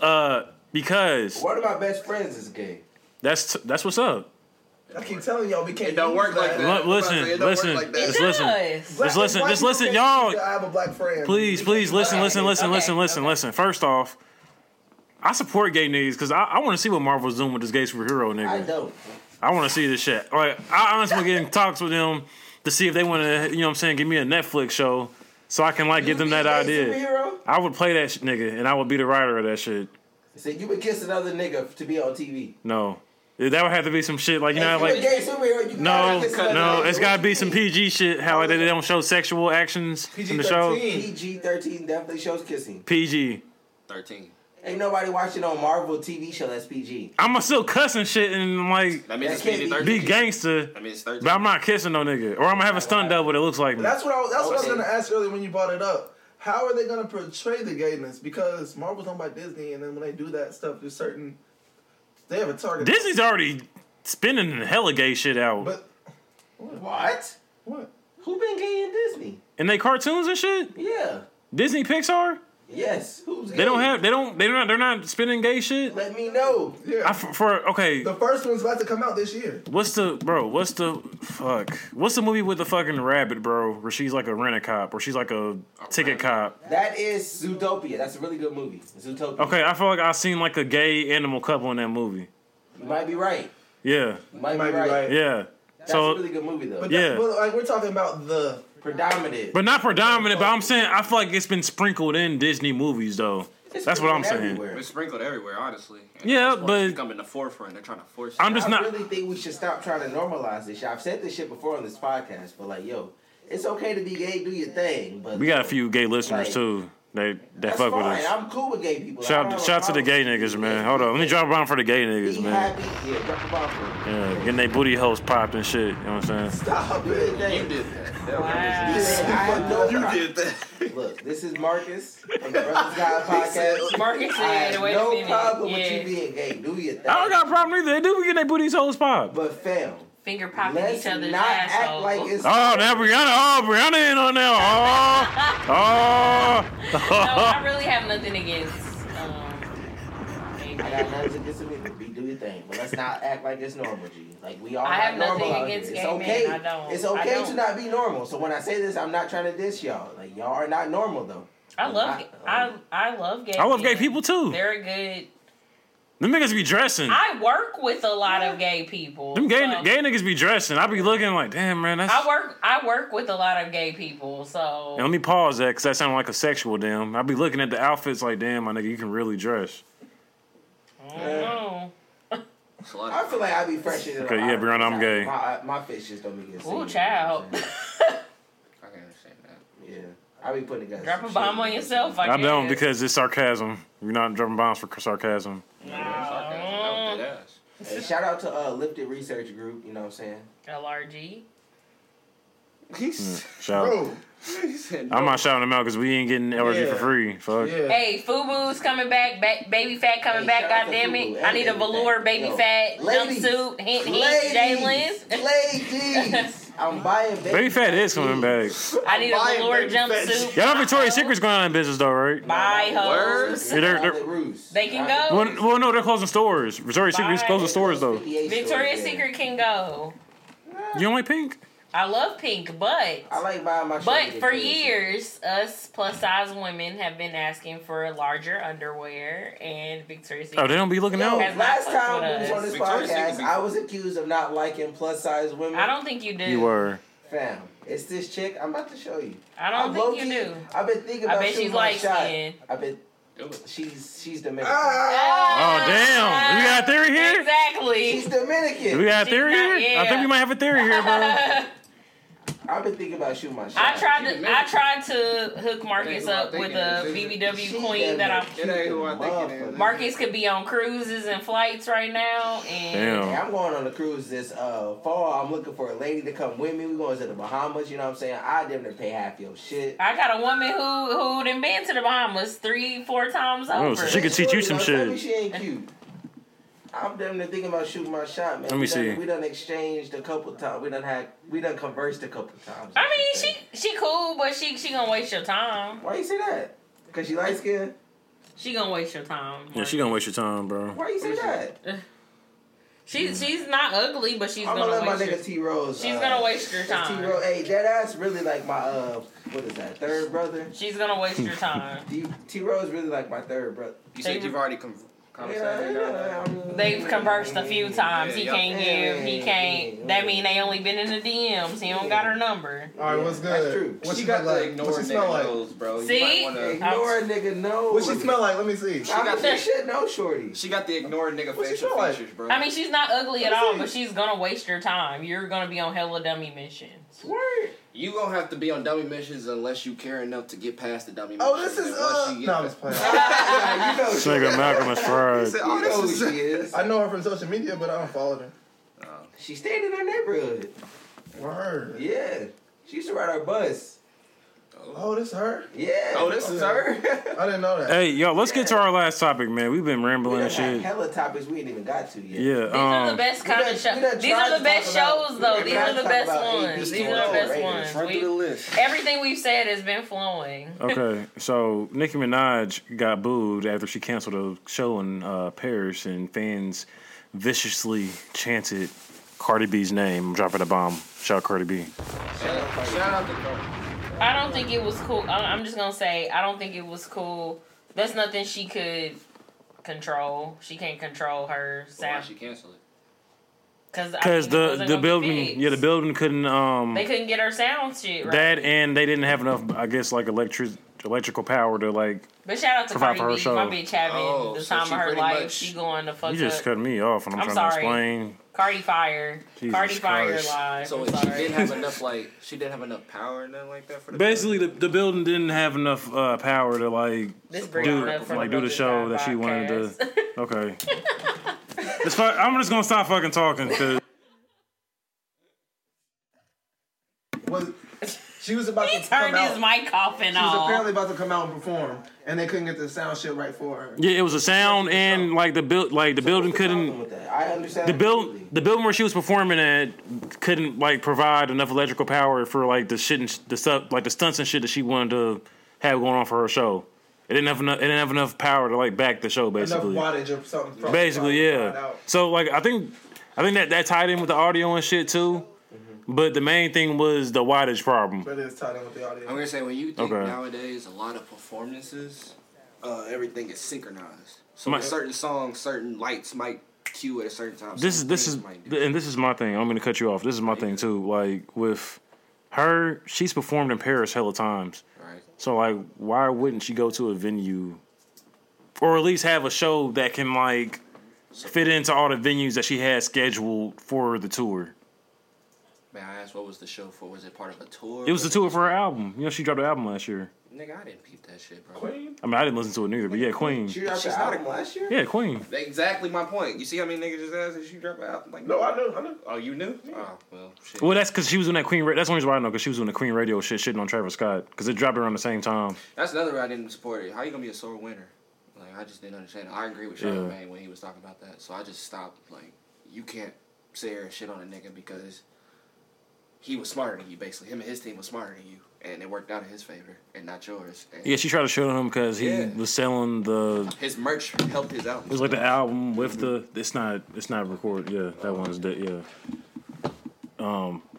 [SPEAKER 1] Uh, because
[SPEAKER 3] One of my best friends is gay.
[SPEAKER 1] that's that's what's up.
[SPEAKER 4] I keep telling y'all we can't.
[SPEAKER 5] It don't
[SPEAKER 4] use
[SPEAKER 5] work like
[SPEAKER 1] Look,
[SPEAKER 5] that.
[SPEAKER 1] listen,
[SPEAKER 5] I'm about to say,
[SPEAKER 1] listen.
[SPEAKER 5] it don't Work like
[SPEAKER 2] It
[SPEAKER 5] that.
[SPEAKER 1] Just
[SPEAKER 2] does.
[SPEAKER 1] listen.
[SPEAKER 4] Black
[SPEAKER 1] Just
[SPEAKER 4] and
[SPEAKER 1] listen,
[SPEAKER 4] white
[SPEAKER 1] just listen,
[SPEAKER 4] people can't
[SPEAKER 1] y'all.
[SPEAKER 4] use the I have a black friend.
[SPEAKER 1] Please, please listen, listen, listen,
[SPEAKER 2] Okay,
[SPEAKER 1] listen, listen,
[SPEAKER 2] okay.
[SPEAKER 1] listen. First off, I support gay niggas because I, I want to see what Marvel's doing with this gay superhero
[SPEAKER 3] I
[SPEAKER 1] nigga.
[SPEAKER 3] don't.
[SPEAKER 1] I, want to see this shit. Like, I honestly want to get in talks with them to see if they want to, you know what I'm saying, give me a Netflix show so I can, like, give them
[SPEAKER 3] You
[SPEAKER 1] that
[SPEAKER 3] gay
[SPEAKER 1] idea.
[SPEAKER 3] Superhero?
[SPEAKER 1] I would play that sh- nigga and I would be the writer of that shit.
[SPEAKER 3] So you would kiss another nigga to be on TV.
[SPEAKER 1] No. That would have to be some shit like you know,
[SPEAKER 3] If
[SPEAKER 1] how,
[SPEAKER 3] you're a
[SPEAKER 1] like
[SPEAKER 3] gay superhero, you
[SPEAKER 1] no,
[SPEAKER 3] gotta consider
[SPEAKER 1] no,
[SPEAKER 3] that.
[SPEAKER 1] it's gotta be some PG shit. How they they don't show sexual actions in the show.
[SPEAKER 6] PG-13.
[SPEAKER 3] PG thirteen definitely shows kissing.
[SPEAKER 1] PG.
[SPEAKER 5] Thirteen.
[SPEAKER 3] Ain't nobody watching on Marvel TV show that's PG.
[SPEAKER 1] I'm still cussing shit and like
[SPEAKER 5] That
[SPEAKER 3] That
[SPEAKER 5] means it's
[SPEAKER 3] can't
[SPEAKER 5] PG
[SPEAKER 3] be-
[SPEAKER 5] thirteen.
[SPEAKER 1] be gangster,
[SPEAKER 5] That means it's thirteen.
[SPEAKER 1] but I'm not kissing no nigga, or I'm gonna have a stunt double that looks like me.
[SPEAKER 4] That's what I was. That's what I was
[SPEAKER 5] Okay.
[SPEAKER 4] gonna ask earlier when you brought it up. How are they gonna portray the gayness? Because Marvel's owned by Disney, and then when they do that stuff, there's certain they have a target.
[SPEAKER 1] Disney's already spinning hella gay shit out
[SPEAKER 4] but
[SPEAKER 3] What?
[SPEAKER 4] what?
[SPEAKER 3] Who been gay in Disney?
[SPEAKER 1] in they cartoons and shit.
[SPEAKER 3] Yeah.
[SPEAKER 1] Disney Pixar.
[SPEAKER 3] Yes. Who's gay?
[SPEAKER 1] They don't have. They don't. They're not. They're not spinning gay shit.
[SPEAKER 3] Let me know.
[SPEAKER 4] Yeah,
[SPEAKER 1] I f for okay.
[SPEAKER 4] the first one's about to come out this year.
[SPEAKER 1] What's the bro? What's the fuck? What's the movie with the fucking rabbit, bro? Where she's like a rent a cop, or she's like a ticket cop.
[SPEAKER 3] That is Zootopia. That's a really good movie. Zootopia.
[SPEAKER 1] Okay, I feel like I seen like a gay animal couple in that movie.
[SPEAKER 3] You might be right.
[SPEAKER 1] Yeah,
[SPEAKER 3] You might,
[SPEAKER 4] Might
[SPEAKER 3] be right.
[SPEAKER 1] yeah.
[SPEAKER 3] That's a
[SPEAKER 1] So,
[SPEAKER 3] really good movie though. But
[SPEAKER 4] But yeah,
[SPEAKER 1] Yeah.
[SPEAKER 4] that, but like we're talking about the
[SPEAKER 3] predominant.
[SPEAKER 1] but not predominant. But I'm saying I feel like it's been sprinkled in Disney movies though.
[SPEAKER 3] It's
[SPEAKER 1] That's what I'm
[SPEAKER 3] sprinkled
[SPEAKER 1] saying.
[SPEAKER 3] everywhere.
[SPEAKER 5] It's sprinkled everywhere, honestly. And
[SPEAKER 1] Yeah,
[SPEAKER 5] at this point, it's
[SPEAKER 1] but-
[SPEAKER 5] becoming the forefront. They're trying to force.
[SPEAKER 1] I'm
[SPEAKER 5] it.
[SPEAKER 1] just
[SPEAKER 3] I
[SPEAKER 1] not.
[SPEAKER 3] really think we should stop trying to normalize this shit. I've said this shit before on this podcast, but like, yo, it's okay to be gay, do your thing. But
[SPEAKER 1] We got a few gay listeners too. They they
[SPEAKER 3] That's
[SPEAKER 1] fuck with
[SPEAKER 3] fine.
[SPEAKER 1] us.
[SPEAKER 3] I'm cool with gay people. I don't
[SPEAKER 1] Shout
[SPEAKER 3] have a
[SPEAKER 1] shout to the gay
[SPEAKER 3] problem.
[SPEAKER 1] niggas, man. Hold on, let me drop around for the gay niggas,
[SPEAKER 3] Be
[SPEAKER 1] man.
[SPEAKER 3] happy. Yeah, drop a bomb for
[SPEAKER 1] Yeah, getting their booty holes popped and shit. You know what I'm saying?
[SPEAKER 4] stop
[SPEAKER 3] Do
[SPEAKER 4] it.
[SPEAKER 3] your thing.
[SPEAKER 5] You did that.
[SPEAKER 3] Yeah, I
[SPEAKER 2] Wow.
[SPEAKER 3] have no problem.
[SPEAKER 5] that.
[SPEAKER 3] Look, this is Marcus from the Brothers God podcast.
[SPEAKER 2] Marcus
[SPEAKER 3] I
[SPEAKER 2] said,
[SPEAKER 3] have
[SPEAKER 2] wait a
[SPEAKER 3] no
[SPEAKER 2] minute.
[SPEAKER 3] problem with
[SPEAKER 2] Yeah.
[SPEAKER 3] you being gay. Do your thing.
[SPEAKER 1] I don't got a problem either. They do be getting their booty holes popped.
[SPEAKER 3] But fam,
[SPEAKER 2] Finger popping
[SPEAKER 3] let's
[SPEAKER 2] each other's
[SPEAKER 3] not act
[SPEAKER 2] asshole.
[SPEAKER 3] like it's.
[SPEAKER 1] Oh, now Brianna. Oh, Brianna in on now. Oh,
[SPEAKER 2] no,
[SPEAKER 1] oh.
[SPEAKER 2] I really have nothing against. Um,
[SPEAKER 3] I
[SPEAKER 2] gay
[SPEAKER 3] got nothing against the nigga. We do your thing, but let's not act like it's normal, G. Like we all.
[SPEAKER 2] I
[SPEAKER 3] not
[SPEAKER 2] have nothing
[SPEAKER 3] normal out
[SPEAKER 2] against
[SPEAKER 3] here.
[SPEAKER 2] gay
[SPEAKER 3] it's okay.
[SPEAKER 2] men. I don't.
[SPEAKER 3] It's
[SPEAKER 2] I
[SPEAKER 3] okay to
[SPEAKER 2] don't.
[SPEAKER 3] not be normal. So when I say this, I'm not trying to diss y'all. Like y'all are not normal though. um,
[SPEAKER 2] I love I I love gay.
[SPEAKER 1] I love gay
[SPEAKER 2] men.
[SPEAKER 1] people too.
[SPEAKER 2] They're good.
[SPEAKER 1] Them niggas be dressing.
[SPEAKER 2] I work with a lot of gay people.
[SPEAKER 1] Them gay
[SPEAKER 2] so-
[SPEAKER 1] gay niggas be dressing. I be looking like, damn man, that's.
[SPEAKER 2] I work I work with a lot of gay people,
[SPEAKER 1] And
[SPEAKER 2] so
[SPEAKER 1] let me pause that because that sounded like a sexual damn. I be looking at the outfits like, damn, my nigga, you can really dress.
[SPEAKER 2] I don't know.
[SPEAKER 5] It's a lot
[SPEAKER 3] I
[SPEAKER 5] of-
[SPEAKER 3] feel like I be fresh in
[SPEAKER 1] Okay, yeah, Brianna, I'm gay.
[SPEAKER 3] My, uh, my fish just don't be getting.
[SPEAKER 2] Ooh,
[SPEAKER 3] seen,
[SPEAKER 2] child.
[SPEAKER 3] you know what
[SPEAKER 5] I can understand that.
[SPEAKER 3] I'm saying? Yeah, I be putting together.
[SPEAKER 2] Drop
[SPEAKER 3] some
[SPEAKER 2] a bomb
[SPEAKER 3] shit.
[SPEAKER 2] on yourself. I,
[SPEAKER 1] I don't
[SPEAKER 2] guess.
[SPEAKER 1] because it's sarcasm. You're not dropping bombs for sarcasm.
[SPEAKER 5] Sarcasm, that was dead ass.
[SPEAKER 3] Hey, shout out to uh, Lifted Research Group. You know what I'm saying?
[SPEAKER 2] LRG.
[SPEAKER 5] He's,
[SPEAKER 1] Shout.
[SPEAKER 4] Bro,
[SPEAKER 5] he said,
[SPEAKER 1] I'm not shouting them out because we ain't getting LRG
[SPEAKER 4] Yeah.
[SPEAKER 1] for free. Fuck.
[SPEAKER 4] yeah.
[SPEAKER 2] Hey, FUBU's coming back. Ba- baby fat coming
[SPEAKER 3] Hey,
[SPEAKER 2] back.
[SPEAKER 3] shout out
[SPEAKER 2] God
[SPEAKER 3] to
[SPEAKER 2] damn
[SPEAKER 3] FUBU
[SPEAKER 2] it! I
[SPEAKER 3] and
[SPEAKER 2] need a
[SPEAKER 3] Baby
[SPEAKER 2] velour
[SPEAKER 3] Fat.
[SPEAKER 2] baby
[SPEAKER 3] Yo,
[SPEAKER 2] fat
[SPEAKER 3] ladies.
[SPEAKER 2] jumpsuit. Hint, hint.
[SPEAKER 3] Ladies,
[SPEAKER 2] Jalen.
[SPEAKER 3] ladies, I'm buying baby,
[SPEAKER 1] Baby fat is coming
[SPEAKER 3] jeans.
[SPEAKER 1] back.
[SPEAKER 2] I need a
[SPEAKER 5] buying
[SPEAKER 2] velour
[SPEAKER 5] Baby Fat.
[SPEAKER 2] jumpsuit.
[SPEAKER 1] Y'all know Victoria's Secret's going out of business though, right?
[SPEAKER 2] Bye, hoes.
[SPEAKER 5] Words?
[SPEAKER 1] Yeah, they're- they're-
[SPEAKER 3] Outlet Roost.
[SPEAKER 2] They can go.
[SPEAKER 1] Well, well, no, they're closing stores. Victoria's Secret is
[SPEAKER 2] Bye.
[SPEAKER 1] closing stores though.
[SPEAKER 2] Victoria's Secret can go.
[SPEAKER 1] You don't like pink?
[SPEAKER 2] I love pink,
[SPEAKER 3] I
[SPEAKER 2] but
[SPEAKER 3] like buying my. shit
[SPEAKER 2] but
[SPEAKER 3] at
[SPEAKER 2] for
[SPEAKER 3] Victoria's Secret.
[SPEAKER 2] years, us plus size women have been asking for larger underwear, and Victoria's Secret.
[SPEAKER 1] Oh, they don't be looking
[SPEAKER 3] Yo,
[SPEAKER 1] out.
[SPEAKER 2] Has not
[SPEAKER 3] last
[SPEAKER 2] fucked
[SPEAKER 3] time
[SPEAKER 2] with us.
[SPEAKER 3] we was on this
[SPEAKER 5] Victoria's
[SPEAKER 3] podcast,
[SPEAKER 5] Secret be-
[SPEAKER 3] I was accused of not liking plus size women.
[SPEAKER 2] I don't think you do.
[SPEAKER 1] You were.
[SPEAKER 3] Fam, it's this chick. I'm about to show you.
[SPEAKER 2] I don't think you
[SPEAKER 3] low-key-
[SPEAKER 2] do.
[SPEAKER 3] I've been thinking
[SPEAKER 2] I
[SPEAKER 3] about
[SPEAKER 2] bet she's
[SPEAKER 3] shooting my
[SPEAKER 2] light
[SPEAKER 3] shot.
[SPEAKER 2] skinned.
[SPEAKER 3] I bet
[SPEAKER 5] It was-
[SPEAKER 3] she's she's Dominican.
[SPEAKER 4] Ah!
[SPEAKER 1] Oh damn! You got a theory here?
[SPEAKER 2] Exactly.
[SPEAKER 3] she's Dominican.
[SPEAKER 1] We got a
[SPEAKER 2] She's
[SPEAKER 1] theory here?
[SPEAKER 2] not-
[SPEAKER 1] I
[SPEAKER 2] yeah.
[SPEAKER 1] think we might have a theory here, bro.
[SPEAKER 3] I've been thinking about shooting my shot.
[SPEAKER 2] I tried to I tried to hook Marcus up with a
[SPEAKER 3] She's
[SPEAKER 2] BBW
[SPEAKER 3] damn
[SPEAKER 2] queen that I'm.
[SPEAKER 3] near
[SPEAKER 5] It ain't who I think it is.
[SPEAKER 3] motherfucker.
[SPEAKER 2] Marcus could be on cruises and flights right now, and
[SPEAKER 1] Damn.
[SPEAKER 3] Hey, I'm going on a cruise this uh, fall. I'm looking for a lady to come with me. We're going to the Bahamas. You know what I'm saying? I damn near pay half your shit.
[SPEAKER 2] I got a woman who who done been to the Bahamas three four times
[SPEAKER 1] Oh,
[SPEAKER 2] over.
[SPEAKER 1] so she could teach you some
[SPEAKER 3] Tell me
[SPEAKER 1] shit.
[SPEAKER 3] She ain't cute. I'm damn near thinking about shooting my shot, man.
[SPEAKER 1] Let me
[SPEAKER 3] we done,
[SPEAKER 1] see.
[SPEAKER 3] We done exchanged a couple times. We done had. We done conversed a couple times.
[SPEAKER 2] I mean, she she cool, but she she gonna waste your time.
[SPEAKER 3] Why you say that? Cause she light skinned?
[SPEAKER 2] She gonna waste your time.
[SPEAKER 1] Yeah, she gonna waste your time, bro.
[SPEAKER 3] Why you say that?
[SPEAKER 2] She's she's not ugly, but she's
[SPEAKER 3] I'm gonna
[SPEAKER 2] gonna
[SPEAKER 3] let my
[SPEAKER 2] waste.
[SPEAKER 3] nigga
[SPEAKER 2] Your,
[SPEAKER 3] T Rose.
[SPEAKER 2] she's gonna waste your
[SPEAKER 3] T
[SPEAKER 2] time.
[SPEAKER 3] Rose, hey, that ass really like my uh, what is that? Third brother.
[SPEAKER 2] She's gonna waste your time.
[SPEAKER 3] T Rose really like my third brother.
[SPEAKER 5] You said you've already con- Conversation
[SPEAKER 3] Yeah,
[SPEAKER 5] got
[SPEAKER 3] yeah,
[SPEAKER 5] that.
[SPEAKER 3] I mean-
[SPEAKER 2] They've conversed a few times. He
[SPEAKER 5] Yeah,
[SPEAKER 2] can't give. He can't. That mean they only been in the DMs. He don't got her number.
[SPEAKER 4] All right, what's good?
[SPEAKER 3] That's true.
[SPEAKER 4] What
[SPEAKER 5] she
[SPEAKER 4] she
[SPEAKER 5] got
[SPEAKER 4] smell
[SPEAKER 5] the
[SPEAKER 4] like?
[SPEAKER 5] ignore
[SPEAKER 4] What she
[SPEAKER 5] nigga
[SPEAKER 4] smell like?
[SPEAKER 5] nose, bro. You
[SPEAKER 2] See?
[SPEAKER 5] might wanna,
[SPEAKER 3] Ignore a nigga no.
[SPEAKER 4] What she smell like? Let me see.
[SPEAKER 5] she
[SPEAKER 3] I
[SPEAKER 5] got
[SPEAKER 3] got
[SPEAKER 5] the
[SPEAKER 3] that shit no shorty.
[SPEAKER 5] she got the ignore nigga
[SPEAKER 4] What she
[SPEAKER 5] facial
[SPEAKER 4] smell like?
[SPEAKER 5] features, bro.
[SPEAKER 2] I mean, she's not ugly at
[SPEAKER 4] Let's
[SPEAKER 2] all,
[SPEAKER 4] see.
[SPEAKER 2] but she's gonna waste your time. You're gonna be on hella dummy missions.
[SPEAKER 3] Word.
[SPEAKER 5] you gonna have to be on dummy missions unless you care enough to get past the dummy.
[SPEAKER 4] Oh,
[SPEAKER 5] missions.
[SPEAKER 4] this is
[SPEAKER 5] And once
[SPEAKER 4] uh.
[SPEAKER 5] you get
[SPEAKER 4] No, I'm just
[SPEAKER 5] past-
[SPEAKER 4] playing.
[SPEAKER 3] Yeah, you know
[SPEAKER 1] This
[SPEAKER 3] she
[SPEAKER 1] nigga Malcolm is
[SPEAKER 5] He
[SPEAKER 1] fried.
[SPEAKER 5] said,
[SPEAKER 3] You know
[SPEAKER 5] "Oh,
[SPEAKER 3] who
[SPEAKER 5] this is."
[SPEAKER 3] she is.
[SPEAKER 4] I know her from social media, but I don't follow her.
[SPEAKER 5] Oh.
[SPEAKER 3] She stayed in her neighborhood.
[SPEAKER 4] Word.
[SPEAKER 3] Yeah. She used to ride our bus.
[SPEAKER 4] Oh, this her?
[SPEAKER 3] Yeah.
[SPEAKER 5] Oh, this is
[SPEAKER 3] her?
[SPEAKER 4] I didn't know that.
[SPEAKER 1] Hey, yo, let's get to our last topic, man. We've been rambling and shit.
[SPEAKER 3] hella topics we ain't even got to yet.
[SPEAKER 1] Yeah.
[SPEAKER 2] These are the
[SPEAKER 1] Um,
[SPEAKER 2] best
[SPEAKER 3] we
[SPEAKER 2] kind
[SPEAKER 3] done-
[SPEAKER 2] of
[SPEAKER 3] we
[SPEAKER 2] shows.
[SPEAKER 3] done
[SPEAKER 2] These
[SPEAKER 3] tried
[SPEAKER 2] are
[SPEAKER 3] to
[SPEAKER 2] the best
[SPEAKER 3] talk
[SPEAKER 2] shows,
[SPEAKER 3] about-
[SPEAKER 2] though.
[SPEAKER 3] we
[SPEAKER 2] These
[SPEAKER 3] done
[SPEAKER 2] are the
[SPEAKER 3] tried to
[SPEAKER 2] best
[SPEAKER 3] talk about
[SPEAKER 2] ones.
[SPEAKER 3] ABC
[SPEAKER 2] These are the best
[SPEAKER 3] Raiders.
[SPEAKER 2] ones.
[SPEAKER 5] Run through the
[SPEAKER 2] We-
[SPEAKER 5] list.
[SPEAKER 2] Everything we've said has been flowing.
[SPEAKER 1] okay, so Nicki Minaj got booed after she canceled a show in uh, Paris, and fans viciously chanted Cardi B's name. I'm dropping a bomb. Shout out Cardi B.
[SPEAKER 5] Shout out to Cardi.
[SPEAKER 2] I don't think it was cool. I- I'm just gonna say I don't think it was cool. That's nothing she could control. She can't control her
[SPEAKER 5] Oh, Why
[SPEAKER 2] sound
[SPEAKER 5] she cancel it?
[SPEAKER 2] because
[SPEAKER 1] Because the the building, yeah, the building couldn't um
[SPEAKER 2] They couldn't get her sound shit right.
[SPEAKER 1] that, and they didn't have enough, I guess, like electric electrical power to like.
[SPEAKER 2] but shout out to
[SPEAKER 1] Provide
[SPEAKER 2] Cardi
[SPEAKER 1] for
[SPEAKER 2] B,
[SPEAKER 1] her show.
[SPEAKER 2] my bitch having
[SPEAKER 5] Oh,
[SPEAKER 2] the
[SPEAKER 5] so
[SPEAKER 2] time
[SPEAKER 5] she
[SPEAKER 2] of her
[SPEAKER 5] pretty
[SPEAKER 2] life.
[SPEAKER 5] much-
[SPEAKER 2] she going to fuck
[SPEAKER 1] You just
[SPEAKER 2] up.
[SPEAKER 1] cut me off, and I'm,
[SPEAKER 2] I'm
[SPEAKER 1] trying
[SPEAKER 2] sorry.
[SPEAKER 1] to explain.
[SPEAKER 2] Cardi fire.
[SPEAKER 1] Jesus
[SPEAKER 2] Cardi fire
[SPEAKER 1] Christ.
[SPEAKER 2] live.
[SPEAKER 5] So
[SPEAKER 2] I'm
[SPEAKER 5] wait, she
[SPEAKER 2] sorry.
[SPEAKER 5] didn't have enough like she didn't have enough power and nothing like that for the
[SPEAKER 1] Basically, the, the building didn't have enough uh, power to like
[SPEAKER 2] This
[SPEAKER 1] do
[SPEAKER 2] bringing up from
[SPEAKER 1] like do the
[SPEAKER 2] Brothers
[SPEAKER 1] show
[SPEAKER 2] Time
[SPEAKER 1] that she wanted
[SPEAKER 2] podcast.
[SPEAKER 1] to. Okay. It's fu- I'm just gonna stop fucking talking. 'cause-
[SPEAKER 4] Was she was about
[SPEAKER 2] he
[SPEAKER 4] to come
[SPEAKER 2] turned his
[SPEAKER 4] out.
[SPEAKER 2] mic off and
[SPEAKER 4] She was
[SPEAKER 2] all.
[SPEAKER 4] apparently about to come out and perform, and they couldn't get the sound shit right for her.
[SPEAKER 1] yeah, it was a sound and like the build like the building
[SPEAKER 3] What's the problem
[SPEAKER 1] couldn't
[SPEAKER 3] with that? I understand.
[SPEAKER 1] the build
[SPEAKER 3] completely.
[SPEAKER 1] the building where she was performing at couldn't like provide enough electrical power for like the shit and sh- the stuff like the stunts and shit that she wanted to have going on for her show. It didn't have enough. It didn't have enough power to like back the show basically.
[SPEAKER 4] Enough wattage or something. from-
[SPEAKER 1] Basically,
[SPEAKER 4] from-
[SPEAKER 1] yeah. So like I think I think that that tied in with the audio and shit too. But the main thing was the wattage problem.
[SPEAKER 4] But it's tied in with the audience.
[SPEAKER 5] I'm gonna say when you think
[SPEAKER 1] Okay.
[SPEAKER 5] nowadays a lot of performances, uh, everything is synchronized. So
[SPEAKER 1] My-
[SPEAKER 5] with certain songs, certain lights might cue at a certain time.
[SPEAKER 1] This is
[SPEAKER 5] certain
[SPEAKER 1] this
[SPEAKER 5] things
[SPEAKER 1] is
[SPEAKER 5] might do.
[SPEAKER 1] and this is my thing. I'm gonna cut you off. This is my thing too. Like with her, she's performed in Paris hella times.
[SPEAKER 5] right.
[SPEAKER 1] So like, why wouldn't she go to a venue, or at least have a show that can like fit into all the venues that she had scheduled for the tour?
[SPEAKER 5] May I ask what was the show for? Was it part of a tour?
[SPEAKER 1] It was the tour for her album. You know, she dropped an album last year.
[SPEAKER 5] Nigga, I didn't peep that shit, bro.
[SPEAKER 4] Queen?
[SPEAKER 1] I mean, I didn't listen to it neither, but yeah, Queen.
[SPEAKER 3] She dropped
[SPEAKER 5] She's
[SPEAKER 3] the
[SPEAKER 5] not a-
[SPEAKER 3] album last year?
[SPEAKER 1] Yeah, Queen.
[SPEAKER 5] Exactly my point. You see how many niggas just asked that she drop out? Like,
[SPEAKER 4] No, I knew. I knew.
[SPEAKER 5] Oh, you knew? Oh, well, shit.
[SPEAKER 1] Well, that's because she was doing that Queen. Ra- that's the only reason why I know because she was doing the Queen radio shit, shitting on Travis Scott because it dropped around the same time.
[SPEAKER 5] That's another way I didn't support it. How you gonna be a sore winner? Like I just didn't understand. I agree with
[SPEAKER 1] Yeah.
[SPEAKER 5] Charlamagne when he was talking about that. So I just stopped. Like you can't sit here and shit on a nigga because he was smarter than you. Basically, him and his team was smarter than you, and it worked out in his favor and not yours. And
[SPEAKER 1] Yeah, she tried to shit on him because he
[SPEAKER 5] Yeah.
[SPEAKER 1] was selling the.
[SPEAKER 5] his merch helped his out.
[SPEAKER 1] It was like the album with the. It's not. It's not recorded. Yeah, that one's dead. Yeah. Um,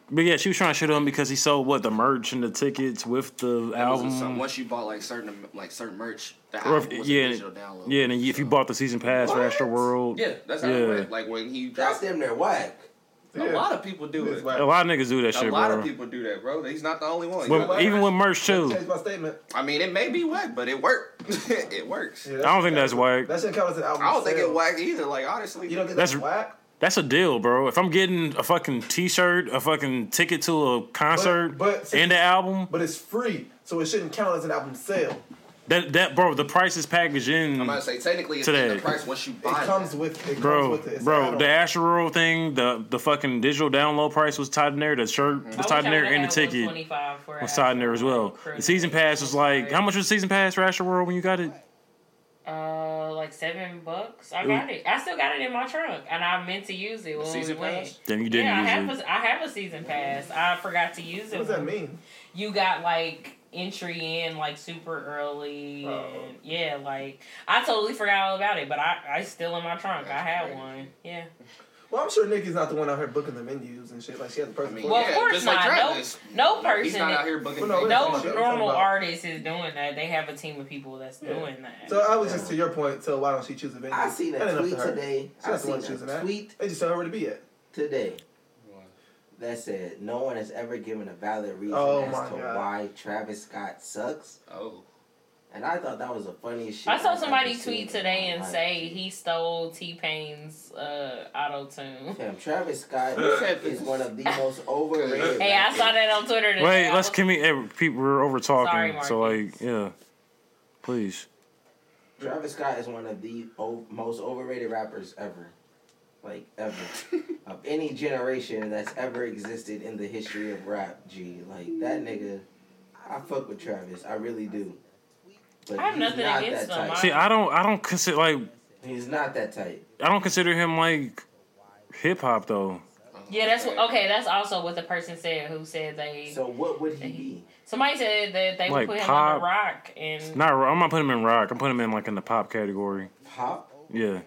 [SPEAKER 1] but yeah, she was trying to shit on him because he sold what the merch and the tickets with the album.
[SPEAKER 5] Once you bought like certain am- like certain merch, the
[SPEAKER 1] Or
[SPEAKER 5] album
[SPEAKER 1] if-
[SPEAKER 5] was
[SPEAKER 1] yeah,
[SPEAKER 5] a digital download.
[SPEAKER 1] yeah, and then if you
[SPEAKER 5] So-
[SPEAKER 1] bought the season pass for
[SPEAKER 3] What?
[SPEAKER 1] Astro World,
[SPEAKER 5] yeah, that's how
[SPEAKER 1] yeah.
[SPEAKER 5] it went. Like when he
[SPEAKER 3] That's
[SPEAKER 5] dropped,
[SPEAKER 3] damn near whack.
[SPEAKER 5] a lot of people do it.
[SPEAKER 1] a lot of niggas do that
[SPEAKER 5] A
[SPEAKER 1] shit,
[SPEAKER 5] lot
[SPEAKER 1] bro.
[SPEAKER 5] of people do that, bro. He's not the only one.
[SPEAKER 1] But
[SPEAKER 5] You know what?
[SPEAKER 1] even with merch too,
[SPEAKER 4] Change my statement.
[SPEAKER 5] I mean, it may be whack, but it worked. it works.
[SPEAKER 4] Yeah,
[SPEAKER 1] I
[SPEAKER 4] that
[SPEAKER 1] don't
[SPEAKER 4] shit
[SPEAKER 1] think that's
[SPEAKER 4] counts.
[SPEAKER 1] whack.
[SPEAKER 4] That shit counts as an album.
[SPEAKER 5] I don't think
[SPEAKER 4] sale.
[SPEAKER 5] it whack either. Like honestly,
[SPEAKER 4] You don't think
[SPEAKER 1] That's-
[SPEAKER 4] that's whack?
[SPEAKER 1] That's a deal, bro. If I'm getting a fucking T-shirt, a fucking ticket to a concert,
[SPEAKER 4] but-
[SPEAKER 1] and the album,
[SPEAKER 4] But it's free, so it shouldn't count as an album sale.
[SPEAKER 1] that that bro, the price is packaged in,
[SPEAKER 5] I'm gonna say technically it's
[SPEAKER 1] Today.
[SPEAKER 5] in the price once you
[SPEAKER 4] It
[SPEAKER 5] buy.
[SPEAKER 4] comes with it.
[SPEAKER 1] bro.
[SPEAKER 4] comes with it. It's an
[SPEAKER 1] Bro,
[SPEAKER 4] add-on.
[SPEAKER 1] the Asheroll thing, the the fucking digital download price was tied in there. The shirt
[SPEAKER 4] Mm-hmm.
[SPEAKER 1] was tied in there, and the ticket was tied in there as well. The season pass was like, how much was the season pass for Asheroll when you got it?
[SPEAKER 2] Uh, like seven bucks. I got it. I still got it in my trunk, and I meant to use it when
[SPEAKER 5] season
[SPEAKER 2] we went.
[SPEAKER 5] pass?
[SPEAKER 1] Damn, you
[SPEAKER 2] yeah, I
[SPEAKER 1] didn't
[SPEAKER 2] have
[SPEAKER 1] use it.
[SPEAKER 2] a, I have a season pass. I forgot to use it.
[SPEAKER 4] What does that mean?
[SPEAKER 2] You got like entry in like super early.
[SPEAKER 4] Oh.
[SPEAKER 2] And, yeah, like I totally forgot all about it, but I I it's still in my trunk. I
[SPEAKER 5] That's
[SPEAKER 2] had
[SPEAKER 5] crazy.
[SPEAKER 2] one. Yeah,
[SPEAKER 4] Well, I'm sure Nikki's not the one out here booking the menus and shit. Like she had the
[SPEAKER 5] I
[SPEAKER 4] person.
[SPEAKER 5] mean,
[SPEAKER 4] book
[SPEAKER 2] Well, of
[SPEAKER 5] yeah,
[SPEAKER 2] course
[SPEAKER 5] just
[SPEAKER 2] not.
[SPEAKER 5] Like
[SPEAKER 2] No-
[SPEAKER 5] Travis.
[SPEAKER 2] no
[SPEAKER 5] He's
[SPEAKER 2] person
[SPEAKER 5] not
[SPEAKER 2] is-
[SPEAKER 5] out here booking.
[SPEAKER 4] Well, no,
[SPEAKER 5] things.
[SPEAKER 4] What
[SPEAKER 2] No
[SPEAKER 4] you
[SPEAKER 2] normal
[SPEAKER 4] talking about?
[SPEAKER 2] artist is doing that. They have a team of people that's
[SPEAKER 4] Yeah.
[SPEAKER 2] doing that.
[SPEAKER 4] it. So I was just to your point. So why don't she choose a venue?
[SPEAKER 3] I seen
[SPEAKER 4] That ain't
[SPEAKER 3] a
[SPEAKER 4] up to
[SPEAKER 3] tweet
[SPEAKER 4] her.
[SPEAKER 3] today.
[SPEAKER 4] She's
[SPEAKER 3] I
[SPEAKER 4] not the
[SPEAKER 3] seen
[SPEAKER 4] one choosing
[SPEAKER 3] a
[SPEAKER 4] that.
[SPEAKER 3] tweet
[SPEAKER 4] They just tell her where to be at.
[SPEAKER 3] today that said no one has ever given a valid reason
[SPEAKER 4] Oh
[SPEAKER 3] as
[SPEAKER 4] my
[SPEAKER 3] to
[SPEAKER 4] God.
[SPEAKER 3] why Travis Scott sucks.
[SPEAKER 5] Oh,
[SPEAKER 3] And I thought that was the funniest shit.
[SPEAKER 2] I saw
[SPEAKER 3] I've
[SPEAKER 2] somebody
[SPEAKER 3] ever seen
[SPEAKER 2] tweet
[SPEAKER 3] in
[SPEAKER 2] today
[SPEAKER 3] my
[SPEAKER 2] and
[SPEAKER 3] life.
[SPEAKER 2] say he stole T Pain's uh, auto tune.
[SPEAKER 3] Damn, Travis Scott
[SPEAKER 5] Said
[SPEAKER 3] is
[SPEAKER 5] this.
[SPEAKER 3] one of the most overrated.
[SPEAKER 2] Hey, I saw that on Twitter today.
[SPEAKER 1] Wait,
[SPEAKER 2] I
[SPEAKER 1] let's
[SPEAKER 2] was-
[SPEAKER 1] can we? eh, Pete, we're over
[SPEAKER 2] Sorry,
[SPEAKER 1] talking,
[SPEAKER 2] Marcus.
[SPEAKER 1] so like, yeah, please.
[SPEAKER 3] Travis Scott is one of the o- most overrated rappers ever. Like, ever. of any generation that's ever existed in the history of rap, G. Like, that nigga, I fuck with Travis. I really do. But
[SPEAKER 2] I have
[SPEAKER 3] he's
[SPEAKER 2] nothing
[SPEAKER 3] not
[SPEAKER 2] against
[SPEAKER 3] that
[SPEAKER 2] him.
[SPEAKER 3] Type.
[SPEAKER 1] See, I don't, I don't consider like,
[SPEAKER 3] He's not that tight.
[SPEAKER 1] I don't consider him like hip hop though.
[SPEAKER 5] uh-huh.
[SPEAKER 2] Yeah, that's what, okay. That's also what the person said who said they.
[SPEAKER 3] So, what would he be?
[SPEAKER 2] somebody said that they
[SPEAKER 1] Like
[SPEAKER 2] would put him on
[SPEAKER 1] pop.
[SPEAKER 2] the rock and.
[SPEAKER 1] Not, I'm not putting him in rock. I'm putting him in like in the pop category.
[SPEAKER 3] Pop?
[SPEAKER 1] Yeah,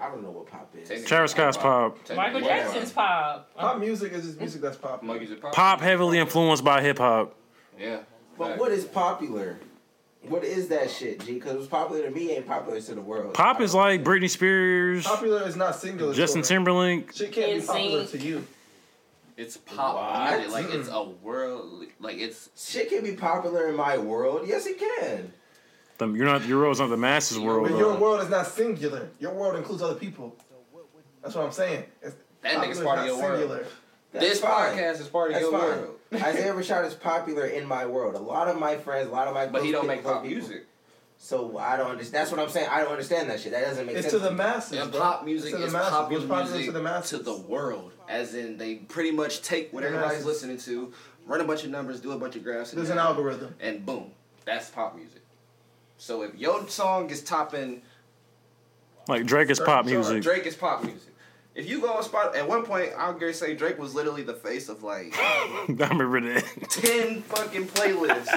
[SPEAKER 3] I don't know what pop is.
[SPEAKER 5] Technically,
[SPEAKER 1] Travis Scott's pop.
[SPEAKER 5] Technically,
[SPEAKER 2] Michael
[SPEAKER 5] yeah.
[SPEAKER 2] Jackson's pop.
[SPEAKER 4] Pop music is just music that's popular.
[SPEAKER 5] Michael Jackson.
[SPEAKER 1] Pop heavily influenced by hip hop.
[SPEAKER 5] Yeah.
[SPEAKER 3] But
[SPEAKER 5] Fact.
[SPEAKER 3] what is popular? What is that shit, G? Because what's popular to me ain't popular to the world.
[SPEAKER 1] Pop is like Britney Spears,
[SPEAKER 4] Popular is not singular.
[SPEAKER 1] Justin
[SPEAKER 4] children.
[SPEAKER 1] Timberlake.
[SPEAKER 4] Shit can't be popular
[SPEAKER 2] NSYNC.
[SPEAKER 4] to you.
[SPEAKER 5] It's pop
[SPEAKER 3] What?
[SPEAKER 5] music. Like it's a world. Like it's
[SPEAKER 3] Shit can be popular in my world. Yes, it can.
[SPEAKER 1] The, you're not, your world's not the masses world.
[SPEAKER 4] But your
[SPEAKER 1] though.
[SPEAKER 4] world is not singular. Your world includes other people. That's what I'm saying. It's,
[SPEAKER 5] that
[SPEAKER 4] popular
[SPEAKER 5] nigga's
[SPEAKER 4] is
[SPEAKER 5] part of
[SPEAKER 4] not
[SPEAKER 5] your world.
[SPEAKER 4] singular.
[SPEAKER 3] That's
[SPEAKER 5] this
[SPEAKER 3] fine.
[SPEAKER 5] podcast is part of
[SPEAKER 3] That's
[SPEAKER 5] your
[SPEAKER 3] fine.
[SPEAKER 5] world.
[SPEAKER 3] Isaiah Rashad is popular in my world. A lot of my friends, a lot of my
[SPEAKER 5] But he
[SPEAKER 3] close
[SPEAKER 5] don't make
[SPEAKER 3] people-
[SPEAKER 5] pop music.
[SPEAKER 3] So I don't understand. That's what I'm saying. I don't understand that shit. That doesn't make
[SPEAKER 4] It's
[SPEAKER 3] sense.
[SPEAKER 4] to the
[SPEAKER 3] me.
[SPEAKER 4] masses.
[SPEAKER 5] And
[SPEAKER 4] bro.
[SPEAKER 5] pop music
[SPEAKER 4] It's to the
[SPEAKER 5] is
[SPEAKER 4] masses.
[SPEAKER 5] popular
[SPEAKER 4] What's popular
[SPEAKER 5] music
[SPEAKER 4] to the masses?
[SPEAKER 5] world. As in, they pretty much take what
[SPEAKER 4] The masses.
[SPEAKER 5] everybody's listening to, run a bunch of numbers, do a bunch of graphs, and,
[SPEAKER 4] There's an algorithm.
[SPEAKER 5] and boom, that's pop music. So if your song is topping,
[SPEAKER 1] Like Drake is pop music.
[SPEAKER 5] Drake is pop music. If you go on spot, at one point, I'll dare say Drake was literally the face of like
[SPEAKER 1] I remember that.
[SPEAKER 5] ten fucking playlists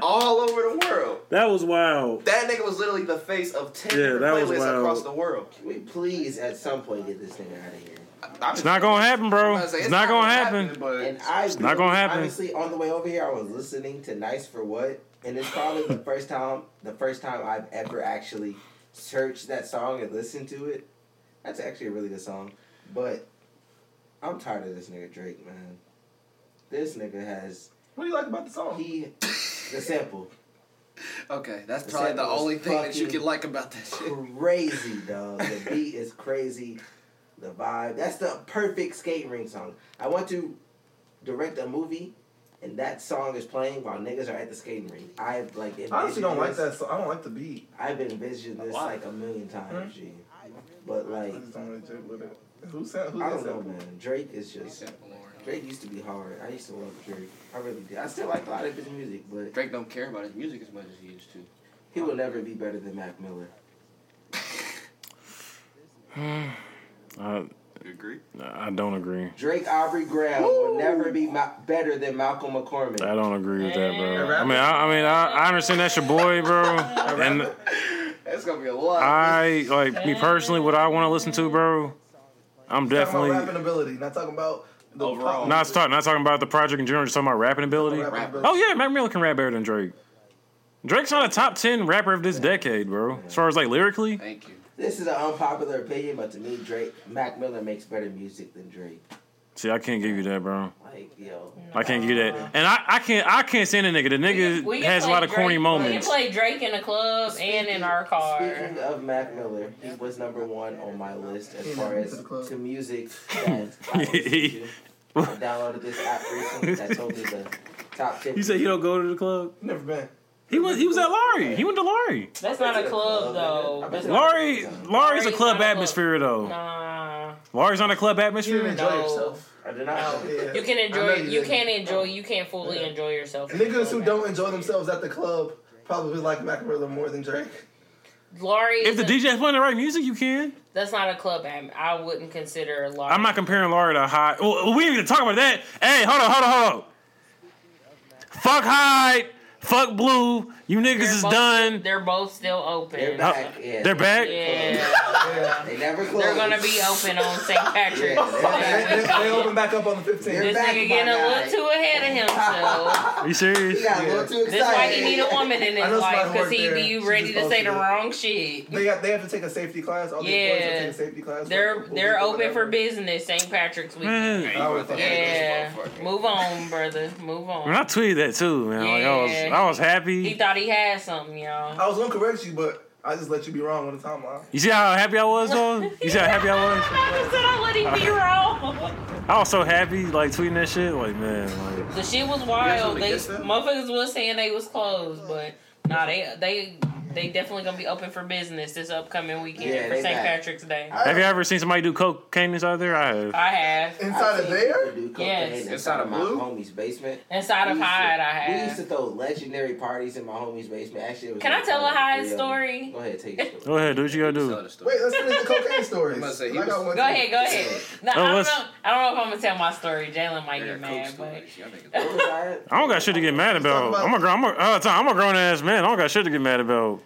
[SPEAKER 5] all over the world.
[SPEAKER 1] That was wild.
[SPEAKER 5] That nigga was literally the face of ten
[SPEAKER 1] Yeah,
[SPEAKER 5] different
[SPEAKER 1] that was
[SPEAKER 5] playlists
[SPEAKER 1] wild.
[SPEAKER 5] across the world.
[SPEAKER 3] Can we please at some point get this nigga out of here?
[SPEAKER 5] I'm
[SPEAKER 1] It's not gonna happen, bro.
[SPEAKER 5] I'm about to
[SPEAKER 1] It's,
[SPEAKER 5] say,
[SPEAKER 1] not, gonna happen.
[SPEAKER 5] but
[SPEAKER 3] And I
[SPEAKER 1] not gonna happen.
[SPEAKER 3] Honestly, on the way over here, I was listening to Nice for What, and it's probably the first time the first time I've ever actually searched that song and listened to it. That's actually a really good song, but I'm tired of this nigga Drake, man. This nigga has
[SPEAKER 4] What do you like about the song?
[SPEAKER 3] he the sample
[SPEAKER 5] Okay, that's
[SPEAKER 3] The
[SPEAKER 5] probably the
[SPEAKER 3] sample is
[SPEAKER 5] only thing that you
[SPEAKER 3] fucking
[SPEAKER 5] can like about that shit.
[SPEAKER 3] crazy dog. The beat is crazy, the vibe. That's the perfect skating ring song. I want to direct a movie. And that song is playing while niggas are at the skating rink. I like.
[SPEAKER 4] I honestly don't like
[SPEAKER 3] envisioned
[SPEAKER 4] that song. I don't like the beat.
[SPEAKER 3] I've envisioned this
[SPEAKER 5] Why?
[SPEAKER 3] like a million times,
[SPEAKER 4] Hmm?
[SPEAKER 3] G. But
[SPEAKER 4] I
[SPEAKER 3] like,
[SPEAKER 4] just don't really jive with it. Who said? Who
[SPEAKER 3] I don't
[SPEAKER 4] did that?
[SPEAKER 3] know, man. Drake is just Drake used to be hard. I used to love Drake. I really did. I still like a lot of his music, but
[SPEAKER 5] Drake don't care about his music as much as he used to.
[SPEAKER 3] he will never be better than Mac Miller.
[SPEAKER 1] I,
[SPEAKER 5] You agree?
[SPEAKER 1] I don't agree.
[SPEAKER 3] Drake Aubrey Graham will never be ma- better than Malcolm McCormick.
[SPEAKER 1] I don't agree with that,
[SPEAKER 2] Hey,
[SPEAKER 1] bro. I
[SPEAKER 4] rapper.
[SPEAKER 1] mean, I, I mean, I, I understand that's your boy, bro. And
[SPEAKER 5] That's gonna be a lot.
[SPEAKER 1] I like me personally, what I want to listen to, bro. I'm
[SPEAKER 4] Talking about
[SPEAKER 1] definitely
[SPEAKER 4] rapping ability, not talking about the
[SPEAKER 5] Overall.
[SPEAKER 4] pop
[SPEAKER 1] not
[SPEAKER 4] music.
[SPEAKER 1] talking not talking about the project in general. Just talking about rapping ability.
[SPEAKER 4] Rapping
[SPEAKER 5] Rapper.
[SPEAKER 4] ability.
[SPEAKER 1] Oh yeah, Mac Miller can rap better than Drake. Drake's not a top ten rapper of this decade, bro. As far as like lyrically,
[SPEAKER 5] Thank you.
[SPEAKER 3] This is an unpopular opinion, but to me, Drake Mac Miller makes better music than Drake.
[SPEAKER 1] see, I can't give you that, bro.
[SPEAKER 3] Like yo,
[SPEAKER 1] I can't give you that, and I, I can't I can't stand the nigga. The nigga
[SPEAKER 2] We can
[SPEAKER 1] has a
[SPEAKER 2] play
[SPEAKER 1] lot of corny
[SPEAKER 2] Drake-
[SPEAKER 1] moments.
[SPEAKER 2] We can play Drake in the club and in our car.
[SPEAKER 3] Speaking of Mac Miller, he was number one on my list as far as to music that I, listened to. I downloaded this app recently that told me the top ten.
[SPEAKER 1] don't go to the club.
[SPEAKER 4] Never been.
[SPEAKER 1] He was he was at Laurie. He went to Laurie.
[SPEAKER 2] That's not a club though. That's not-
[SPEAKER 1] Laurie Laurie's a club atmosphere though.
[SPEAKER 2] Nah.
[SPEAKER 1] Laurie's on a club
[SPEAKER 4] You didn't
[SPEAKER 1] atmosphere.
[SPEAKER 4] enjoy
[SPEAKER 2] No.
[SPEAKER 4] yourself.
[SPEAKER 3] I did not.
[SPEAKER 4] Yeah.
[SPEAKER 2] You can
[SPEAKER 4] I know
[SPEAKER 2] enjoy.
[SPEAKER 4] you
[SPEAKER 2] You
[SPEAKER 4] didn't.
[SPEAKER 2] can't enjoy. You can't fully
[SPEAKER 4] Yeah.
[SPEAKER 2] enjoy yourself. in club
[SPEAKER 4] Niggas who don't
[SPEAKER 2] atmosphere.
[SPEAKER 4] enjoy themselves at the club probably like Mac Miller more than Drake.
[SPEAKER 2] Laurie.
[SPEAKER 1] If the
[SPEAKER 2] isn't-
[SPEAKER 1] DJ's playing the right music, you can.
[SPEAKER 2] That's not a club. atm- I wouldn't consider Laurie.
[SPEAKER 1] I'm not comparing Laurie to Hyde. Well, we ain't even talk about that. Hey, hold on, hold on, hold on. Fuck Hyde. Fuck Blue. You niggas
[SPEAKER 2] They're
[SPEAKER 1] is
[SPEAKER 2] both-
[SPEAKER 1] done.
[SPEAKER 2] They're both still open.
[SPEAKER 3] They're
[SPEAKER 1] Huh?
[SPEAKER 3] back. Yeah.
[SPEAKER 1] They're back.
[SPEAKER 2] Yeah.
[SPEAKER 4] Yeah.
[SPEAKER 3] They never close.
[SPEAKER 2] They're gonna be open on St. Patrick's.
[SPEAKER 3] Yeah,
[SPEAKER 4] They,
[SPEAKER 3] they're-
[SPEAKER 4] they, they open back up on the 15th.
[SPEAKER 3] They're-
[SPEAKER 2] this
[SPEAKER 3] back
[SPEAKER 2] nigga
[SPEAKER 3] by
[SPEAKER 2] getting a
[SPEAKER 3] nine.
[SPEAKER 2] little too ahead of himself.
[SPEAKER 1] Are you serious?
[SPEAKER 3] He got a little too excited.
[SPEAKER 2] This why he need a woman in
[SPEAKER 4] I
[SPEAKER 2] his
[SPEAKER 4] know somebody
[SPEAKER 2] life
[SPEAKER 4] who
[SPEAKER 2] because
[SPEAKER 4] worked
[SPEAKER 2] he
[SPEAKER 4] there.
[SPEAKER 2] be
[SPEAKER 4] She
[SPEAKER 2] ready
[SPEAKER 4] just
[SPEAKER 2] to say the
[SPEAKER 4] posted it.
[SPEAKER 2] wrong shit.
[SPEAKER 4] They got they have to take a safety class. All the employees have to take a safety class. for
[SPEAKER 2] They're
[SPEAKER 4] bullying
[SPEAKER 2] they're
[SPEAKER 4] or
[SPEAKER 2] open for
[SPEAKER 4] whatever.
[SPEAKER 2] business St. Patrick's week.
[SPEAKER 1] Man,
[SPEAKER 5] you want to
[SPEAKER 2] Yeah,
[SPEAKER 5] add this motherfucker.
[SPEAKER 2] move on, brother. Move
[SPEAKER 1] when
[SPEAKER 2] on.
[SPEAKER 1] I tweeted that too, man, like I was,
[SPEAKER 2] Yeah.
[SPEAKER 1] I was
[SPEAKER 2] He
[SPEAKER 1] happy.
[SPEAKER 2] thought he had something, y'all.
[SPEAKER 1] Oh,
[SPEAKER 4] I was gonna correct you, but I just let you be wrong on the timeline.
[SPEAKER 1] You see how happy I was though? You see how happy I was?
[SPEAKER 2] I just said I let him be wrong.
[SPEAKER 1] I was so happy, like tweeting that shit, like man, like
[SPEAKER 2] The shit was
[SPEAKER 5] guys
[SPEAKER 2] wild.
[SPEAKER 5] wanna
[SPEAKER 2] They
[SPEAKER 5] guess that?
[SPEAKER 2] motherfuckers was saying they was closed, but nah, they they they definitely gonna be open for business this upcoming weekend
[SPEAKER 3] Yeah,
[SPEAKER 2] for
[SPEAKER 3] they
[SPEAKER 2] St.
[SPEAKER 3] back.
[SPEAKER 2] Patrick's Day.
[SPEAKER 1] have you ever seen somebody do cocaine inside there? I have.
[SPEAKER 2] I have
[SPEAKER 4] Inside of there?
[SPEAKER 2] Yes.
[SPEAKER 3] Yes.
[SPEAKER 5] Inside
[SPEAKER 3] Inside
[SPEAKER 5] of
[SPEAKER 3] of my
[SPEAKER 5] blue?
[SPEAKER 3] homie's basement.
[SPEAKER 2] inside of
[SPEAKER 3] We used to-
[SPEAKER 2] Hyde. I
[SPEAKER 3] We used to
[SPEAKER 2] have.
[SPEAKER 3] throw legendary parties in my homie's basement. Actually, it was
[SPEAKER 2] Can I
[SPEAKER 3] like
[SPEAKER 2] tell a
[SPEAKER 3] like
[SPEAKER 2] Hyde
[SPEAKER 3] three of them.
[SPEAKER 2] story?
[SPEAKER 3] Go ahead, take it.
[SPEAKER 1] Go ahead, do what you gotta
[SPEAKER 5] Tell
[SPEAKER 1] do.
[SPEAKER 5] the story.
[SPEAKER 4] Wait, let's finish the cocaine
[SPEAKER 5] I'm
[SPEAKER 4] stories.
[SPEAKER 5] about to say, he
[SPEAKER 4] I got
[SPEAKER 5] was-
[SPEAKER 4] one
[SPEAKER 2] Go
[SPEAKER 4] too.
[SPEAKER 2] ahead, go ahead. No, I
[SPEAKER 1] Oh,
[SPEAKER 2] don't know.
[SPEAKER 1] let's-
[SPEAKER 2] I don't know if I'm gonna tell my story. Jalen might
[SPEAKER 5] They're
[SPEAKER 2] get
[SPEAKER 5] coke
[SPEAKER 2] mad, but
[SPEAKER 5] stories. Y'all niggas-
[SPEAKER 3] What was I-
[SPEAKER 1] I don't got shit to get mad about. I'm a grown, I'm a, uh, Tom, I'm a grown ass man. I don't got shit to get mad about.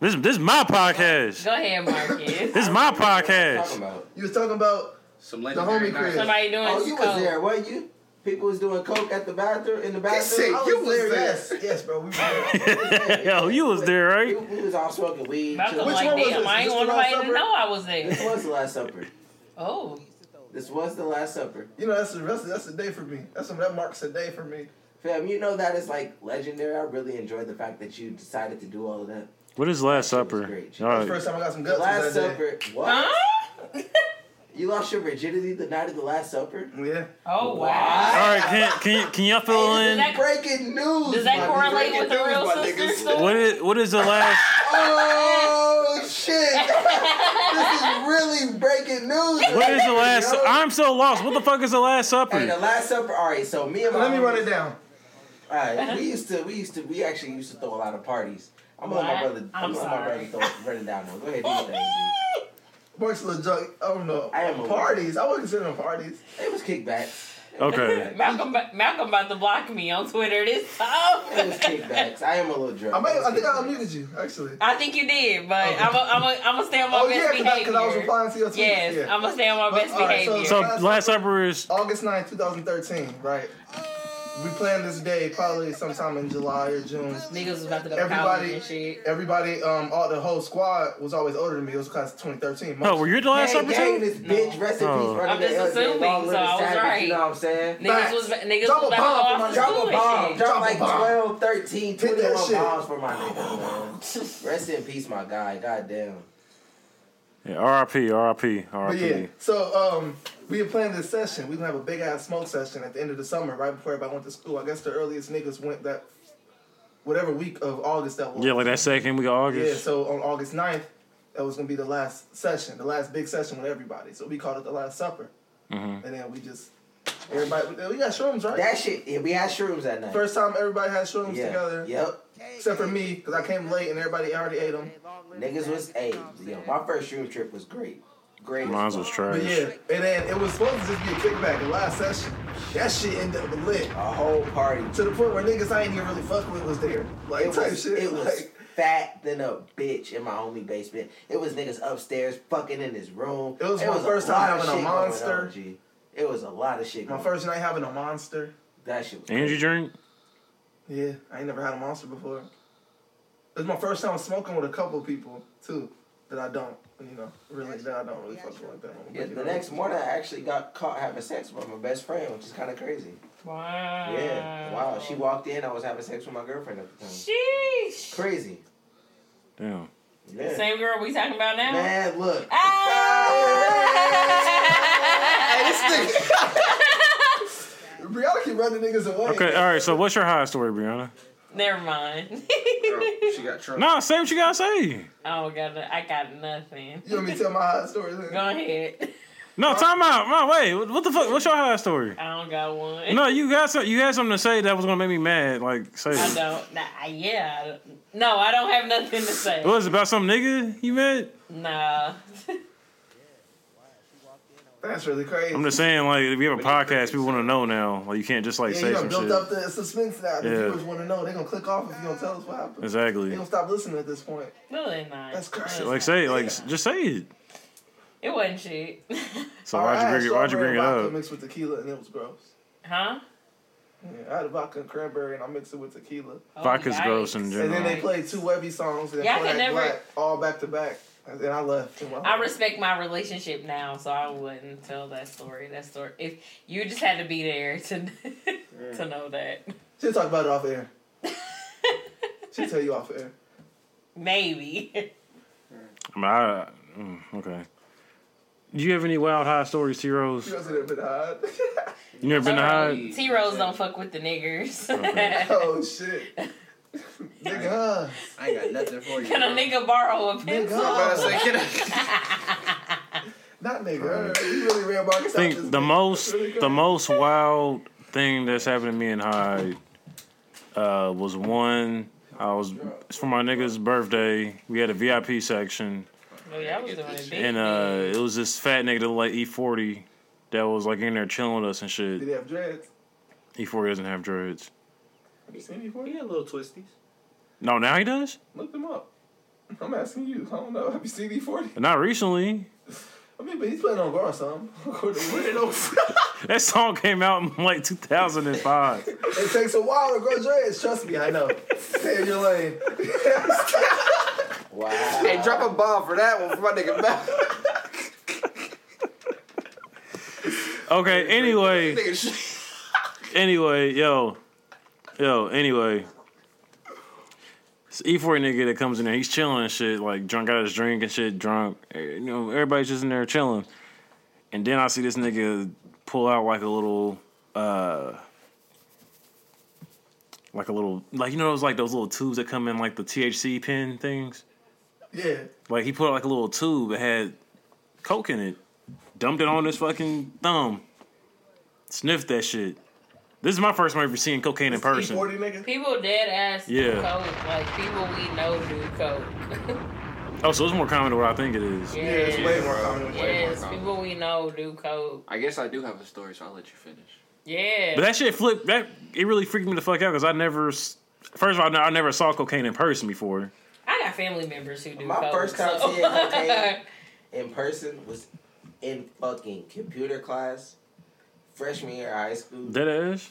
[SPEAKER 1] This, this is my podcast.
[SPEAKER 2] go ahead, Marcus.
[SPEAKER 1] This is my
[SPEAKER 3] Talking
[SPEAKER 1] podcast.
[SPEAKER 3] about.
[SPEAKER 4] You was talking about
[SPEAKER 5] Some
[SPEAKER 4] homie
[SPEAKER 5] legendary
[SPEAKER 4] Chris.
[SPEAKER 5] nights.
[SPEAKER 2] Somebody doing
[SPEAKER 3] Oh, you was
[SPEAKER 2] coke.
[SPEAKER 3] there, weren't you? People was doing coke at the bathroom in the
[SPEAKER 4] I
[SPEAKER 3] bathroom.
[SPEAKER 4] was
[SPEAKER 5] You was
[SPEAKER 4] there,
[SPEAKER 5] there.
[SPEAKER 4] Yes, yes, bro. We were there.
[SPEAKER 1] Yo, you was there,
[SPEAKER 3] We,
[SPEAKER 1] right?
[SPEAKER 3] we was all smoking weed.
[SPEAKER 2] Malcolm
[SPEAKER 3] chilling.
[SPEAKER 4] Which
[SPEAKER 2] like,
[SPEAKER 4] one was
[SPEAKER 2] damn,
[SPEAKER 4] this?
[SPEAKER 2] I ain't
[SPEAKER 4] This
[SPEAKER 2] want
[SPEAKER 4] the
[SPEAKER 2] nobody
[SPEAKER 4] last
[SPEAKER 2] to
[SPEAKER 4] supper?
[SPEAKER 2] know I was
[SPEAKER 3] This
[SPEAKER 2] there.
[SPEAKER 3] was the last supper.
[SPEAKER 2] Oh,
[SPEAKER 3] This was the last supper.
[SPEAKER 4] You know, that's a, that's a, that's a day for me. That's a, that marks a day for me.
[SPEAKER 3] Fam, you know that is like legendary. I really enjoyed the fact that you decided to do all of that.
[SPEAKER 1] What is Last Supper?
[SPEAKER 4] That's the
[SPEAKER 1] Y'all-
[SPEAKER 4] first time I got some
[SPEAKER 3] The
[SPEAKER 4] guts.
[SPEAKER 3] last
[SPEAKER 4] was that day.
[SPEAKER 3] supper. What?
[SPEAKER 2] huh?
[SPEAKER 3] You lost your virginity the night of the last supper?
[SPEAKER 4] Yeah.
[SPEAKER 2] Oh
[SPEAKER 1] All
[SPEAKER 2] wow.
[SPEAKER 1] right, can can you- can y'all fill
[SPEAKER 2] Hey,
[SPEAKER 1] in?
[SPEAKER 2] that-
[SPEAKER 3] Breaking news.
[SPEAKER 2] Does that
[SPEAKER 3] my
[SPEAKER 2] correlate
[SPEAKER 3] nigga.
[SPEAKER 2] with the real
[SPEAKER 5] my
[SPEAKER 2] sister
[SPEAKER 5] niggas.
[SPEAKER 2] story?
[SPEAKER 1] What is what is the last?
[SPEAKER 3] Oh shit! this is really breaking news.
[SPEAKER 1] What is the last?
[SPEAKER 3] Yo.
[SPEAKER 1] I'm so lost. What the fuck is the Last
[SPEAKER 3] Hey, the
[SPEAKER 1] Supper?
[SPEAKER 3] last supper. All right, so me and my
[SPEAKER 4] Let me run it down.
[SPEAKER 3] All right, we used to, we used to, we actually used to throw a lot of parties. I'm gonna let my
[SPEAKER 2] What?
[SPEAKER 3] brother. I'm,
[SPEAKER 2] I'm
[SPEAKER 3] gonna let
[SPEAKER 2] sorry.
[SPEAKER 3] my brother throw, run it down. Now. Go ahead, do your thing. G.
[SPEAKER 4] Mark's a little junk. I don't know.
[SPEAKER 3] I am a-
[SPEAKER 4] parties. I wasn't considering parties.
[SPEAKER 3] It was kickbacks.
[SPEAKER 1] Okay.
[SPEAKER 2] Malcolm, ba- Malcolm about to block me on Twitter this
[SPEAKER 3] It was
[SPEAKER 2] time.
[SPEAKER 3] kickbacks. I am a little drunk.
[SPEAKER 4] I might,
[SPEAKER 3] It was
[SPEAKER 4] I think I
[SPEAKER 3] kickbacks.
[SPEAKER 4] unmuted you actually.
[SPEAKER 2] I think you did, but I'm a, I'm a, I'm a stay on my
[SPEAKER 4] Oh yeah,
[SPEAKER 2] best
[SPEAKER 4] because
[SPEAKER 2] behavior.
[SPEAKER 4] I, was replying to your tweets.
[SPEAKER 2] yes,
[SPEAKER 4] yeah.
[SPEAKER 2] I'm gonna stay on my
[SPEAKER 4] But,
[SPEAKER 2] best
[SPEAKER 4] alright,
[SPEAKER 2] behavior.
[SPEAKER 1] So Last Supper is
[SPEAKER 4] August 9, 2013, right? We planned this day probably sometime in July or June.
[SPEAKER 2] Niggas was about to go to college
[SPEAKER 4] Everybody-
[SPEAKER 2] and shit.
[SPEAKER 4] Everybody, um, all the whole squad was always older than me. It was class of 2013.
[SPEAKER 1] No, were you at the last
[SPEAKER 3] Gang,
[SPEAKER 1] supper
[SPEAKER 3] gang,
[SPEAKER 1] too?
[SPEAKER 3] this bitch recipes
[SPEAKER 1] Oh.
[SPEAKER 3] running
[SPEAKER 2] I'm
[SPEAKER 3] the
[SPEAKER 2] just
[SPEAKER 3] LJ
[SPEAKER 2] assuming,
[SPEAKER 3] long
[SPEAKER 2] so
[SPEAKER 3] living
[SPEAKER 2] I was
[SPEAKER 3] savage,
[SPEAKER 2] right.
[SPEAKER 3] You know what I'm saying?
[SPEAKER 2] Niggas was niggas
[SPEAKER 4] Drop a
[SPEAKER 2] was
[SPEAKER 4] bomb
[SPEAKER 2] about
[SPEAKER 4] for
[SPEAKER 2] to go
[SPEAKER 4] my-
[SPEAKER 2] off to school
[SPEAKER 3] Drop a bomb.
[SPEAKER 2] and shit.
[SPEAKER 3] Drop
[SPEAKER 4] Drop a
[SPEAKER 3] like
[SPEAKER 4] bomb.
[SPEAKER 3] 12, 13,
[SPEAKER 4] Hit that
[SPEAKER 3] 21
[SPEAKER 4] shit.
[SPEAKER 3] bombs for my nigga, man. Rest in peace, my guy. Goddamn.
[SPEAKER 1] Yeah, R.I.P. R.I.P.
[SPEAKER 4] But yeah,
[SPEAKER 1] R.I.P.
[SPEAKER 4] so um, we had planned this session. We gonna have a big ass smoke session at the end of the summer, right before everybody went to school. I guess the earliest niggas went that whatever week of August that was.
[SPEAKER 1] Yeah, like that second week of
[SPEAKER 4] Yeah,
[SPEAKER 1] August.
[SPEAKER 4] so on August 9th, that was gonna be the last session, the last big session with everybody. So we called it the last supper,
[SPEAKER 1] Mhm.
[SPEAKER 4] and then we just everybody we, we got shrooms right.
[SPEAKER 3] That shit. Yeah, we had shrooms that night.
[SPEAKER 4] First time everybody had shrooms
[SPEAKER 3] yeah.
[SPEAKER 4] together,
[SPEAKER 3] Yep.
[SPEAKER 4] except for me because I came late and everybody already ate them.
[SPEAKER 3] Niggas was eight. Yo, my first shroom trip was great. Great. as
[SPEAKER 1] Mine was
[SPEAKER 3] fuck.
[SPEAKER 4] But
[SPEAKER 1] trash.
[SPEAKER 4] yeah, and then it was supposed to just be a kickback. The last session, that shit ended up lit.
[SPEAKER 3] A whole party.
[SPEAKER 4] to the point where niggas I ain't even really fuck with was there. Like
[SPEAKER 3] It
[SPEAKER 4] type
[SPEAKER 3] was,
[SPEAKER 4] shit.
[SPEAKER 3] it was
[SPEAKER 4] like,
[SPEAKER 3] fat than a bitch in my homie basement. It was niggas upstairs fucking in his room.
[SPEAKER 4] It was
[SPEAKER 3] There
[SPEAKER 4] my first
[SPEAKER 3] lot
[SPEAKER 4] time
[SPEAKER 3] of
[SPEAKER 4] having a
[SPEAKER 3] shit going on,
[SPEAKER 4] monster.
[SPEAKER 3] G. It was a lot of shit.
[SPEAKER 4] my
[SPEAKER 3] going
[SPEAKER 4] first night having a monster.
[SPEAKER 3] on. That shit. Was
[SPEAKER 1] Energy
[SPEAKER 3] crazy.
[SPEAKER 1] drink.
[SPEAKER 4] Yeah, I ain't never had a monster before. It was my first time smoking with a couple people too that I don't, you know, really that I don't really fuck with like that.
[SPEAKER 3] Yeah, the next morning I actually got caught having sex with my best friend, which is kind of crazy.
[SPEAKER 2] Wow.
[SPEAKER 3] Yeah, wow. She walked in. I was having sex with my girlfriend at the time.
[SPEAKER 2] Sheesh.
[SPEAKER 3] Crazy.
[SPEAKER 1] Damn.
[SPEAKER 3] Yeah.
[SPEAKER 2] Same girl we talking about now.
[SPEAKER 3] Man, look.
[SPEAKER 2] Ah!
[SPEAKER 4] Brianna keep running niggas away.
[SPEAKER 1] Okay, all right. So what's your high story, Brianna?
[SPEAKER 2] Never mind.
[SPEAKER 5] Girl, she got drunk.
[SPEAKER 1] Nah, say what you gotta say.
[SPEAKER 2] oh god, I got nothing.
[SPEAKER 4] You want me to tell my hot story?
[SPEAKER 2] Go ahead.
[SPEAKER 1] No, time out. No, wait. What what the fuck? What's your high story?
[SPEAKER 2] I don't got one.
[SPEAKER 1] No, you got some. You had something to say that was gonna make me mad. Like say.
[SPEAKER 2] I
[SPEAKER 1] it.
[SPEAKER 2] don't. Nah, I- yeah. I don't- No, I don't have nothing to say.
[SPEAKER 1] What was it about some nigga you met?
[SPEAKER 2] Nah.
[SPEAKER 4] That's really crazy.
[SPEAKER 1] I'm just saying, like, if we have a podcast, people want to know now. Like, you can't just like
[SPEAKER 4] yeah,
[SPEAKER 1] say
[SPEAKER 4] you
[SPEAKER 1] some
[SPEAKER 4] done built
[SPEAKER 1] shit.
[SPEAKER 4] up the suspense now. The
[SPEAKER 1] Yeah.
[SPEAKER 4] viewers want to know. They gonna click off if you don't tell us what happened. They
[SPEAKER 1] Exactly.
[SPEAKER 4] gonna stop listening at this point.
[SPEAKER 2] Really not.
[SPEAKER 4] That's crazy.
[SPEAKER 1] Like, say, it, like, s- just say it.
[SPEAKER 2] It wasn't shit.
[SPEAKER 1] So why'd you bring it? Why'd you bring it up?
[SPEAKER 4] Mixed with tequila and it was gross.
[SPEAKER 2] huh?
[SPEAKER 4] Yeah, I had a vodka and cranberry and I mixed it with tequila.
[SPEAKER 2] Oh,
[SPEAKER 1] Vodka's
[SPEAKER 2] yikes.
[SPEAKER 1] gross in
[SPEAKER 4] And then they
[SPEAKER 1] general.
[SPEAKER 4] played two Webby songs and
[SPEAKER 2] Yeah, I
[SPEAKER 4] Kodak
[SPEAKER 2] could never-
[SPEAKER 4] Black all back to back. And then I left. And
[SPEAKER 2] I respect my relationship now, so I wouldn't tell that story. That story, if you just had to be there to to know that,
[SPEAKER 4] She'll talk about it off air. She'll tell you off air.
[SPEAKER 2] maybe.
[SPEAKER 1] I mean, I, mm, okay. Do you have any wild high stories, T Rose?
[SPEAKER 4] She wasn't even high.
[SPEAKER 1] You never been to high?
[SPEAKER 2] T Rose don't fuck with the niggers.
[SPEAKER 1] Okay.
[SPEAKER 4] oh shit. Nigga, huh?
[SPEAKER 5] I ain't got nothing for you.
[SPEAKER 2] Can a
[SPEAKER 5] bro.
[SPEAKER 2] nigga borrow a
[SPEAKER 4] Nigga,
[SPEAKER 2] pencil?
[SPEAKER 5] I was like,
[SPEAKER 4] Not nigga. You really ran Marcus
[SPEAKER 1] I think the most the most wild thing that's happened to me in Hyde uh, was one I was it's for my nigga's birthday. We had a VIP section
[SPEAKER 2] Oh, yeah, I was doing it big.
[SPEAKER 1] and uh, it was this fat nigga that like E forty that was like in there chilling with us and
[SPEAKER 4] Did
[SPEAKER 1] shit.
[SPEAKER 4] he have dreads?
[SPEAKER 1] E forty doesn't have dreads.
[SPEAKER 4] Have you seen him before?
[SPEAKER 8] He had little twisties.
[SPEAKER 1] No, now he does?
[SPEAKER 4] Look them up. I'm asking you. I don't know. Have you seen D40?
[SPEAKER 1] Not recently.
[SPEAKER 4] I mean, but he's playing on guard some. According to Where it
[SPEAKER 1] That song came out in like 2005.
[SPEAKER 4] takes a while to grow dreads. Trust me, I know. Stay in your lane.
[SPEAKER 3] Wow.
[SPEAKER 5] Hey, drop a bomb for that one for my nigga Mac.
[SPEAKER 1] Okay, anyway.
[SPEAKER 5] Nigga, shit.
[SPEAKER 1] anyway, yo, yo, anyway. It's E40 nigga that comes in there, he's chilling and shit, like drunk out of his drink and shit, drunk. Eh, You know, everybody's just in there chilling. And then I see this nigga pull out like a little, uh, like a little, like you know those like those little tubes that come in like the THC pin things.
[SPEAKER 4] yeah.
[SPEAKER 1] Like he put out like a little tube that had coke in it, dumped it on his fucking thumb, sniffed that shit. This is my first time ever seeing cocaine in person.
[SPEAKER 4] D40 E nigga.
[SPEAKER 2] people dead ass
[SPEAKER 1] Yeah.
[SPEAKER 2] do coke. Like people we know do coke.
[SPEAKER 1] Oh, so it's more common than what I think it is.
[SPEAKER 4] Yeah, it's
[SPEAKER 2] yes,
[SPEAKER 4] way more common. than
[SPEAKER 5] way more
[SPEAKER 2] yes,
[SPEAKER 5] common.
[SPEAKER 2] people we know do coke.
[SPEAKER 5] I guess I do have a story, so I'll let you finish.
[SPEAKER 2] Yeah,
[SPEAKER 1] But that shit flipped. That it really freaked me the fuck out because I never. s- First of all, I I never saw cocaine in person before.
[SPEAKER 2] I got family members who do
[SPEAKER 3] My
[SPEAKER 2] coke.
[SPEAKER 3] first time
[SPEAKER 2] so-
[SPEAKER 3] seeing cocaine. in person was in fucking computer class, freshman year of high school.
[SPEAKER 1] Dead ass.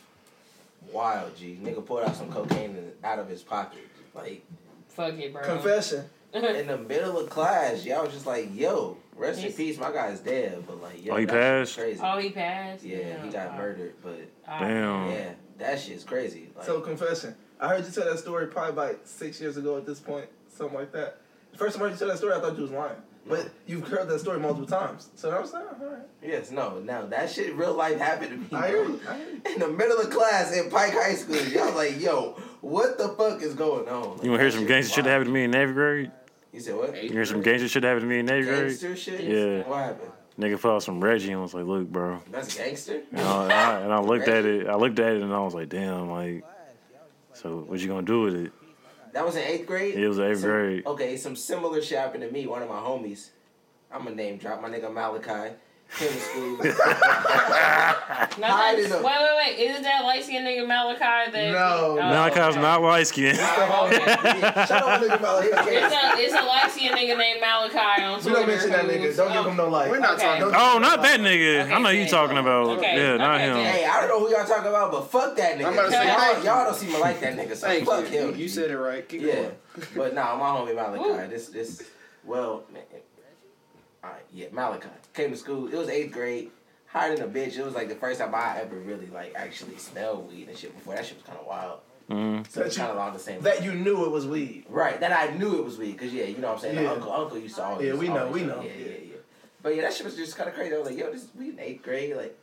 [SPEAKER 3] Wild, G. Nigga pulled out some cocaine in, out of his pocket. Like,
[SPEAKER 2] Fuck it, bro.
[SPEAKER 4] Confession.
[SPEAKER 3] in the middle of class, y'all was just like, yo, rest in
[SPEAKER 2] He's-
[SPEAKER 3] peace, my guy's dead. But, like, yo,
[SPEAKER 1] Oh, he
[SPEAKER 3] that shit's
[SPEAKER 1] passed?
[SPEAKER 3] crazy.
[SPEAKER 2] Oh, he passed.
[SPEAKER 3] yeah, he got murdered, but
[SPEAKER 2] Ah.
[SPEAKER 1] Damn.
[SPEAKER 3] yeah, that shit's crazy. Like,
[SPEAKER 4] So confession. I heard you tell that story probably about six years ago at this point, something like that. The first time I heard you tell that story, I thought you was lying. But you've heard that story multiple times. So I was like, all right.
[SPEAKER 3] yes, no, no, that shit real life happened to me.
[SPEAKER 4] I hear you. I hear you.
[SPEAKER 3] in the middle of class at Pike High School, y'all like, yo, what the fuck is going on? Like,
[SPEAKER 1] You wanna hear some
[SPEAKER 3] that
[SPEAKER 1] gangster shit that
[SPEAKER 3] wild.
[SPEAKER 1] happened to me in eighth grade?
[SPEAKER 3] You said what?
[SPEAKER 1] You hear some gangster shit that happened to me in eighth grade?
[SPEAKER 3] Gangster shit?
[SPEAKER 1] Yeah.
[SPEAKER 3] What happened?
[SPEAKER 1] Nigga put out some Reggie and was like, "Look, bro,"
[SPEAKER 3] That's gangster?
[SPEAKER 1] and I, and I, and I looked at it. I looked at it and I was like, "Damn, like, so what you gonna do with it?"
[SPEAKER 3] That was in eighth grade?
[SPEAKER 1] It was eighth
[SPEAKER 3] Some-
[SPEAKER 1] grade.
[SPEAKER 3] Okay, some similar shit happened to me. One of my homies, I'm gonna name drop my nigga Malachi. Came to school.
[SPEAKER 2] No,
[SPEAKER 3] Hide it
[SPEAKER 2] that's-
[SPEAKER 3] up.
[SPEAKER 2] wait, wait, wait. Isn't that light skinned nigga Malachi? That
[SPEAKER 4] No.
[SPEAKER 1] Malachi's not light skinned.
[SPEAKER 2] Oh, okay.
[SPEAKER 4] Shout out to nigga Malachi.
[SPEAKER 2] it's a it's a light skinned nigga named Malachi on
[SPEAKER 4] We
[SPEAKER 2] Twitter.
[SPEAKER 4] don't mention that nigga.
[SPEAKER 2] who's-
[SPEAKER 4] Don't give him no light.
[SPEAKER 8] We're not
[SPEAKER 2] Okay.
[SPEAKER 8] talking.
[SPEAKER 1] Oh, not that nigga. I know
[SPEAKER 2] Okay,
[SPEAKER 1] you
[SPEAKER 2] good.
[SPEAKER 1] talking about.
[SPEAKER 2] Okay,
[SPEAKER 1] Yeah, not
[SPEAKER 2] okay,
[SPEAKER 1] him.
[SPEAKER 2] good.
[SPEAKER 3] hey, I don't know who y'all talking about, but fuck that nigga.
[SPEAKER 8] I'm about to say,
[SPEAKER 3] y'all,
[SPEAKER 8] thank you.
[SPEAKER 3] y'all don't seem to like that nigga, so
[SPEAKER 8] Thank
[SPEAKER 3] fuck
[SPEAKER 8] you.
[SPEAKER 3] him.
[SPEAKER 8] You said it right. Keep
[SPEAKER 3] Yeah,
[SPEAKER 8] going.
[SPEAKER 3] but nah, my homie Malachi.
[SPEAKER 2] Ooh.
[SPEAKER 3] This, this, well, man, all right, yeah, Malachi came to school. It was eighth grade. Higher than a bitch. It was like the first time I ever really like actually smelled weed and shit before. That shit was kind of wild.
[SPEAKER 1] Mhm.
[SPEAKER 3] So it's kind of along the same.
[SPEAKER 4] That you knew it was weed.
[SPEAKER 3] Right, then I knew it was weed, cause yeah, you know what I'm saying.
[SPEAKER 4] Yeah.
[SPEAKER 3] The uncle, uncle used to always.
[SPEAKER 4] Yeah, we know,
[SPEAKER 3] always-
[SPEAKER 4] we know.
[SPEAKER 3] Yeah, yeah, yeah. But yeah, that shit was just kind of crazy. I was like, yo, this we in eighth grade, like.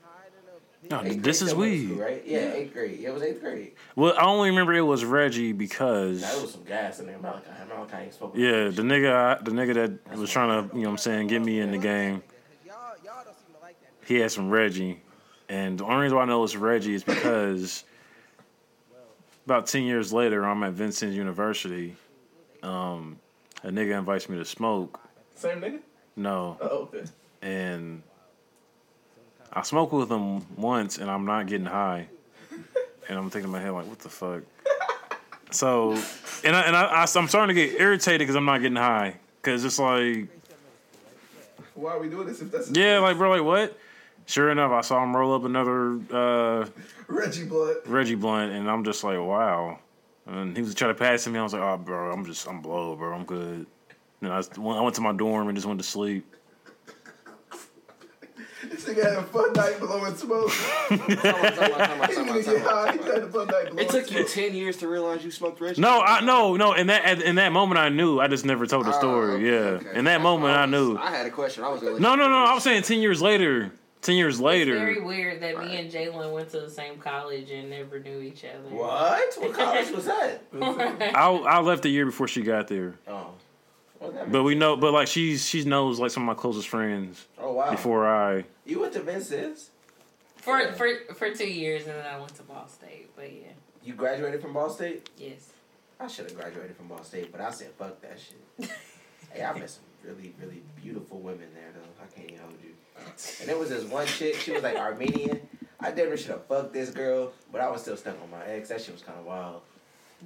[SPEAKER 1] No,
[SPEAKER 3] eighth grade
[SPEAKER 1] this is
[SPEAKER 3] still went to school,
[SPEAKER 1] weed.
[SPEAKER 3] right? Yeah, eighth grade. Yeah, it was eighth grade.
[SPEAKER 1] Well, I only remember it was Reggie because
[SPEAKER 3] That was some gas in there. Malachi, Malachi ain't spoken.
[SPEAKER 1] yeah, the nigga, I, the nigga that was trying to, you know, what I'm saying, get me in the game. He had some Reggie, and the only reason why I know it's Reggie is because about ten years later, I'm at Vincent's University. Um, a nigga invites me to smoke.
[SPEAKER 4] Same nigga?
[SPEAKER 1] No,
[SPEAKER 4] Oh, okay.
[SPEAKER 1] and I smoked with him once, and I'm not getting high, and I'm thinking in my head like, what the fuck? So, and I, and I, I am starting to get irritated because I'm not getting high because it's like
[SPEAKER 4] why are we doing this if that's
[SPEAKER 1] Yeah, like bro, like what? Sure enough, I saw him roll up another uh,
[SPEAKER 4] Reggie Blood?
[SPEAKER 1] Reggie Blunt, and I'm just like, wow. And he was trying to pass me. I was like, oh, bro, I'm just, I'm blow, bro, I'm good. Then I, was- I went to my dorm and just went to sleep.
[SPEAKER 4] This nigga had a fun night blowing smoke. he didn't even get high. He had a fun night blowing
[SPEAKER 5] It took you
[SPEAKER 4] smoke.
[SPEAKER 5] ten years to realize you smoked Reggie.
[SPEAKER 1] No, I no, no. In that in that moment, I knew. I just never
[SPEAKER 3] Ah,
[SPEAKER 5] Oh,
[SPEAKER 1] told the story. yeah. In that moment, I knew.
[SPEAKER 5] I had a question. I was gonna let
[SPEAKER 1] No,
[SPEAKER 5] you
[SPEAKER 1] no, no.
[SPEAKER 5] finish.
[SPEAKER 1] I'm saying ten years later. Ten years
[SPEAKER 2] It's very
[SPEAKER 1] later.
[SPEAKER 2] weird that me and Jalen went to the same college and never knew each other.
[SPEAKER 3] What? What college was that?
[SPEAKER 1] I I left the year before she got there.
[SPEAKER 3] Oh. What that mean?
[SPEAKER 1] But we know. But like she's she knows like some of my closest friends
[SPEAKER 3] Oh wow.
[SPEAKER 1] before I.
[SPEAKER 3] You went to Vince's?
[SPEAKER 2] for for for two years, and then I went to Ball State. But yeah,
[SPEAKER 3] You graduated from Ball State?
[SPEAKER 2] yes.
[SPEAKER 3] I should have graduated from Ball State, but I said fuck that shit. hey, I met some really, really beautiful women there though. I can't even hold you. And there was this one chick, she was like Armenian. I never should have fucked this girl, but I was still stuck on my ex. That shit was kind of wild.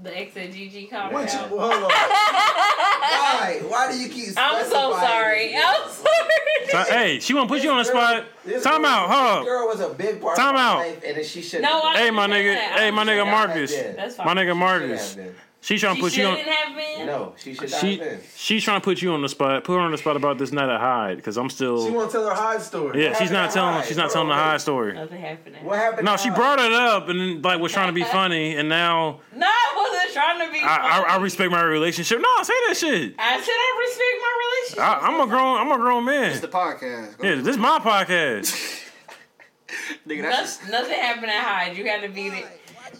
[SPEAKER 2] The ex at GG called
[SPEAKER 4] What
[SPEAKER 2] me
[SPEAKER 4] you-
[SPEAKER 2] out.
[SPEAKER 4] well, hold on.
[SPEAKER 3] Why? Why do you keep?
[SPEAKER 2] I'm so
[SPEAKER 3] specifying
[SPEAKER 2] sorry.
[SPEAKER 3] this?
[SPEAKER 2] I'm sorry.
[SPEAKER 1] So, hey, she won't put you on the spot.
[SPEAKER 3] This
[SPEAKER 1] Time
[SPEAKER 3] girl-
[SPEAKER 1] out. Hold
[SPEAKER 3] This
[SPEAKER 1] up.
[SPEAKER 3] girl was a big part
[SPEAKER 1] Oh. Time
[SPEAKER 3] of my
[SPEAKER 1] out.
[SPEAKER 3] life, and then she should.
[SPEAKER 2] No, I-
[SPEAKER 1] Hey, my nigga. Hey, my nigga Marcus.
[SPEAKER 2] That's fine.
[SPEAKER 1] My nigga Marcus.
[SPEAKER 3] Marcus.
[SPEAKER 1] She's trying to
[SPEAKER 2] She
[SPEAKER 1] put you on.
[SPEAKER 2] shouldn't have been.
[SPEAKER 3] No, she should not
[SPEAKER 1] She
[SPEAKER 3] have been.
[SPEAKER 1] she's trying to put you on the spot. Put her on the spot about this night at Hyde because I'm
[SPEAKER 4] She
[SPEAKER 1] still.
[SPEAKER 4] want to tell her high story.
[SPEAKER 1] Yeah, she's not telling. She's not telling the Hyde story.
[SPEAKER 2] Nothing happening.
[SPEAKER 3] What happened?
[SPEAKER 1] No,
[SPEAKER 3] to
[SPEAKER 1] she
[SPEAKER 3] her?
[SPEAKER 1] brought it up and then, like was trying to be funny, and now
[SPEAKER 2] No, I wasn't trying to be.
[SPEAKER 1] I, I, I
[SPEAKER 2] funny.
[SPEAKER 1] respect my relationship. No, say that shit.
[SPEAKER 2] I said I respect my relationship.
[SPEAKER 1] I, I'm a grown. I'm a grown
[SPEAKER 5] It's
[SPEAKER 1] man.
[SPEAKER 5] the podcast. Go
[SPEAKER 1] Yeah, this is my podcast.
[SPEAKER 5] Nigga, that's
[SPEAKER 2] Nothing, nothing happened at Hyde. You got to be there.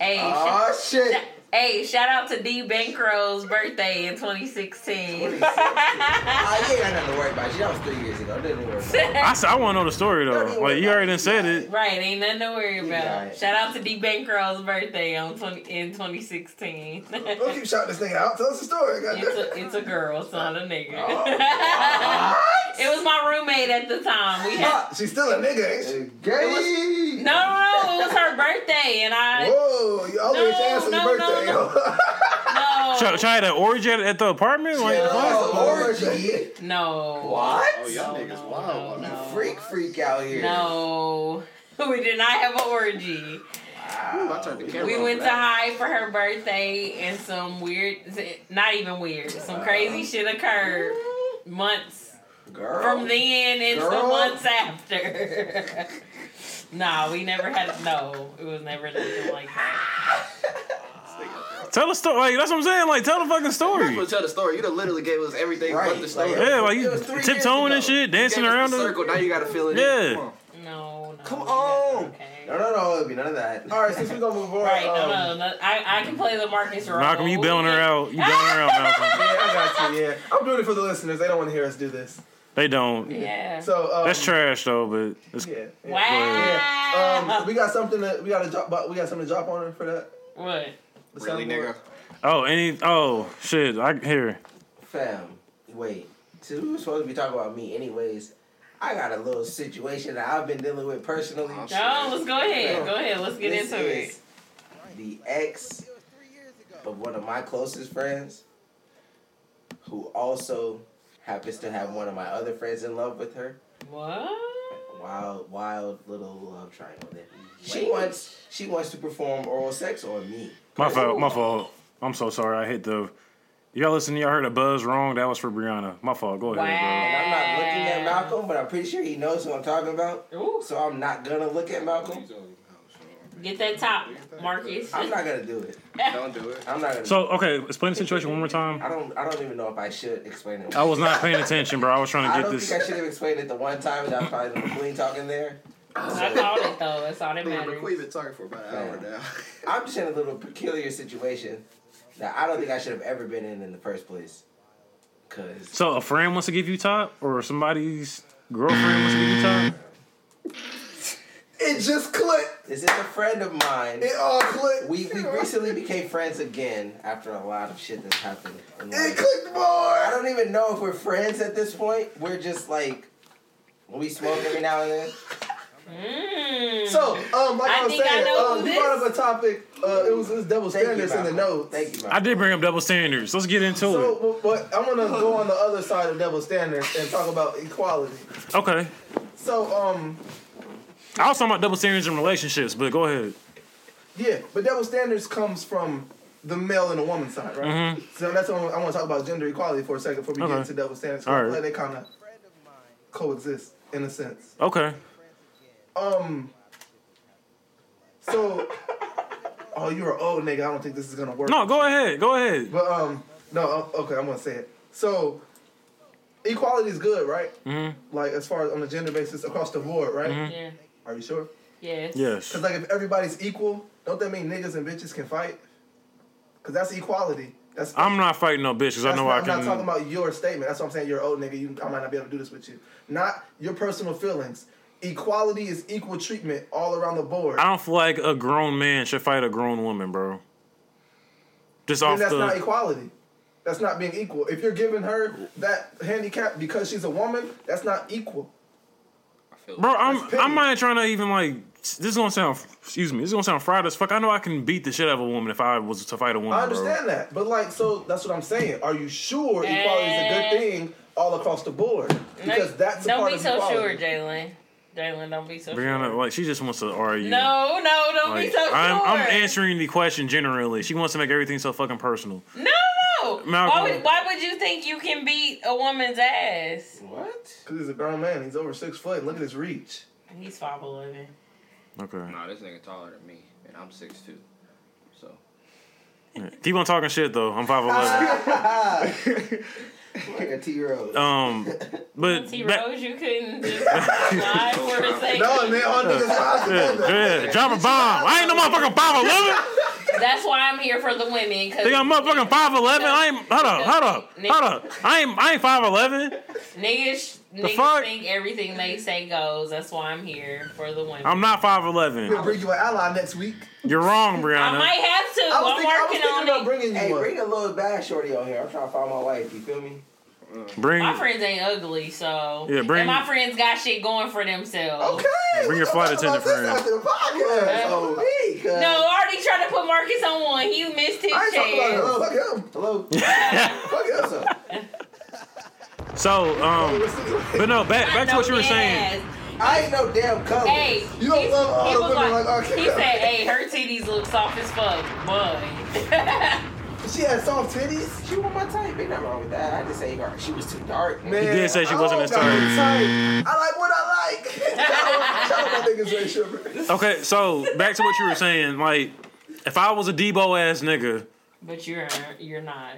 [SPEAKER 2] Hey, sh-
[SPEAKER 4] Ah,
[SPEAKER 3] Oh shit!
[SPEAKER 2] hey, shout out to D Bankrow's birthday in 2016.
[SPEAKER 3] I ain't got nothing to worry about. She that was three years ago. Didn't worry about. it.
[SPEAKER 1] I, s- I want to know the story though. Like you already done said it.
[SPEAKER 2] right, ain't nothing to worry
[SPEAKER 3] You
[SPEAKER 2] about.
[SPEAKER 3] got it.
[SPEAKER 2] Shout out to D Bankrow's birthday on 20, in 2016.
[SPEAKER 4] Don't
[SPEAKER 2] it's,
[SPEAKER 4] keep shouting this nigga out. Tell us the story. goddamn.
[SPEAKER 2] a, it's a girl, it's not a nigga.
[SPEAKER 3] Oh. what?
[SPEAKER 2] it was my roommate at the time. We had,
[SPEAKER 4] Ah, She's still a nigga, ain't she?
[SPEAKER 3] Gay.
[SPEAKER 2] no, no, no, it was her birthday, and I
[SPEAKER 4] Whoa, you always
[SPEAKER 2] No,
[SPEAKER 4] ass on
[SPEAKER 2] no,
[SPEAKER 4] your birthday.
[SPEAKER 2] no,
[SPEAKER 4] yo.
[SPEAKER 2] no,
[SPEAKER 1] Try, try to orgy at, at the apartment. Like what?
[SPEAKER 3] Oh, orgy.
[SPEAKER 2] no,
[SPEAKER 3] What?
[SPEAKER 5] Oh, y'all
[SPEAKER 2] No,
[SPEAKER 5] niggas
[SPEAKER 2] no,
[SPEAKER 5] wild.
[SPEAKER 2] no, no.
[SPEAKER 3] Freak, freak out here.
[SPEAKER 2] No, we did not have an orgy.
[SPEAKER 5] Ooh, I turned the camera
[SPEAKER 2] We
[SPEAKER 5] off
[SPEAKER 2] went
[SPEAKER 5] for
[SPEAKER 2] to
[SPEAKER 5] that.
[SPEAKER 2] high for her birthday, and some weird, not even weird, some crazy shit occurred months
[SPEAKER 3] Girl.
[SPEAKER 2] from then and
[SPEAKER 3] Girl.
[SPEAKER 2] some months after. nah, we never had. No, it was never nothing like that.
[SPEAKER 1] Tell the story. Like that's what I'm saying. Like tell the fucking
[SPEAKER 5] You're
[SPEAKER 1] story.
[SPEAKER 5] supposed to tell the story. You done literally gave us everything
[SPEAKER 3] Right,
[SPEAKER 5] but the story.
[SPEAKER 3] like-
[SPEAKER 5] You
[SPEAKER 1] Yeah, like
[SPEAKER 3] It
[SPEAKER 1] you
[SPEAKER 3] was three
[SPEAKER 1] tiptoeing and
[SPEAKER 3] years ago.
[SPEAKER 1] shit,
[SPEAKER 5] gave us
[SPEAKER 1] dancing
[SPEAKER 5] the
[SPEAKER 1] around. her.
[SPEAKER 5] circle. Now you gotta fill it
[SPEAKER 1] Yeah.
[SPEAKER 5] in. Come on.
[SPEAKER 2] No, no.
[SPEAKER 5] Come
[SPEAKER 2] we never-
[SPEAKER 5] on.
[SPEAKER 2] okay.
[SPEAKER 3] No, no, no. It'll be none of that.
[SPEAKER 4] All right, since we gonna move on.
[SPEAKER 2] Right,
[SPEAKER 4] um,
[SPEAKER 2] no, no, no. I, I can play the Marcus role.
[SPEAKER 1] Malcolm, you bailing her out. You bailing her out, Malcolm.
[SPEAKER 4] Yeah, I got you. Yeah, I'm doing it for the listeners. They don't want to hear us do this.
[SPEAKER 1] They don't.
[SPEAKER 2] Yeah.
[SPEAKER 4] So um,
[SPEAKER 1] That's trash though, but it's,
[SPEAKER 4] Yeah. yeah.
[SPEAKER 2] wow.
[SPEAKER 4] Yeah. Um, we got something to we got to drop. but We got something to drop on her for that.
[SPEAKER 2] what?
[SPEAKER 4] The
[SPEAKER 5] Really,
[SPEAKER 4] soundboard?
[SPEAKER 5] nigga.
[SPEAKER 1] oh any oh shit. I here.
[SPEAKER 3] Fam, wait. So we were supposed to be talking about me, anyways. I got a little situation that I've been dealing with personally.
[SPEAKER 5] Oh, shit.
[SPEAKER 2] No, let's go ahead. Go ahead. Let's get
[SPEAKER 3] This
[SPEAKER 2] into it.
[SPEAKER 3] is The ex of one of my closest friends, who also happens to have one of my other friends in love with her.
[SPEAKER 2] What?
[SPEAKER 3] Wild, wild little love triangle there. She wants, she wants to perform oral sex on me.
[SPEAKER 1] My fault. My fault. I'm so sorry. I hit the. Y'all listen. Y'all heard a buzz wrong. That was for Brianna. My fault. Go ahead,
[SPEAKER 3] And I'm not looking at Malcolm, but I'm pretty sure he knows what I'm talking about.
[SPEAKER 2] Ooh,
[SPEAKER 3] So I'm not gonna look at Malcolm.
[SPEAKER 2] get that top, Marcus.
[SPEAKER 3] I'm not gonna do it.
[SPEAKER 5] Don't do it.
[SPEAKER 3] I'm not gonna.
[SPEAKER 1] bro. So okay, explain the situation one more
[SPEAKER 3] I
[SPEAKER 1] time.
[SPEAKER 3] don't. I don't even know if I should explain it.
[SPEAKER 1] I was not paying attention, bro. I was trying
[SPEAKER 3] I
[SPEAKER 1] to get
[SPEAKER 3] don't
[SPEAKER 1] this.
[SPEAKER 3] think I should have explained it the one time that I probably the queen talking there.
[SPEAKER 2] I called it though. That's all that
[SPEAKER 5] We've
[SPEAKER 2] matters.
[SPEAKER 5] been talking for about an hour now.
[SPEAKER 3] I'm just in a little peculiar situation that I don't think I should have ever been in in the first place. Cause
[SPEAKER 1] So a friend wants to give you top, or somebody's girlfriend wants to give you top.
[SPEAKER 4] It just clicked.
[SPEAKER 3] this is a friend of mine.
[SPEAKER 4] It all clicked.
[SPEAKER 3] We we recently became friends again after a lot of shit that's happened. in
[SPEAKER 4] It
[SPEAKER 3] life.
[SPEAKER 4] clicked
[SPEAKER 3] I
[SPEAKER 4] more.
[SPEAKER 3] don't even know if we're friends at this point. We're just like we smoke every now and then.
[SPEAKER 2] Mm.
[SPEAKER 4] So, um, like
[SPEAKER 2] I
[SPEAKER 4] I, was
[SPEAKER 2] think I
[SPEAKER 4] saying,
[SPEAKER 2] know
[SPEAKER 4] uh,
[SPEAKER 2] who
[SPEAKER 4] you brought
[SPEAKER 2] this-
[SPEAKER 4] up a topic. Uh, it was, it was double
[SPEAKER 3] Thank
[SPEAKER 4] standards
[SPEAKER 3] you,
[SPEAKER 4] in the
[SPEAKER 3] Malcolm.
[SPEAKER 4] notes.
[SPEAKER 3] Thank you, Malcolm.
[SPEAKER 1] I did bring up double standards. Let's get into
[SPEAKER 4] So, but- but I want to go on the other side of double standards and talk about equality.
[SPEAKER 1] it. Okay.
[SPEAKER 4] So, um,
[SPEAKER 1] I was talking about double standards in relationships, but go ahead.
[SPEAKER 4] yeah, but double standards comes from the male and the woman side, right?
[SPEAKER 2] Mm-hmm.
[SPEAKER 4] So that's what I want to talk about gender equality for a second before we
[SPEAKER 1] Okay.
[SPEAKER 4] get into double standards.
[SPEAKER 1] All right.
[SPEAKER 4] Let they kind of coexist in a sense.
[SPEAKER 1] Okay.
[SPEAKER 4] Um. So, oh, you're an old nigga. I don't think this is gonna work.
[SPEAKER 1] No, go ahead. Go ahead.
[SPEAKER 4] But um, no. uh, Okay, I'm gonna say it. So, equality is good, right?
[SPEAKER 1] Mm-hmm.
[SPEAKER 4] Like as far as on a gender basis across the board, right?
[SPEAKER 2] yeah.
[SPEAKER 4] Are you sure?
[SPEAKER 2] Yes.
[SPEAKER 1] Yes.
[SPEAKER 4] Because like if everybody's equal, don't that mean niggas and bitches can fight? Because that's equality. That's
[SPEAKER 1] I'm not fighting no bitch because I
[SPEAKER 4] that's
[SPEAKER 1] know
[SPEAKER 4] not,
[SPEAKER 1] I
[SPEAKER 4] I'm not talking
[SPEAKER 1] can.
[SPEAKER 4] about your statement. That's what I'm saying. You're an old nigga. You, I might not be able to do this with you. Not your personal feelings. Equality is equal treatment all around the board.
[SPEAKER 1] I don't feel like a grown man should fight a grown woman, bro. Just
[SPEAKER 4] Then
[SPEAKER 1] off
[SPEAKER 4] that's not
[SPEAKER 1] the.
[SPEAKER 4] equality. That's not being equal. If you're giving her that handicap because she's a woman, that's not equal.
[SPEAKER 5] I feel
[SPEAKER 1] Bro, I'm
[SPEAKER 4] That's petty.
[SPEAKER 1] I'm not trying to even like. This is gonna sound. Excuse me. This is gonna sound fried as fuck. I know I can beat the shit out of a woman if I was to fight a woman.
[SPEAKER 4] I
[SPEAKER 1] bro.
[SPEAKER 4] understand that, but like, so that's what I'm saying. Are you sure equality is a good thing all across the board? Because that's a
[SPEAKER 2] don't
[SPEAKER 4] part
[SPEAKER 2] be
[SPEAKER 4] of
[SPEAKER 2] so
[SPEAKER 4] equality.
[SPEAKER 2] sure, Jalen. Jalen, don't be so
[SPEAKER 1] Brianna,
[SPEAKER 2] sure.
[SPEAKER 1] like she just wants to argue.
[SPEAKER 2] No, no, don't
[SPEAKER 1] Like,
[SPEAKER 2] be so
[SPEAKER 1] I'm,
[SPEAKER 2] sure.
[SPEAKER 1] I'm answering the question generally. She wants to make everything so fucking personal.
[SPEAKER 2] No, no.
[SPEAKER 1] Malcolm.
[SPEAKER 2] Why would, why would you think you can beat a woman's ass?
[SPEAKER 3] What?
[SPEAKER 4] Because he's a grown man. He's over six foot. Look at his reach.
[SPEAKER 2] He's five eleven.
[SPEAKER 1] Okay.
[SPEAKER 5] Nah, this nigga taller than me, and I'm 6'2". So
[SPEAKER 1] Keep on talking shit though. I'm five eleven.
[SPEAKER 3] Like a T Rose.
[SPEAKER 1] Um, but
[SPEAKER 2] T
[SPEAKER 1] back-
[SPEAKER 2] Rose, you couldn't just lie for the sake.
[SPEAKER 4] No, and then all niggas are
[SPEAKER 1] yeah,
[SPEAKER 4] together.
[SPEAKER 1] yeah, drop a bomb. I ain't no motherfucking five eleven.
[SPEAKER 2] That's why I'm here for the women. Cause
[SPEAKER 1] Think I'm motherfucking five eleven. I ain't. Hold up. Hold up. Hold up. I ain't. I ain't five eleven.
[SPEAKER 2] niggas, niggas
[SPEAKER 1] fuck?
[SPEAKER 2] think everything they say goes. That's why I'm here for the women.
[SPEAKER 1] I'm not five eleven.
[SPEAKER 4] We'll bring you an ally next week.
[SPEAKER 1] You're wrong,
[SPEAKER 2] I
[SPEAKER 1] Brianna.
[SPEAKER 2] might have to.
[SPEAKER 4] I
[SPEAKER 2] I'm
[SPEAKER 4] was
[SPEAKER 2] working
[SPEAKER 4] thinking, I was thinking
[SPEAKER 2] on
[SPEAKER 4] about
[SPEAKER 2] it.
[SPEAKER 4] bringing you
[SPEAKER 3] Hey,
[SPEAKER 4] one.
[SPEAKER 3] bring a little bad shorty on here. I'm trying to find my wife. You feel me?
[SPEAKER 1] Bring
[SPEAKER 2] My friends ain't ugly, so
[SPEAKER 1] Yeah, bring-
[SPEAKER 2] and my friends got shit going for themselves.
[SPEAKER 4] Okay.
[SPEAKER 1] Bring your flight
[SPEAKER 4] let's talk about
[SPEAKER 1] attendant
[SPEAKER 4] this
[SPEAKER 1] friend.
[SPEAKER 4] After the podcast.
[SPEAKER 3] Oh, me. cuz.
[SPEAKER 2] No, I already tried to put Marcus on one. He missed his
[SPEAKER 4] I
[SPEAKER 2] chance.
[SPEAKER 4] ain't talking about it. Fuck him.
[SPEAKER 3] Hello.
[SPEAKER 4] Fuck him.
[SPEAKER 3] What's up?
[SPEAKER 1] so um. But no, back back to what you were saying.
[SPEAKER 2] Yes.
[SPEAKER 3] I ain't no damn color.
[SPEAKER 2] Hey,
[SPEAKER 4] You don't
[SPEAKER 2] he-
[SPEAKER 4] love all
[SPEAKER 2] he
[SPEAKER 4] the
[SPEAKER 2] was
[SPEAKER 4] women like R.
[SPEAKER 2] He
[SPEAKER 4] Kelly.
[SPEAKER 2] said, "Hey, her titties look soft as fuck, but
[SPEAKER 4] She had soft titties.
[SPEAKER 3] She was my type. Ain't nothing wrong with that. I just say her. She was too dark.
[SPEAKER 4] Man, oh,
[SPEAKER 1] did say she
[SPEAKER 4] I
[SPEAKER 1] wasn't
[SPEAKER 4] don't
[SPEAKER 1] his
[SPEAKER 4] got
[SPEAKER 1] type.
[SPEAKER 4] no type. I like what I like. Shout out my niggas, Ray Shepard.
[SPEAKER 1] Okay, so back to what you were saying. Like, if I was a Debo ass nigga,
[SPEAKER 2] but you're you're not."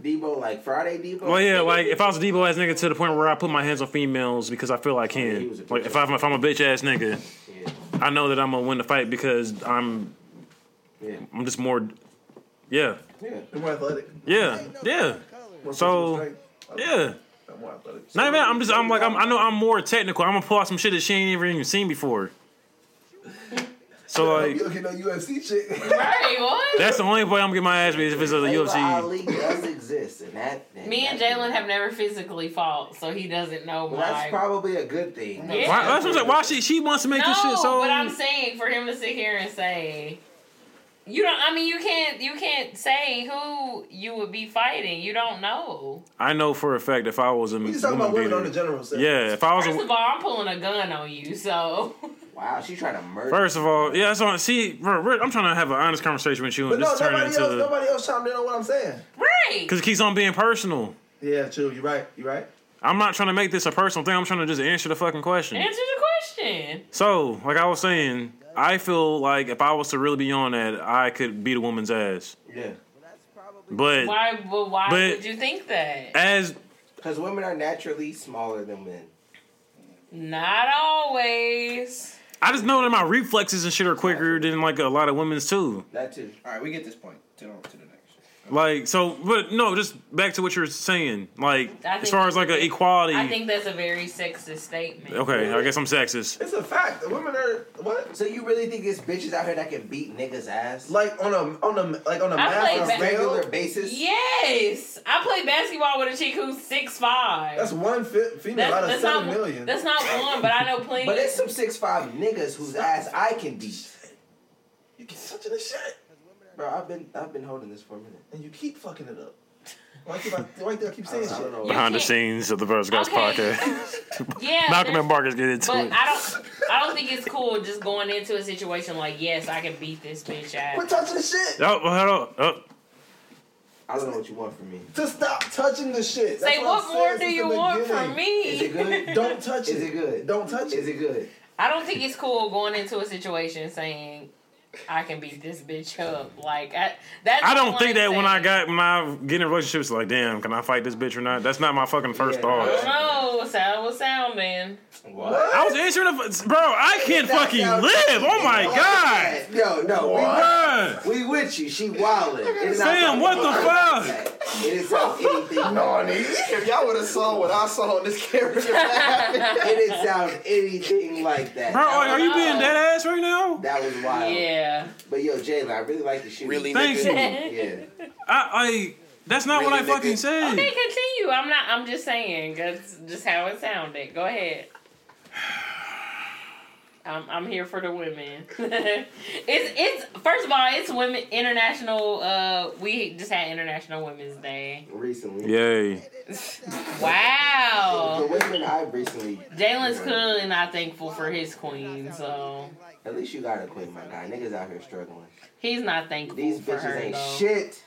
[SPEAKER 3] Debo, like Friday Debo.
[SPEAKER 1] well, yeah, like if I was a Debo ass nigga to the point where I put my hands on females because I feel I can. Like, if I'm if I'm a bitch ass nigga,
[SPEAKER 3] Yeah.
[SPEAKER 1] I know that I'm gonna win the fight because I'm
[SPEAKER 3] Yeah.
[SPEAKER 1] I'm just more, yeah,
[SPEAKER 3] yeah.
[SPEAKER 4] You're more athletic.
[SPEAKER 1] yeah, yeah,
[SPEAKER 4] More
[SPEAKER 1] So,
[SPEAKER 4] physical strength.
[SPEAKER 1] yeah.
[SPEAKER 4] I'm more athletic.
[SPEAKER 1] Not even. I'm just. I'm like. I'm, I know. I'm more technical. I'm gonna pull out some shit that she ain't ever even seen before. So like,
[SPEAKER 4] you looking at UFC chick.
[SPEAKER 2] Right? What?
[SPEAKER 1] that's the only way I'm gonna get my ass beat is if it's a
[SPEAKER 3] Layla
[SPEAKER 1] UFC.
[SPEAKER 3] Ali does exist, and that. that
[SPEAKER 2] Me and
[SPEAKER 3] that-
[SPEAKER 2] Jalen have never physically fought, so he doesn't know
[SPEAKER 3] Well, that's
[SPEAKER 2] why.
[SPEAKER 3] probably a good thing.
[SPEAKER 2] Yeah.
[SPEAKER 1] Why, that's what I'm saying. Why she she wants to make
[SPEAKER 2] no,
[SPEAKER 1] this shit so.
[SPEAKER 2] but I'm saying for him to sit here and say, you don't. I mean, you can't. You can't say who you would be fighting. You don't know.
[SPEAKER 1] I know for a fact if I was a
[SPEAKER 4] We
[SPEAKER 1] woman
[SPEAKER 4] just talking about women
[SPEAKER 1] beater,
[SPEAKER 4] on the general sense.
[SPEAKER 1] yeah, if I was
[SPEAKER 2] First
[SPEAKER 1] a
[SPEAKER 2] of all, I'm pulling a gun on you, so
[SPEAKER 3] Wow, she trying to murder.
[SPEAKER 1] first of all, yeah, that's on. See, bro, we're- I'm trying to have an honest conversation with you,
[SPEAKER 4] But
[SPEAKER 1] and
[SPEAKER 4] no,
[SPEAKER 1] this turning
[SPEAKER 4] nobody else,
[SPEAKER 1] into
[SPEAKER 4] nobody else chimed in on what I'm saying.
[SPEAKER 2] right.
[SPEAKER 1] because it keeps on being personal.
[SPEAKER 4] Yeah, true. You're right. You're right.
[SPEAKER 1] I'm not trying to make this a personal thing. I'm trying to just answer the fucking question.
[SPEAKER 2] Answer the question.
[SPEAKER 1] So, like I was saying, I feel like if I was to really be on that, I could beat a woman's ass.
[SPEAKER 3] Yeah.
[SPEAKER 1] But
[SPEAKER 2] Why? Well, why
[SPEAKER 1] But-
[SPEAKER 2] would you think that?
[SPEAKER 1] as
[SPEAKER 3] Because women are naturally smaller than men.
[SPEAKER 2] Not always.
[SPEAKER 1] I just know that my reflexes and shit are quicker than like a lot of women's too.
[SPEAKER 3] That too.
[SPEAKER 5] all right, we get this point. To, to the next.
[SPEAKER 1] Like so, but no, just back to what you're saying. Like
[SPEAKER 2] I
[SPEAKER 1] as
[SPEAKER 2] think-
[SPEAKER 1] far as like an equality.
[SPEAKER 2] I think that's a very sexist statement.
[SPEAKER 1] okay, I guess I'm sexist.
[SPEAKER 4] It's a fact. The women are what?
[SPEAKER 3] So you really think there's bitches out here that can beat niggas ass?
[SPEAKER 4] Like on a on a like on a
[SPEAKER 2] I played ba-
[SPEAKER 4] massive scale.
[SPEAKER 3] regular basis?
[SPEAKER 2] Yes, I played basketball with a chick who's six five.
[SPEAKER 4] That's one fi- female
[SPEAKER 2] that's,
[SPEAKER 4] out of
[SPEAKER 2] that's
[SPEAKER 4] seven
[SPEAKER 2] not
[SPEAKER 4] million.
[SPEAKER 2] That's not one, but I know plenty.
[SPEAKER 3] But it's some six five niggas whose ass I can beat.
[SPEAKER 4] You keep touching the shit,
[SPEAKER 3] Bro, I've been I've been holding this for a minute.
[SPEAKER 4] and you keep fucking it up. Why keep I, why do I keep
[SPEAKER 3] I
[SPEAKER 4] saying
[SPEAKER 3] don't know.
[SPEAKER 4] shit?
[SPEAKER 1] Behind the
[SPEAKER 2] can't-
[SPEAKER 1] scenes of the First Guys
[SPEAKER 2] Okay.
[SPEAKER 1] podcast,
[SPEAKER 2] yeah,
[SPEAKER 1] Malcolm
[SPEAKER 2] there's-
[SPEAKER 1] and Marcus get into
[SPEAKER 2] But
[SPEAKER 1] it.
[SPEAKER 2] I don't, I don't think it's cool just going into a situation like, yes, I can beat this bitch
[SPEAKER 4] Quit
[SPEAKER 2] ass.
[SPEAKER 4] touching the shit.
[SPEAKER 1] oh, well, hold on. Oh,
[SPEAKER 3] I don't know what you want from me.
[SPEAKER 4] Just stop touching the shit. That's
[SPEAKER 2] Say
[SPEAKER 4] I'm
[SPEAKER 2] what
[SPEAKER 4] saying
[SPEAKER 2] more
[SPEAKER 4] since
[SPEAKER 2] do
[SPEAKER 4] the
[SPEAKER 2] you want
[SPEAKER 4] beginning.
[SPEAKER 2] from
[SPEAKER 3] Is it
[SPEAKER 2] me?
[SPEAKER 3] good?
[SPEAKER 4] Don't touch
[SPEAKER 3] Is
[SPEAKER 4] it.
[SPEAKER 3] it good?
[SPEAKER 4] Don't touch
[SPEAKER 3] Is
[SPEAKER 4] it.
[SPEAKER 3] it good?
[SPEAKER 2] I don't think it's cool going into a situation saying. I can beat this bitch up. Like I, that's
[SPEAKER 1] I
[SPEAKER 2] the
[SPEAKER 1] don't
[SPEAKER 2] one
[SPEAKER 1] think that when I
[SPEAKER 2] saying.
[SPEAKER 1] got when I get in relationships, like, damn, can I fight this bitch or not? That's not my fucking first
[SPEAKER 3] Yeah.
[SPEAKER 1] thought.
[SPEAKER 2] No, sound was sound man.
[SPEAKER 3] What?
[SPEAKER 1] I was answering, the, bro. I can't
[SPEAKER 3] That
[SPEAKER 1] fucking
[SPEAKER 3] sounds-
[SPEAKER 1] live. Oh my
[SPEAKER 3] What?
[SPEAKER 1] god,
[SPEAKER 3] No, no, we
[SPEAKER 1] Bruh.
[SPEAKER 3] We with you. She wildin'. It's not
[SPEAKER 1] Sam,
[SPEAKER 3] like-
[SPEAKER 1] what the fuck?
[SPEAKER 3] It is sound anything.
[SPEAKER 6] If y'all would have saw what I saw on this camera,
[SPEAKER 3] It didn't sound anything like that.
[SPEAKER 1] Bro, are, are you being
[SPEAKER 2] No.
[SPEAKER 1] dead ass right now?
[SPEAKER 3] That was wild.
[SPEAKER 2] Yeah.
[SPEAKER 3] But yo, Jalen, I really like the shoes.
[SPEAKER 5] Really,
[SPEAKER 1] Thank
[SPEAKER 5] nigga?
[SPEAKER 1] you.
[SPEAKER 3] Yeah.
[SPEAKER 1] I, I that's not what I
[SPEAKER 5] Really, nigga?
[SPEAKER 1] fucking said.
[SPEAKER 2] Okay, continue. I'm not. I'm just saying. That's just how it sounded. Go ahead. I'm I'm here for the women. it's it's first of all, it's women international. Uh, we just had International Women's Day.
[SPEAKER 3] Recently.
[SPEAKER 1] Yay.
[SPEAKER 3] The
[SPEAKER 2] Wow.
[SPEAKER 3] women I've recently.
[SPEAKER 2] Jalen's clearly not thankful for his queen, so
[SPEAKER 3] At least you got a queen, my guy. Niggas out here struggling.
[SPEAKER 2] he's not thankful
[SPEAKER 3] These
[SPEAKER 2] for
[SPEAKER 3] bitches
[SPEAKER 2] her.
[SPEAKER 3] ain't
[SPEAKER 2] though.
[SPEAKER 3] shit.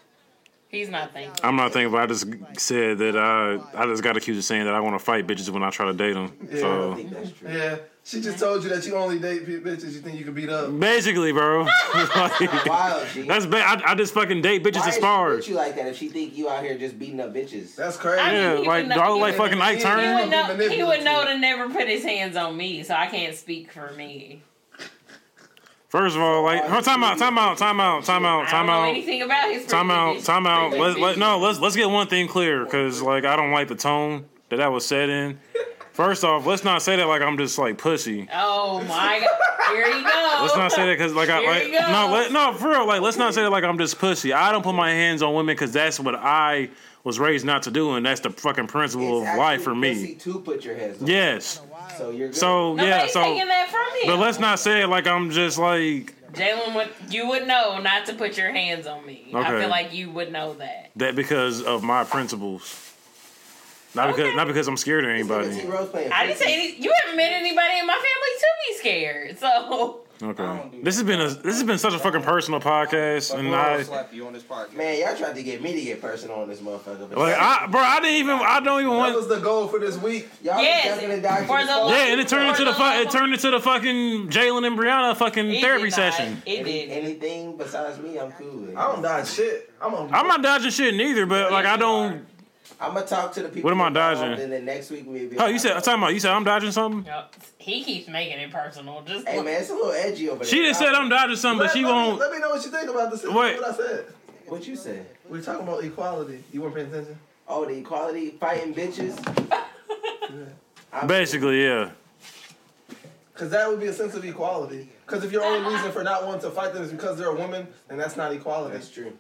[SPEAKER 2] He's not thankful.
[SPEAKER 1] I'm not thinking, but I just said that I I just got accused of saying that I want to fight bitches when I try to date them.
[SPEAKER 3] I don't
[SPEAKER 1] So
[SPEAKER 3] think that's true.
[SPEAKER 4] Yeah, she just told you that you only date p- bitches you think you can beat up.
[SPEAKER 1] basically, bro, Like,
[SPEAKER 3] Wild, G.
[SPEAKER 1] that's bad. I, I just fucking date bitches as
[SPEAKER 3] Why is she
[SPEAKER 1] far.
[SPEAKER 3] with you like that if she think you out here just beating up bitches?
[SPEAKER 4] That's crazy.
[SPEAKER 2] I-
[SPEAKER 1] Yeah,
[SPEAKER 2] He
[SPEAKER 1] like
[SPEAKER 2] would
[SPEAKER 1] do I look
[SPEAKER 2] not-
[SPEAKER 1] like fucking Ike
[SPEAKER 4] He would
[SPEAKER 2] He
[SPEAKER 1] Turner?
[SPEAKER 2] would know. He would know to never put his hands on me, so I can't speak for me.
[SPEAKER 1] First of all, like, hold, time out, time out, time out, time out,
[SPEAKER 2] I don't
[SPEAKER 1] time
[SPEAKER 2] know
[SPEAKER 1] out.
[SPEAKER 2] anything about his
[SPEAKER 1] Time out,
[SPEAKER 2] previous-
[SPEAKER 1] time out.
[SPEAKER 2] previous
[SPEAKER 1] Let's let,
[SPEAKER 2] bitches.
[SPEAKER 1] no, let's let's get one thing clear because like I don't like the tone that that was set in. First off, let's not say that like I'm just like pussy.
[SPEAKER 2] Oh my god! Here you go.
[SPEAKER 1] Let's not say that because like I
[SPEAKER 2] Here
[SPEAKER 1] like
[SPEAKER 2] he goes.
[SPEAKER 1] no let, no for real like let's not say that like I'm just pussy. I don't put my hands on women because that's what I was raised not to do, and that's the fucking principle
[SPEAKER 3] It's
[SPEAKER 1] of life
[SPEAKER 3] actually
[SPEAKER 1] for me.
[SPEAKER 3] Pussy to put your hands on.
[SPEAKER 1] Yes.
[SPEAKER 3] So you're good.
[SPEAKER 1] So
[SPEAKER 2] Nobody's
[SPEAKER 1] yeah. So
[SPEAKER 2] taking that from
[SPEAKER 1] but
[SPEAKER 2] him.
[SPEAKER 1] let's not say it like I'm just like
[SPEAKER 2] Jalen would. You would know not to put your hands on me. I
[SPEAKER 1] Okay.
[SPEAKER 2] feel like you would know that.
[SPEAKER 1] that because of my principles. Not because
[SPEAKER 2] Okay.
[SPEAKER 1] not because I'm scared of
[SPEAKER 3] Timothy
[SPEAKER 1] anybody.
[SPEAKER 3] Rose playing
[SPEAKER 2] I didn't say any, you haven't met anybody in my family to be scared. So
[SPEAKER 1] Okay. This has been a this has been such a fucking personal podcast, and I.
[SPEAKER 5] slap you on this podcast.
[SPEAKER 3] Man, y'all tried to get me to get personal on this motherfucker. but
[SPEAKER 1] Like I, bro, I didn't even. I don't even
[SPEAKER 4] That
[SPEAKER 1] want.
[SPEAKER 4] was the goal for this week.
[SPEAKER 3] y'all was
[SPEAKER 2] yes,
[SPEAKER 3] ducking and dodging
[SPEAKER 2] for
[SPEAKER 3] this
[SPEAKER 2] the
[SPEAKER 3] whole-
[SPEAKER 1] Yeah, and it turned into the fu- it turned into the fucking Jalen and Brianna fucking
[SPEAKER 2] It
[SPEAKER 1] therapy
[SPEAKER 2] did not.
[SPEAKER 1] session.
[SPEAKER 2] It
[SPEAKER 3] Any,
[SPEAKER 2] did.
[SPEAKER 3] anything besides me, I'm cool. With.
[SPEAKER 4] I don't dodge shit. I'm a.
[SPEAKER 1] I'm not dodging shit neither, but like I don't.
[SPEAKER 3] I'm gonna talk to the people.
[SPEAKER 1] What am I
[SPEAKER 3] involved,
[SPEAKER 1] dodging?
[SPEAKER 3] And then next week we'll be.
[SPEAKER 1] Oh, you said I'm talking about you said I'm dodging something.
[SPEAKER 2] Yup. He keeps making it personal. Just
[SPEAKER 3] Hey man, it's a little edgy over there.
[SPEAKER 1] She just said I'm dodging something, but
[SPEAKER 4] Let-
[SPEAKER 1] she
[SPEAKER 4] let me-
[SPEAKER 1] won't.
[SPEAKER 4] Let me know what you think about this.
[SPEAKER 1] Wait.
[SPEAKER 4] What I said.
[SPEAKER 3] What you said?
[SPEAKER 4] We were talking about equality. You weren't paying attention.
[SPEAKER 3] Oh, the equality fighting bitches. I'm-
[SPEAKER 1] Basically, yeah.
[SPEAKER 4] Because that would be a sense of equality. Because if your only reason for not wanting to fight them is because they're a woman, then that's not equality.
[SPEAKER 3] That's true.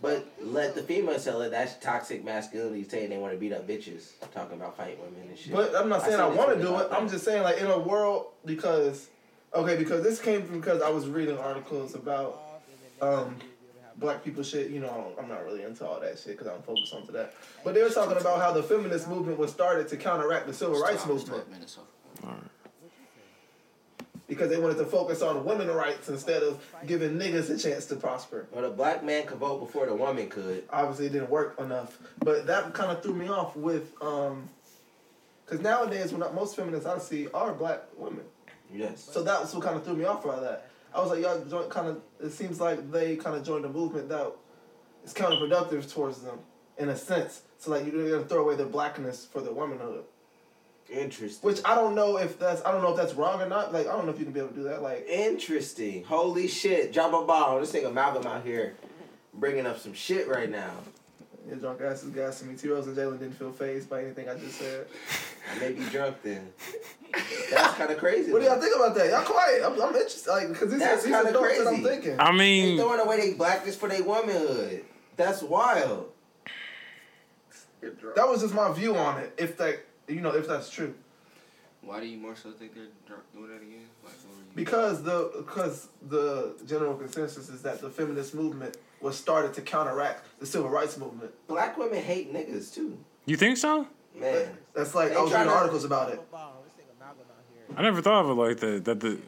[SPEAKER 3] But let the females tell it that's toxic masculinity saying they want to beat up bitches. talking about fighting women and shit.
[SPEAKER 4] But I'm not saying I,
[SPEAKER 3] seen this
[SPEAKER 4] want to
[SPEAKER 3] on
[SPEAKER 4] do
[SPEAKER 3] the
[SPEAKER 4] it. I'm
[SPEAKER 3] document.
[SPEAKER 4] just saying, like, in a world, because, okay, because this came from because I was reading articles about um, black people shit. You know, I don't- I'm not really into all that shit because I don't focus onto that. But they were talking about how the feminist movement was started to counteract the civil rights movement because they wanted to focus on women rights instead of giving niggas a chance to prosper.
[SPEAKER 3] Well, the black man could vote before the woman could.
[SPEAKER 4] Obviously, it didn't work enough. But that kind of threw me off with, um, because nowadays, when I, most feminists I see are black women.
[SPEAKER 3] Yes.
[SPEAKER 4] So that was what kind of threw me off by that. I was like, y'all joined kind of. It seems like they kind of joined a movement that is counterproductive towards them in a sense. So like you're gonna throw away the blackness for the womanhood,
[SPEAKER 3] Interesting.
[SPEAKER 4] which I don't know if that's I don't know if that's wrong or not. Like I don't know if you can be able to do that. Like
[SPEAKER 3] Interesting. Holy shit. Drop a bomb. This nigga Malcolm out here bringing up some shit right now.
[SPEAKER 4] Your drunk ass is gassing me. T Rose and Jalen didn't feel phased by anything I just said.
[SPEAKER 3] I may be drunk then. That's kind of crazy.
[SPEAKER 4] What do
[SPEAKER 3] though.
[SPEAKER 4] y'all think about that? Y'all quiet. I'm, I'm interested. Like, because these
[SPEAKER 3] That's
[SPEAKER 4] these
[SPEAKER 3] kinda
[SPEAKER 4] adults that I'm
[SPEAKER 3] crazy.
[SPEAKER 4] thinking.
[SPEAKER 1] I
[SPEAKER 3] They
[SPEAKER 1] mean,
[SPEAKER 3] throwing away their blackness for their womanhood. That's wild.
[SPEAKER 4] That was just my view on it. If that, you know, if that's true.
[SPEAKER 5] Why do you more so think they're dr- doing that again? Like, what were you?
[SPEAKER 4] Because the because the general consensus is that the feminist movement was started to counteract the civil rights movement.
[SPEAKER 3] Black women hate niggas too.
[SPEAKER 1] you think so?
[SPEAKER 3] Man,
[SPEAKER 4] That's like
[SPEAKER 3] They
[SPEAKER 4] I was
[SPEAKER 3] tryna-
[SPEAKER 4] reading articles about it.
[SPEAKER 1] I never thought of it like that. That the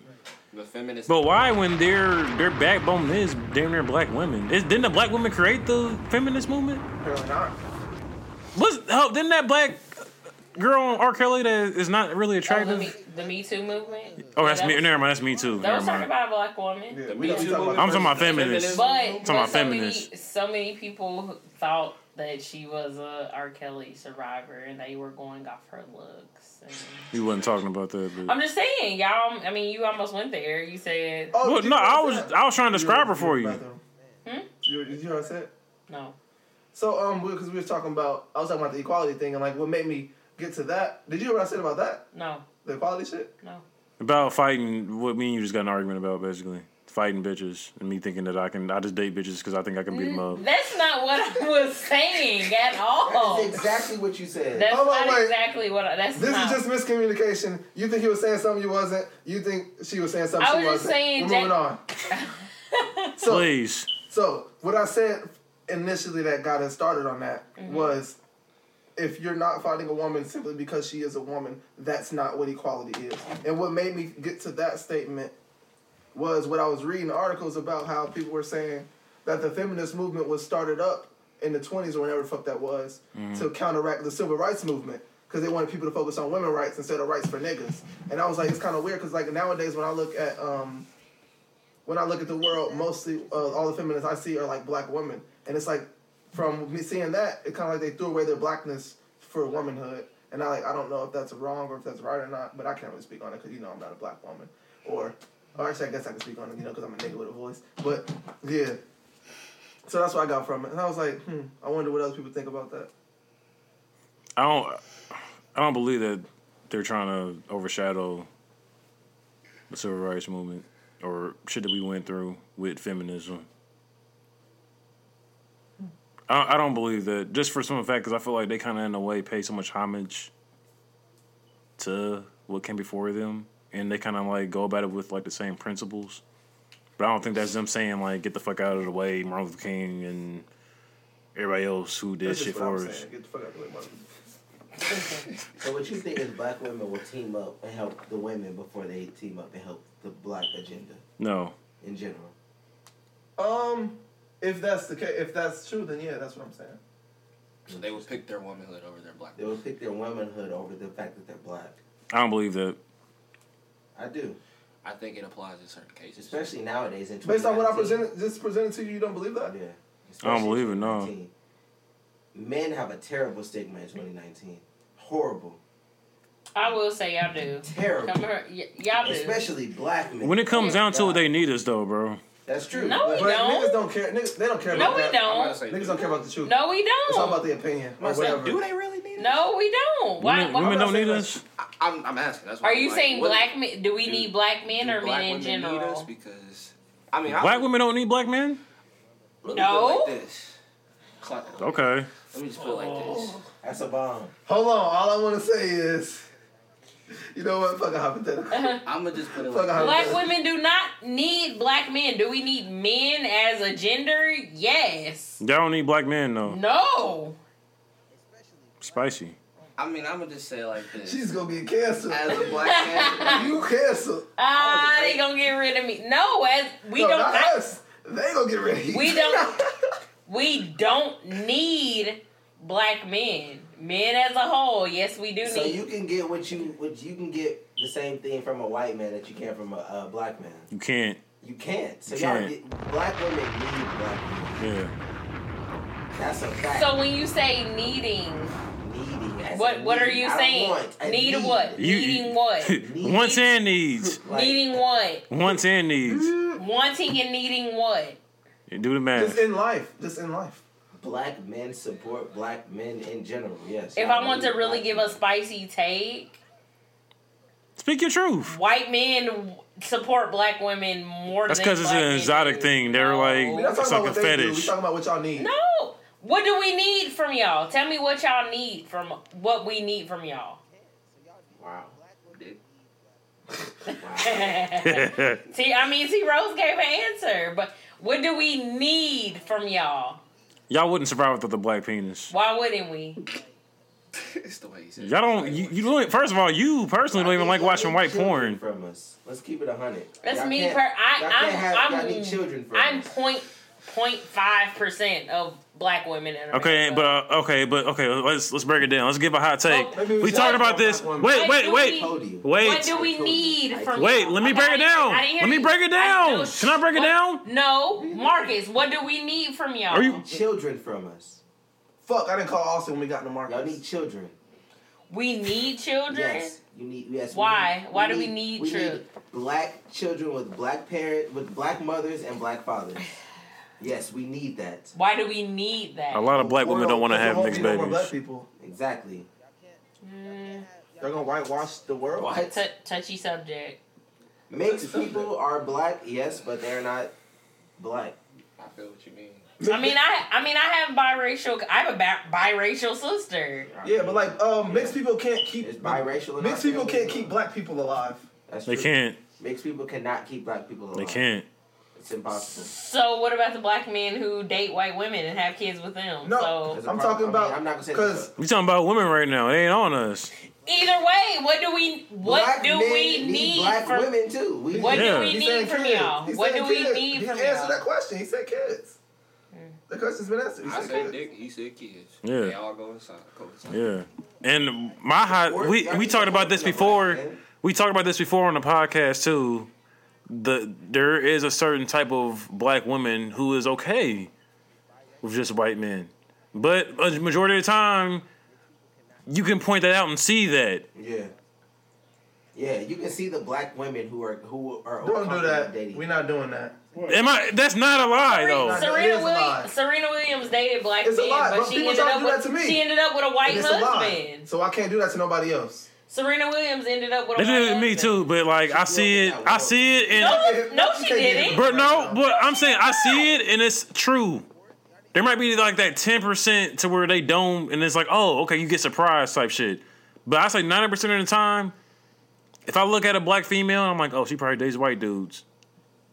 [SPEAKER 5] the feminist.
[SPEAKER 1] but why when their their backbone is damn near black women? Is didn't the black women create the feminist movement?
[SPEAKER 4] Apparently not.
[SPEAKER 1] Was oh, didn't that black girl on R. Kelly that is not really
[SPEAKER 2] Oh, the,
[SPEAKER 1] attractive?
[SPEAKER 2] me, the Me Too movement.
[SPEAKER 1] Oh, that's me.
[SPEAKER 2] That was-
[SPEAKER 1] Never mind. That's me too.
[SPEAKER 2] That
[SPEAKER 1] Never
[SPEAKER 2] was talking
[SPEAKER 1] mind.
[SPEAKER 2] about a black woman.
[SPEAKER 4] Yeah, we
[SPEAKER 5] The Me
[SPEAKER 4] don't- we
[SPEAKER 5] Too
[SPEAKER 4] talking
[SPEAKER 5] movement.
[SPEAKER 4] about
[SPEAKER 1] I'm talking about feminists.
[SPEAKER 5] Feminism.
[SPEAKER 2] But, but
[SPEAKER 1] about
[SPEAKER 2] so, many,
[SPEAKER 1] feminists.
[SPEAKER 2] so many people who thought that she was a R. Kelly survivor and they were going off her looks. And...
[SPEAKER 1] You wasn't talking about that. But.
[SPEAKER 2] I'm just saying, y'all. I mean, you almost went there. You said
[SPEAKER 4] Oh,
[SPEAKER 1] Well,
[SPEAKER 4] did you
[SPEAKER 1] no,
[SPEAKER 4] hear what
[SPEAKER 1] I was
[SPEAKER 4] said?
[SPEAKER 1] I was trying to describe her
[SPEAKER 4] You
[SPEAKER 1] for
[SPEAKER 4] heard
[SPEAKER 1] you.
[SPEAKER 4] about them.
[SPEAKER 2] Hmm?
[SPEAKER 4] You- Did you hear what I said?
[SPEAKER 2] no.
[SPEAKER 4] So um, because we, were talking about, I was talking about the equality thing, and like what made me get to that. Did you hear what I said about that?
[SPEAKER 2] No,
[SPEAKER 4] The equality shit.
[SPEAKER 2] no.
[SPEAKER 1] About fighting, what me and you just got an argument about, basically. Fighting bitches and me thinking that I can, I just date bitches because I think I can beat
[SPEAKER 2] Mm,
[SPEAKER 1] them up.
[SPEAKER 2] That's not what I was saying at all.
[SPEAKER 3] that's exactly what you said.
[SPEAKER 2] That's
[SPEAKER 4] Hold on,
[SPEAKER 2] not
[SPEAKER 4] wait.
[SPEAKER 2] exactly what I, that's
[SPEAKER 4] This
[SPEAKER 2] not.
[SPEAKER 4] is just miscommunication. You think he was saying something you wasn't. You think she was saying something
[SPEAKER 2] I
[SPEAKER 4] she
[SPEAKER 2] was just
[SPEAKER 4] wasn't.
[SPEAKER 2] saying
[SPEAKER 4] We're
[SPEAKER 2] that-
[SPEAKER 4] moving on. So
[SPEAKER 1] Please.
[SPEAKER 4] So what I said initially that got us started on that was, if you're not fighting a woman simply because she is a woman, that's not what equality is. And what made me get to that statement was what I was reading articles about how people were saying that the feminist movement was started up in the 20s or whenever the fuck that was to counteract the civil rights movement because they wanted people to focus on women rights instead of rights for niggas. And I was like, it's kind of weird because like nowadays when I look at um, when I look at the world, mostly uh, all the feminists I see are like black women, and it's like from me seeing that, it kind of like they threw away their blackness for womanhood, and I like I don't know if that's wrong or if that's right or not, but I can't really speak on it because you know I'm not a black woman, or, or actually I guess I can speak on it, you know, because I'm a nigga with a voice, but yeah. So that's what I got from it, and I was like, hmm, I wonder what other people think about that.
[SPEAKER 1] I don't, I don't believe that they're trying to overshadow the civil rights movement or shit that we went through with feminism. I, I don't believe that just for some fact because I feel like they kind of in a way pay so much homage to what came before them and they kind of like go about it with like the same principles. But I don't think that's them saying like get the fuck out of the way Martin Luther King and everybody else who did
[SPEAKER 4] That's
[SPEAKER 1] shit
[SPEAKER 4] just what
[SPEAKER 1] for
[SPEAKER 4] I'm
[SPEAKER 1] us.
[SPEAKER 4] saying. Get the fuck out of the way, mother.
[SPEAKER 3] So what you think is black women will team up and help the women before they team up and help the black agenda
[SPEAKER 1] No.
[SPEAKER 3] in general?
[SPEAKER 4] Um, if that's the case, if that's true, then yeah, that's what I'm saying.
[SPEAKER 5] So they would pick their womanhood over their black.
[SPEAKER 3] They will pick their womanhood over the fact that they're black.
[SPEAKER 1] I don't believe that.
[SPEAKER 3] I do,
[SPEAKER 5] I think it applies in certain cases.
[SPEAKER 3] especially nowadays in
[SPEAKER 4] Based on what I
[SPEAKER 3] 2019.
[SPEAKER 4] presented, just presented to you, you don't believe that?
[SPEAKER 3] Yeah,
[SPEAKER 1] I don't
[SPEAKER 3] Especially
[SPEAKER 1] believe it, no.
[SPEAKER 3] 2019. Men have a terrible stigma in 2019. Horrible.
[SPEAKER 2] I will say y'all do.
[SPEAKER 3] Terrible.
[SPEAKER 2] Come here, y- y'all do.
[SPEAKER 3] Especially black men.
[SPEAKER 1] When it comes down to it, they need us though, bro.
[SPEAKER 3] That's true.
[SPEAKER 2] No,
[SPEAKER 3] but-
[SPEAKER 2] we
[SPEAKER 4] But
[SPEAKER 2] don't.
[SPEAKER 4] niggas don't care. Niggas, they don't care
[SPEAKER 2] no,
[SPEAKER 4] about
[SPEAKER 2] we
[SPEAKER 4] that.
[SPEAKER 5] I'm about to
[SPEAKER 2] don't.
[SPEAKER 5] say,
[SPEAKER 4] Niggas don't care about the truth.
[SPEAKER 2] No, we don't.
[SPEAKER 4] It's all about the opinion or
[SPEAKER 5] I'm saying,
[SPEAKER 4] whatever.
[SPEAKER 5] do they really need? it?
[SPEAKER 2] no, we don't. Why?
[SPEAKER 1] women
[SPEAKER 2] why-
[SPEAKER 1] women don't
[SPEAKER 4] would I
[SPEAKER 1] need
[SPEAKER 4] say
[SPEAKER 1] us.
[SPEAKER 5] I, I'm, I'm asking. That's why
[SPEAKER 2] Are
[SPEAKER 5] I'm
[SPEAKER 2] you
[SPEAKER 5] like,
[SPEAKER 2] saying
[SPEAKER 5] what-
[SPEAKER 2] black men? Do we
[SPEAKER 5] do-
[SPEAKER 2] need black men
[SPEAKER 5] do
[SPEAKER 2] or
[SPEAKER 5] black
[SPEAKER 2] men in
[SPEAKER 5] women need us?
[SPEAKER 2] general?
[SPEAKER 5] Because I mean, I
[SPEAKER 1] Black women don't need black men.
[SPEAKER 5] Let me
[SPEAKER 2] No.
[SPEAKER 5] put it like this. Clock-
[SPEAKER 1] Okay.
[SPEAKER 5] Let me just put it like this.
[SPEAKER 2] Oh.
[SPEAKER 3] That's a bomb.
[SPEAKER 4] Hold on. All I want to say is, you know what? Fuck a hypothetical.
[SPEAKER 2] Uh-huh.
[SPEAKER 5] I'm gonna just put it
[SPEAKER 4] Fuck
[SPEAKER 5] like
[SPEAKER 4] out.
[SPEAKER 5] this.
[SPEAKER 2] Black women do not need black men. Do we need men as a gender? Yes.
[SPEAKER 1] Y'all don't need black men though.
[SPEAKER 2] No.
[SPEAKER 1] Spicy.
[SPEAKER 5] I mean, I'm gonna just say it like this.
[SPEAKER 4] She's gonna get canceled.
[SPEAKER 5] As a black man,
[SPEAKER 4] You canceled.
[SPEAKER 2] Ah, they gonna get rid of me. No, as we
[SPEAKER 4] no,
[SPEAKER 2] don't.
[SPEAKER 4] not
[SPEAKER 2] I-
[SPEAKER 4] us. They gonna get ready.
[SPEAKER 2] We don't- we don't need black men. Men as a whole, yes, we do
[SPEAKER 3] So
[SPEAKER 2] need.
[SPEAKER 3] you can get what you what you can get the same thing from a white man that you can from a, a black man.
[SPEAKER 1] You can't.
[SPEAKER 3] You can't. So
[SPEAKER 1] You
[SPEAKER 3] y'all
[SPEAKER 1] can't.
[SPEAKER 3] get black women need black men.
[SPEAKER 1] Yeah.
[SPEAKER 3] That's a fact.
[SPEAKER 2] so when you say needing,
[SPEAKER 3] Needing. That's
[SPEAKER 2] what
[SPEAKER 3] a
[SPEAKER 2] what are
[SPEAKER 3] need.
[SPEAKER 2] you
[SPEAKER 3] I
[SPEAKER 2] saying?
[SPEAKER 3] Want, I
[SPEAKER 2] need, what?
[SPEAKER 1] You-
[SPEAKER 2] needing what?
[SPEAKER 1] Wants and needs.
[SPEAKER 3] Like,
[SPEAKER 2] needing what?
[SPEAKER 1] Wants and needs.
[SPEAKER 2] Wanting and needing what?
[SPEAKER 1] You do the
[SPEAKER 4] Just
[SPEAKER 1] math.
[SPEAKER 4] in life. Just in life.
[SPEAKER 3] Black men support black men in general. Yes.
[SPEAKER 2] If
[SPEAKER 3] I
[SPEAKER 2] I want to
[SPEAKER 3] believe
[SPEAKER 2] really
[SPEAKER 3] black
[SPEAKER 2] give a
[SPEAKER 3] men.
[SPEAKER 2] spicy take,
[SPEAKER 1] Speak your truth.
[SPEAKER 2] white men w- support black women more
[SPEAKER 1] That's
[SPEAKER 2] than
[SPEAKER 1] because it's
[SPEAKER 2] black
[SPEAKER 1] an
[SPEAKER 2] men
[SPEAKER 1] exotic
[SPEAKER 2] do.
[SPEAKER 1] thing. They're
[SPEAKER 2] No.
[SPEAKER 4] We're
[SPEAKER 1] like-
[SPEAKER 4] not talking
[SPEAKER 1] It's
[SPEAKER 4] about
[SPEAKER 1] like
[SPEAKER 4] what
[SPEAKER 1] a
[SPEAKER 4] they do. We're
[SPEAKER 1] fetish.
[SPEAKER 4] talking about what y'all need.
[SPEAKER 2] No. What do we need from y'all? Tell me what y'all need from what we need from y'all.
[SPEAKER 3] Wow.
[SPEAKER 2] See, I mean, T Rose gave an answer, but what do we need from y'all?
[SPEAKER 1] Y'all wouldn't survive without the black penis.
[SPEAKER 2] Why wouldn't we?
[SPEAKER 5] it's the way he said. it.
[SPEAKER 1] Y'all don't. You, you don't. First of all, you personally don't even like watching white
[SPEAKER 3] Children
[SPEAKER 1] porn.
[SPEAKER 3] From us, let's keep it a hundred.
[SPEAKER 2] That's
[SPEAKER 3] Y'all
[SPEAKER 2] me.
[SPEAKER 3] can't-
[SPEAKER 2] Per,
[SPEAKER 3] y'all
[SPEAKER 2] I,
[SPEAKER 3] can't have-
[SPEAKER 2] I'm,
[SPEAKER 3] y'all
[SPEAKER 2] I'm,
[SPEAKER 3] need children from
[SPEAKER 2] I'm
[SPEAKER 3] us.
[SPEAKER 2] point point five percent of black women in America.
[SPEAKER 1] Okay, but uh, okay, but okay. Let's let's break it down. Let's give a hot take.
[SPEAKER 2] Oh,
[SPEAKER 4] maybe we
[SPEAKER 1] We
[SPEAKER 4] should
[SPEAKER 1] talked
[SPEAKER 4] talk
[SPEAKER 1] about this.
[SPEAKER 4] about that one.
[SPEAKER 1] Wait,
[SPEAKER 2] Like,
[SPEAKER 1] wait,
[SPEAKER 2] do
[SPEAKER 1] wait,
[SPEAKER 2] we-
[SPEAKER 3] Told you.
[SPEAKER 2] What
[SPEAKER 1] wait.
[SPEAKER 2] do we need from
[SPEAKER 1] Wait,
[SPEAKER 2] y'all?
[SPEAKER 1] let me
[SPEAKER 2] Okay,
[SPEAKER 1] break it
[SPEAKER 2] I didn't-
[SPEAKER 1] down.
[SPEAKER 2] I didn't hear
[SPEAKER 1] Let me
[SPEAKER 2] you.
[SPEAKER 1] break it
[SPEAKER 2] I-
[SPEAKER 1] down.
[SPEAKER 2] no,
[SPEAKER 1] Can I break it
[SPEAKER 2] what-
[SPEAKER 1] down?
[SPEAKER 2] No, Marcus. What do we need from y'all?
[SPEAKER 1] Are you-
[SPEAKER 3] Children from us.
[SPEAKER 4] Fuck, I didn't call Austin when we got in the market.
[SPEAKER 3] Y'all need children.
[SPEAKER 2] We need children.
[SPEAKER 3] Yes, you need. Yes. we
[SPEAKER 2] Why?
[SPEAKER 3] need-
[SPEAKER 2] Why do we need children?
[SPEAKER 3] black children with black parent with black mothers and black fathers. Yes, we need that.
[SPEAKER 2] Why do we need that?
[SPEAKER 1] A lot of black women don't want to
[SPEAKER 4] There
[SPEAKER 1] have
[SPEAKER 4] won't
[SPEAKER 1] mixed
[SPEAKER 4] be no more Black
[SPEAKER 1] babies.
[SPEAKER 4] people.
[SPEAKER 3] Exactly.
[SPEAKER 2] Mm,
[SPEAKER 4] They're gonna whitewash the world.
[SPEAKER 3] What?
[SPEAKER 2] t- touchy subject.
[SPEAKER 3] Mixed people are black, yes, but they're not black.
[SPEAKER 5] I feel what you mean.
[SPEAKER 2] I mean, I I mean, I have biracial. I have a bi- biracial sister.
[SPEAKER 4] Yeah, but like um, mixed people can't keep
[SPEAKER 3] It's biracial. in
[SPEAKER 4] mixed
[SPEAKER 3] our
[SPEAKER 4] people
[SPEAKER 3] family.
[SPEAKER 4] can't keep black people alive.
[SPEAKER 3] That's
[SPEAKER 1] They
[SPEAKER 3] true.
[SPEAKER 1] can't.
[SPEAKER 3] Mixed people cannot keep black people alive.
[SPEAKER 1] They can't.
[SPEAKER 3] It's impossible.
[SPEAKER 2] So what about the black men who date white women and have kids with them?
[SPEAKER 4] No.
[SPEAKER 2] So
[SPEAKER 3] That's a
[SPEAKER 4] I'm
[SPEAKER 3] problem.
[SPEAKER 4] talking
[SPEAKER 3] I mean,
[SPEAKER 4] about-
[SPEAKER 3] I'm not gonna say
[SPEAKER 4] because-
[SPEAKER 3] that.
[SPEAKER 1] We talking about women right now. They ain't on us.
[SPEAKER 2] either way, what do we what
[SPEAKER 3] black
[SPEAKER 2] do
[SPEAKER 3] men
[SPEAKER 2] we need
[SPEAKER 3] black
[SPEAKER 2] from
[SPEAKER 3] women too. We
[SPEAKER 2] what
[SPEAKER 1] Yeah.
[SPEAKER 2] do we
[SPEAKER 1] He
[SPEAKER 2] need from
[SPEAKER 4] kids.
[SPEAKER 2] y'all?
[SPEAKER 4] He
[SPEAKER 2] What
[SPEAKER 4] said
[SPEAKER 2] do we
[SPEAKER 4] kids.
[SPEAKER 2] need
[SPEAKER 4] he
[SPEAKER 2] from
[SPEAKER 4] answered that
[SPEAKER 2] y'all?
[SPEAKER 4] question. He said kids.
[SPEAKER 2] Mm.
[SPEAKER 4] The question's been answered. He
[SPEAKER 5] I
[SPEAKER 4] said
[SPEAKER 5] said
[SPEAKER 4] kids.
[SPEAKER 5] dick. He said kids.
[SPEAKER 1] Yeah.
[SPEAKER 5] They all go inside. Go inside.
[SPEAKER 1] Yeah. And my hot. We we talked about this before. We talked about this before on the podcast too. The there is a certain type of black woman who is okay with just white men, but a majority of the time, you can point that out and see that.
[SPEAKER 3] Yeah. Yeah, you can see the black women who are who are
[SPEAKER 4] Don't do
[SPEAKER 3] comfortable
[SPEAKER 4] that.
[SPEAKER 3] dating.
[SPEAKER 4] We're not doing that.
[SPEAKER 1] Am I? That's not a lie
[SPEAKER 2] Serena,
[SPEAKER 1] though.
[SPEAKER 4] Nah, it is
[SPEAKER 2] Serena,
[SPEAKER 4] a lie.
[SPEAKER 2] Williams, Serena Williams dated black
[SPEAKER 4] It's a
[SPEAKER 2] men,
[SPEAKER 4] lie,
[SPEAKER 2] but,
[SPEAKER 4] but
[SPEAKER 2] she
[SPEAKER 4] people
[SPEAKER 2] ended
[SPEAKER 4] try to
[SPEAKER 2] up
[SPEAKER 4] do
[SPEAKER 2] with
[SPEAKER 4] that to me.
[SPEAKER 2] she ended up with a white
[SPEAKER 4] And it's a lie.
[SPEAKER 2] husband.
[SPEAKER 4] So I can't do that to nobody else.
[SPEAKER 2] Serena Williams ended up with a
[SPEAKER 1] They
[SPEAKER 2] white
[SPEAKER 1] did it to
[SPEAKER 2] husband.
[SPEAKER 1] me too, but like I see it, I see it, and
[SPEAKER 2] No, no, she didn't.
[SPEAKER 1] But no, but I'm saying I see it and it's true. There might be like that ten percent to where they don't, and it's like, oh, okay, you get surprised type shit. But I say ninety percent of the time, if I look at a black female, I'm like, oh, she probably dates white dudes,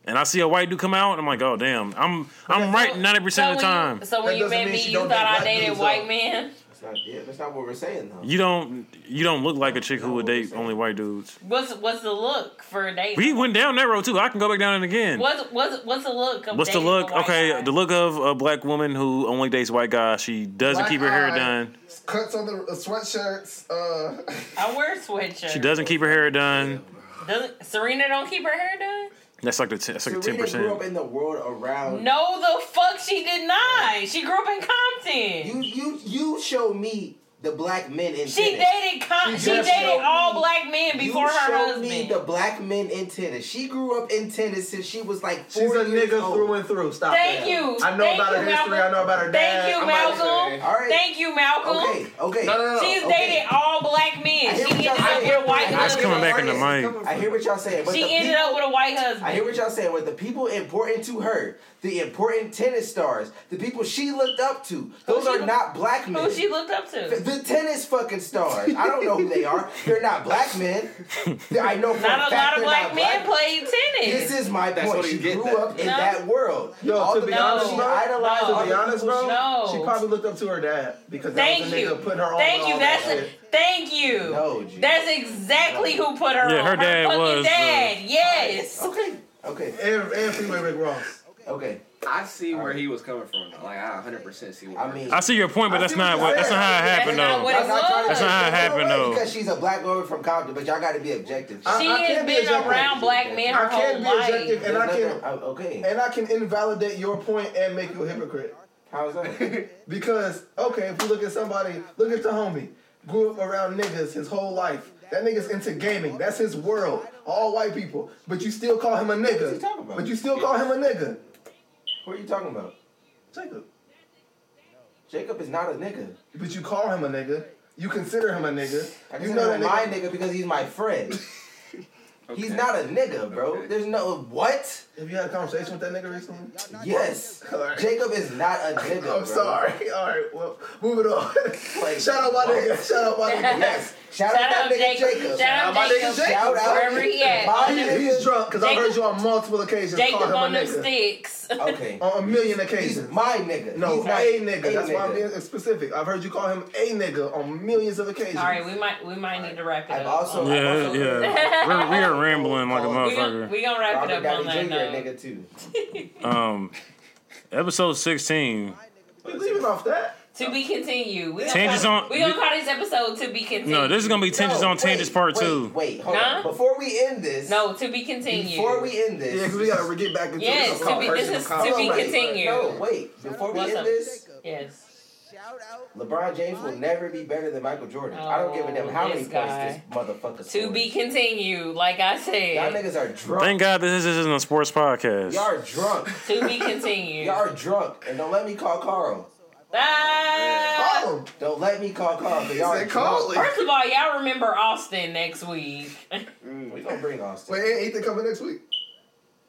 [SPEAKER 1] and I see a white dude come out, and I'm like, oh, damn, I'm I'm right ninety percent of the
[SPEAKER 2] so when
[SPEAKER 1] time.
[SPEAKER 2] You, so when
[SPEAKER 4] That
[SPEAKER 2] you
[SPEAKER 4] doesn't
[SPEAKER 2] met
[SPEAKER 4] mean
[SPEAKER 2] me,
[SPEAKER 4] she
[SPEAKER 2] you
[SPEAKER 4] don't
[SPEAKER 2] thought
[SPEAKER 4] date
[SPEAKER 2] I
[SPEAKER 4] black
[SPEAKER 2] dated
[SPEAKER 4] dudes,
[SPEAKER 2] white
[SPEAKER 4] though.
[SPEAKER 2] men.
[SPEAKER 3] That's not, yeah, that's not what we're saying though.
[SPEAKER 1] You don't you don't look like a chick who would date only white dudes.
[SPEAKER 2] What's what's the look for a date?
[SPEAKER 1] We went down that road too. I can go back down it again.
[SPEAKER 2] What's what's what's the look? Of
[SPEAKER 1] What's the
[SPEAKER 2] dating a
[SPEAKER 1] look?
[SPEAKER 2] white
[SPEAKER 1] Okay,
[SPEAKER 2] guy?
[SPEAKER 1] the look of a black woman who only dates white guys. She doesn't
[SPEAKER 4] Black
[SPEAKER 1] keep her hair
[SPEAKER 4] eye.
[SPEAKER 1] done.
[SPEAKER 4] Cuts on the uh, sweatshirts. Uh,
[SPEAKER 2] I wear sweatshirts.
[SPEAKER 1] She doesn't keep her hair done.
[SPEAKER 2] Doesn't, Serena don't keep her hair done.
[SPEAKER 1] That's like the t- that's like ten
[SPEAKER 3] Serena grew up
[SPEAKER 1] percent.
[SPEAKER 3] in the world around.
[SPEAKER 2] No, the fuck she did not. She grew up in Compton.
[SPEAKER 3] You you you show me the black men in
[SPEAKER 2] she
[SPEAKER 3] tennis.
[SPEAKER 2] dated Com-
[SPEAKER 4] You
[SPEAKER 2] she
[SPEAKER 4] just
[SPEAKER 2] dated
[SPEAKER 3] showed
[SPEAKER 2] all
[SPEAKER 3] me-
[SPEAKER 2] black men before
[SPEAKER 3] you
[SPEAKER 2] her
[SPEAKER 3] showed
[SPEAKER 2] husband.
[SPEAKER 3] me the black men in tennis. She grew up in tennis since she was like four
[SPEAKER 4] she's a
[SPEAKER 3] years
[SPEAKER 4] nigga
[SPEAKER 3] old.
[SPEAKER 4] through and through. Stop
[SPEAKER 2] Thank
[SPEAKER 4] that.
[SPEAKER 2] you.
[SPEAKER 4] I know
[SPEAKER 2] Thank
[SPEAKER 4] about
[SPEAKER 2] you,
[SPEAKER 4] her history. I
[SPEAKER 2] Malcolm.
[SPEAKER 4] know about her
[SPEAKER 2] Thank
[SPEAKER 4] dad.
[SPEAKER 2] you,
[SPEAKER 4] I'm about to
[SPEAKER 2] Malcolm.
[SPEAKER 3] All right.
[SPEAKER 2] Thank you, Malcolm.
[SPEAKER 3] Okay. Okay.
[SPEAKER 5] No, no, no.
[SPEAKER 2] She's
[SPEAKER 3] Okay.
[SPEAKER 2] dated all black men.
[SPEAKER 3] I
[SPEAKER 2] She
[SPEAKER 3] hear what
[SPEAKER 2] ended
[SPEAKER 3] y'all- I
[SPEAKER 2] up with
[SPEAKER 3] hear
[SPEAKER 2] a white
[SPEAKER 3] what y'all-
[SPEAKER 1] That's coming
[SPEAKER 2] husband.
[SPEAKER 1] back in the mic.
[SPEAKER 3] I hear what y'all saying. But
[SPEAKER 2] She
[SPEAKER 3] the
[SPEAKER 2] ended
[SPEAKER 3] people-
[SPEAKER 2] up with a white
[SPEAKER 3] I hear
[SPEAKER 2] husband.
[SPEAKER 3] what y'all saying, but the people important to her, the important tennis stars, the people she looked up to, those
[SPEAKER 2] Oh, she
[SPEAKER 3] are
[SPEAKER 2] look-
[SPEAKER 3] not black men.
[SPEAKER 2] Who she looked up to?
[SPEAKER 3] the tennis fucking stars. I don't know who they are. They're not black men. I know for
[SPEAKER 2] Not a lot
[SPEAKER 3] fact they're
[SPEAKER 2] of
[SPEAKER 3] not
[SPEAKER 2] black men
[SPEAKER 3] black.
[SPEAKER 2] played tennis.
[SPEAKER 3] This is my
[SPEAKER 5] That's
[SPEAKER 3] point.
[SPEAKER 5] what
[SPEAKER 3] She
[SPEAKER 5] you get
[SPEAKER 3] grew
[SPEAKER 5] that.
[SPEAKER 3] up in
[SPEAKER 2] No.
[SPEAKER 3] that world.
[SPEAKER 4] Yo,
[SPEAKER 3] All
[SPEAKER 4] to
[SPEAKER 3] the
[SPEAKER 4] be
[SPEAKER 3] people
[SPEAKER 4] honest,
[SPEAKER 3] she
[SPEAKER 4] bro,
[SPEAKER 3] idolized,
[SPEAKER 2] to
[SPEAKER 3] all
[SPEAKER 4] To be
[SPEAKER 3] the
[SPEAKER 4] honest,
[SPEAKER 3] people
[SPEAKER 4] bro,
[SPEAKER 3] she-
[SPEAKER 2] No.
[SPEAKER 4] she probably looked up to her dad because that
[SPEAKER 2] Thank
[SPEAKER 4] was the nigga
[SPEAKER 2] you.
[SPEAKER 4] putting her on.
[SPEAKER 2] Thank
[SPEAKER 4] and
[SPEAKER 2] you.
[SPEAKER 4] all
[SPEAKER 2] That's
[SPEAKER 4] that shit.
[SPEAKER 2] thank you.
[SPEAKER 3] No, G.
[SPEAKER 2] That's exactly who put her
[SPEAKER 1] Yeah,
[SPEAKER 2] on.
[SPEAKER 1] her dad
[SPEAKER 2] fucking
[SPEAKER 1] was,
[SPEAKER 2] dad. Yes.
[SPEAKER 3] Okay. Okay.
[SPEAKER 4] And, and Freeway Rick Ross.
[SPEAKER 3] Okay.
[SPEAKER 5] I see where he was coming from. though. Like I 100 percent see. Where
[SPEAKER 3] I mean,
[SPEAKER 1] I see your point, but
[SPEAKER 4] I
[SPEAKER 1] that's
[SPEAKER 4] see what
[SPEAKER 1] not
[SPEAKER 4] you're
[SPEAKER 1] what that's
[SPEAKER 4] saying.
[SPEAKER 1] not how it
[SPEAKER 4] That's
[SPEAKER 1] happened
[SPEAKER 2] not
[SPEAKER 1] though.
[SPEAKER 2] what
[SPEAKER 3] I'm not trying to
[SPEAKER 1] That's not how it happened though.
[SPEAKER 3] Because she's a black woman from Compton, but y'all got to be objective.
[SPEAKER 4] I-
[SPEAKER 2] She
[SPEAKER 4] I
[SPEAKER 2] has
[SPEAKER 4] can't be
[SPEAKER 2] been
[SPEAKER 4] objective.
[SPEAKER 2] around black men her
[SPEAKER 4] I can
[SPEAKER 2] whole
[SPEAKER 4] be objective,
[SPEAKER 2] life.
[SPEAKER 4] and I
[SPEAKER 3] There's
[SPEAKER 4] can
[SPEAKER 3] nothing- I- okay.
[SPEAKER 4] and I can invalidate your point and make you a hypocrite.
[SPEAKER 3] How's that?
[SPEAKER 4] Because okay, if you look at somebody, look at the homie, grew up around niggas his whole life. That nigga's into gaming. That's his world. All white people, but you still call him a
[SPEAKER 3] he
[SPEAKER 4] nigga.
[SPEAKER 3] talking about?
[SPEAKER 4] But you still call him a nigga.
[SPEAKER 3] Who are you talking about?
[SPEAKER 4] Jacob.
[SPEAKER 3] Jacob is not a nigga.
[SPEAKER 4] But you call him a nigga. You consider him a nigga.
[SPEAKER 3] I
[SPEAKER 4] You
[SPEAKER 3] consider
[SPEAKER 4] know that
[SPEAKER 3] him my
[SPEAKER 4] nigga.
[SPEAKER 3] nigga because he's my friend. He's
[SPEAKER 5] Okay.
[SPEAKER 3] not a nigga, bro.
[SPEAKER 5] Okay.
[SPEAKER 3] There's no what?
[SPEAKER 4] Have you had a conversation with that nigga recently?
[SPEAKER 3] Yes.
[SPEAKER 4] All right.
[SPEAKER 3] Jacob is not a nigga.
[SPEAKER 4] I'm
[SPEAKER 3] bro.
[SPEAKER 4] sorry. All right, well, moving on.
[SPEAKER 3] Like,
[SPEAKER 4] Shout out my
[SPEAKER 3] what?
[SPEAKER 4] nigga. Shout out my nigga.
[SPEAKER 3] Yes. Shout,
[SPEAKER 2] Shout
[SPEAKER 3] out that
[SPEAKER 2] out
[SPEAKER 3] nigga
[SPEAKER 2] Jacob.
[SPEAKER 3] Jacob.
[SPEAKER 2] Shout out
[SPEAKER 4] my nigga
[SPEAKER 2] Jacob.
[SPEAKER 4] Jacob.
[SPEAKER 3] Shout out
[SPEAKER 2] Wherever he at.
[SPEAKER 3] My
[SPEAKER 2] On them-
[SPEAKER 3] nigga.
[SPEAKER 4] He's drunk because I've
[SPEAKER 2] Jacob-
[SPEAKER 4] heard you on multiple occasions
[SPEAKER 2] Jacob
[SPEAKER 4] call him
[SPEAKER 2] on
[SPEAKER 4] a
[SPEAKER 2] them
[SPEAKER 4] nigga.
[SPEAKER 2] sticks.
[SPEAKER 3] Okay.
[SPEAKER 4] On a million
[SPEAKER 3] He's
[SPEAKER 4] occasions.
[SPEAKER 3] my nigga.
[SPEAKER 4] no,
[SPEAKER 3] he's
[SPEAKER 4] a
[SPEAKER 3] not
[SPEAKER 4] nigga. That's why I'm
[SPEAKER 3] nigga.
[SPEAKER 4] being specific. I've heard you call him a nigga on millions of occasions.
[SPEAKER 2] All right, we might we might need to wrap it
[SPEAKER 3] I've
[SPEAKER 2] up.
[SPEAKER 3] also-
[SPEAKER 2] on-
[SPEAKER 1] Yeah, yeah. We're, we are rambling like a
[SPEAKER 2] we gonna,
[SPEAKER 1] motherfucker.
[SPEAKER 2] we gonna wrap
[SPEAKER 3] Robert
[SPEAKER 2] it up on
[SPEAKER 3] Downey Jr.
[SPEAKER 2] that uh,
[SPEAKER 3] a
[SPEAKER 2] note.
[SPEAKER 3] nigga too.
[SPEAKER 1] Um, episode sixteen.
[SPEAKER 4] We leaving off that.
[SPEAKER 2] To be continued. We gonna
[SPEAKER 1] Tangents
[SPEAKER 2] call,
[SPEAKER 1] on-
[SPEAKER 2] We gonna call this episode to be continued.
[SPEAKER 1] No, this is gonna be tangents
[SPEAKER 3] No,
[SPEAKER 1] on tangents
[SPEAKER 3] wait,
[SPEAKER 1] part
[SPEAKER 3] wait,
[SPEAKER 1] two.
[SPEAKER 3] Wait, hold
[SPEAKER 2] Huh?
[SPEAKER 3] on. Before we end this,
[SPEAKER 2] no to be continued.
[SPEAKER 3] before we end
[SPEAKER 4] Yeah, because
[SPEAKER 3] this,
[SPEAKER 4] we gotta get back into
[SPEAKER 2] Yes,
[SPEAKER 4] this
[SPEAKER 2] to be, this
[SPEAKER 4] personal
[SPEAKER 2] is to
[SPEAKER 4] conversation.
[SPEAKER 2] be
[SPEAKER 3] Wait,
[SPEAKER 2] continued.
[SPEAKER 3] No, wait. Before we
[SPEAKER 2] What's up?
[SPEAKER 3] end this,
[SPEAKER 2] Yes.
[SPEAKER 3] LeBron James will never be better than Michael Jordan. I don't give a damn how
[SPEAKER 2] Oh,
[SPEAKER 3] many
[SPEAKER 2] this
[SPEAKER 3] points this motherfucker
[SPEAKER 2] To
[SPEAKER 3] scored.
[SPEAKER 2] be continued. Like I
[SPEAKER 3] Y'all
[SPEAKER 2] said.
[SPEAKER 3] niggas are drunk.
[SPEAKER 1] Thank God this is- this isn't a sports podcast.
[SPEAKER 3] Y'all are drunk.
[SPEAKER 2] To be continued.
[SPEAKER 3] Y'all are drunk. And don't let me call Carl.
[SPEAKER 2] Ah!
[SPEAKER 4] Call him.
[SPEAKER 3] Don't let me call Carl. 'cause Y'all are
[SPEAKER 4] Say call
[SPEAKER 3] drunk.
[SPEAKER 4] him.
[SPEAKER 2] First of all, y'all remember Austin next week.
[SPEAKER 3] We gonna bring Austin.
[SPEAKER 4] Wait, ain't Ethan coming next week?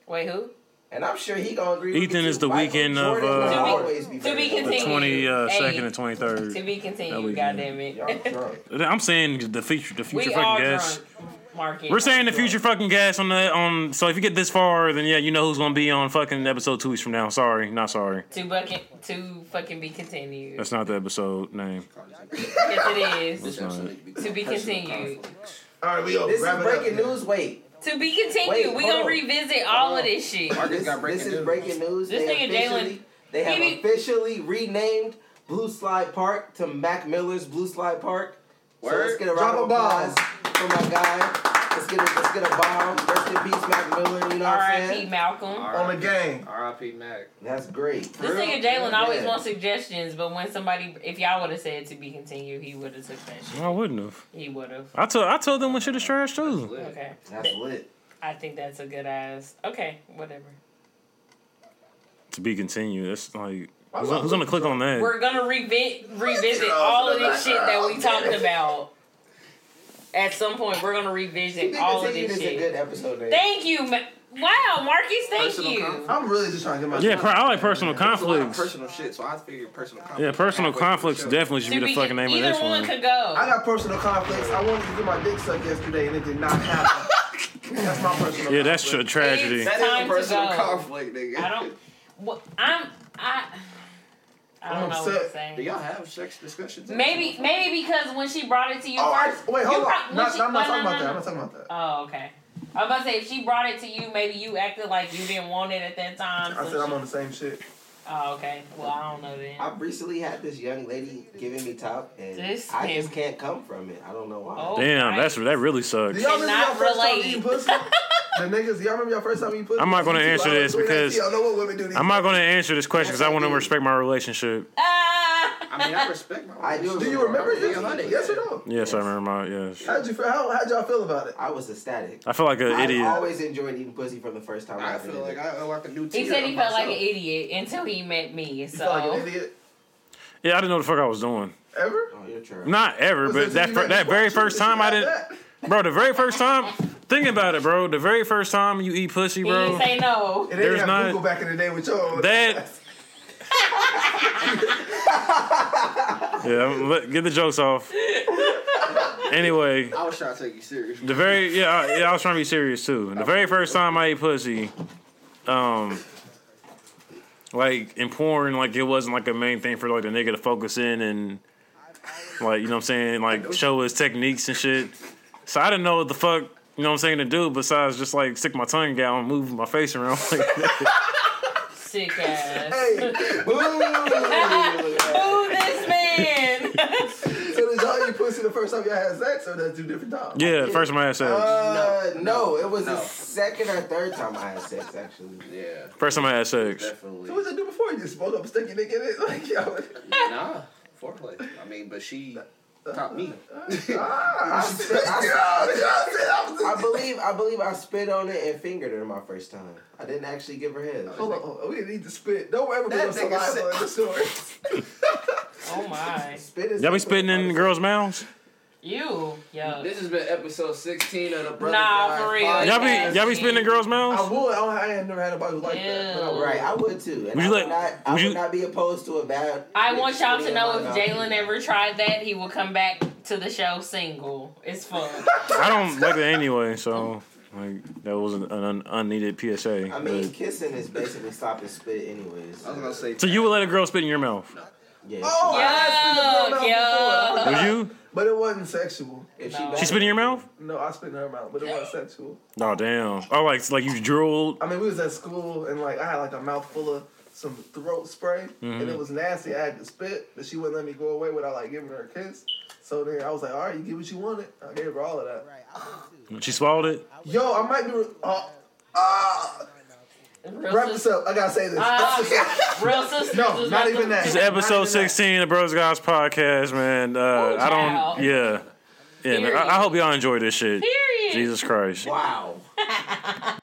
[SPEAKER 2] Wait, who?
[SPEAKER 3] And I'm sure he gonna agree. with
[SPEAKER 1] Ethan
[SPEAKER 3] me, too.
[SPEAKER 1] is the
[SPEAKER 3] Michael
[SPEAKER 1] weekend of,
[SPEAKER 3] Jordan will
[SPEAKER 1] uh,
[SPEAKER 2] To be-
[SPEAKER 3] always be
[SPEAKER 2] to
[SPEAKER 3] better
[SPEAKER 2] be
[SPEAKER 3] than
[SPEAKER 2] continued.
[SPEAKER 1] Twenty uh,
[SPEAKER 2] Hey.
[SPEAKER 1] second and twenty
[SPEAKER 2] To
[SPEAKER 1] third.
[SPEAKER 2] be
[SPEAKER 1] That
[SPEAKER 2] continued,
[SPEAKER 1] weekend.
[SPEAKER 2] goddamn it.
[SPEAKER 3] LeBron. Y'all drunk.
[SPEAKER 1] I'm saying the future, the future
[SPEAKER 2] we
[SPEAKER 1] fucking
[SPEAKER 2] all
[SPEAKER 1] guest.
[SPEAKER 2] drunk. Market.
[SPEAKER 1] We're saying the future fucking guest on the on. So if you get this far, then yeah, you know who's gonna be on fucking episode two weeks from now. Sorry, not sorry.
[SPEAKER 2] to bucket to fucking be continued.
[SPEAKER 1] That's not the episode name.
[SPEAKER 2] yes, it is.
[SPEAKER 5] This episode needs
[SPEAKER 2] To be
[SPEAKER 5] personal
[SPEAKER 2] continued.
[SPEAKER 5] conflict.
[SPEAKER 4] All right, we over.
[SPEAKER 3] This
[SPEAKER 4] Wrap
[SPEAKER 3] is
[SPEAKER 4] it up.
[SPEAKER 3] breaking news. Wait,
[SPEAKER 2] To be continued.
[SPEAKER 3] Wait,
[SPEAKER 2] we
[SPEAKER 3] hold
[SPEAKER 2] gonna
[SPEAKER 3] on.
[SPEAKER 2] revisit all
[SPEAKER 3] Hold
[SPEAKER 2] of
[SPEAKER 3] on.
[SPEAKER 2] this shit.
[SPEAKER 5] Marcus got breaking
[SPEAKER 3] this is
[SPEAKER 5] news.
[SPEAKER 3] breaking news.
[SPEAKER 2] This
[SPEAKER 3] they
[SPEAKER 2] nigga Jalen-
[SPEAKER 3] officially- They have
[SPEAKER 2] he be-
[SPEAKER 3] officially renamed Blue Slide Park to Mac Miller's Blue Slide Park. So let's
[SPEAKER 5] Word.
[SPEAKER 3] get a
[SPEAKER 4] Drop
[SPEAKER 3] round
[SPEAKER 4] a
[SPEAKER 3] of applause for my guy. Let's get a let's get a bomb. Rest in peace, Mac Miller. You know what I'm
[SPEAKER 2] R.I.P.
[SPEAKER 3] saying?
[SPEAKER 2] Malcolm.
[SPEAKER 4] On the game.
[SPEAKER 5] R.I.P. Mac.
[SPEAKER 3] That's great.
[SPEAKER 2] This
[SPEAKER 5] Real?
[SPEAKER 2] nigga Jalen always
[SPEAKER 3] Yeah.
[SPEAKER 2] wants suggestions, but when somebody, if y'all would have said to be continued, he would have took that shit.
[SPEAKER 1] I wouldn't have.
[SPEAKER 2] He would have.
[SPEAKER 1] I told I told them when shit is trash too.
[SPEAKER 2] Okay.
[SPEAKER 3] That's lit.
[SPEAKER 2] I think that's a good ass. Okay, whatever.
[SPEAKER 1] To be continued. That's like who's, who's gonna click on that?
[SPEAKER 2] We're gonna revi- revisit all of this shit that we talked about. At some point, we're gonna revisit all of
[SPEAKER 3] Continued
[SPEAKER 2] this
[SPEAKER 3] is a good
[SPEAKER 2] shit.
[SPEAKER 3] episode. name.
[SPEAKER 2] Thank you, Ma- wow, Marcus. Thank
[SPEAKER 5] Personal
[SPEAKER 2] you.
[SPEAKER 5] confidence.
[SPEAKER 4] I'm really just trying to get my
[SPEAKER 1] Yeah, per- I like personal
[SPEAKER 5] It's a lot of
[SPEAKER 1] conflicts.
[SPEAKER 5] personal shit, so I figured personal conflicts.
[SPEAKER 1] Yeah, personal
[SPEAKER 5] halfway through the
[SPEAKER 1] conflicts
[SPEAKER 5] show.
[SPEAKER 1] definitely should
[SPEAKER 2] To
[SPEAKER 1] be the
[SPEAKER 2] be-
[SPEAKER 1] fucking name of
[SPEAKER 2] either
[SPEAKER 1] this
[SPEAKER 2] one
[SPEAKER 1] one.
[SPEAKER 2] could go.
[SPEAKER 4] I got personal conflicts. I wanted to get my dick sucked yesterday and it did not happen. that's my personal
[SPEAKER 1] Yeah, that's a tragedy.
[SPEAKER 2] It's-
[SPEAKER 5] That is
[SPEAKER 2] Time
[SPEAKER 5] a
[SPEAKER 2] to
[SPEAKER 5] personal
[SPEAKER 2] go.
[SPEAKER 5] conflict, nigga.
[SPEAKER 2] I don't. Well, I'm. I. I don't
[SPEAKER 4] I'm
[SPEAKER 2] know what
[SPEAKER 4] upset.
[SPEAKER 2] to
[SPEAKER 5] Do
[SPEAKER 2] say.
[SPEAKER 5] y'all have sex discussions?
[SPEAKER 2] Maybe, maybe because when she brought it to you
[SPEAKER 4] Oh, I-
[SPEAKER 2] first.
[SPEAKER 4] wait,
[SPEAKER 2] you
[SPEAKER 4] hold
[SPEAKER 2] prob-
[SPEAKER 4] on.
[SPEAKER 2] when
[SPEAKER 4] Not-
[SPEAKER 2] she-
[SPEAKER 4] I'm
[SPEAKER 2] no,
[SPEAKER 4] not talking
[SPEAKER 2] no, no,
[SPEAKER 4] about that. I'm
[SPEAKER 2] no.
[SPEAKER 4] not talking about that.
[SPEAKER 2] Oh, okay. I was about to say if she brought it to you, maybe you acted like you didn't want it at that time.
[SPEAKER 4] I
[SPEAKER 2] so
[SPEAKER 4] said I'm
[SPEAKER 2] she-
[SPEAKER 4] on the same shit.
[SPEAKER 2] Oh, okay. Well, I don't know then.
[SPEAKER 3] I've recently had this young lady giving me top, and
[SPEAKER 2] This
[SPEAKER 3] I
[SPEAKER 2] man.
[SPEAKER 3] just can't come from it. I don't know why.
[SPEAKER 2] Oh.
[SPEAKER 1] Damn, that's that really sucks.
[SPEAKER 4] Do y'all remember
[SPEAKER 2] Cannot
[SPEAKER 4] y'all first time
[SPEAKER 2] relate.
[SPEAKER 4] eating pussy? the niggas, y'all remember y'all first time eating pussy?
[SPEAKER 1] I'm not gonna
[SPEAKER 4] You two
[SPEAKER 1] answer
[SPEAKER 4] hours
[SPEAKER 1] this
[SPEAKER 4] between
[SPEAKER 1] because-
[SPEAKER 4] that, y'all know what women do. to
[SPEAKER 1] I'm
[SPEAKER 4] each
[SPEAKER 1] not gonna answer this question because I want to respect my relationship.
[SPEAKER 2] Ah!
[SPEAKER 5] I mean, I respect my.
[SPEAKER 3] I do.
[SPEAKER 4] other. Do you remember
[SPEAKER 3] Yeah,
[SPEAKER 4] this?
[SPEAKER 5] honey.
[SPEAKER 4] Yes or no?
[SPEAKER 1] Yes, I remember my yes.
[SPEAKER 4] How'd you feel? How, how'd y'all feel about it?
[SPEAKER 3] I was ecstatic.
[SPEAKER 1] I feel like an
[SPEAKER 3] I
[SPEAKER 1] idiot.
[SPEAKER 3] always enjoyed eating pussy from the first time.
[SPEAKER 5] I
[SPEAKER 3] ever
[SPEAKER 5] feel
[SPEAKER 3] did
[SPEAKER 5] like
[SPEAKER 3] it.
[SPEAKER 5] I owe like a new.
[SPEAKER 2] He
[SPEAKER 5] tier
[SPEAKER 2] said he
[SPEAKER 5] of
[SPEAKER 2] felt like an
[SPEAKER 5] myself.
[SPEAKER 2] idiot until he met me.
[SPEAKER 4] You felt like an
[SPEAKER 2] So
[SPEAKER 4] idiot
[SPEAKER 1] Yeah, I didn't know what the fuck I was doing.
[SPEAKER 4] ever?
[SPEAKER 3] Oh, you're true.
[SPEAKER 1] Not ever,
[SPEAKER 4] Was
[SPEAKER 1] but
[SPEAKER 4] it
[SPEAKER 1] that
[SPEAKER 4] you
[SPEAKER 1] fir-
[SPEAKER 4] met
[SPEAKER 1] that
[SPEAKER 4] me?
[SPEAKER 1] very
[SPEAKER 4] She-
[SPEAKER 1] first
[SPEAKER 4] she
[SPEAKER 1] time I
[SPEAKER 4] got
[SPEAKER 1] didn't.
[SPEAKER 4] that.
[SPEAKER 1] Bro, the very first time, think about it, bro. The very first time you eat pussy,
[SPEAKER 2] he didn't
[SPEAKER 1] bro.
[SPEAKER 2] say no.
[SPEAKER 4] It
[SPEAKER 1] There's
[SPEAKER 4] didn't have
[SPEAKER 1] not-
[SPEAKER 4] Google back in the day with y'all.
[SPEAKER 1] That. yeah, I'm- let, get the jokes off. Anyway,
[SPEAKER 5] I was trying to take you serious.
[SPEAKER 1] the very yeah, I, yeah, I was trying to be serious too. The very first time I ate pussy, um, like in porn, like it wasn't like a main thing for like the nigga to focus in and like you know what I'm saying, like show his techniques and shit. So I didn't know what the fuck you know what I'm saying to do besides just like stick my tongue out and move my face around. Like,
[SPEAKER 2] Sick ass.
[SPEAKER 4] Hey,
[SPEAKER 2] Boo this man.
[SPEAKER 4] so did y'all eat pussy the first time y'all had sex, or that's two different times?
[SPEAKER 1] yeah, first time I had sex.
[SPEAKER 3] Uh, no, it was
[SPEAKER 5] no.
[SPEAKER 3] the second or third time I had sex, actually.
[SPEAKER 5] Yeah,
[SPEAKER 1] First time I had sex.
[SPEAKER 5] definitely.
[SPEAKER 4] So what did you do before? You just spoke up, stick your dick in it, like y'all.
[SPEAKER 5] nah, foreplay. I mean, but she taught me.
[SPEAKER 4] Ah, I
[SPEAKER 3] I, I,
[SPEAKER 4] said I was
[SPEAKER 3] I believe believe I believe I spit on it and fingered her my first time. I didn't actually give her head.
[SPEAKER 4] Hold
[SPEAKER 5] Oh.
[SPEAKER 4] on, hold on, Oh, we need to spit. Don't ever put
[SPEAKER 5] That
[SPEAKER 4] up
[SPEAKER 5] nigga said-
[SPEAKER 4] saliva in the story.
[SPEAKER 2] Oh my.
[SPEAKER 3] Spit is
[SPEAKER 1] Y'all be spitting in girls' mouths?
[SPEAKER 2] You. Yeah.
[SPEAKER 5] This has been episode 16 of the Brother
[SPEAKER 2] Nah,
[SPEAKER 5] Guy
[SPEAKER 2] for real.
[SPEAKER 5] Podcast.
[SPEAKER 1] Y'all be y'all be spitting in girls'
[SPEAKER 4] I
[SPEAKER 1] mouths?
[SPEAKER 4] would. I, don't, I ain't never had nobody who like that. But I would.
[SPEAKER 3] Right, I would too. And
[SPEAKER 1] Would
[SPEAKER 3] I
[SPEAKER 1] you
[SPEAKER 3] would
[SPEAKER 1] like-
[SPEAKER 3] not I
[SPEAKER 1] would
[SPEAKER 3] would
[SPEAKER 1] you-
[SPEAKER 3] not be opposed to a bad
[SPEAKER 2] I want y'all to know if
[SPEAKER 3] Yeah,
[SPEAKER 2] Jalen ever tried that, he will come back to the show single. It's fun.
[SPEAKER 1] I don't like it anyway, so like that was an un- unneeded PSA.
[SPEAKER 3] I mean, kissing is basically stop and spit, anyways.
[SPEAKER 5] I was gonna say,
[SPEAKER 1] so you would let a girl spit in your mouth?
[SPEAKER 3] yeah.
[SPEAKER 4] Oh, I had spit in the
[SPEAKER 2] Yuck,
[SPEAKER 4] girl mouth before.
[SPEAKER 1] Would you?
[SPEAKER 4] But it wasn't sexual.
[SPEAKER 3] If
[SPEAKER 2] No.
[SPEAKER 3] back-
[SPEAKER 1] She spit in your mouth?
[SPEAKER 4] No, I spit in her mouth, but it wasn't sexual.
[SPEAKER 1] Oh damn! Oh like like you drooled.
[SPEAKER 4] I mean, we was at school and like I had like a mouthful of some throat spray,
[SPEAKER 1] Mm-hmm.
[SPEAKER 4] and it was nasty. I had to spit, but she wouldn't let me go away without like giving her a kiss. So then I was like, all right, you get what you wanted. I gave her all of that.
[SPEAKER 1] She swallowed it.
[SPEAKER 4] Yo, I might be. Uh, uh,
[SPEAKER 2] Real,
[SPEAKER 4] wrap
[SPEAKER 2] sis-
[SPEAKER 4] this up. I gotta say this.
[SPEAKER 2] Ah. real sisters.
[SPEAKER 4] No,
[SPEAKER 2] is about
[SPEAKER 4] not even
[SPEAKER 2] to-
[SPEAKER 4] that.
[SPEAKER 1] This
[SPEAKER 4] It's
[SPEAKER 1] is episode
[SPEAKER 4] Not even that.
[SPEAKER 1] sixteen of Bros Guys podcast, man. Uh,
[SPEAKER 2] Oh,
[SPEAKER 1] I
[SPEAKER 2] wow.
[SPEAKER 1] don't. Yeah, yeah. man, I, I hope y'all enjoy this shit.
[SPEAKER 2] Period.
[SPEAKER 1] Jesus Christ.
[SPEAKER 3] Wow.